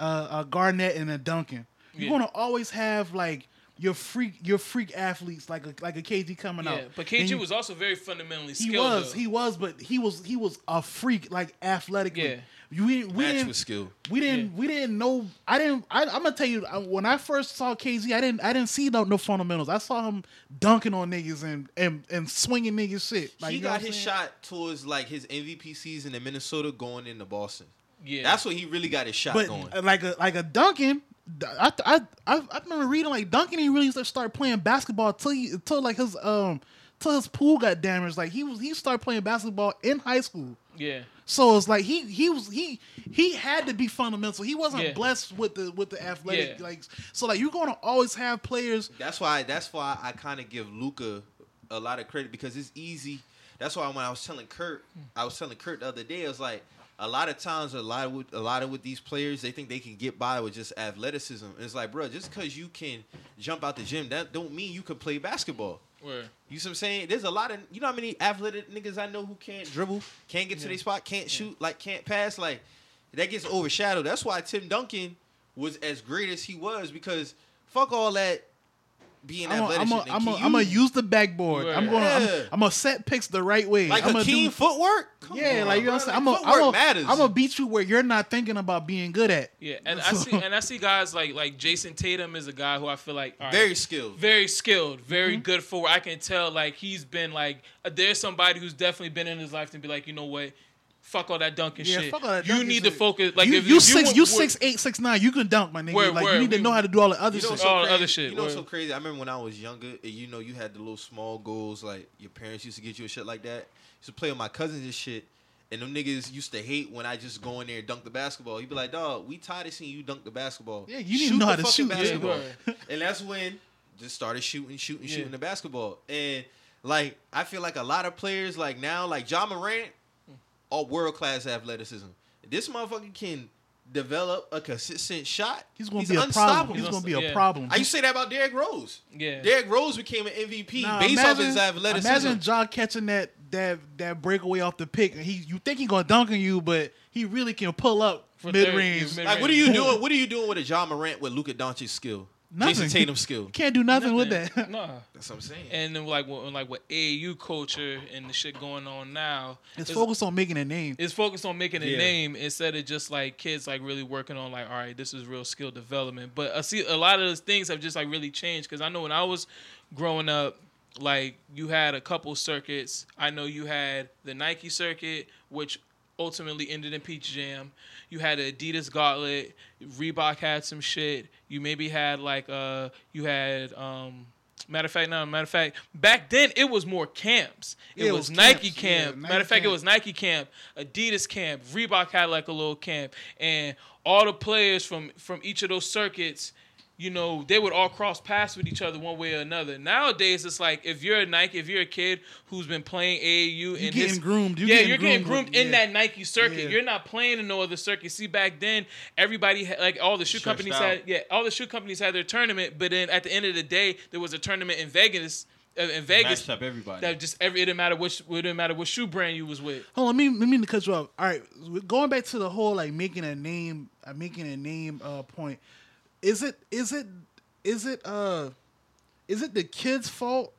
S1: a, a Garnett and a Duncan. You're
S3: Yeah.
S1: going to always have like your freak your freak athletes like a like a KG coming
S3: yeah,
S1: out.
S3: but
S1: And
S3: KG
S1: you-
S3: was also very fundamentally
S1: he
S3: skilled.
S1: was
S3: though.
S1: he was but he was he was a freak like athletically.
S3: Yeah.
S1: You we, we
S2: match
S1: didn't-
S2: with skill
S1: we didn't. We didn't know. I didn't. I, I'm gonna tell you. I, when I first saw KZ, I didn't. I didn't see no, no fundamentals. I saw him dunking on niggas and and, and swinging niggas shit. Like,
S2: he
S1: you know
S2: got
S1: what I'm
S2: his
S1: saying?
S2: shot towards like his mvp season in minnesota going into boston
S3: Yeah,
S2: That's what he really got his shot
S1: but
S2: going.
S1: uh, like a like a Duncan, I I I, I remember reading like Duncan didn't really start playing basketball till he till like his um till his pool got damaged. Like he was he started playing basketball in high school.
S3: yeah.
S1: So it's like he he was he he had to be fundamental. He wasn't
S3: Yeah.
S1: blessed with the with the athletic
S3: Yeah.
S1: like so like you're gonna always have players
S2: That's why. That's why I kind of give Luca a lot of credit because it's easy. That's why when I was telling Kurt, I was telling Kurt the other day, I was like, a lot of times, a lot with a lot of with these players, they think they can get by with just athleticism. It's like, bro, just because you can jump out the gym, that don't mean you can play basketball.
S3: Where
S2: You see what I'm saying? There's a lot of you know how many athletic niggas I know who can't dribble, can't get to their spot, can't shoot, like can't pass, like that gets overshadowed. That's why Tim Duncan was as great as he was because fuck all that being
S1: I'm
S2: athletic.
S1: gonna
S2: shit.
S1: I'm
S2: Nigga,
S1: I'm
S2: you-
S1: use the backboard. I'm
S3: Yeah.
S1: gonna I'm, I'm gonna set picks the right way.
S2: like
S1: I'm
S2: a
S1: gonna
S2: keen
S1: do-
S2: footwork. Come
S1: yeah,
S2: on,
S1: like you know
S2: bro.
S1: what I'm saying.
S2: Like,
S1: I'm gonna
S2: footwork
S1: I'm gonna-
S2: matters.
S1: I'm gonna beat you where you're not thinking about being good at.
S3: yeah, and I see and I see guys like like Jason Tatum is a guy who I feel like all right,
S2: very skilled.
S3: very skilled, very
S1: Mm-hmm.
S3: good for. I can tell like he's been like uh, there's somebody who's definitely been in his life to be like you know what, fuck all that dunking
S1: Yeah,
S3: shit.
S1: fuck all that
S3: you
S1: dunking
S3: need
S1: shit.
S3: to focus. Like
S1: you,
S3: if
S1: you, six,
S3: want-
S1: you
S3: what-
S1: six eight, six nine. You can dunk, my nigga.
S3: Word,
S1: like
S3: word.
S1: you need to
S3: We-
S1: know how to do all the other
S2: You know,
S1: shit.
S2: what's
S3: all the
S2: crazy?
S3: Oh, other shit,
S2: You know what's so
S3: word.
S2: crazy? I remember when I was younger, and you know, you had the little small goals, like your parents used to get you and shit like that. Used to play with my cousins and shit, and them niggas used to hate when I just go in there and dunk the basketball. You'd be like, dog, we tired of seeing you dunk the basketball.
S1: Yeah, you need to know
S2: the
S1: how to
S2: fucking
S1: shoot. Yeah,
S2: basketball.
S3: word.
S2: and that's when just started shooting, shooting,
S3: Yeah.
S2: shooting the basketball. And like, I feel like a lot of players like now, like John Morant, are world class athleticism. This motherfucker can develop a consistent shot.
S1: he's gonna be a problem. He's gonna be a
S3: Yeah.
S1: problem.
S2: I used to say that about Derrick Rose.
S3: Yeah.
S2: Derrick Rose became an MVP
S1: Nah,
S2: based off his athleticism.
S1: Imagine John catching that that that breakaway off the pick, and he you think he gonna dunk on you, but he really can pull up
S3: For
S1: mid range.
S3: thirty,
S1: You
S2: like, what are you doing? What are you doing with a John Morant with Luka Doncic's skill?
S1: Nothing.
S2: Jason Tatum's skill.
S1: can't do nothing, with that.
S3: Nah.
S2: That's what I'm saying.
S3: And then like when, like with AAU culture and the shit going on now,
S1: it's focused on making a name.
S3: it's focused on making a
S2: Yeah.
S3: name instead of just like kids like really working on like all right this is real skill development but i see a lot of those things have just like really changed because i know when i was growing up like you had a couple circuits i know you had the nike circuit which ultimately ended in peach jam you had the adidas gauntlet reebok had some shit you maybe had like uh you had um Matter of fact, no. Matter of fact, back then it was more camps. It,
S1: Yeah, it was
S3: was, Nike
S1: camps. Yeah,
S3: camp.
S1: Nike
S3: matter of fact, it
S1: camp.
S3: was Nike camp, Adidas camp, Reebok had like a little camp, and all the players from from each of those circuits, you know, they would all cross paths with each other one way or another. Nowadays, it's like if you're a Nike, if you're a kid who's been playing AAU, and
S1: You're
S3: his-
S1: getting groomed. You're
S3: yeah,
S1: getting
S3: you're getting
S1: groomed.
S3: groomed in
S1: Yeah.
S3: that Nike circuit.
S1: Yeah.
S3: You're not playing in no other circuit. See, back then, everybody had, like all the shoe
S2: Stretched
S3: companies
S2: out.
S3: had yeah, all the shoe companies had their tournament, but then at the end of the day, there was a tournament in Vegas. uh, In Vegas,
S2: Matched up everybody.
S3: that just every it didn't matter which it didn't matter what shoe brand you was with.
S1: Hold on, let me let me cut you off. All right, we're going back to the whole like making a name, uh, making a name uh, point. Is it is it is it uh is it the kids' fault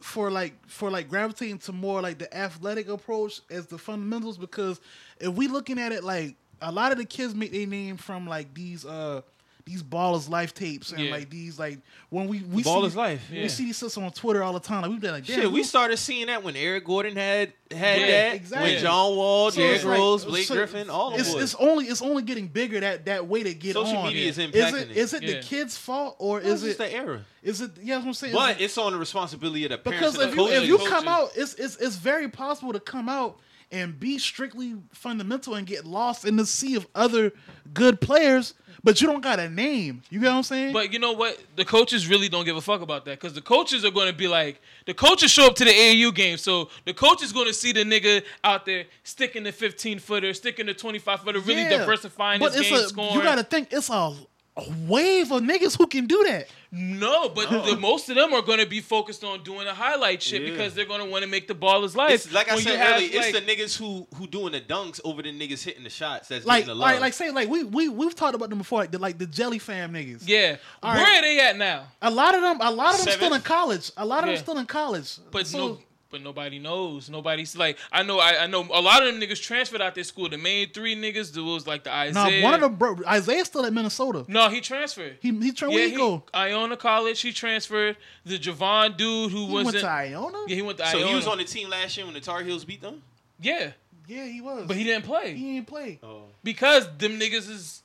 S1: for like for like gravitating to more like the athletic approach as the fundamentals? Because if we looking at it like a lot of the kids make their name from like these uh these ballers life tapes and
S3: Yeah.
S1: like these like when we we
S2: Ballers
S1: see,
S2: life.
S1: we
S3: Yeah.
S1: see these sisters on Twitter all the time like we be like damn
S2: Shit, we
S1: who-
S2: started seeing that when Eric Gordon had had
S3: Yeah,
S2: that.
S1: exactly.
S2: When John Wall,
S1: So
S2: Derrick
S1: it's like-
S2: Rose, Blake
S1: so
S2: Griffin, all of
S1: it's,
S2: them.
S1: it's only it's only getting bigger that that way to get
S2: Social
S1: on.
S2: media is impacting
S1: Is it
S2: it.
S1: is it
S3: Yeah.
S1: the kids' fault or
S2: It's
S1: is
S2: just
S1: it
S2: the era.
S1: is it yeah? That's what I'm saying.
S2: But
S1: Is it-
S2: it's on the responsibility of the parents
S1: because if
S2: and the
S1: you
S2: coaches.
S1: if you
S2: Coaches.
S1: come out, it's it's it's very possible to come out and be strictly fundamental and get lost in the sea of other good players, but you don't got a name. You get what I'm saying?
S3: But you know what? The coaches really don't give a fuck about that because the coaches are going to be like, the coaches show up to the AAU game, so the coach is going to see the nigga out there sticking the 15 footer, sticking the 25 footer, really
S1: Yeah.
S3: diversifying
S1: But
S3: his
S1: it's
S3: game
S1: a,
S3: scoring.
S1: You got to think it's a, a wave of niggas who can do that.
S3: no, but the, most of them are going to be focused on doing the highlight shit
S2: Yeah.
S3: because they're going to want to make the ball his life.
S2: It's, like I
S3: When you
S2: said
S3: have,
S2: earlier,
S3: like-
S2: it's the niggas who who doing the dunks over the niggas hitting the shots. That's
S1: Like,
S2: getting the love.
S1: like, like, say, like we we we've talked about them before, like the, like the Jelly Fam niggas.
S3: yeah.
S1: All
S3: Where
S1: right.
S3: are they at now?
S1: A lot of them, a lot of them still
S2: Seven.
S1: in college. A lot of
S3: Yeah.
S1: them still in college.
S3: But
S1: So-
S3: no, but nobody knows. Nobody's like I know. I, I know a lot of them niggas transferred out their school. The main three niggas, there was like the
S1: nah,
S3: Isaiah.
S1: one of them, bro, Isaiah's still at Minnesota.
S3: No, he transferred.
S1: He he turned where he, go?
S3: Iona College. He transferred. The Javon dude who
S1: He
S3: was
S1: went
S3: in,
S1: to Iona.
S3: yeah, he went to
S2: so
S3: Iona.
S2: he was on the team last year when the Tar Heels beat them.
S3: yeah.
S1: Yeah, he was.
S3: But he didn't play
S1: he ain't play.
S2: Oh,
S3: because them niggas is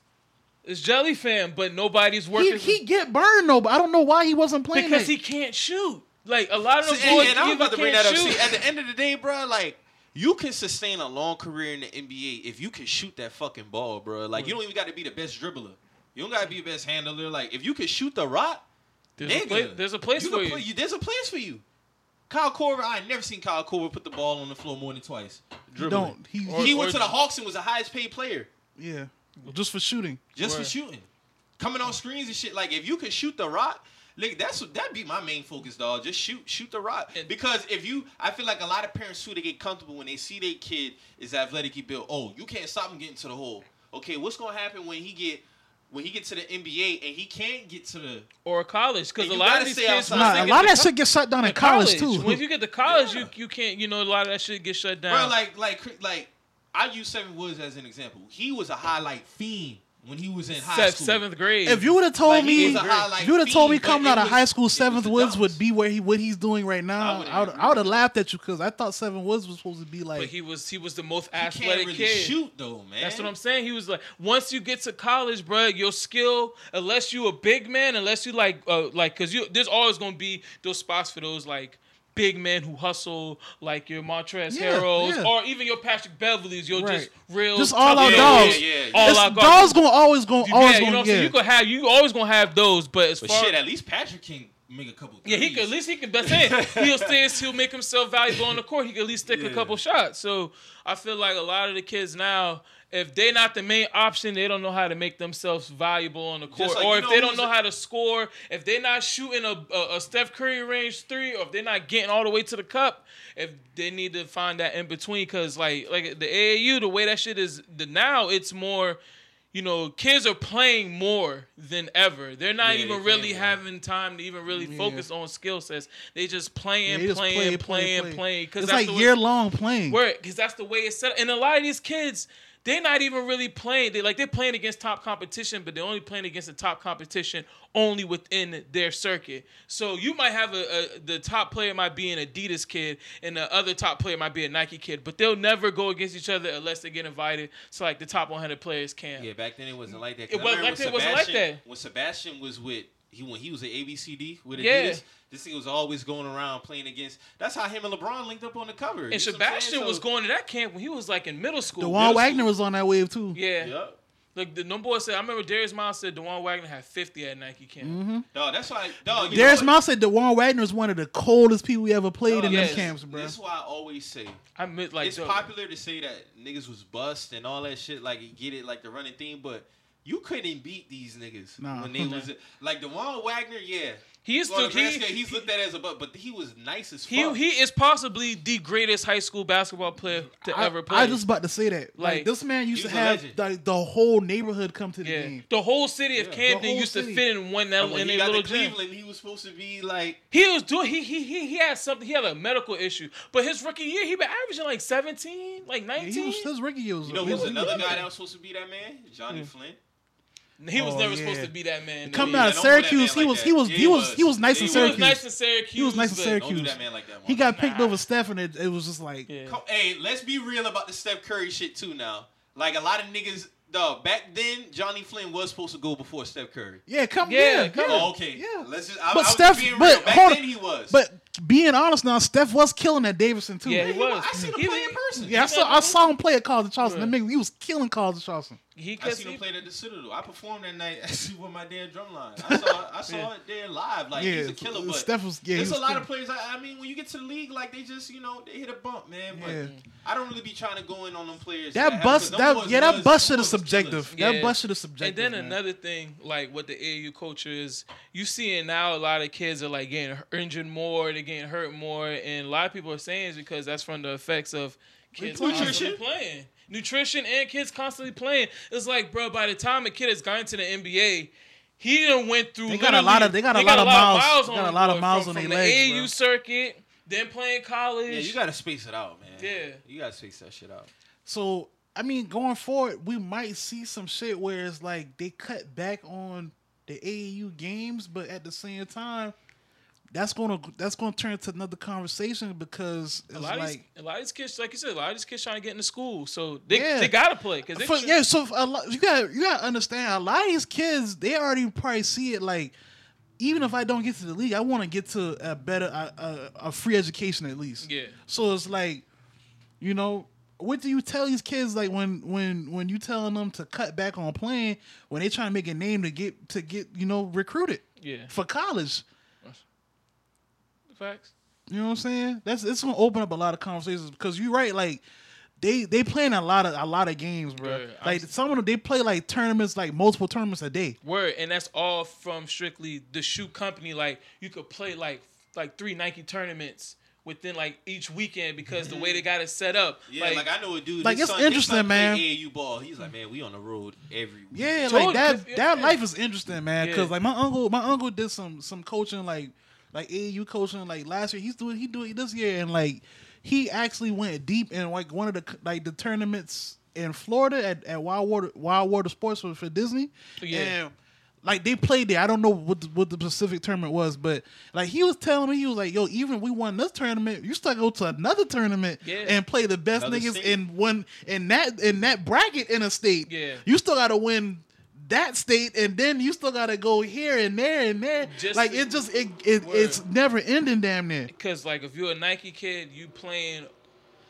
S3: is jelly fam, but nobody's
S1: He,
S3: working
S1: he get burned though, but I don't know why he wasn't playing.
S3: because
S1: that.
S3: he can't shoot. Like a lot of them
S2: See,
S3: boys,
S2: and, and I was
S3: either
S2: about to bring
S3: can't
S2: that up.
S3: shoot.
S2: See, at the end of the day, bro, like you can sustain a long career in the NBA if you can shoot that fucking ball, bro. Like you don't even got to be the best dribbler. You don't got to be the best handler. Like if you can shoot the rock,
S3: there's,
S2: nigga,
S3: a pla- there's a place
S2: you
S3: for
S2: can
S3: you.
S2: play- There's a place for you. Kyle Korver, I ain't never seen Kyle Korver put the ball on the floor more than twice.
S1: He
S2: Dribbling.
S1: don't. He,
S2: he
S1: he-
S2: went to the Hawks and was the highest paid player
S1: yeah, just for shooting.
S2: just
S3: Word.
S2: for shooting, coming on screens and shit. Like if you could shoot the rock, like that's what that'd be my main focus, dog. Just shoot, shoot the rock.
S3: And-
S2: because if you, I feel like a lot of parents too, they get comfortable when they see their kid is athletically built. Oh, you can't stop him getting to the hole. Okay, what's gonna happen when he get when he get to the NBA and he can't get to the
S3: or college because
S2: And
S3: a
S2: you
S3: lot
S2: gotta
S3: of these
S2: stay
S3: kids
S2: outside.
S3: once
S1: Nah,
S3: they
S1: a
S3: get
S1: lot
S3: to
S1: of that
S3: co-
S1: shit gets shut down in college, too.
S3: When you get to college,
S2: Yeah.
S3: you you can't. You know, a lot of that shit gets shut down.
S2: Bro, like, like, like, I use Seven Woods as an example. He was a highlight fiend when he was in high
S3: Se-
S2: school.
S3: seventh grade.
S1: if you would have told
S2: Like,
S1: me,
S2: he was a highlight
S1: if you would have told me
S2: fiend, but
S1: coming out
S2: it
S1: of
S2: was-
S1: high school,
S2: it was
S1: Seventh
S2: the
S1: Woods would
S2: dunks.
S1: be where he what he's doing right now.
S2: would've
S1: I would
S2: agreed.
S1: I would have laughed at you because I thought Seven Woods was supposed to be
S3: but
S1: like.
S3: he was he was the most
S2: he
S3: athletic
S2: can't really
S3: kid.
S2: shoot though, man.
S3: That's what I'm saying. He was like, once you get to college, bro, your skill, unless you a big man, unless you like, uh, like, cause you, there's always gonna be those spots for those like big men who hustle, like your Montrez
S1: Yeah,
S3: Harrells,
S1: yeah.
S3: or even your Patrick Beverly's, your
S1: Right.
S3: just real,
S1: Just all out
S3: tough dudes,
S1: dogs.
S2: Yeah, yeah, yeah.
S3: all
S1: It's-
S3: out
S1: dogs
S3: dogs.
S1: gonna always gonna
S3: Yeah,
S1: always
S3: you know what
S1: gonna
S3: I'm saying.
S1: yeah.
S3: You could have, you always gonna have those, but as
S2: But
S3: far
S2: shit, at least Patrick can make a couple.
S3: yeah, he could at
S2: threes.
S3: least he could. That's it. He'll stay. He'll make himself valuable on the court. He could at least take
S2: Yeah.
S3: a couple shots. So I feel like a lot of the kids now, if they're not the main option, they don't know how to make themselves valuable on the court,
S2: like,
S3: or
S2: you
S3: if
S2: know
S3: they don't
S2: who's
S3: know
S2: a-
S3: how to score, if they're not shooting a, a, a Steph Curry range three, or if they're not getting all the way to the cup, if they need to find that in between, because like like the AAU, the way that shit is the now, it's more. You know, kids are playing more than ever. They're not
S2: Yeah,
S3: even
S2: they're playing
S3: really
S2: more.
S3: having time to even really
S1: Yeah.
S3: focus on skill sets. They just playing,
S1: Yeah, they just
S3: playing,
S1: play, play,
S3: playing,
S1: play.
S3: playing. Because
S1: It's
S3: that's
S1: like
S3: the way,
S1: year long playing.
S3: work. Because that's the way it's set. up. And a lot of these kids, they're not even really playing. They like they're playing against top competition, but they're only playing against the top competition only within their circuit. So you might have a, a the top player might be an Adidas kid, and the other top player might be a Nike kid, but they'll never go against each other unless they get invited to like the top 100 players camp.
S2: Yeah, back then it wasn't like that.
S3: It wasn't like that, it wasn't like that.
S2: When Sebastian was with he when he was at ABCD with Adidas,
S3: Yeah.
S2: this thing was always going around playing against. That's how him and LeBron linked up on the cover.
S3: And Sebastian was going to that camp when he was like in middle school.
S1: Dewan Wagner was on that wave too.
S3: Yeah.
S2: Yeah.
S3: Like the number boy said, I remember Darius Miles said Dewan Wagner had 50 at Nike camp.
S1: Mm-hmm.
S2: Dog, that's why. Dog, you
S1: Darius
S2: know what?
S1: Mouse said Dewan Wagner is one of the coldest people we ever played in
S2: Dog,
S3: yes.
S1: them camps, bro.
S2: This is why I always say
S3: I meant like
S2: it's
S3: dog,
S2: popular to say that niggas was bust and all that shit. Like you get it, like the running theme, but. You couldn't beat these niggas
S1: Nah.
S2: when they was like Dewan Wagner, yeah.
S3: He is
S2: Well,
S3: still he,
S2: Nebraska, he's looked at as a butt, but he was nice as
S3: he,
S2: fuck.
S3: he is possibly the greatest high school basketball player to
S1: I,
S3: ever play.
S1: I just about to say that. Like,
S3: Like,
S1: this man used to
S2: he's a
S1: have
S2: legend.
S1: like the whole neighborhood come to the
S3: yeah.
S1: game.
S3: The whole city of
S2: Yeah.
S1: The
S3: Camden
S1: whole
S3: used
S1: city.
S3: to fit in one that
S2: And when
S3: in
S2: he
S3: a
S2: got
S3: little
S2: to
S3: gym.
S2: Cleveland, he was supposed to be like
S3: He was doing he he he he had something he had a medical issue. But his rookie year he been averaging like 17, like
S1: Yeah,
S3: 19.
S1: he was his rookie year was.
S2: You know
S1: he
S2: who's
S1: was-
S2: another guy that was supposed to be that man? Johnny Flynn.
S3: he was
S1: Oh,
S3: never
S1: yeah.
S3: supposed to be that man.
S1: Coming
S3: though.
S1: out
S2: Yeah,
S1: of
S2: don't play that
S1: Syracuse,
S2: man
S1: he
S2: like
S1: was
S2: that.
S1: he was
S2: Yeah,
S1: he
S2: he
S1: was he
S2: was.
S1: was nice
S2: He
S1: in
S2: was
S3: he was
S1: Syracuse.
S3: nice in Syracuse.
S1: He was nice in
S3: but-
S1: Syracuse.
S2: Don't do
S1: Accused.
S2: that man like that.
S1: He
S2: Mark.
S1: got picked
S3: Nah.
S1: over Steph, and it, it was just like
S3: Yeah.
S2: Come- hey, let's be real about the Steph Curry shit too. Now, like a lot of niggas, dog. Back then, Johnny Flynn was supposed to go before Steph Curry.
S1: yeah, come
S3: Yeah,
S1: yeah, yeah,
S3: come
S2: Oh, okay.
S1: yeah.
S2: Let's just. I,
S1: But
S2: I was
S1: Steph-
S2: being
S1: but
S2: real. Back
S1: hold
S2: then
S1: on.
S2: he was.
S1: But being honest now, Steph was killing at Davidson too.
S3: Yeah,
S2: he
S3: he was.
S2: was. I seen him
S3: He-
S2: play in person.
S1: Yeah, I saw I saw him play at College Charleston.
S3: Yeah.
S1: That nigga, he was killing College Charleston.
S3: He
S2: I
S3: cause
S2: seen
S3: he,
S2: him play at the Citadel. I performed that night actually with my damn drum line. I saw, I saw it there live. Like
S1: yeah,
S2: he's a killer. But
S1: Steph was yeah. he
S2: There's a
S1: was
S2: lot
S1: killing.
S2: of players. I, I mean, when you get to the league, like they just you know they hit a bump, man. But
S1: Yeah.
S2: I don't really be trying to go in on them players.
S1: that
S2: have-
S1: bus
S2: 'cause them
S1: that
S2: boys
S1: yeah that
S2: was-
S1: bus
S2: them
S1: shit is
S2: boys was
S1: subjective.
S2: killers.
S3: Yeah.
S1: That bus shit is
S3: And
S1: subjective.
S3: then
S1: man.
S3: another thing, like what the AAU culture is, you seeing now a lot of kids are like getting injured more, they're getting hurt more, and a lot of people are saying it's because that's from the effects of kids
S1: Nutrition.
S3: constantly playing. Nutrition and kids constantly playing. It's like, bro, by the time a kid has gotten to the NBA, he done went through.
S1: They got a lot of- they got a
S3: literally-
S1: lot of miles- they
S3: on
S1: got a
S3: the
S1: lot of
S3: board
S1: miles
S3: from,
S1: on
S3: from
S1: their
S3: the
S1: legs,
S3: AAU
S1: bro.
S3: circuit, then playing college.
S2: Yeah, you gotta space it out, man.
S3: Yeah.
S2: you gotta space that shit out.
S1: So I mean, going forward, we might see some shit where it's like they cut back on the AAU games, but at the same time, that's gonna that's gonna turn to another conversation because it's
S3: a lot, of
S1: like
S3: these, a lot of these kids, like you said, a lot of these kids trying to get into school, so they,
S1: Yeah.
S3: they gotta play because
S1: For- yeah, so for a lot, you got you got to understand a lot of these kids they already probably see it like even if I don't get to the league, I want to get to a better a, a, a free education at least.
S3: Yeah.
S1: So it's like, you know, what do you tell these kids like when when when you telling them to cut back on playing when they trying to make a name to get to get you know recruited
S3: yeah,
S1: for college?
S3: facts.
S1: You know what I'm saying? That's it's gonna open up a lot of conversations because you're right. Like they they playing a lot of a lot of games, bro.
S3: Yeah, I'm-
S1: like some of them they play like tournaments, like multiple tournaments a day.
S3: Word, and that's all from strictly the shoe company. Like you could play like like three Nike tournaments within like each weekend because the way they got it set up.
S2: Yeah, like, I know a dude.
S1: like,
S2: his
S1: it's
S2: son- his
S1: interesting,
S2: son play
S1: man.
S2: AAU ball. He's like, man, we on the road every week.
S1: Yeah,
S3: Totally.
S1: like that that
S3: Yeah.
S1: life is interesting, man. Because
S3: Yeah.
S1: like my uncle, my uncle did some some coaching, like like AAU coaching, like last year. He's doing he doing it this year, and like he actually went deep in like one of the like the tournaments in Florida at, at Wild Water Wild Water Sports for, for Disney.
S3: Yeah.
S1: And, like they played there. I don't know what the, what the specific tournament was, but like he was telling me, he was like, "Yo, even if we won this tournament, you still go to another tournament
S3: Yeah.
S1: and play the best
S2: Another
S1: niggas
S2: state.
S1: in one in that in that bracket in a state.
S3: Yeah.
S1: you still got to win that state, and then you still got to go here and there and there.
S3: Just-
S1: like it just it, it it's never ending, damn near.
S3: Because like if you're a Nike kid, you playing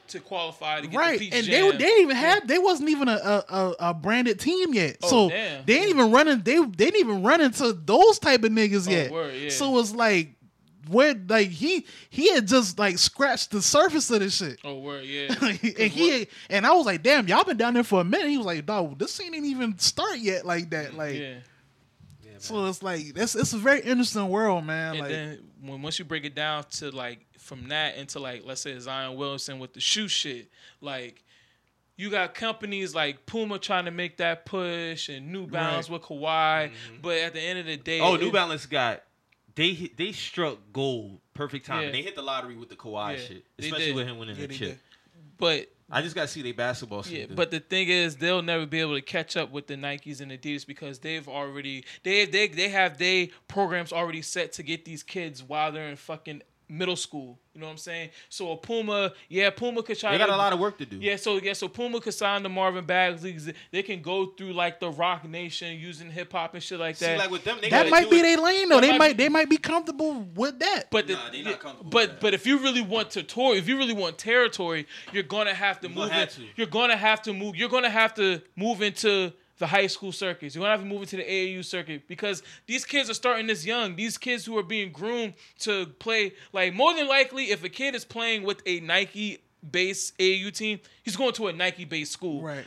S3: to qualify to get
S1: Right,
S3: the Peach
S1: and
S3: Jam.
S1: they they even had they wasn't even a a, a, a branded team yet,
S3: Oh,
S1: so
S3: damn.
S1: they ain't even running they they ain't even running to those type of niggas
S3: Oh,
S1: yet.
S3: word, yeah.
S1: So it's like where like he he had just like scratched the surface of this shit,
S3: Oh word, yeah.
S1: and he and I was like, damn, y'all been down there for a minute. He was like, dog, this scene ain't even start yet like that. Like
S3: yeah.
S1: so, it's like that's it's a very interesting world, man.
S3: And
S1: like
S3: then when once you break it down to like from that into like let's say Zion Wilson with the shoe shit, like you got companies like Puma trying to make that push and New Balance with Kawhi, but at the end of the day,
S2: Mm-hmm. Oh, New
S3: it-
S2: Balance got they hit- they struck gold, perfect timing.
S3: Yeah.
S2: They hit the lottery with the Kawhi
S3: Yeah,
S2: shit,
S3: they
S2: especially
S3: did.
S2: with him winning
S1: Yeah,
S2: the
S1: they
S2: chip.
S1: did.
S3: But
S2: I just gotta see they basketball.
S3: yeah,
S2: shit, dude.
S3: but the thing is, they'll never be able to catch up with the Nikes and Adidas because they've already they they they have their programs already set to get these kids while they're in fucking middle school. You know what I'm saying? So a Puma, yeah, Puma could try.
S2: they got a
S3: to-
S2: lot of work to do.
S3: Yeah, so yeah, so Puma could sign the Marvin Bagley. They can go through like the Rock Nation using hip hop and shit like
S2: see,
S3: that.
S2: like with them, they
S1: that
S2: gotta
S1: might
S2: do
S1: be
S2: it-
S1: their lane though.
S3: That
S1: They
S3: might
S1: might,
S3: be-
S1: they might be comfortable with that.
S3: but the,
S2: Nah, they not comfortable
S3: but
S2: with that.
S3: but if you really want to tour, if you really want territory, you're gonna have to
S2: gonna
S3: move.
S2: have
S3: in-
S2: to.
S3: You're gonna have to move. You're gonna have to move into the high school circuits. You're gonna have to move into the AAU circuit because these kids are starting this young. These kids who are being groomed to play like more than likely, if a kid is playing with a Nike based AAU team, he's going to a Nike based school.
S1: right.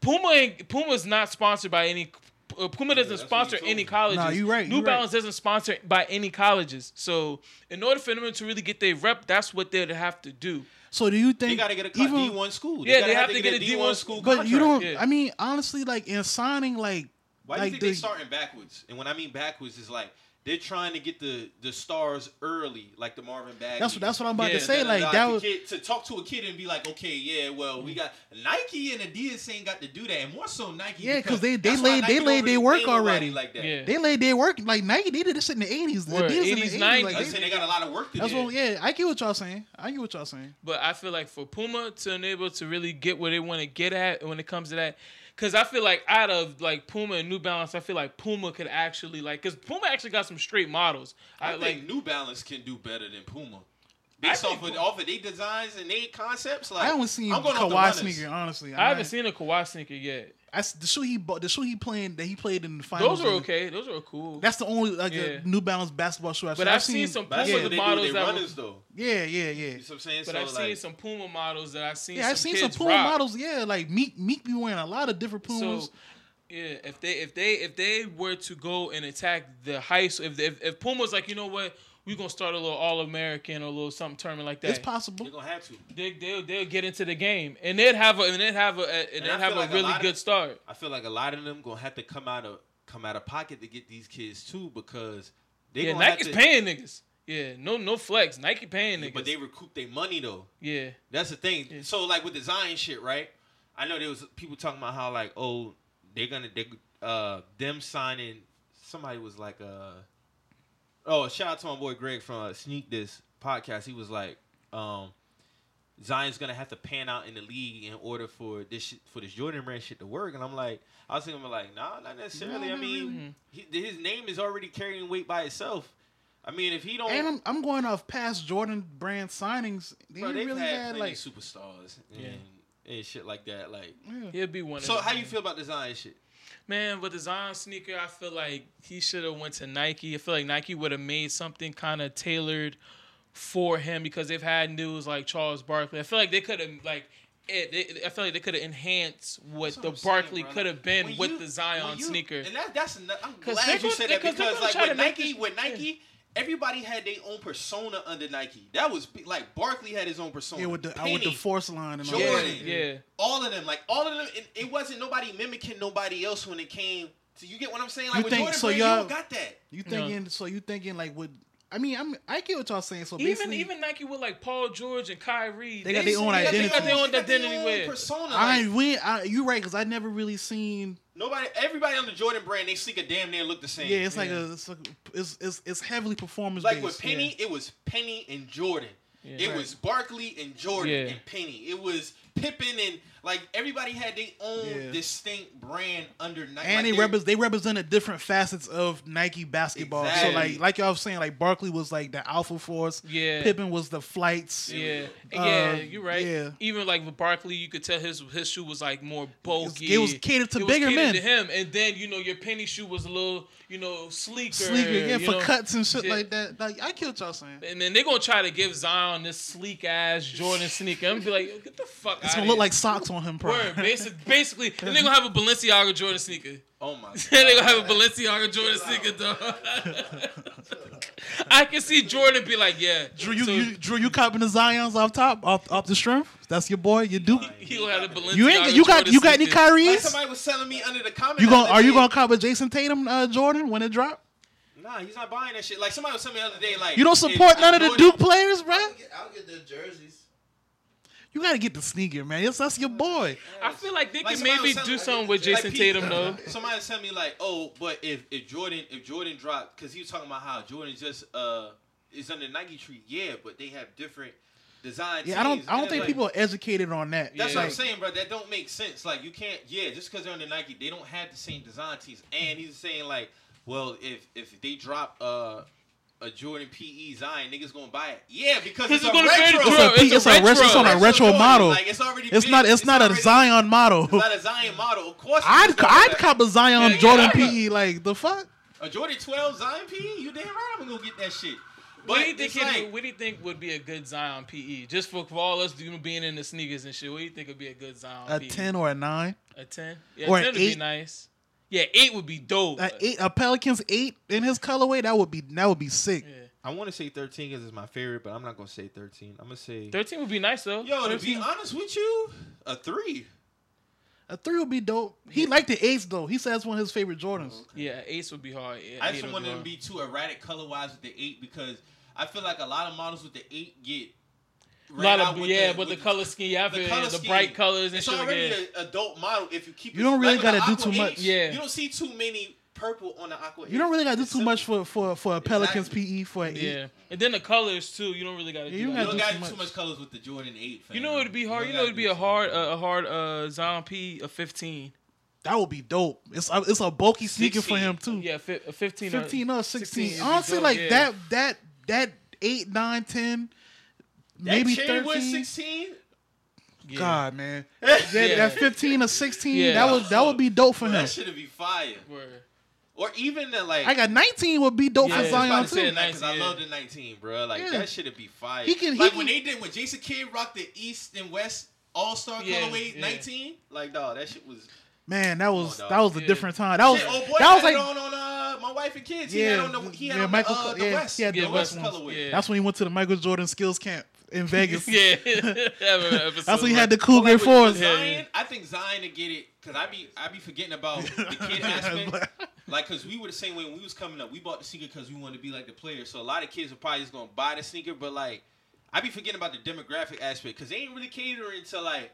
S3: Puma ain't, Puma's not sponsored by any. uh, Puma doesn't
S2: that's what
S3: sponsor
S2: you told
S3: any
S2: me.
S3: colleges.
S1: Nah, you right,
S3: New
S1: you right.
S3: Balance doesn't sponsor by any colleges. So in order for them to really get their rep, that's what they'd have to do.
S1: So do you
S2: They
S1: think
S2: gotta get a co-
S1: even
S2: D1 school.
S3: Yeah,
S2: gotta
S3: they have to get a
S2: D1
S3: D1
S2: school.
S1: But you don't.
S2: contract.
S3: yeah.
S1: I mean, honestly, like in signing, like
S2: Why do you
S1: like
S2: think
S1: the,
S2: they starting backwards? And when I mean backwards, is like they're trying to get the the stars early, like the Marvin Bagley.
S1: that's what that's what I'm about
S3: Yeah,
S1: to say.
S2: Da- da-
S1: Like
S2: da-
S1: that
S2: to
S1: was
S2: kid- to talk to a kid and be like, okay, yeah, well, we got Nike and Adidas ain't got to do that, and more so Nike.
S1: Yeah, 'cause
S2: because
S1: they- they
S2: that's why
S1: laid-
S2: Nike
S1: they
S2: don't
S1: laid
S2: really
S1: their work
S2: pay nobody
S1: already.
S2: like that.
S3: Yeah.
S1: they laid their work. Like Nike, they did this shit in the '80s. Adidas
S3: Word,
S1: in the
S3: 80s,
S1: 80s,
S3: 90s.
S1: Like,
S2: I'm saying
S1: they,
S2: they got a lot of work to
S1: that's
S2: do.
S1: what. Yeah, I get what y'all saying. I get what y'all saying.
S3: But I feel like for Puma to enable to really get where they want to get at when it comes to that, because I feel like out of like Puma and New Balance, I feel like Puma could actually like because Puma actually got some straight models.
S2: I,
S3: I,
S2: think
S3: like
S2: New Balance can do better than Puma.
S3: I
S2: Based
S3: think
S2: off of,
S3: Pu-
S2: off of their designs and their concepts, like
S1: I haven't seen
S2: I'm going off the
S1: Kawhi
S2: runners.
S1: sneaker. Honestly, I'm
S3: I haven't
S1: not-
S3: seen a Kawhi sneaker yet.
S1: I s- the shoe he bought, the shoe he playing that he played in the finals.
S3: Those are
S1: in-
S3: okay. Those are cool.
S1: That's the only like
S3: Yeah.
S1: a New Balance basketball shoe I've
S3: But
S1: seen.
S3: I've seen some
S2: But that's
S3: Yeah.
S2: what they do
S3: Models
S2: with
S3: that
S2: their
S3: were-
S2: runners, though.
S1: Yeah, yeah, yeah.
S2: You see what I'm saying?
S3: But
S2: so
S3: I've
S2: like,
S3: seen some Puma models that I've seen.
S1: Yeah,
S3: some
S1: I've seen some
S3: kids
S1: Puma
S3: rock.
S1: models. Yeah, like Meek Meek be wearing a lot of different Pumas.
S3: So, yeah, if they if they if they were to go and attack the high school, if, if if Puma's like, you know what, we're gonna start a little All American or a little something tournament like
S1: it's
S3: that.
S1: possible.
S2: They're gonna have to.
S3: they they'll, they'll get into the game and they'd have a and they'd have a and,
S2: And I
S3: they'd have
S2: feel like
S3: a
S2: a
S3: really
S2: lot of-
S3: good start.
S2: I feel like a lot of them gonna have to come out of come out of pocket to get these kids too because they
S3: Yeah,
S2: gonna have
S3: Nike's
S2: to-
S3: paying niggas. Yeah, no no flex. Nike paying niggas.
S2: but they recoup their money though.
S3: yeah,
S2: That's the thing.
S3: Yeah.
S2: So like with the Zion shit, right? I know there was people talking about how like oh they're gonna they uh them signing somebody was like uh Oh, shout out to my boy Greg from uh, Sneak This podcast. He was like, um, Zion's gonna have to pan out in the league in order for this shit, for this Jordan Brand shit to work. And I'm like, I was thinking, I'm like, nah, not necessarily.
S1: No,
S2: I
S1: not
S2: mean, he, his name is already carrying weight by itself. I mean, if he don't,
S1: And I'm, I'm going off past Jordan brand signings. They
S2: bro,
S1: ain't
S2: they've
S1: really
S2: had,
S1: had
S2: plenty
S1: like
S2: superstars and,
S3: Yeah.
S2: and shit like that. Like,
S1: yeah.
S3: He'll be one. of
S2: so
S3: them.
S2: how you feel about the Zion shit?
S3: Man, with the Zion sneaker, I feel like he should have went to Nike. I feel like Nike would have made something kind of tailored for him because they've had news like Charles Barkley. I feel like they could have like it, it- I feel like they could have enhanced what
S2: That's
S3: the
S2: what I'm saying,
S3: Barkley
S2: bro.
S3: could have been
S2: When
S3: with
S2: you-
S3: the
S2: when
S3: Zion
S2: you-
S3: sneaker.
S2: And that, that's not, I'm
S3: 'Cause
S2: glad
S3: they're
S2: you
S3: gonna-
S2: said that
S3: because they're
S2: because
S3: gonna
S2: like
S3: try
S2: with
S3: to make
S2: Nike,
S3: this-
S2: with
S3: yeah.
S2: Nike, everybody had their own persona under Nike. That was big- like Barkley had his own persona.
S1: yeah, with
S3: uh,
S1: the I with the
S2: Penny,
S1: force line and all
S3: yeah,
S1: that.
S2: Jordan.
S1: shit.
S3: yeah.
S2: all of them, like all of them. It, it wasn't nobody mimicking nobody else when it came. to you get what I'm saying? Like
S1: You
S2: with
S1: think-
S2: Jordan
S1: so
S2: Brand, you
S1: y'all-
S2: don't got that.
S1: You thinking? So you thinking like with? I mean, I'm I get what y'all saying. So
S3: Even
S1: basically,
S3: even Nike with like Paul George and Kyrie,
S1: They got their own
S3: they got- They got
S1: identity.
S3: their
S2: You
S3: own
S2: got their
S3: identity
S2: own
S3: with.
S2: persona.
S1: I
S2: like,
S1: we I, you right because I never really seen.
S2: nobody, everybody on the Jordan brand, they sneaker damn near look the same.
S1: Yeah, it's like
S3: Yeah.
S1: a it's like- it's it's, it's heavily performance
S2: Like
S1: based.
S2: with Penny, it was Penny and Jordan.
S3: Yeah.
S2: It
S3: Right.
S2: was Barkley and Jordan
S3: Yeah.
S2: and Penny. It was Pippen and like everybody had their own
S1: Yeah.
S2: distinct brand under Nike.
S1: and
S2: like,
S1: they
S2: they're-
S1: represent they represented different facets of Nike basketball. So
S2: Exactly.
S1: like like y'all was saying, like Barkley was like the alpha force.
S3: Yeah.
S1: Pippen was the flights.
S3: Yeah,
S1: Uh,
S3: yeah, you're right.
S1: yeah.
S3: Even like with Barkley, you could tell his his shoe was like more bulky.
S1: it was catered to
S3: It was
S1: bigger
S3: catered
S1: men.
S3: To him, and then you know your penny shoe was a little, you know, sleeker.
S1: Sleek again
S3: you
S1: for
S3: know.
S1: cuts and shit
S3: Yeah.
S1: like that. Like I killed y'all saying.
S3: And then they're gonna try to give Zion this sleek ass Jordan sneaker. I'm gonna be like, get the fuck
S1: It's
S3: out
S1: gonna look like socks on him, probably.
S3: Word, basic, basically, and they're gonna have a Balenciaga Jordan sneaker.
S2: oh my, God.
S3: they're gonna have a Balenciaga Jordan sneaker, dog. I can see Jordan be like, yeah,
S1: Drew, you,
S3: so
S1: you Drew, you copping the Zion's off top, off, off the strength. That's your boy, your dude.
S3: he gonna have a Balenciaga.
S1: You ain't you got
S3: Jordan
S1: you got any
S3: sneaker.
S2: Like
S1: Kyrie's?
S2: somebody was telling me under the comment.
S1: You
S2: the
S1: going
S2: other
S1: are you
S2: day,
S1: gonna cop with Jason Tatum, uh, Jordan when it drop?
S2: Nah, he's not buying that shit. Like somebody was telling me the other day, like
S1: You don't
S2: if
S1: support none of the
S2: Jordan-
S1: Duke players, bro.
S4: I'll get, I'll get the jerseys.
S1: You gotta get the sneaker, man. Yes, that's your boy.
S3: I feel like they
S2: Like
S3: could
S2: somebody
S3: maybe
S2: was telling-
S3: do something with
S2: like
S3: Jason
S2: Pete-
S3: Tatum though.
S2: Somebody was telling me like, oh, but if if Jordan if Jordan dropped because he was talking about how Jordan just uh is under Nike tree, yeah, but they have different design.
S1: Yeah, I don't
S2: teams.
S1: I don't
S2: And
S1: think
S2: like,
S1: people are educated on that.
S2: That's
S3: Yeah.
S2: what I'm
S1: Like,
S2: saying, bro. That don't make sense. Like you can't. Yeah, just because they're under Nike, they don't have the same design teams. And he's saying like, well, if if they drop uh. A Jordan PE Zion, niggas gonna buy it. Yeah, because it's,
S3: This is
S2: a
S3: gonna be
S2: retro.
S3: retro.
S1: It's a P-
S3: It's a
S1: it's a retro- it's on a
S3: retro.
S1: retro
S2: Jordan.
S1: model.
S2: Like it's already.
S1: It's
S2: big.
S1: not it's not a
S2: already-
S1: Zion model.
S2: It's not a Zion model. Of course,
S1: I'd
S2: it's not
S1: I'd
S2: that.
S1: cop a Zion
S3: Yeah,
S1: Jordan
S3: yeah.
S1: PE like the fuck.
S2: A Jordan 12 Zion P? You damn right I'm gonna go get that shit. But
S3: What do you think?
S2: it's
S3: it-
S2: like,
S3: what do you think would be a good Zion PE? Just for, for all us you know, being in the sneakers and shit. What do you think would be a good Zion?
S1: A
S3: PE?
S1: ten or a nine,
S3: A ten? Yeah,
S1: Or
S3: ten
S1: an
S3: would be
S1: eight?
S3: nice. Yeah, eight would be dope.
S1: a eight, a Pelicans eight in his colorway. That would be that would be sick.
S3: Yeah.
S2: I want to say 13 because it's my favorite, but I'm not gonna say 13. I'm gonna say.
S3: Thirteen would be nice though.
S2: Yo, to
S3: 13
S2: be honest with you, a three.
S1: A three would be dope. He liked the eights though. He says one of his favorite Jordans.
S3: yeah, eights would be hard. Yeah,
S2: I
S3: eight
S2: just
S3: would
S2: want them to
S3: hard.
S2: be too erratic color wise with the eight because I feel like a lot of models with the eight get.
S3: A
S2: ran
S3: lot
S2: out
S3: of
S2: with
S3: yeah,
S2: with
S3: but the color scheme, yeah, I
S2: the
S3: feel
S2: color
S3: yeah, the
S2: scheme.
S3: bright colors and
S2: It's
S3: shit.
S2: already
S3: yeah.
S2: an adult model. If you keep,
S1: You
S2: it-
S1: don't really
S2: like with the
S1: gotta do
S2: Aqua
S1: too
S2: 8s,
S1: much.
S3: Yeah.
S2: you don't see too many purple on the aqua.
S1: You don't
S2: 8s.
S1: really gotta do
S2: It's
S1: too
S2: simple.
S1: much for for for a Pelicans PE for an eight.
S3: yeah, and then the colors too. You don't really gotta.
S1: Yeah,
S3: do
S1: you
S3: that.
S2: You
S1: gotta
S2: don't
S1: do
S2: got
S1: too
S2: too
S1: much.
S2: much colors with the Jordan Eight. Fam.
S3: You know it'd be hard. You
S2: don't
S3: know
S2: gotta
S3: it'd be
S2: do
S3: a
S2: too
S3: hard
S2: much.
S3: uh, a hard uh, Zion P a fifteen.
S1: That would be dope. It's a, it's a bulky sneaker for
S2: 16.
S1: him too.
S3: Yeah, fi- a fifteen. or-
S1: 15 or 16.
S3: 16 is
S1: Honestly,
S3: dope,
S1: like
S3: yeah.
S1: that, that, that 8, 9, 10,
S2: That
S1: maybe
S2: cherry wood
S1: 13.
S2: 16.
S3: Yeah.
S1: God, man. That,
S3: Yeah.
S1: that 15 or 16,
S3: Yeah.
S1: that would that would be dope for him.
S2: That should be fire.
S3: Word.
S2: Or even the like.
S1: I got 19 would be dope
S3: Yeah.
S1: for
S2: I was just about
S1: Zion
S2: to say
S1: too.
S2: the 19, 'cause I
S3: Yeah.
S2: love the 19, bro. Like
S1: Yeah.
S2: that should be fire.
S1: He can- he
S2: like
S1: can-
S2: when they did when Jason Kidd rocked the East and West All Star
S3: Yeah,
S2: colorway
S3: yeah.
S2: 19. Like dog, that shit was.
S1: Man, that was
S2: dog.
S1: that was a
S3: Yeah.
S1: different time. That was
S2: shit, old boy
S1: that was
S2: had it
S1: like
S2: on on uh, my wife and kids. he had
S1: yeah,
S2: on the he had
S1: yeah,
S2: on
S1: Michael
S2: the, uh,
S1: Co-
S2: the
S1: yeah,
S2: West.
S1: he had
S2: the,
S1: the
S2: West,
S1: West
S2: colorway.
S3: Yeah.
S1: that's when he went to the Michael Jordan skills camp in Vegas.
S3: Yeah, that's
S1: That's when he had the cool grade
S2: Like, with-
S1: fours.
S2: with Zion, I think Zion to get it because I be I be forgetting about the kid aspect. Like, cause we were the same way when we was coming up. We bought the sneaker because we wanted to be like the player. So a lot of kids are probably just gonna buy the sneaker, but like, I be forgetting about the demographic aspect because they ain't really catering to like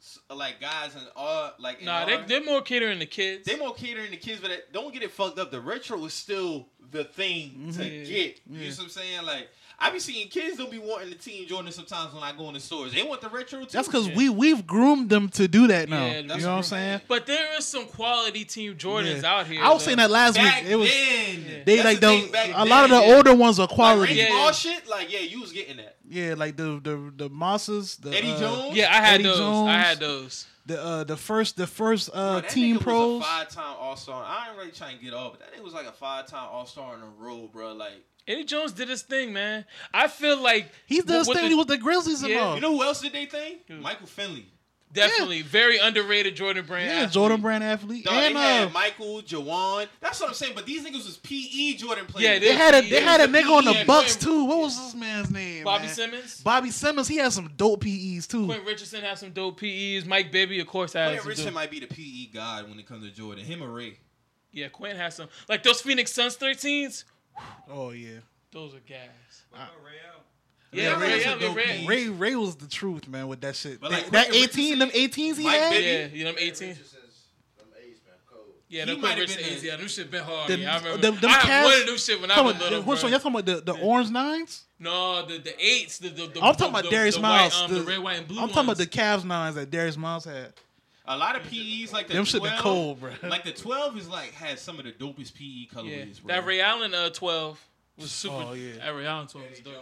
S2: s- like guys and all like in
S3: Nah, they,
S2: our-
S3: they're more catering to kids.
S2: they more catering to kids, but it- don't get it fucked up. The retro is still the thing to
S3: Mhm. Yeah.
S2: get. You
S1: Mm-hmm. Yeah.
S2: know what I'm saying? Like I be seeing kids don't be wanting the Team Jordan sometimes when I go in the stores. They want the retro too.
S1: That's because
S3: Yeah.
S1: we we've groomed them to do that now.
S3: Yeah,
S1: you know
S2: that's
S1: what I'm
S2: what-
S1: saying?
S3: but there is some quality Team Jordans
S1: Yeah.
S3: out here.
S1: I was
S3: though.
S1: saying that last
S2: Back
S1: week. It was
S2: then,
S1: they
S2: That's
S1: like
S2: the
S1: those.
S2: thing, back
S1: A lot of the
S2: then, yeah.
S1: older ones are
S2: Like
S1: quality.
S2: Randy
S3: Yeah.
S2: Moss shit, like yeah, you was getting that.
S1: yeah, like the the the Mosses, the
S2: Eddie
S1: uh,
S2: Jones,
S3: Yeah, I had
S1: Eddie
S3: those. I
S1: Jones.
S3: had those.
S1: the uh, the first the first uh,
S2: Bro, that
S1: team
S2: nigga
S1: pros.
S2: was a five-time All-Star. I ain't really trying to get off, but that nigga was like a five-time All-Star in a row, bro. Like,
S3: Eddie Jones did his thing, man. I feel like
S1: He
S3: with-
S1: does
S3: with
S1: thing
S3: the-
S1: with the Grizzlies and
S3: Yeah.
S1: all.
S2: you know who else did they thing?
S3: Who?
S2: Michael Finley.
S3: definitely very underrated Jordan brand.
S1: yeah,
S3: athlete.
S1: Jordan Brand athlete.
S2: Dog,
S1: and
S2: they had
S1: uh,
S2: Michael, Jawan. That's what I'm saying. But these niggas was PE Jordan
S3: Yeah,
S2: players.
S1: they had a they
S3: Yeah,
S1: had a
S2: it was a
S1: nigga on the
S2: PE.
S1: Bucks too. What was this man's name?
S3: Bobby
S1: man?
S3: Simmons.
S1: Bobby Simmons. He had some dope PEs too.
S3: Quentin Richardson has some dope PEs. Mike Bibby, of course, has.
S2: Quentin
S3: some
S2: Richardson
S3: dope-
S2: might be the PE god when it comes to Jordan. Him or Ray.
S3: Yeah, Quentin has some. Like those Phoenix Suns 13s,
S1: Oh yeah.
S3: those are guys.
S1: Yeah, Ray
S3: Yeah, Ray,
S1: was a
S3: yeah,
S2: dope
S3: Ray.
S2: He-
S1: Ray Ray was the truth, man, with that shit.
S2: But,
S1: That-
S2: like,
S1: that,
S2: Quentin
S1: 18, them 18s he
S2: Mike
S1: had.
S2: Bibby,
S3: Yeah, you know, I'm 18.
S4: Richardson's- them A's been cold.
S3: Yeah,
S2: He might
S3: them Quentin
S2: have been
S3: Richardson
S2: the-
S3: is. Yeah, them shit been hard.
S1: The-
S3: yeah, I remember.
S1: them- them
S3: I had
S1: Cavs-
S3: one of them shit when I
S1: Come
S3: was
S1: on,
S3: little.
S1: which
S3: bro.
S1: one? Y'all talking about the, the orange nines?
S3: No, the the eights, the the, the
S1: I'm
S3: the-
S1: talking about
S3: the-
S1: Darius
S3: the
S1: Miles.
S3: White, um, the,
S1: the-
S3: red, white, and blue.
S1: I'm talking about
S3: ones.
S1: the Cavs nines that Darius Miles had.
S2: A lot of PEs like the
S1: Them
S2: 12,
S1: shit been cold, bro.
S2: Like the 12 is like has some of the dopest PE
S3: yeah.
S2: colorways, bro.
S3: That Ray Allen uh twelve was super.
S1: Oh, yeah.
S3: That Ray Allen twelve was dope.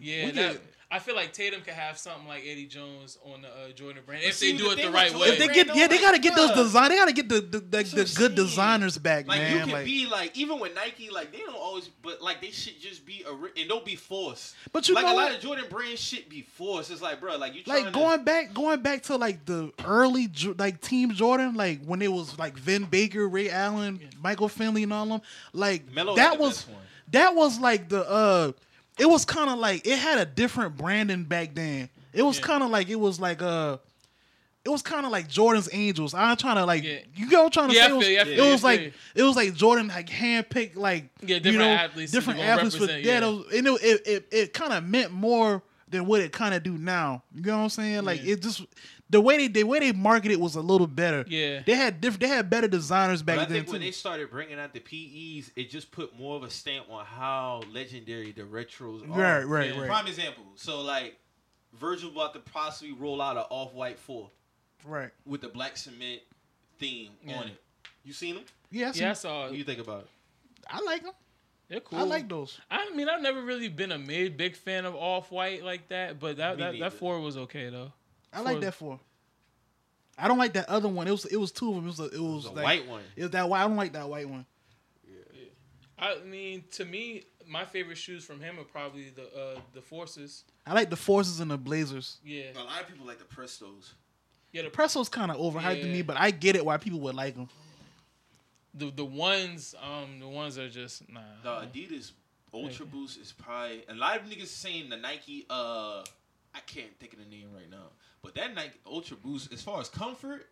S3: Yeah,
S1: We
S3: that,
S1: did-
S3: I feel like Tatum could have something like Eddie Jones on the uh, Jordan brand if
S2: see,
S3: they
S2: the
S3: do it
S2: thing
S3: the
S2: with
S3: right
S2: Jordan-
S3: way.
S1: If they
S2: Ray
S1: get, yeah, they
S2: Nolan,
S1: gotta get those
S2: bruh.
S1: design. They gotta get the the, the,
S2: what
S1: the
S2: I'm
S1: good
S2: saying.
S1: designers back,
S2: Like
S1: man.
S2: you can
S1: like,
S2: be like even with Nike, like they don't always, but like they should just be a ri- and don't be forced.
S1: But you
S2: like
S1: know
S2: a lot
S1: what?
S2: of Jordan brand shit be forced. It's like bro, like you trying
S1: like
S2: to-
S1: going back, going back to like the early Jo- like Team Jordan, like when it was like Vin Baker, Ray Allen, Michael Finley, and all them. Like
S2: Melo had
S1: that
S2: the
S1: was
S2: best one.
S1: that was like the uh, it was kind of like it had a different branding back then. It was
S3: Yeah.
S1: kind of like it was like uh. It was kind of like Jordan's Angels. I'm trying to like,
S3: Yeah.
S1: you know, what I'm trying to
S3: Yeah, I
S1: say. It was,
S3: feel you, I feel
S1: it
S3: you,
S1: was
S3: I feel
S1: like
S3: you.
S1: it was like Jordan like handpicked like
S3: Yeah,
S1: you
S3: different
S1: know,
S3: athletes that
S1: different
S3: you gonna
S1: athletes. For,
S3: represent,
S1: yeah,
S3: yeah.
S1: those- and it it, it, it kind of meant more than what it kind of do now. You know what I'm saying? Like
S3: Yeah.
S1: it just the way they the way they marketed was a little better.
S3: Yeah.
S1: they had different. They had better designers
S2: But I
S1: back then
S2: think
S1: too.
S2: when they started bringing out the PEs, it just put more of a stamp on how legendary the retros
S1: right,
S2: are.
S1: right,
S3: Yeah.
S1: right,
S2: Prime example. So like, Virgil about to possibly roll out an off-white four
S1: right.
S2: with the black cement theme
S3: Yeah.
S2: on it. You seen them?
S1: Yeah, I,
S3: yeah, I
S1: see-
S3: saw.
S2: What
S3: it.
S2: you think about it?
S1: I like them.
S3: They're cool.
S1: I like those.
S3: I mean, I've never really been a mid big fan of off white like that, but that
S2: Me
S3: that, that
S2: neither.
S3: four was okay though.
S1: I like
S3: For-
S1: that four. I don't like that other one. It was it was two of them. It was a, it
S2: It
S1: was,
S2: was a
S1: like,
S2: white one.
S1: It was that white. I don't like that white one.
S3: I mean, to me, my favorite shoes from him are probably the uh, the Forces.
S1: I like the forces and the blazers.
S3: Yeah,
S2: A lot of people like the Prestos.
S3: yeah,
S1: The
S3: the
S1: Presso's kind of overhyped to
S3: Yeah.
S1: me, but I get it why people would like them.
S3: the, the ones um the ones are just nah.
S2: The Adidas Ultra Boost is probably a lot of niggas saying the Nike. Uh, I can't think of the name right now, but that Nike Ultra Boost, as far as comfort,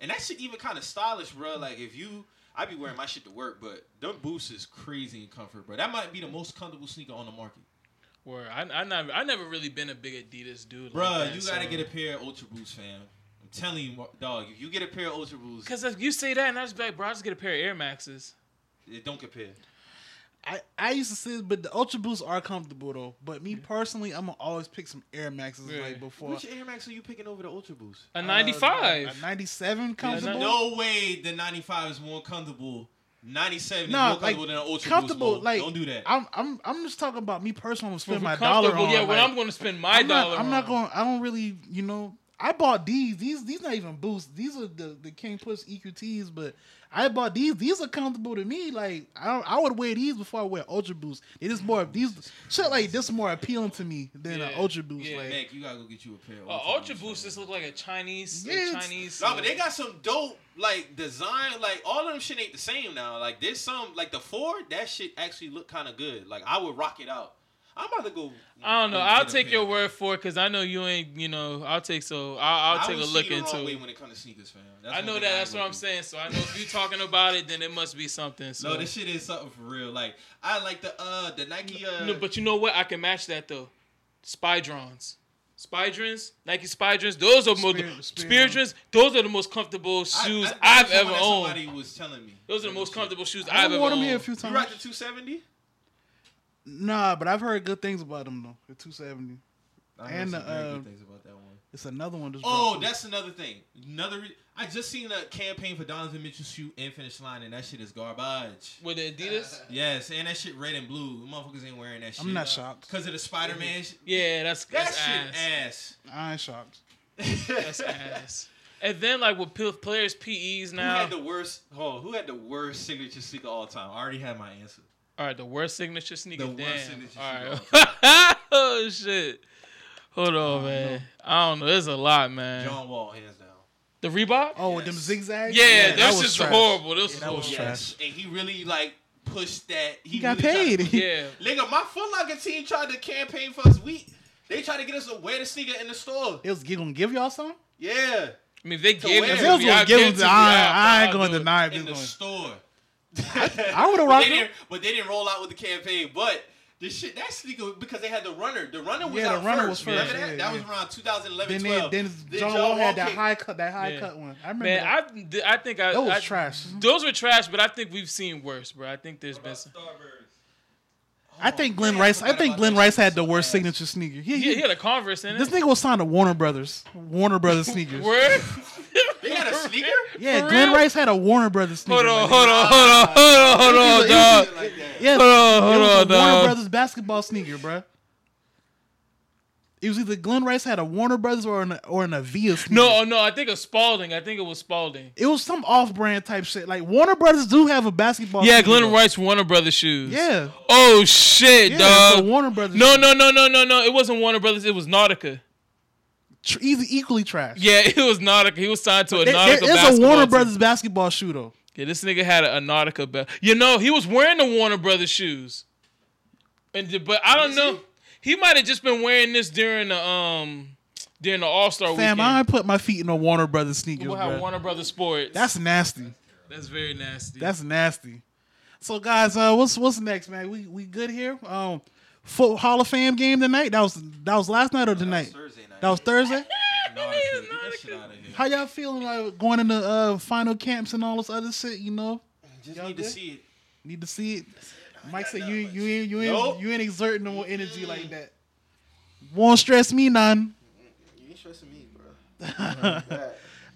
S2: and that shit even kind of stylish, bro. Like if you, I be wearing my shit to work, but them Boost is crazy in comfort, bro. That might be the most comfortable sneaker on the market,
S3: Where I I never I never really been a big Adidas dude.
S2: bro.
S3: like that,
S2: you gotta
S3: so-
S2: get a pair of Ultra Boost, fam. I'm telling you, dog. If you get a pair of Ultra Boost,
S3: Cause if you say that, and I just be like, bro, I just get a pair of Air Maxes.
S2: it don't compare.
S1: I, I used to say, but the Ultra Boosts are comfortable though. But me personally, I'm gonna always pick some Air Maxes
S3: Yeah.
S1: like before.
S2: Which Air Max are you picking over the Ultra Boost?
S3: A
S1: Uh,
S3: ninety five.
S1: a 97 comfortable.
S2: No way the 95 is more comfortable. 97
S1: Nah,
S2: is more comfortable
S1: like,
S2: than an Ultra
S1: comfortable,
S2: Boost. Mo.
S1: like,
S2: Don't do that.
S1: I'm I'm I'm just talking about me personally. I'm
S3: Well,
S1: spend
S3: if
S1: my
S3: we're
S1: dollar
S3: comfortable,
S1: on.
S3: Yeah,
S1: like,
S3: when I'm going to spend my
S1: I'm
S3: dollar.
S1: not, I'm not
S3: on.
S1: going. I don't really, you know. I bought these. These these not even boosts. These are the the King Push EQTs. But I bought these. These are comfortable to me. Like I don't- I would wear these before I wear Ultra Boost. It is more of these shit like this is more appealing to me than an
S3: Yeah,
S1: Ultra Boost.
S3: yeah.
S1: Like
S2: Mac, you gotta go get you a pair. Of
S3: Uh, Ultra
S2: Boosts, man.
S3: Boost just look like a Chinese, a
S1: Yeah, it's-
S3: Chinese.
S2: No,
S3: uh,
S2: but they got some dope like design. Like all of them shit ain't the same now. Like there's some like the four that shit actually look kind of good. Like I would rock it out. I'm about to go.
S3: I don't know.
S2: go
S3: I'll
S2: get a
S3: take
S2: pair,
S3: your
S2: man.
S3: word for it because I know you ain't. You know, I'll take so. I'll, I'll
S2: I
S3: take a
S2: will see
S3: look
S2: the wrong
S3: into.
S2: way
S3: it.
S2: when it comes to sneakers, fam.
S3: I know
S2: one
S3: that.
S2: thing I
S3: That's what
S2: will
S3: I'm
S2: do.
S3: saying. So I know if you talking about it, then it must be something. So.
S2: No, this shit is something for real. Like I like the uh the Nike. Uh,
S3: No, but you know what? I can match that though. Spydrons. Spydrins, Nike Spydrins, those are more
S1: Spear- Spear-
S3: Spiridrins. Those are the most comfortable shoes
S2: I- I-
S3: I, have ever
S2: someone that
S3: owned.
S2: Somebody was telling me.
S3: Those are the most comfortable shoes
S1: I
S3: I've
S1: have
S3: ever
S1: worn
S3: owned.
S1: them here a few
S2: You
S1: times.
S2: rocked the 270?
S1: Nah, but I've heard good things about them though. The 270.
S2: I
S1: And
S2: heard some
S1: the,
S2: very
S1: uh,
S2: good things about that one.
S1: It's another one. Just
S2: Oh,
S1: dropped.
S2: that's another thing. Another. Re- I just seen a campaign for Donovan Mitchell's shoe and finish line, and that shit is garbage.
S3: With the Adidas?
S2: Yes, and that shit red and blue. Motherfuckers ain't wearing that shit.
S1: I'm not shocked.
S2: Cause of the Spider Man. shit.
S3: Yeah, that's
S2: That
S3: that's
S2: shit
S3: ass.
S2: ass.
S1: I ain't shocked.
S3: That's ass. And then like with pil- players PEs
S2: Who
S3: now.
S2: had the worst? Hold on, who had the worst signature sneaker of all time? I already had my answer.
S3: All right, the worst signature sneaker.
S2: The worst
S3: Damn.
S2: signature
S3: All
S2: sneaker
S3: right. oh shit. Hold on, man. I don't know. There's a lot, man.
S2: John Wall, hands down.
S3: The Reebok.
S1: Oh, with them
S2: Yes.
S1: zigzags.
S3: yeah,
S1: that
S3: that's
S1: was
S3: just
S1: trash.
S3: horrible. This
S1: Yeah,
S3: is
S1: that was
S3: horrible.
S1: trash.
S2: and he really like pushed that.
S1: He got
S2: really tried to
S1: paid.
S3: Yeah.
S2: push- Nigga, my Foot Locker team tried to campaign for us. We they tried to get us to wear the sneaker in the store.
S1: It was gonna give y'all some.
S2: Yeah,
S3: I mean, if they gave
S2: where?
S3: it
S1: If
S2: If
S3: to
S1: it
S2: it
S1: was
S3: me.
S1: gonna
S3: I'd
S1: give
S3: give it
S1: them,
S3: to
S1: some,
S3: me.
S1: I, I ain't
S3: I'll
S1: gonna
S3: do it.
S1: deny it.
S2: in the
S1: This
S2: store.
S1: I would've
S2: But
S1: rocked
S2: they
S1: it.
S2: didn't- But they didn't roll out with the campaign. But the shit that sneaker because they had the runner. The runner was
S1: Yeah, the
S2: out
S1: runner was
S2: first. Remember
S1: first,
S2: that?
S1: yeah,
S2: that was
S1: yeah.
S2: around 2011,
S1: then, then,
S2: 12.
S1: then John
S2: John
S1: Wall had that
S2: came-
S1: high cut, that high
S3: Yeah.
S1: cut one. I remember
S3: Man,
S1: that.
S3: I, th- I think I.
S1: that was
S3: I-
S1: trash.
S3: Those were trash, but I think we've seen worse, bro. I think there's been some.
S1: I think Glenn
S2: man,
S1: Rice.
S2: forgot
S1: I think
S2: about
S1: Glenn
S2: that
S1: Rice
S2: shit.
S1: had the worst
S2: Ass.
S1: signature sneaker. He,
S3: Yeah,
S1: he,
S3: he had a Converse in it.
S1: This nigga was signed to Warner Brothers. Warner Brothers sneakers.
S3: Word?
S2: They had a sneaker.
S1: Yeah,
S3: For
S1: Glenn
S3: real?
S1: Rice had a Warner Brothers sneaker. man.
S3: Hold on, hold on, hold on, hold on, hold
S1: It was
S3: on,
S1: a-
S3: dog.
S2: Shit like that.
S1: Yeah,
S3: Hold on, hold
S1: it was
S3: on,
S1: a Warner
S3: dog.
S1: Brothers basketball sneaker, bruh. It was either Glenn Rice had a Warner Brothers or an or an Avia sneaker.
S3: No, oh, no, I think it was Spalding. I think it was Spalding.
S1: it was some off-brand type shit. Like Warner Brothers do have a basketball.
S3: Yeah,
S1: sneaker,
S3: Glenn
S1: though.
S3: Rice Warner Brothers shoes.
S1: Yeah,
S3: Oh shit,
S1: yeah. it's a
S3: dog.
S1: Warner Brothers.
S3: No,
S1: shoe.
S3: no, no, no, no, no. It wasn't Warner Brothers. It was Nautica.
S1: Tr- easy, equally trash.
S3: Yeah, it was Nautica. He was signed to a
S1: There-
S3: Nautica
S1: there is a
S3: basketball
S1: Warner
S3: team.
S1: Brothers basketball shoe though.
S3: Yeah, this nigga had a, a Nautica belt. You know, he was wearing the Warner Brothers shoes, and the- but I don't know. He might have just been wearing this during the um during the All Star
S1: Fam,
S3: weekend.
S1: I ain't put my feet in a Warner Brothers sneakers,
S3: We'll have
S1: bruh.
S3: Warner Brothers Sports.
S1: That's nasty.
S3: that's very nasty.
S1: That's nasty. So guys, uh, what's what's next, man? We we good here? Um, foot Hall of Fame game tonight. That was that was last night or tonight?
S2: Thursday night.
S1: That was Thursday.
S2: Nautica. Get that shit outta here.
S1: How y'all feeling like going into uh, final camps and all this other shit? You know,
S2: Just
S1: Y'all
S2: need to
S1: good?
S2: see it.
S1: need to see it. Mike said you you ain't you ain't
S2: Nope.
S1: you ain't exerting no more energy like that. Won't stress me none.
S4: You ain't stressing me, bro.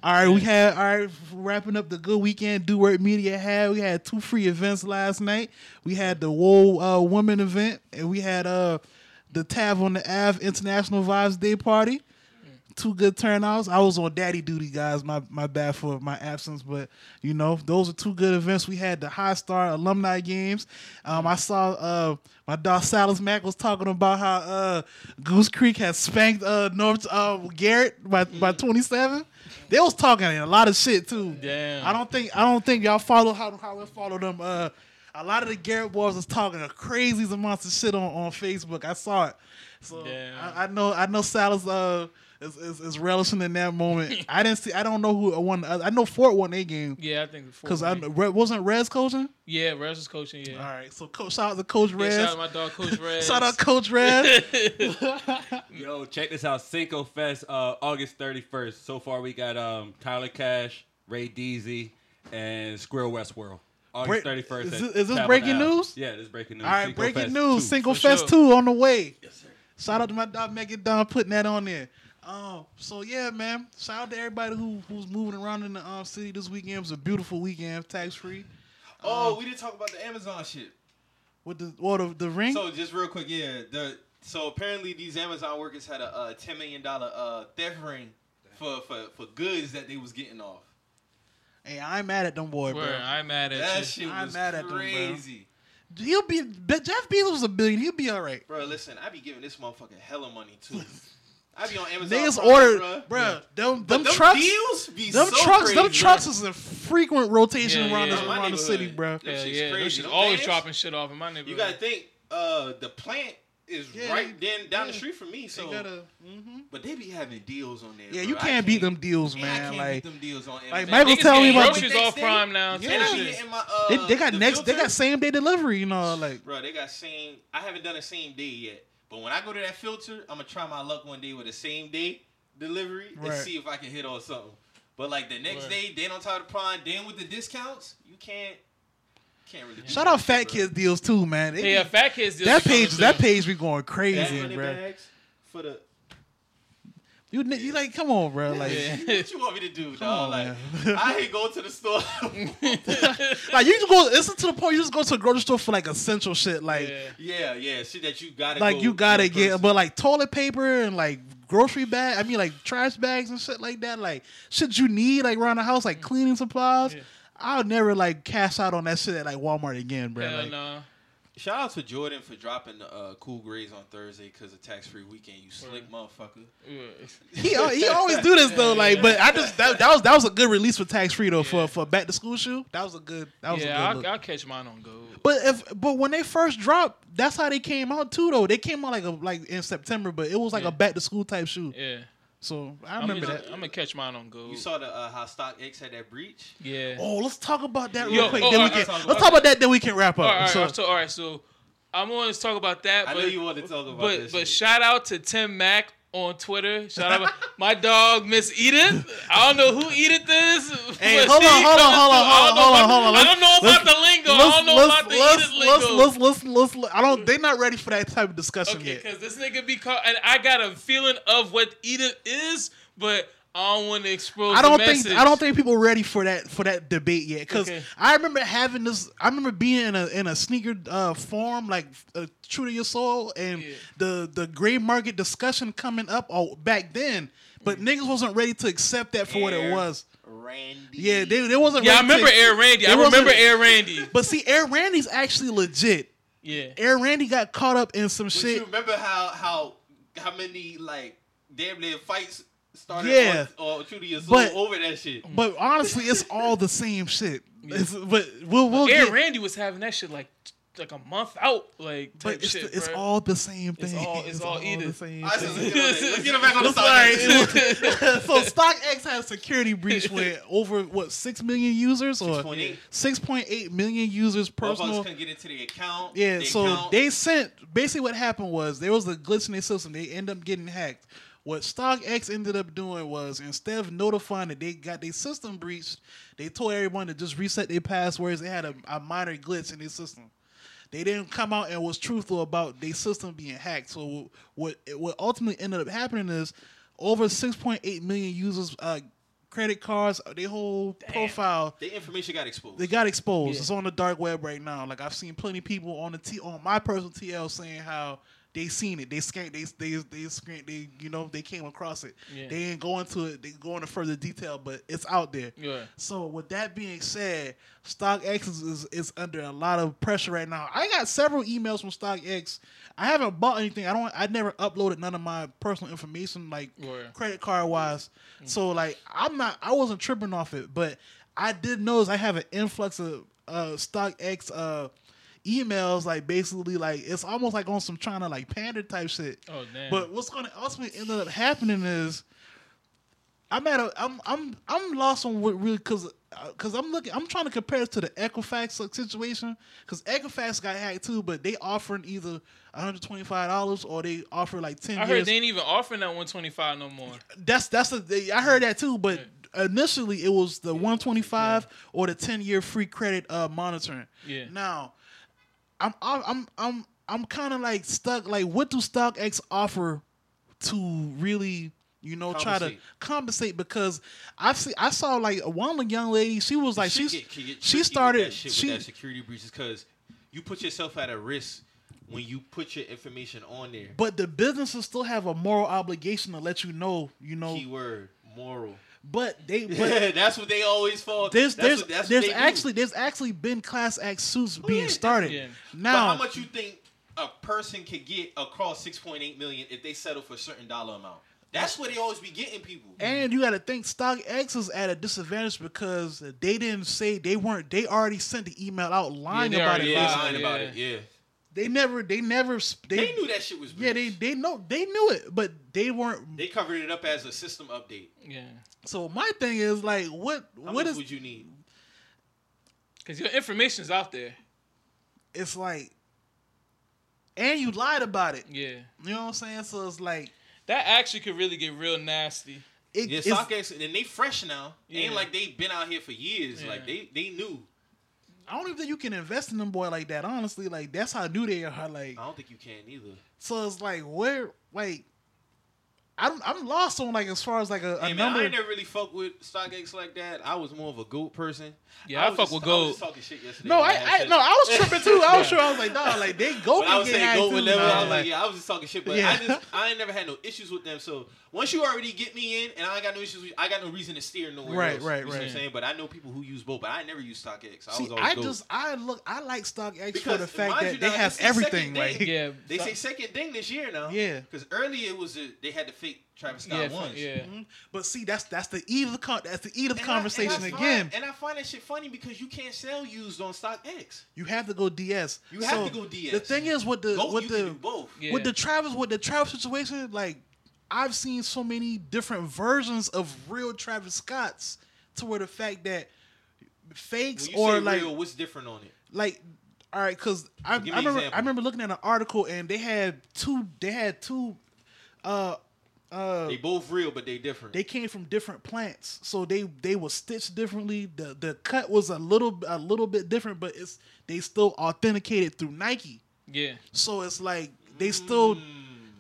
S1: All right, we had all right wrapping up the good weekend. Do work media had we had two free events last night. We had the Whoa uh, Women event, and we had uh the Tav on the Ave International Vibes Day party. Two good turnouts. I was on daddy duty, guys. My my bad for my absence, but you know those are two good events. We had the High Star alumni games. Um, I saw uh my dog Silas Mack was talking about how uh Goose Creek had spanked uh North uh Garrett by
S3: Mm.
S1: by twenty seven. They was talking a lot of shit too.
S3: Damn.
S1: I don't think I don't think y'all follow how how we follow them. Uh, a lot of the Garrett boys was talking a crazy amounts of shit on, on Facebook. I saw it. So
S3: Damn.
S1: I, I know I know Salas uh is, is, is relishing in that moment. I didn't see I don't know who won. the other- I know Fort won a game
S3: yeah, I think before
S1: because I
S3: we-
S1: Re- wasn't Rez coaching.
S3: yeah, Rez was coaching. Yeah,
S1: All right, so coach, shout out to Coach
S3: yeah
S1: Rez.
S3: shout out my dog Coach Rez.
S1: shout out Coach Rez.
S6: Yo, check this out. Cinco Fest, uh, August 31st. So far, we got um, Tyler Cash, Ray Deasy, and Squirrel Westworld. August
S1: Break-
S6: 31st.
S1: is
S6: at
S1: this- is this
S6: Tavern
S1: breaking
S6: Alley.
S1: news?
S6: Yeah, this is breaking news.
S1: All right,
S6: Cinco
S1: breaking
S6: Fest
S1: news.
S6: two.
S1: Single
S3: for
S1: Fest
S3: sure.
S1: 2 on the way. Shout out to my dog Megan Don putting that on there. Um, so yeah, man. Shout out to everybody who who's moving around in the um, city this weekend. It was a beautiful weekend, tax free. Uh-huh.
S2: Oh, we didn't talk about the Amazon shit.
S1: With the or the, the ring.
S2: So just real quick, yeah. The so apparently these Amazon workers had a, uh ten million dollar uh, theft ring for, for for goods that they was getting off.
S1: hey, I'm mad at them boy, bro.
S3: Word, I'm mad at
S2: That
S3: you.
S2: shit
S1: I'm
S2: was
S1: mad at them, bro.
S2: crazy,
S1: He'll be but Jeff Bezos was a billion. He'll be all right.
S2: bro. Listen, I be giving this motherfucker hella money too. I be on Amazon.
S1: Niggas
S2: Prime,
S1: ordered,
S2: bruh.
S1: bruh. Them them,
S2: But
S1: trucks,
S2: deals be
S1: them
S2: so
S1: trucks,
S2: crazy,
S1: them trucks is in frequent rotation
S3: Yeah,
S1: around,
S3: yeah.
S1: this-
S2: My
S1: around the city, bro.
S2: neighborhood.
S3: Yeah,
S2: That shit's
S3: yeah,
S2: crazy.
S3: those shit's
S2: Them
S3: always
S2: vans?
S3: dropping shit off in my neighborhood.
S2: You gotta think, uh, the plant is
S1: Yeah,
S2: right
S1: they-
S2: then down
S1: yeah.
S2: the street from me. So,
S1: mhm.
S2: but they be having deals on there.
S1: Yeah,
S2: bro.
S1: you
S2: I
S1: can't beat them deals,
S2: Yeah, I
S1: man.
S2: can't
S1: Like
S2: beat them deals on Amazon.
S1: like Michael
S3: Niggas
S1: tell me
S3: getting
S1: about
S3: groceries
S1: the-
S3: off prime now.
S1: Yeah.
S3: Yeah.
S2: And I be
S3: shit.
S2: getting my, uh,
S1: they, they got
S2: the
S1: next, they got
S2: filter.
S1: same day delivery, you know, like
S2: Bro, they got same. I haven't done a same day yet, But when I go to that filter, I'm gonna try my luck one day with the same day delivery
S1: Right.
S2: and see if I can hit on something. But like the next
S3: Right.
S2: day, then on top of the prime, then with the discounts, you can't can't really. do
S1: Shout out
S2: that,
S1: Fat
S2: bro.
S1: Kids deals too, man. They-
S3: Yeah, fat kids. Just
S1: that
S3: be coming
S1: page, that
S3: through.
S1: page, we going
S2: That
S1: crazy,
S2: money
S1: bro.
S2: bags for the
S1: You, ni- you like, come on, bro. Like,
S2: what you want me to do, dog? Like
S1: on,
S2: I ain't going to the store.
S1: like you just go. It's to the point you just go to the grocery store for like essential shit, like
S3: Yeah.
S2: yeah, yeah, shit that you gotta
S1: like
S2: go
S1: you gotta
S2: in
S1: get,
S2: person.
S1: but like toilet paper and like grocery bag. I mean, like trash bags and shit like that. Like shit you need like around the house, like cleaning supplies.
S3: Yeah.
S1: I'll never like cash out on that shit at like Walmart again, bro.
S3: Hell
S1: Like,
S3: no.
S2: Shout out to Jordan for dropping the uh, cool grades on Thursday because of tax free weekend. You slick motherfucker.
S1: He al- he always do this though. Like, but I just that, that was that was a good release for tax free though for for back to school shoe. That was a good. That was
S3: Yeah,
S1: a good. look.
S3: I'll, I'll catch mine on gold.
S1: But if but when they first dropped, that's how they came out too. Though they came out like a like in September, but it was like
S3: Yeah.
S1: a back to school type shoe.
S3: Yeah,
S1: So I
S3: I'm
S1: remember
S3: gonna,
S1: that.
S3: I'm gonna catch mine on gold.
S2: You saw the uh, how Stock X had that breach.
S3: yeah.
S1: Oh, let's talk about that real
S3: Yo,
S1: quick.
S3: oh,
S1: then we
S3: alright,
S1: can,
S2: let's talk
S1: let's talk about that. Then we can wrap up.
S3: all right,
S1: so,
S3: all right, so all right, so I'm going to talk about that.
S2: I
S3: but,
S2: know you want to talk about
S3: but
S2: this.
S3: but
S2: shit.
S3: shout out to Tim Mack on Twitter. Shout out my dog Miss Edith. I don't know who Edith is.
S1: Hey,
S3: but
S1: hold
S3: she
S1: on, hold on,
S3: coming
S1: hold on,
S3: through. I
S1: hold
S3: don't
S1: on,
S3: know
S1: hold on, hold on.
S3: about- I don't know
S1: Let's-
S3: about the lingo. I don't know about the Edith lingo.
S1: let's, let's, let's, let's- I don't. They're not ready for that type of discussion
S3: Okay,
S1: yet.
S3: because this nigga be called, and I got a feeling of what Edith is, but I don't want to expose.
S1: I
S3: the
S1: don't think
S3: message.
S1: I don't think people ready for that for that debate yet. Because
S3: Okay.
S1: I remember having this. I remember being in a in a sneaker uh, forum like uh, True to Your Soul and
S3: Yeah.
S1: the the gray market discussion coming up all, back then. But
S3: Mm.
S1: niggas wasn't ready to accept that for what it
S2: Air.
S1: was.
S2: Randy.
S1: Yeah, they, they wasn't.
S3: Yeah, I
S1: ready to
S3: remember
S1: ac-
S3: Air Randy. I
S1: There wasn't-
S3: remember Air Randy.
S1: But see, Air Randy's actually legit.
S3: Yeah.
S1: Air Randy got caught up in some
S2: But
S1: shit.
S2: you remember how how how many like damn near fights started
S1: Yeah.
S2: on, on True to Your Soul
S1: But-
S2: over that shit.
S1: But honestly, it's all the same shit. It's- but we'll we'll
S3: Air
S1: get.
S3: Randy was having that shit like like a month out, like type
S1: but it's,
S3: shit.
S1: the- it's
S3: bruh.
S1: all the same
S3: It's
S1: thing.
S3: all- it's all
S1: the
S3: Edith.
S1: same.
S2: All right,
S1: thing.
S2: so let's, get on that. let's get him back on the
S1: I'm
S2: Stock
S1: sorry.
S2: X.
S1: so StockX had a security breach with over what six million users or
S2: 6.8.
S1: six point eight million users
S2: Motherfuckers
S1: personal.
S2: couldn't get into the account.
S1: Yeah,
S2: the
S1: so
S2: account-
S1: they sent basically what happened was there was a glitch in their system. They end up getting hacked. What StockX ended up doing was instead of notifying that they got their system breached, they told everyone to just reset their passwords. They had a, a minor glitch in their system. They didn't come out and was truthful about their system being hacked. So what what ultimately ended up happening is over 6.8 million users, uh, credit cards, their whole profile
S2: the information got exposed.
S1: they got exposed. It's on the dark web right now. Like I've seen plenty of people on the T on my personal TL saying how they seen it. They scanned they they they screen they you know they came across it.
S3: Yeah.
S1: They didn't go into it. They go into further detail, but it's out there.
S3: Yeah.
S1: So with that being said, StockX is, is, is under a lot of pressure right now. I got several emails from StockX. I haven't bought anything. I don't. I never uploaded none of my personal information, like
S3: Word.
S1: credit card wise.
S3: Mm-hmm.
S1: So like, I'm not. I wasn't tripping off it, but I did notice I have an influx of uh, StockX uh, emails. Like basically, like it's almost like on some trying to like pander type shit.
S3: Oh damn.
S1: But what's going to ultimately end up happening is I'm at a I'm I'm I'm lost on what really because because I'm looking I'm trying to compare it to the Equifax situation because Equifax got hacked too, but they offering either 125 dollars or they offer like 10
S3: I heard
S1: years.
S3: they ain't even offering that 125 no more.
S1: that's that's the they, I heard that too, but. Initially, it was the 125 or the 10 year free credit uh, monitoring.
S3: Yeah.
S1: Now, I'm I'm I'm I'm kind of like stuck. Like, what do StockX offer to really, you know, try to compensate? Because I've seen I saw like one young lady. She was like
S2: Shit
S1: she's
S2: get- can get tricky
S1: she
S2: with
S1: started
S2: that shit
S1: she
S2: with that security breaches because you put yourself at a risk when you put your information on there.
S1: but the businesses still have a moral obligation to let you know, you know.
S2: Keyword moral.
S1: But they but
S2: that's what they always fall.
S1: there's
S2: that's
S1: there's
S2: what- that's what
S1: there's
S2: they do.
S1: actually there's actually been class act suits being started.
S3: yeah.
S2: But
S1: Now
S2: how much you think a person could get across 6.8 million if they settle for a certain dollar amount? That's what they always be getting people.
S1: And you got to think StockX is at a disadvantage because they didn't say they weren't. They already sent the email out lying
S3: they
S1: about it.
S3: already
S2: yeah,
S3: lied.
S1: basically.
S2: lying about
S3: yeah.
S2: it. Yeah,
S1: They never. They never. sp- They,
S2: they, knew that shit was.
S1: Yeah, they
S2: breached.
S1: they know they knew it, but they weren't.
S2: They covered it up as a system update.
S3: Yeah.
S1: so my thing is like, what
S2: How
S1: what
S2: much
S1: is?
S2: would you need?
S3: Cause your information's out there.
S1: it's like and you lied about it.
S3: Yeah,
S1: You know what I'm saying? So it's like
S3: that actually could really get real nasty.
S1: it,
S2: Yeah,
S1: it's
S2: Saka and they fresh now.
S3: Yeah.
S2: Ain't like they been out here for years.
S3: Yeah.
S2: Like they they knew.
S1: I don't even think you can invest in them boy like that. Honestly, like that's how new they are. Like
S2: I don't think you can either.
S1: so, it's like where like I'm I'm lost on like as far as like a, a
S2: Hey man,
S1: number.
S2: I ain't never really fuck with StockX like that. I was more of a goat person.
S3: Yeah, I,
S2: was
S3: fuck
S2: just-
S3: with
S2: I was
S3: gold.
S2: just talking shit yesterday.
S1: no,
S2: when
S1: I,
S2: had
S1: I
S2: said-
S1: no, I was tripping too. I was sure I was like, nah, like they go
S2: When I was
S1: get
S2: saying
S1: high
S2: goat
S1: too.
S2: whenever, I was
S1: Nah.
S2: like, yeah, I was just talking shit. But
S1: Yeah.
S2: I just I ain't never had no issues with them. So once you already get me in, and I ain't got no issues, with you, I got no reason to steer nowhere
S1: Right,
S2: else.
S1: right,
S2: you see What I'm
S1: right.
S2: saying, but I know people who use both, but I never used StockX. I
S1: See,
S2: was always
S1: I
S2: goat.
S1: just I look I like StockX for
S2: Because,
S1: the fact
S2: mind you
S1: that they
S2: now,
S1: have
S2: this is the
S1: everything.
S2: second day.
S1: Like
S3: yeah,
S2: They say second thing this year now.
S1: Yeah.
S2: Because earlier it was a, they had to fake Travis Scott
S3: yeah,
S2: once.
S3: yeah.
S1: Mhm. But see, that's that's the eve of con- that's the eve of
S2: And I-
S1: conversation
S2: and I find-
S1: again.
S2: and I find that shit funny because you can't sell used on StockX.
S1: you have to go DS.
S2: You have to go DS.
S1: The thing is with the
S2: Go,
S1: with
S2: you
S1: the
S2: can do both.
S3: Yeah.
S1: with the Travis with the Travis situation, like I've seen so many different versions of real Travis Scotts to where the fact that fakes
S2: When you
S1: or
S2: say
S1: like
S2: real, what's different on it?
S1: like all right because I, I
S2: me an
S1: remember
S2: example.
S1: I remember looking at an article and they had two they had two uh uh
S2: They both real, but they different.
S1: they came from different plants so they they were stitched differently the the cut was a little a little bit different but it's they still authenticated through Nike
S3: yeah.
S1: so it's like they still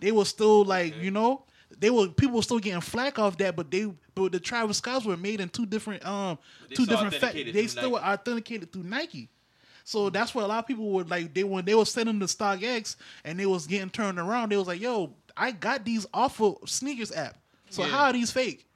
S1: they were still like you know they were people were still getting flack off that but they but the Travis Scotts were made in two different um
S2: they
S1: two
S2: still
S1: different fa-
S2: authenticated
S1: they
S2: through
S1: still were
S2: Nike. Hmm.
S1: authenticated through Nike. So that's why a lot of people would like they when they were sending the stock X and they was getting turned around they was like yo I got these off of sneakers app so
S3: Yeah.
S1: how are these fake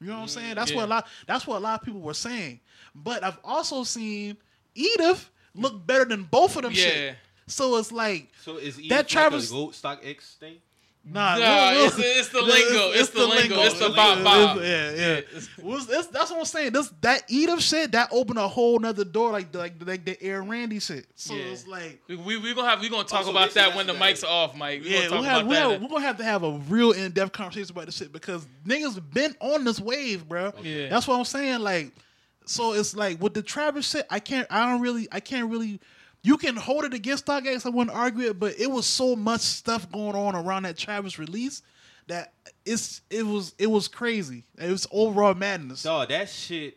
S1: you know what I'm
S2: Mm,
S1: saying that's what a
S3: Yeah.
S1: lot that's what a lot of people were saying but I've also seen Edith look better than both of them
S3: Yeah.
S1: shit so it's like
S2: so is Eve
S1: that
S2: like
S1: Travis-
S2: a goat StockX thing?
S1: Nah,
S3: Nah,
S1: we'll-
S3: it's the- it's the
S1: we'll-
S3: lingo. It's the lingo. It's the bop
S1: It's-
S3: bop.
S1: Yeah, yeah.
S3: It's-
S1: Well, it's- that's what I'm saying. This that eat up shit that opened a whole nother door, like like like the Air Randy shit. So
S3: Yeah.
S1: it's like.
S3: We we we gonna have we gonna talk
S2: Also,
S3: about
S2: listen,
S3: that when the
S2: that's
S3: mics
S2: what
S3: are off, Mike. We
S1: Yeah,
S3: gonna
S1: we'll
S3: talk
S1: have,
S3: about
S1: we
S3: that.
S1: have, we're gonna have to have a real in depth conversation about this shit because niggas been on this wave, bro.
S3: Yeah.
S1: That's what I'm saying. Like, so it's like with the Travis shit, I can't, I don't really, I can't really. You can hold it against StockX, I wouldn't argue it, but it was so much stuff going on around that Travis release that it's it was it was crazy. It was overall madness.
S2: Dog, that shit.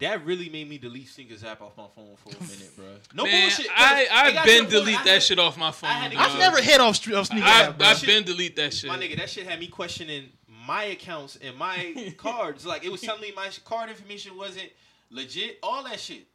S2: That really made me delete Singers app off my phone for a minute, bro. No
S3: Man,
S2: bullshit. 'cause
S3: I
S2: it
S3: I've
S2: got to
S3: been
S2: the point
S3: delete
S2: I
S3: that
S2: had-
S3: shit off my phone.
S2: had to
S1: I've
S2: go-
S3: dog.
S1: never hit off stre- off sneaker app,
S3: I've,
S1: bro.
S3: I've been delete that shit.
S2: My nigga, that shit had me questioning my accounts and my cards. Like it was telling me my sh- card information wasn't legit. All that shit.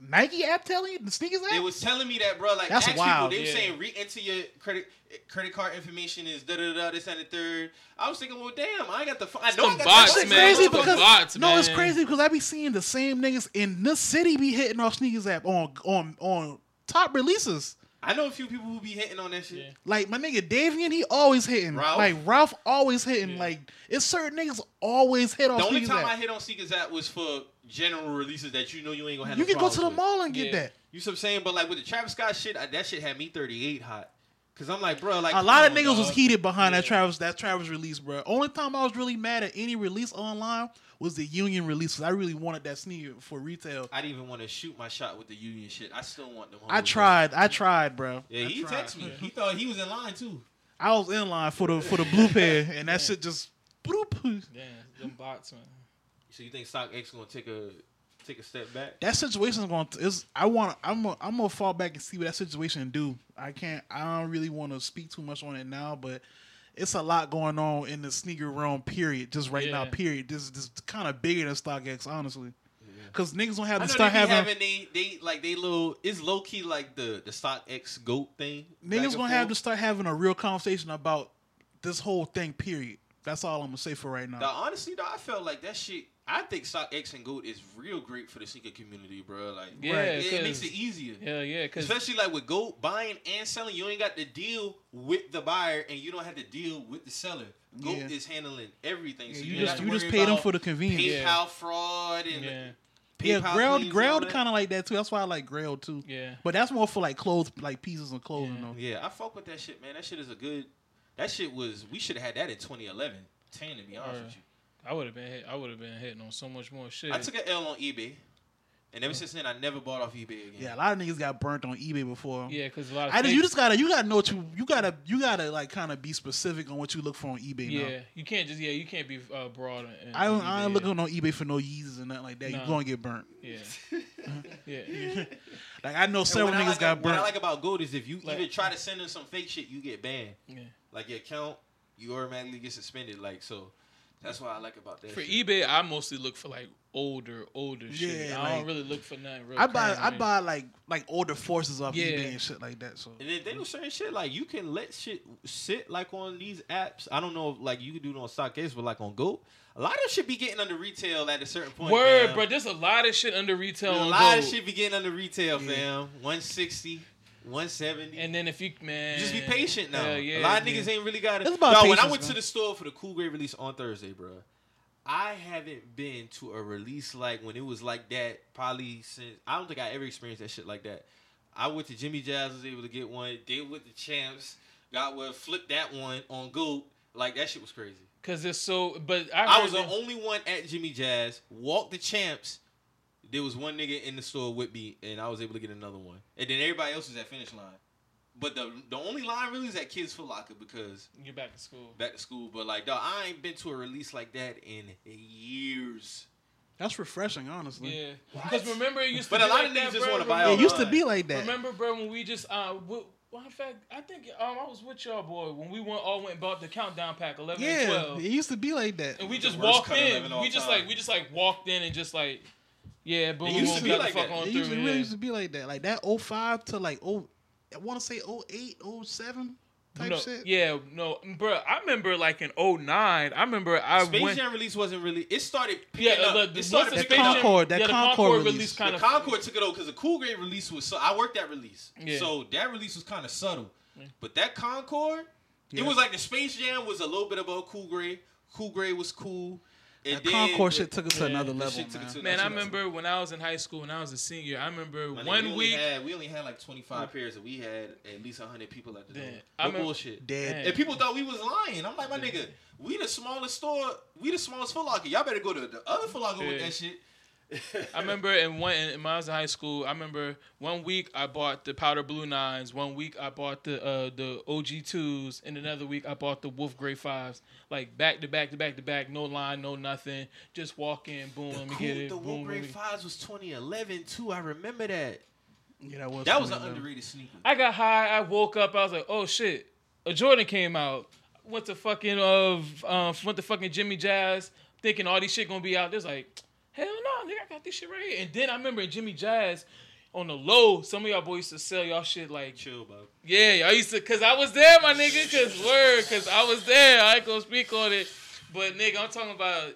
S1: Nike app telling you the sneakers
S2: They
S1: app.
S2: was telling me that, bro. Like
S1: That's
S2: ask
S1: wild,
S2: people. They
S3: yeah.
S2: were saying re-enter your credit credit card information is da da da this and the third. I was thinking, well, damn, I ain't got the. Fun. I know I
S3: Some
S2: got
S3: bots,
S2: the
S1: It's
S2: phone.
S3: man.
S1: crazy
S3: Those are
S1: because
S3: bots,
S1: no, it's
S3: man.
S1: crazy because I be seeing the same niggas in this city be hitting off sneakers app on on on top releases.
S2: I know a few people who be hitting on that shit.
S3: Yeah.
S1: Like my nigga Davian, he always hitting.
S2: Ralph.
S1: Like Ralph always hitting. Like it's certain niggas always hit off
S2: The only
S1: sneakers
S2: time I
S1: app.
S2: hit on Seekers app was for general releases that you know you ain't gonna have.
S1: You
S2: no
S1: can go
S2: problems
S1: to the
S2: with.
S1: mall and get
S3: Yeah.
S1: that.
S2: You see what I'm saying? But like with the Travis Scott shit, I, that shit had me 38 hot. Cause I'm like, bro, like
S1: A lot of
S2: come on,
S1: niggas was
S2: dog.
S1: heated behind that Travis that Travis release, bro. Only time I was really mad at any release online was the Union release 'cause I really wanted that sneaker for retail.
S2: I didn't even want to shoot my shot with the union shit. I still want them.
S1: I
S2: hoes,
S1: tried, I tried, bro.
S2: bro. Yeah,
S1: I
S2: he
S1: tried.
S2: texted me. He thought he was in line too.
S1: I was in line for the for the blue pair, and that shit just bloop.
S3: Damn, them bots, man.
S2: So you think StockX gonna take a take a step back?
S1: That situation's going to is I want to I'm gonna I'm gonna fall back and see what that situation do. I can't I don't really want to speak too much on it now, but it's a lot going on in the sneaker realm. Period. Just right now.
S3: Yeah.
S1: Period. This this kind of bigger than StockX, honestly. Because niggas gonna have
S2: I
S1: to
S2: know
S1: start
S2: they be
S1: having,
S2: having they they like they little it's low key like the the StockX goat thing. back and
S1: niggas gonna have to
S2: forth.
S1: start having a real conversation about this whole thing. Period. That's all I'm gonna say for right now.
S2: Dawg, honestly, though, I felt like that shit. I think StockX and Goat is real great for the sneaker community, bro. Like,
S3: Yeah,
S2: it, it makes
S3: 'cause-
S2: it easier.
S3: Hell yeah, because
S2: Especially like with gold buying and selling, you ain't got to deal with the buyer and you don't have to deal with the seller. Goat
S1: Yeah.
S2: is handling everything. so
S1: you
S2: ain't
S1: just-
S2: got to
S1: you just
S2: worry
S1: pay them
S2: about
S1: for the convenience.
S2: PayPal
S3: Yeah.
S2: fraud and
S3: yeah,
S1: yeah,
S2: PayPal
S1: Grailed
S2: claims
S1: Grailed
S2: and all that.
S1: kind of like that too. That's why I like Grailed too.
S3: yeah,
S1: But that's more for like clothes, like pieces of clothing
S3: Yeah.
S1: though.
S2: Yeah, I fuck with that shit, man. That shit is a good. That shit was. We should have had that in 2011, 10 to be honest
S3: Word.
S2: with you.
S3: I would have been hit. I would have been hitting on so much more shit.
S2: I took an L on eBay. And ever since then, I never bought off eBay again.
S1: Yeah, a lot of niggas got burnt on eBay before.
S3: Yeah, because a lot of
S1: I just,
S3: fakes-
S1: you just gotta you gotta know what you you gotta you gotta like kind of be specific on what you look for on eBay.
S3: yeah,
S1: Yeah, now.
S3: you can't just yeah, you can't be uh, broad. And, and
S1: I don't I ain't
S3: eBay.
S1: looking on eBay for no Yeezys and nothing like that.
S3: Nah.
S1: You gonna get burnt.
S3: Yeah, yeah,
S1: Like I know
S2: And
S1: several
S2: what I
S1: niggas
S2: like,
S1: got
S2: What I
S1: burnt.
S2: like about gold is if you
S3: Like-
S2: even try to send in some fake shit, you get banned.
S3: yeah.
S2: Like your account, you automatically get suspended. Like so, that's what I like about that.
S3: For e-
S2: shit.
S3: eBay, I mostly look for like older, older shit.
S1: Yeah,
S3: I
S1: like-
S3: don't really look for nothing. Real
S1: I buy
S3: current
S1: I
S3: right
S1: buy like like older forces off
S3: Yeah.
S1: eBay and shit like that. So
S2: And then they do certain shit like you can let shit sit like on these apps. I don't know, if, like you can do it on StockX, but like on Gold, a lot of shit be getting under retail at a certain point.
S3: Word,
S2: fam.
S3: bro. There's a lot of shit under retail.
S2: a
S3: on
S2: lot of
S3: Gold.
S2: shit be getting under retail,
S1: Yeah.
S2: fam. 160, 170.
S3: And then if you man,
S2: just be patient now.
S3: Hell
S2: a lot of
S3: yeah.
S2: niggas ain't really got it.
S1: It's about
S2: Dawg, when I
S1: patience,
S2: went to
S1: man.
S2: the store for the Cool Grade release on Thursday, bro, I haven't been to a release like when it was like that probably since I don't think I ever experienced that shit like that. I went to Jimmy Jazz, was able to get one, did with the champs, got one, flipped that one on Goop. Like that shit was crazy.
S3: Cause it's so. But I,
S2: I
S3: heard
S2: was the
S3: that-
S2: only one at Jimmy Jazz, walked the champs. There was one nigga in the store with me, and I was able to get another one. And then everybody else was at finish line. But the the only line really is at Kids Foot Locker because
S3: You're back to school.
S2: back to school. But like, dog, I ain't been to a release like that in years.
S1: that's refreshing, honestly.
S3: Yeah. Because remember, it used to
S2: But
S3: be
S2: a lot
S3: like
S2: of
S3: that,
S2: niggas just
S3: bro.
S2: wanna buy
S1: It
S2: all
S1: used to
S2: Alright.
S1: be like that.
S3: Remember, bro, when we just uh, w- well, in fact, I think um, I was with y'all boy when we went all went and bought the countdown pack eleven and
S1: yeah,
S3: twelve,
S1: it used to be like that.
S3: and we
S2: The
S3: just
S2: worst
S3: walked
S2: cut
S3: in.
S2: 11 all
S3: We just
S2: time.
S3: like we just like walked in and just like, yeah, boom,
S2: It
S3: boom,
S2: used to
S3: boom,
S2: be
S3: got
S2: like
S3: the fuck
S2: that.
S3: on
S1: It
S3: through.
S1: used, to, it
S3: yeah.
S1: really used to be like that. Like that 05 to like oh, I want to say 08, 07 type
S3: no,
S1: shit.
S3: Yeah, no, bro. I remember like in 09, I remember I
S2: Space
S3: went.
S2: Jam release wasn't really. It started.
S3: Yeah,
S2: Picking
S3: the,
S2: up.
S3: the,
S2: it
S3: once
S2: started
S3: the
S1: that
S3: Space
S2: picking
S3: Jam-
S2: up.
S1: Concord- that
S3: yeah, the
S1: Concord
S3: release,
S1: release.
S3: kind
S2: the
S3: of
S2: Concord took it over because the Cool Grade release was. So, I worked that release,
S3: Yeah.
S2: so that release was kind of subtle.
S3: Yeah.
S2: But that Concord,
S1: Yeah.
S2: it was like the Space Jam was a little bit about Cool Grade. Cool Grade was cool. And
S1: That
S2: then-
S1: Concord shit took it to
S3: Yeah,
S1: another
S2: that
S1: level,
S2: shit took it
S1: man.
S2: to
S3: Man, I
S2: another level.
S3: remember when I was in high school, when I was a senior. I remember
S2: My nigga, we
S3: one
S2: only
S3: week.
S2: had- we only had like twenty
S1: Mm.
S2: five pairs, and we had at least hundred people at the door.
S3: Damn. I
S2: No
S3: remember-
S2: bullshit.
S1: Dead.
S2: And people thought we was lying. I'm like, my nigga, we the smallest store, we the smallest Foot Locker. Y'all better go to the other Foot Locker with
S3: Yeah.
S2: that shit.
S3: I remember in one in, when I was in high school. I remember one week I bought the powder blue nines. One week I bought the uh, the OG twos, and another week I bought the Wolf Gray fives. Like back to back to back to back, no line, no nothing. Just walk in, boom,
S2: The
S3: let me
S2: cool,
S3: get it.
S2: the
S3: boom,
S2: Wolf
S3: let
S2: Grade
S3: me-
S2: Fives was 2011 too. I remember that.
S1: Yeah, that was
S2: That was an
S1: 2011.
S2: underrated sneaker.
S3: I got high. I woke up. I was like, oh shit, a Jordan came out. Went to fucking of um, went to fucking Jimmy Jazz, thinking all these shit gonna be out. There's like, hell no, nigga, I got this shit right here. And then I remember in Jimmy Jazz, on the low, some of y'all boys used to sell y'all shit like,
S2: Chill, bro.
S3: yeah, y'all used to, cause I was there, my nigga, cause word, cause I was there. I ain't gonna speak on it, but nigga, I'm talking about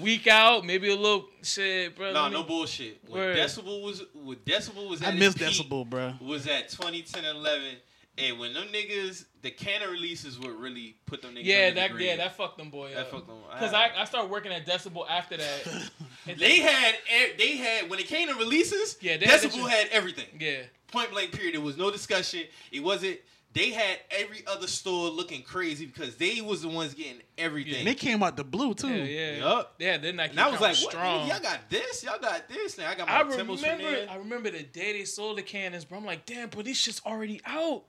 S3: week out, maybe a little shit, bro.
S2: Nah,
S3: let me-
S2: no bullshit. When
S3: Word.
S2: Decibel was, when Decibel was at
S1: I
S2: its
S1: miss
S2: peak,
S1: Decibel, bro.
S2: was at 2010 11. And when them niggas, the Cannon releases would really put them niggas.
S3: Yeah,
S2: under the
S3: that
S2: grid.
S3: yeah, that fucked them boy
S2: That
S3: up.
S2: fucked them.
S3: Cause I, I started working at Decibel after that. And
S2: They had e- they had when it came to releases,
S3: Yeah,
S2: yeah,
S3: they had
S2: Decibel
S3: the-
S2: had everything.
S3: yeah,
S2: Point blank period. There was no discussion. It wasn't they had every other store looking crazy because they was the ones getting everything.
S1: And they came out the blue too.
S3: yeah, yeah.
S2: Yup.
S3: Yeah, they're not.
S2: And I was like, what?
S3: strong.
S2: Nigga, Y'all got this, y'all got this. Now I got my
S3: I
S2: Timbos from
S3: remember,
S2: there.
S3: I remember the day they sold the cannons, bro. I'm like, damn, but this shit's already out.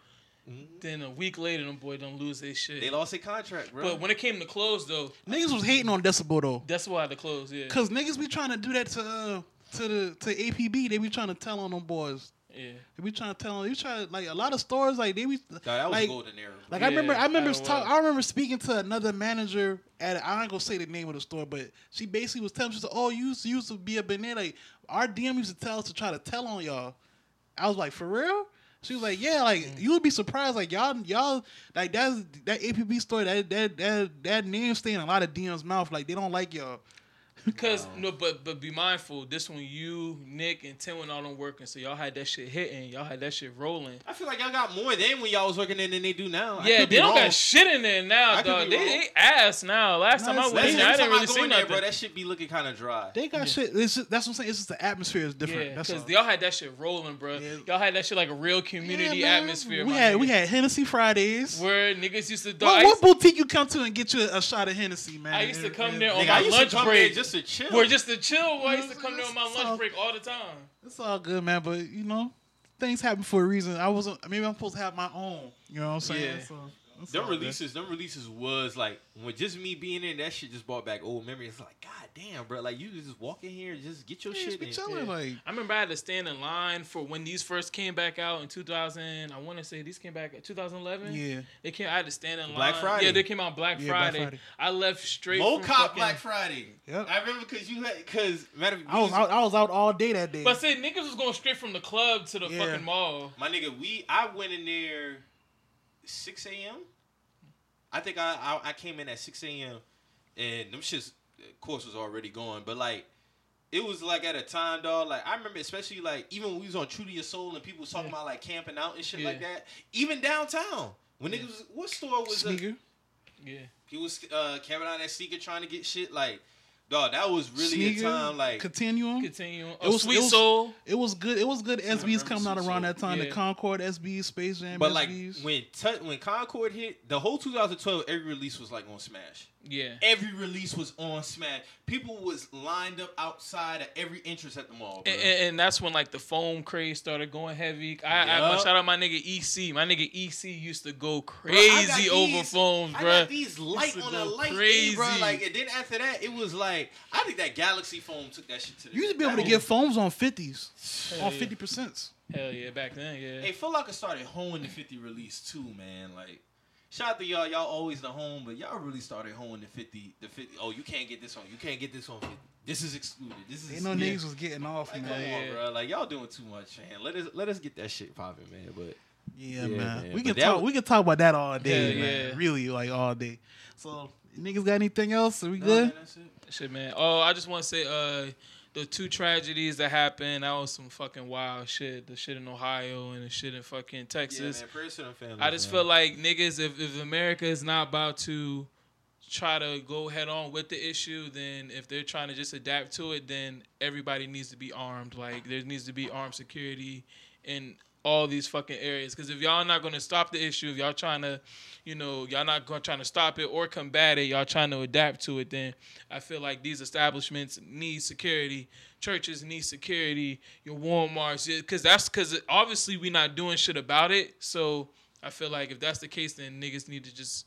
S3: Then a week later, them boy don't lose their shit.
S2: Mm-hmm. They lost their contract, bro.
S3: but when it came to close though,
S1: Niggas was hating on Decibel though,
S3: that's why had to close. Yeah,
S1: cause niggas be trying to do that to uh, to the to APB. They be trying to tell on them boys.
S3: yeah.
S1: They be trying to tell them. They try to like a lot of stores like they be
S2: Nah, that was
S1: like,
S2: golden era.
S1: Like
S3: Yeah,
S1: I remember, I remember
S3: I
S1: I,
S3: don't
S1: talk,
S3: know.
S1: I remember speaking to another manager at I ain't gonna say the name of the store, but she basically was telling she said, "Oh, you used to, you used to be a banana. Like our DM used to tell us to try to tell on y'all." I was like, "For real?" She was like, "Yeah, like
S3: Mm.
S1: you would be surprised. Like y'all, y'all like that's that APB store that that that that name stay in a lot of DMs mouth. Like they don't like y'all.
S3: Because no, but but be mindful. This one, you, Nick, and Tim went all on working, so y'all had that shit hitting. Y'all had that shit rolling.
S2: I feel like y'all got more then when y'all was working in than they do now. I
S3: Yeah,
S2: could be
S3: they don't
S2: wrong.
S3: got shit in there now,
S2: I could
S3: dog.
S2: be
S3: They,
S2: wrong.
S3: they ass now. Last
S1: No,
S3: time I
S1: it's-
S3: went,
S2: Last
S3: in,
S2: every
S3: I
S2: time
S3: didn't
S2: I
S3: really
S2: go
S3: see
S2: in there,
S3: nothing.
S2: bro, that shit be looking kind of dry.
S1: They got shit. It's just, that's what I'm saying. It's just the atmosphere is different.
S3: yeah,
S1: that's
S3: because
S1: all.
S3: y'all had that shit rolling, bro.
S1: Yeah.
S3: Y'all had that shit like a real community
S1: Yeah, man.
S3: atmosphere.
S1: We
S3: my
S1: had
S3: nigga.
S1: we had Hennessy Fridays.
S3: where niggas used to. Dog,
S1: What,
S3: I, used,
S1: what boutique you come to and get you a, a shot of Hennessy, man?
S3: I used to come there on
S2: Nigga,
S3: my
S2: I used to
S3: lunch
S2: come
S3: break.
S2: in just just to chill.
S3: Where just the chill boy used to
S1: it's-
S3: come
S1: it's-
S3: during my
S1: it's
S3: lunch
S1: all-
S3: break all the time.
S1: It's all good, man. But you know, things happen for a reason. I wasn't. Maybe I'm supposed to have my own. You know what I'm saying?
S3: Yeah.
S1: So, it's all
S2: them
S1: good.
S2: releases, them releases was like when just me being in that shit just brought back old memories. It's like, god damn, bro, like you just walk in here and just get your
S1: Yeah, just
S2: shit.
S1: be
S2: in.
S1: chilling,
S3: yeah.
S1: like
S3: I remember I had to stand in line for when these first came back out in 2000. I want to say these came back in 2011.
S1: yeah.
S3: They came. I had to stand in line.
S2: Black Friday.
S3: Yeah, they came out Black,
S1: Yeah, Black
S3: Friday.
S1: Friday.
S3: I left straight.
S2: Mo
S3: from
S2: Cop
S3: fucking-
S2: Black Friday.
S1: Yep.
S2: I remember because you had because matter of fact,
S1: I was out, I was out all day that day.
S3: But see, niggas was going straight from the club to the
S1: Yeah.
S3: fucking mall.
S2: my nigga. We I went in there six a.m. I think I, I I came in at six a.m. and them shits of course was already gone, but like. It was like at a time, dog. Like I remember, especially like even when we was on True to Your Soul and people was talking about like camping out and shit like
S3: Yeah.
S2: that. Even downtown, when
S3: Yeah.
S2: niggas, was- what store was uh,
S1: sneaker,
S3: Yeah.
S2: He was uh camping out at Seeker trying to get shit like dog, that was really
S1: sneaker,
S2: a time like
S1: continuum.
S3: Continue.
S1: It
S3: Oh,
S1: was-
S3: Sweet
S1: it was-
S3: Soul.
S1: It was good. It was good. SBs coming out around that time. The
S3: Yeah.
S1: Concord SBs, Space Jam
S2: but
S1: SBs.
S2: like when Tut when Concord hit, the whole 2012 every release was like on smash.
S3: Yeah.
S2: Every release was on smash. People was lined up outside at every entrance at the mall. Bro.
S3: And, and, and that's when like the foam craze started going heavy. I, I,
S2: Yup.
S3: shout out my nigga EC. My nigga EC used to
S2: I
S3: go
S2: got
S3: crazy over
S2: these-
S3: foams,
S2: I
S3: bro.
S2: got these light
S3: to
S2: on a
S3: go
S2: light, crazy.
S3: crazy.
S2: bro. Like and then after that, it was like I think that Galaxy phone took that shit to the.
S1: you used to be able to
S2: that
S1: get foams on fifties, on
S3: yeah.
S1: fifty percent.
S3: Hell yeah, back then, yeah.
S2: Hey, Foot Locker started honing the 50 release too, man. Like, shout out to y'all. Y'all always the home, but y'all really started honing the 50. The 50. Oh, you can't get this on. You can't get this on 50. This is excluded. This is
S1: Ain't no
S2: excluded.
S1: niggas was getting off,
S2: Like, come
S1: man.
S2: on,
S3: Yeah.
S2: bro. Like, y'all doing too much, man. Let us let us get that shit popping, man. But
S1: Yeah,
S2: Yeah,
S1: man.
S2: man.
S1: We
S2: But
S1: can
S2: that
S1: talk.
S2: was-
S1: we can talk about that all day,
S3: Yeah,
S1: man.
S3: yeah.
S1: Really, like all day. So, niggas got anything else? Are we
S2: No,
S1: good?
S2: man, that's it.
S3: Shit, man. Oh, I just want to say, uh, the two tragedies that happened, that was some fucking wild shit. The shit in Ohio and the shit in fucking
S2: Yeah,
S3: Texas.
S2: man. Prayers to them families,
S3: I just
S2: man.
S3: feel like niggas, if, if America is not about to try to go head on with the issue, then if they're trying to just adapt to it, then everybody needs to be armed. Like there needs to be armed security in all these fucking areas. Because if y'all not gonna stop the issue, if y'all trying to, you know, y'all not gonna trying to stop it or combat it, y'all trying to adapt to it, then I feel like these establishments need security. Churches need security. Your WalMarts, because that's because obviously we not doing shit about it. So I feel like if that's the case, then niggas need to just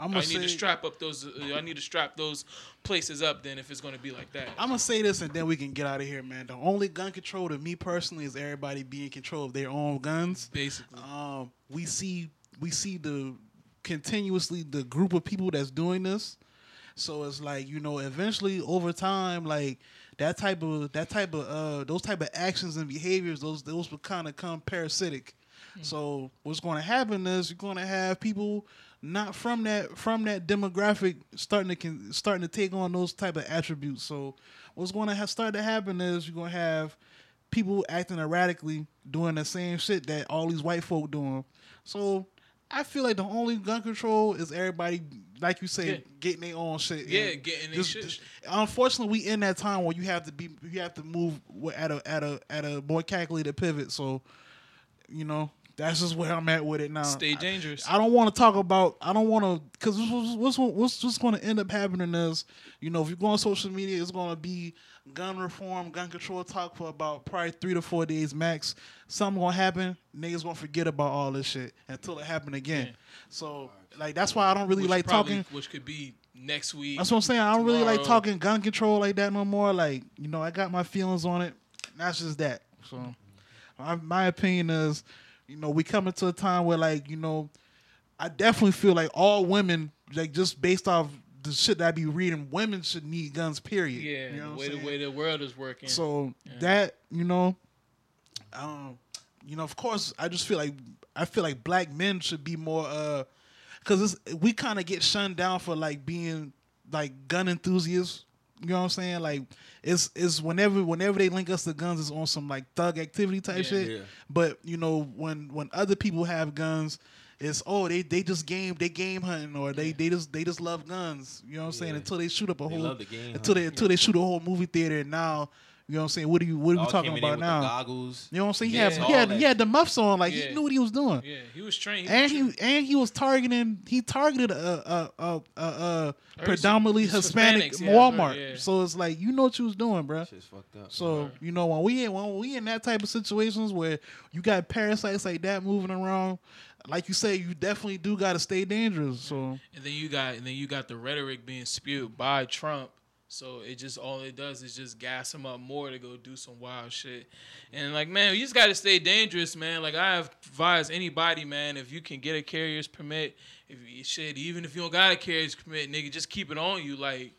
S1: I'm
S3: I
S1: gonna
S3: need to
S1: say.
S3: strap up those. uh, I need to strap those places up. Then if it's gonna be like that,
S1: I'm gonna say this, and then we can get out of here, man. The only gun control to me personally is everybody being in control of their own guns.
S3: basically,
S1: um, we see we see the continuously the group of people that's doing this. So it's like you know, eventually over time, like that type of that type of uh, those type of actions and behaviors, those those would kind of come parasitic. So what's going to happen is you're going to have people not from that from that demographic starting to con- starting to take on those type of attributes. So what's going to ha- start to happen is you're going to have people acting erratically doing the same shit that all these white folk doing. So I feel like the only gun control is everybody, like you say,
S3: Yeah.
S1: getting their own shit. and
S3: Yeah, getting their
S1: just-
S3: shit.
S1: just- Unfortunately, we in that time where you have to be, you have to move at a at a at a more calculated pivot. So, you know, that's just where I'm at with it now.
S3: stay
S1: I-
S3: dangerous.
S1: I don't want to talk about. I don't want to because what's what's, what's just going to end up happening is, you know, if you go on social media, it's going to be gun reform, gun control talk for about probably three to four days max. Something gonna happen. Niggas gonna forget about all this shit until it happen again. So like that's why I don't really
S3: which
S1: like
S3: probably-
S1: talking.
S3: which could be next week.
S1: That's what I'm saying. I don't really like
S3: tomorrow.
S1: talking gun control like that no more. Like you know, I got my feelings on it. And that's just that. So my, my opinion is, you know, we coming to a time where like you know, I definitely feel like all women like just based off the shit that I be reading, women should need guns. Period.
S3: Yeah,
S1: You know what I'm
S3: the way the
S1: saying?
S3: way the world is working.
S1: So that you know, um, you know, of course, I just feel like I feel like black men should be more, uh, because we kind of get shunned down for like being like gun enthusiasts. You know what I'm saying? Like it's it's whenever whenever they link us to guns, it's on some like thug activity type
S3: Yeah,
S1: shit.
S2: yeah.
S1: But you know when when other people have guns. It's oh they, they just game they game hunting or they, they just they just love guns you know what I'm saying
S2: Yeah.
S1: until they shoot up a
S2: They
S1: whole
S2: love the game,
S1: until
S2: huh?
S1: they until they shoot a whole movie theater and now You know what I'm saying? What are you? What are we
S2: All
S1: talking
S2: came in there
S1: about
S2: with
S1: now?
S2: The goggles.
S1: you know what I'm saying? He
S3: Yeah.
S1: had he had,
S2: All
S1: he had the muffs on, like
S3: Yeah.
S1: he knew what he was doing.
S3: Yeah, he was trained.
S1: And
S3: was
S1: he and he was targeting he targeted a a a, a, a
S3: Or
S1: predominantly
S3: it's- it's
S1: Hispanic
S3: Hispanics, yeah,
S1: Walmart.
S3: yeah.
S1: So it's like you know what you was doing, bruh.
S2: Shit's fucked up.
S1: So you know when we in when we in that type of situations where you got parasites like that moving around, like you say, you definitely do got to stay dangerous. So
S3: And then you got and then you got the rhetoric being spewed by Trump. So it just all it does is just gas him up more to go do some wild shit. And like man, you just gotta stay dangerous, man. Like I advise anybody, man, if you can get a carrier's permit, if you should, even if you don't got a carrier's permit, nigga, just keep it on you, like.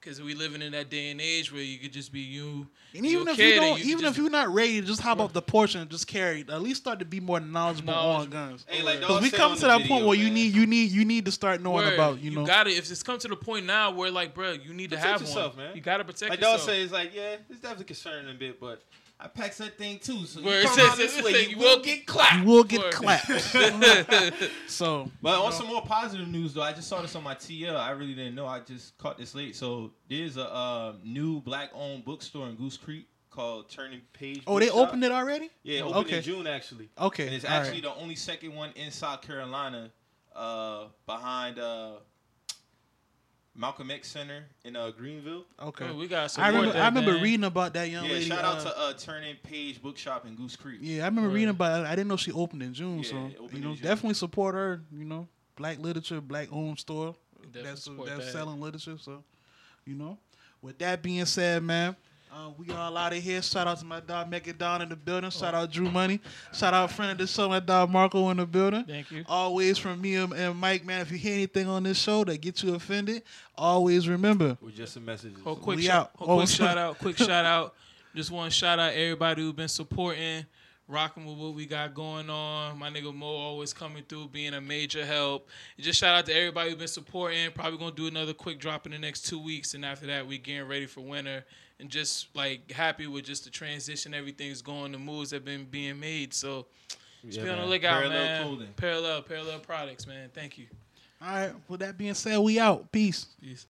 S3: Cause we living in that day and age where you could just be you.
S1: and even
S3: your
S1: if
S3: kid
S1: you
S3: and
S1: don't,
S3: could
S1: even
S3: just
S1: if you're not ready, just hop off the porch and just carry. At least start to be more knowledgeable on
S3: Knowledgeable.
S1: guns.
S2: Hey, like,
S1: Because
S2: dog
S1: we
S2: said
S1: come
S2: on
S1: to
S2: the
S1: that
S2: video,
S1: point where you
S2: man.
S1: need you need you need to start knowing
S3: Word.
S1: about you know.
S3: gotta if it's come to the point now where like bro you need to
S2: Protect
S3: have
S2: yourself,
S3: one
S2: man.
S3: you gotta protect
S2: Like dog
S3: yourself
S2: says, like yeah, it's definitely concerning a bit, but I packed something too. So you
S3: Where it
S2: come
S3: says
S2: out
S3: it's
S2: this way,
S3: like
S2: you will get
S1: you
S2: clapped.
S1: will get
S3: Word.
S1: clapped. so
S2: But on some more positive news though, I just saw this on my TL. I really didn't know. I just caught this late. So there's a uh, new black-owned bookstore in Goose Creek called Turning Page.
S1: oh, they
S2: Bookshop.
S1: opened it already.
S2: Yeah, it
S1: Oh,
S2: opened
S1: okay.
S2: in June actually.
S1: Okay,
S2: and it's
S1: all right.
S2: actually the only second one in South Carolina, uh, behind uh, Malcolm X Center in uh, Greenville.
S1: Okay.
S3: Bro, we got
S1: I remember, I remember
S3: man.
S1: reading about that young
S2: Yeah,
S1: lady.
S2: shout
S1: uh,
S2: out to uh, Turning Page Bookshop in Goose Creek.
S1: Yeah, I remember
S3: Right.
S1: reading about it. I didn't know she opened in June,
S2: Yeah,
S1: so
S2: it opened
S1: you
S2: in
S1: know,
S2: June.
S1: definitely support her. You know, black literature, black owned store.
S3: Definitely
S1: that's
S3: support
S1: that's
S3: that.
S1: selling literature. So, you know, with that being said, man. Uh, we all out of here. Shout out to my dog Mega Don in the building. Shout out Drew Money. Shout out friend of the show, my dog Marco in the building.
S3: Thank you. Oh,
S1: Always from me and, and Mike, man. If you hear anything on this show that gets you offended, always remember.
S2: With just some messages.
S3: Oh, quick
S1: We
S3: shout,
S1: out.
S3: oh,
S1: Oh,
S3: quick
S1: sorry.
S3: shout out, quick shout out. Just want to shout out everybody who's been supporting, rocking with what we got going on. My nigga Mo always coming through, being a major help. And just shout out to everybody who's been supporting. Probably gonna do another quick drop in the next two weeks, and after that, we getting ready for winter. And just like happy with just the transition, everything's going, the moves have been being made. So just be on the
S2: man.
S3: lookout,
S2: Parallel
S3: man.
S2: clothing.
S3: Parallel, parallel products, man. Thank you.
S1: All right. With that being said, we out. Peace.
S3: Peace.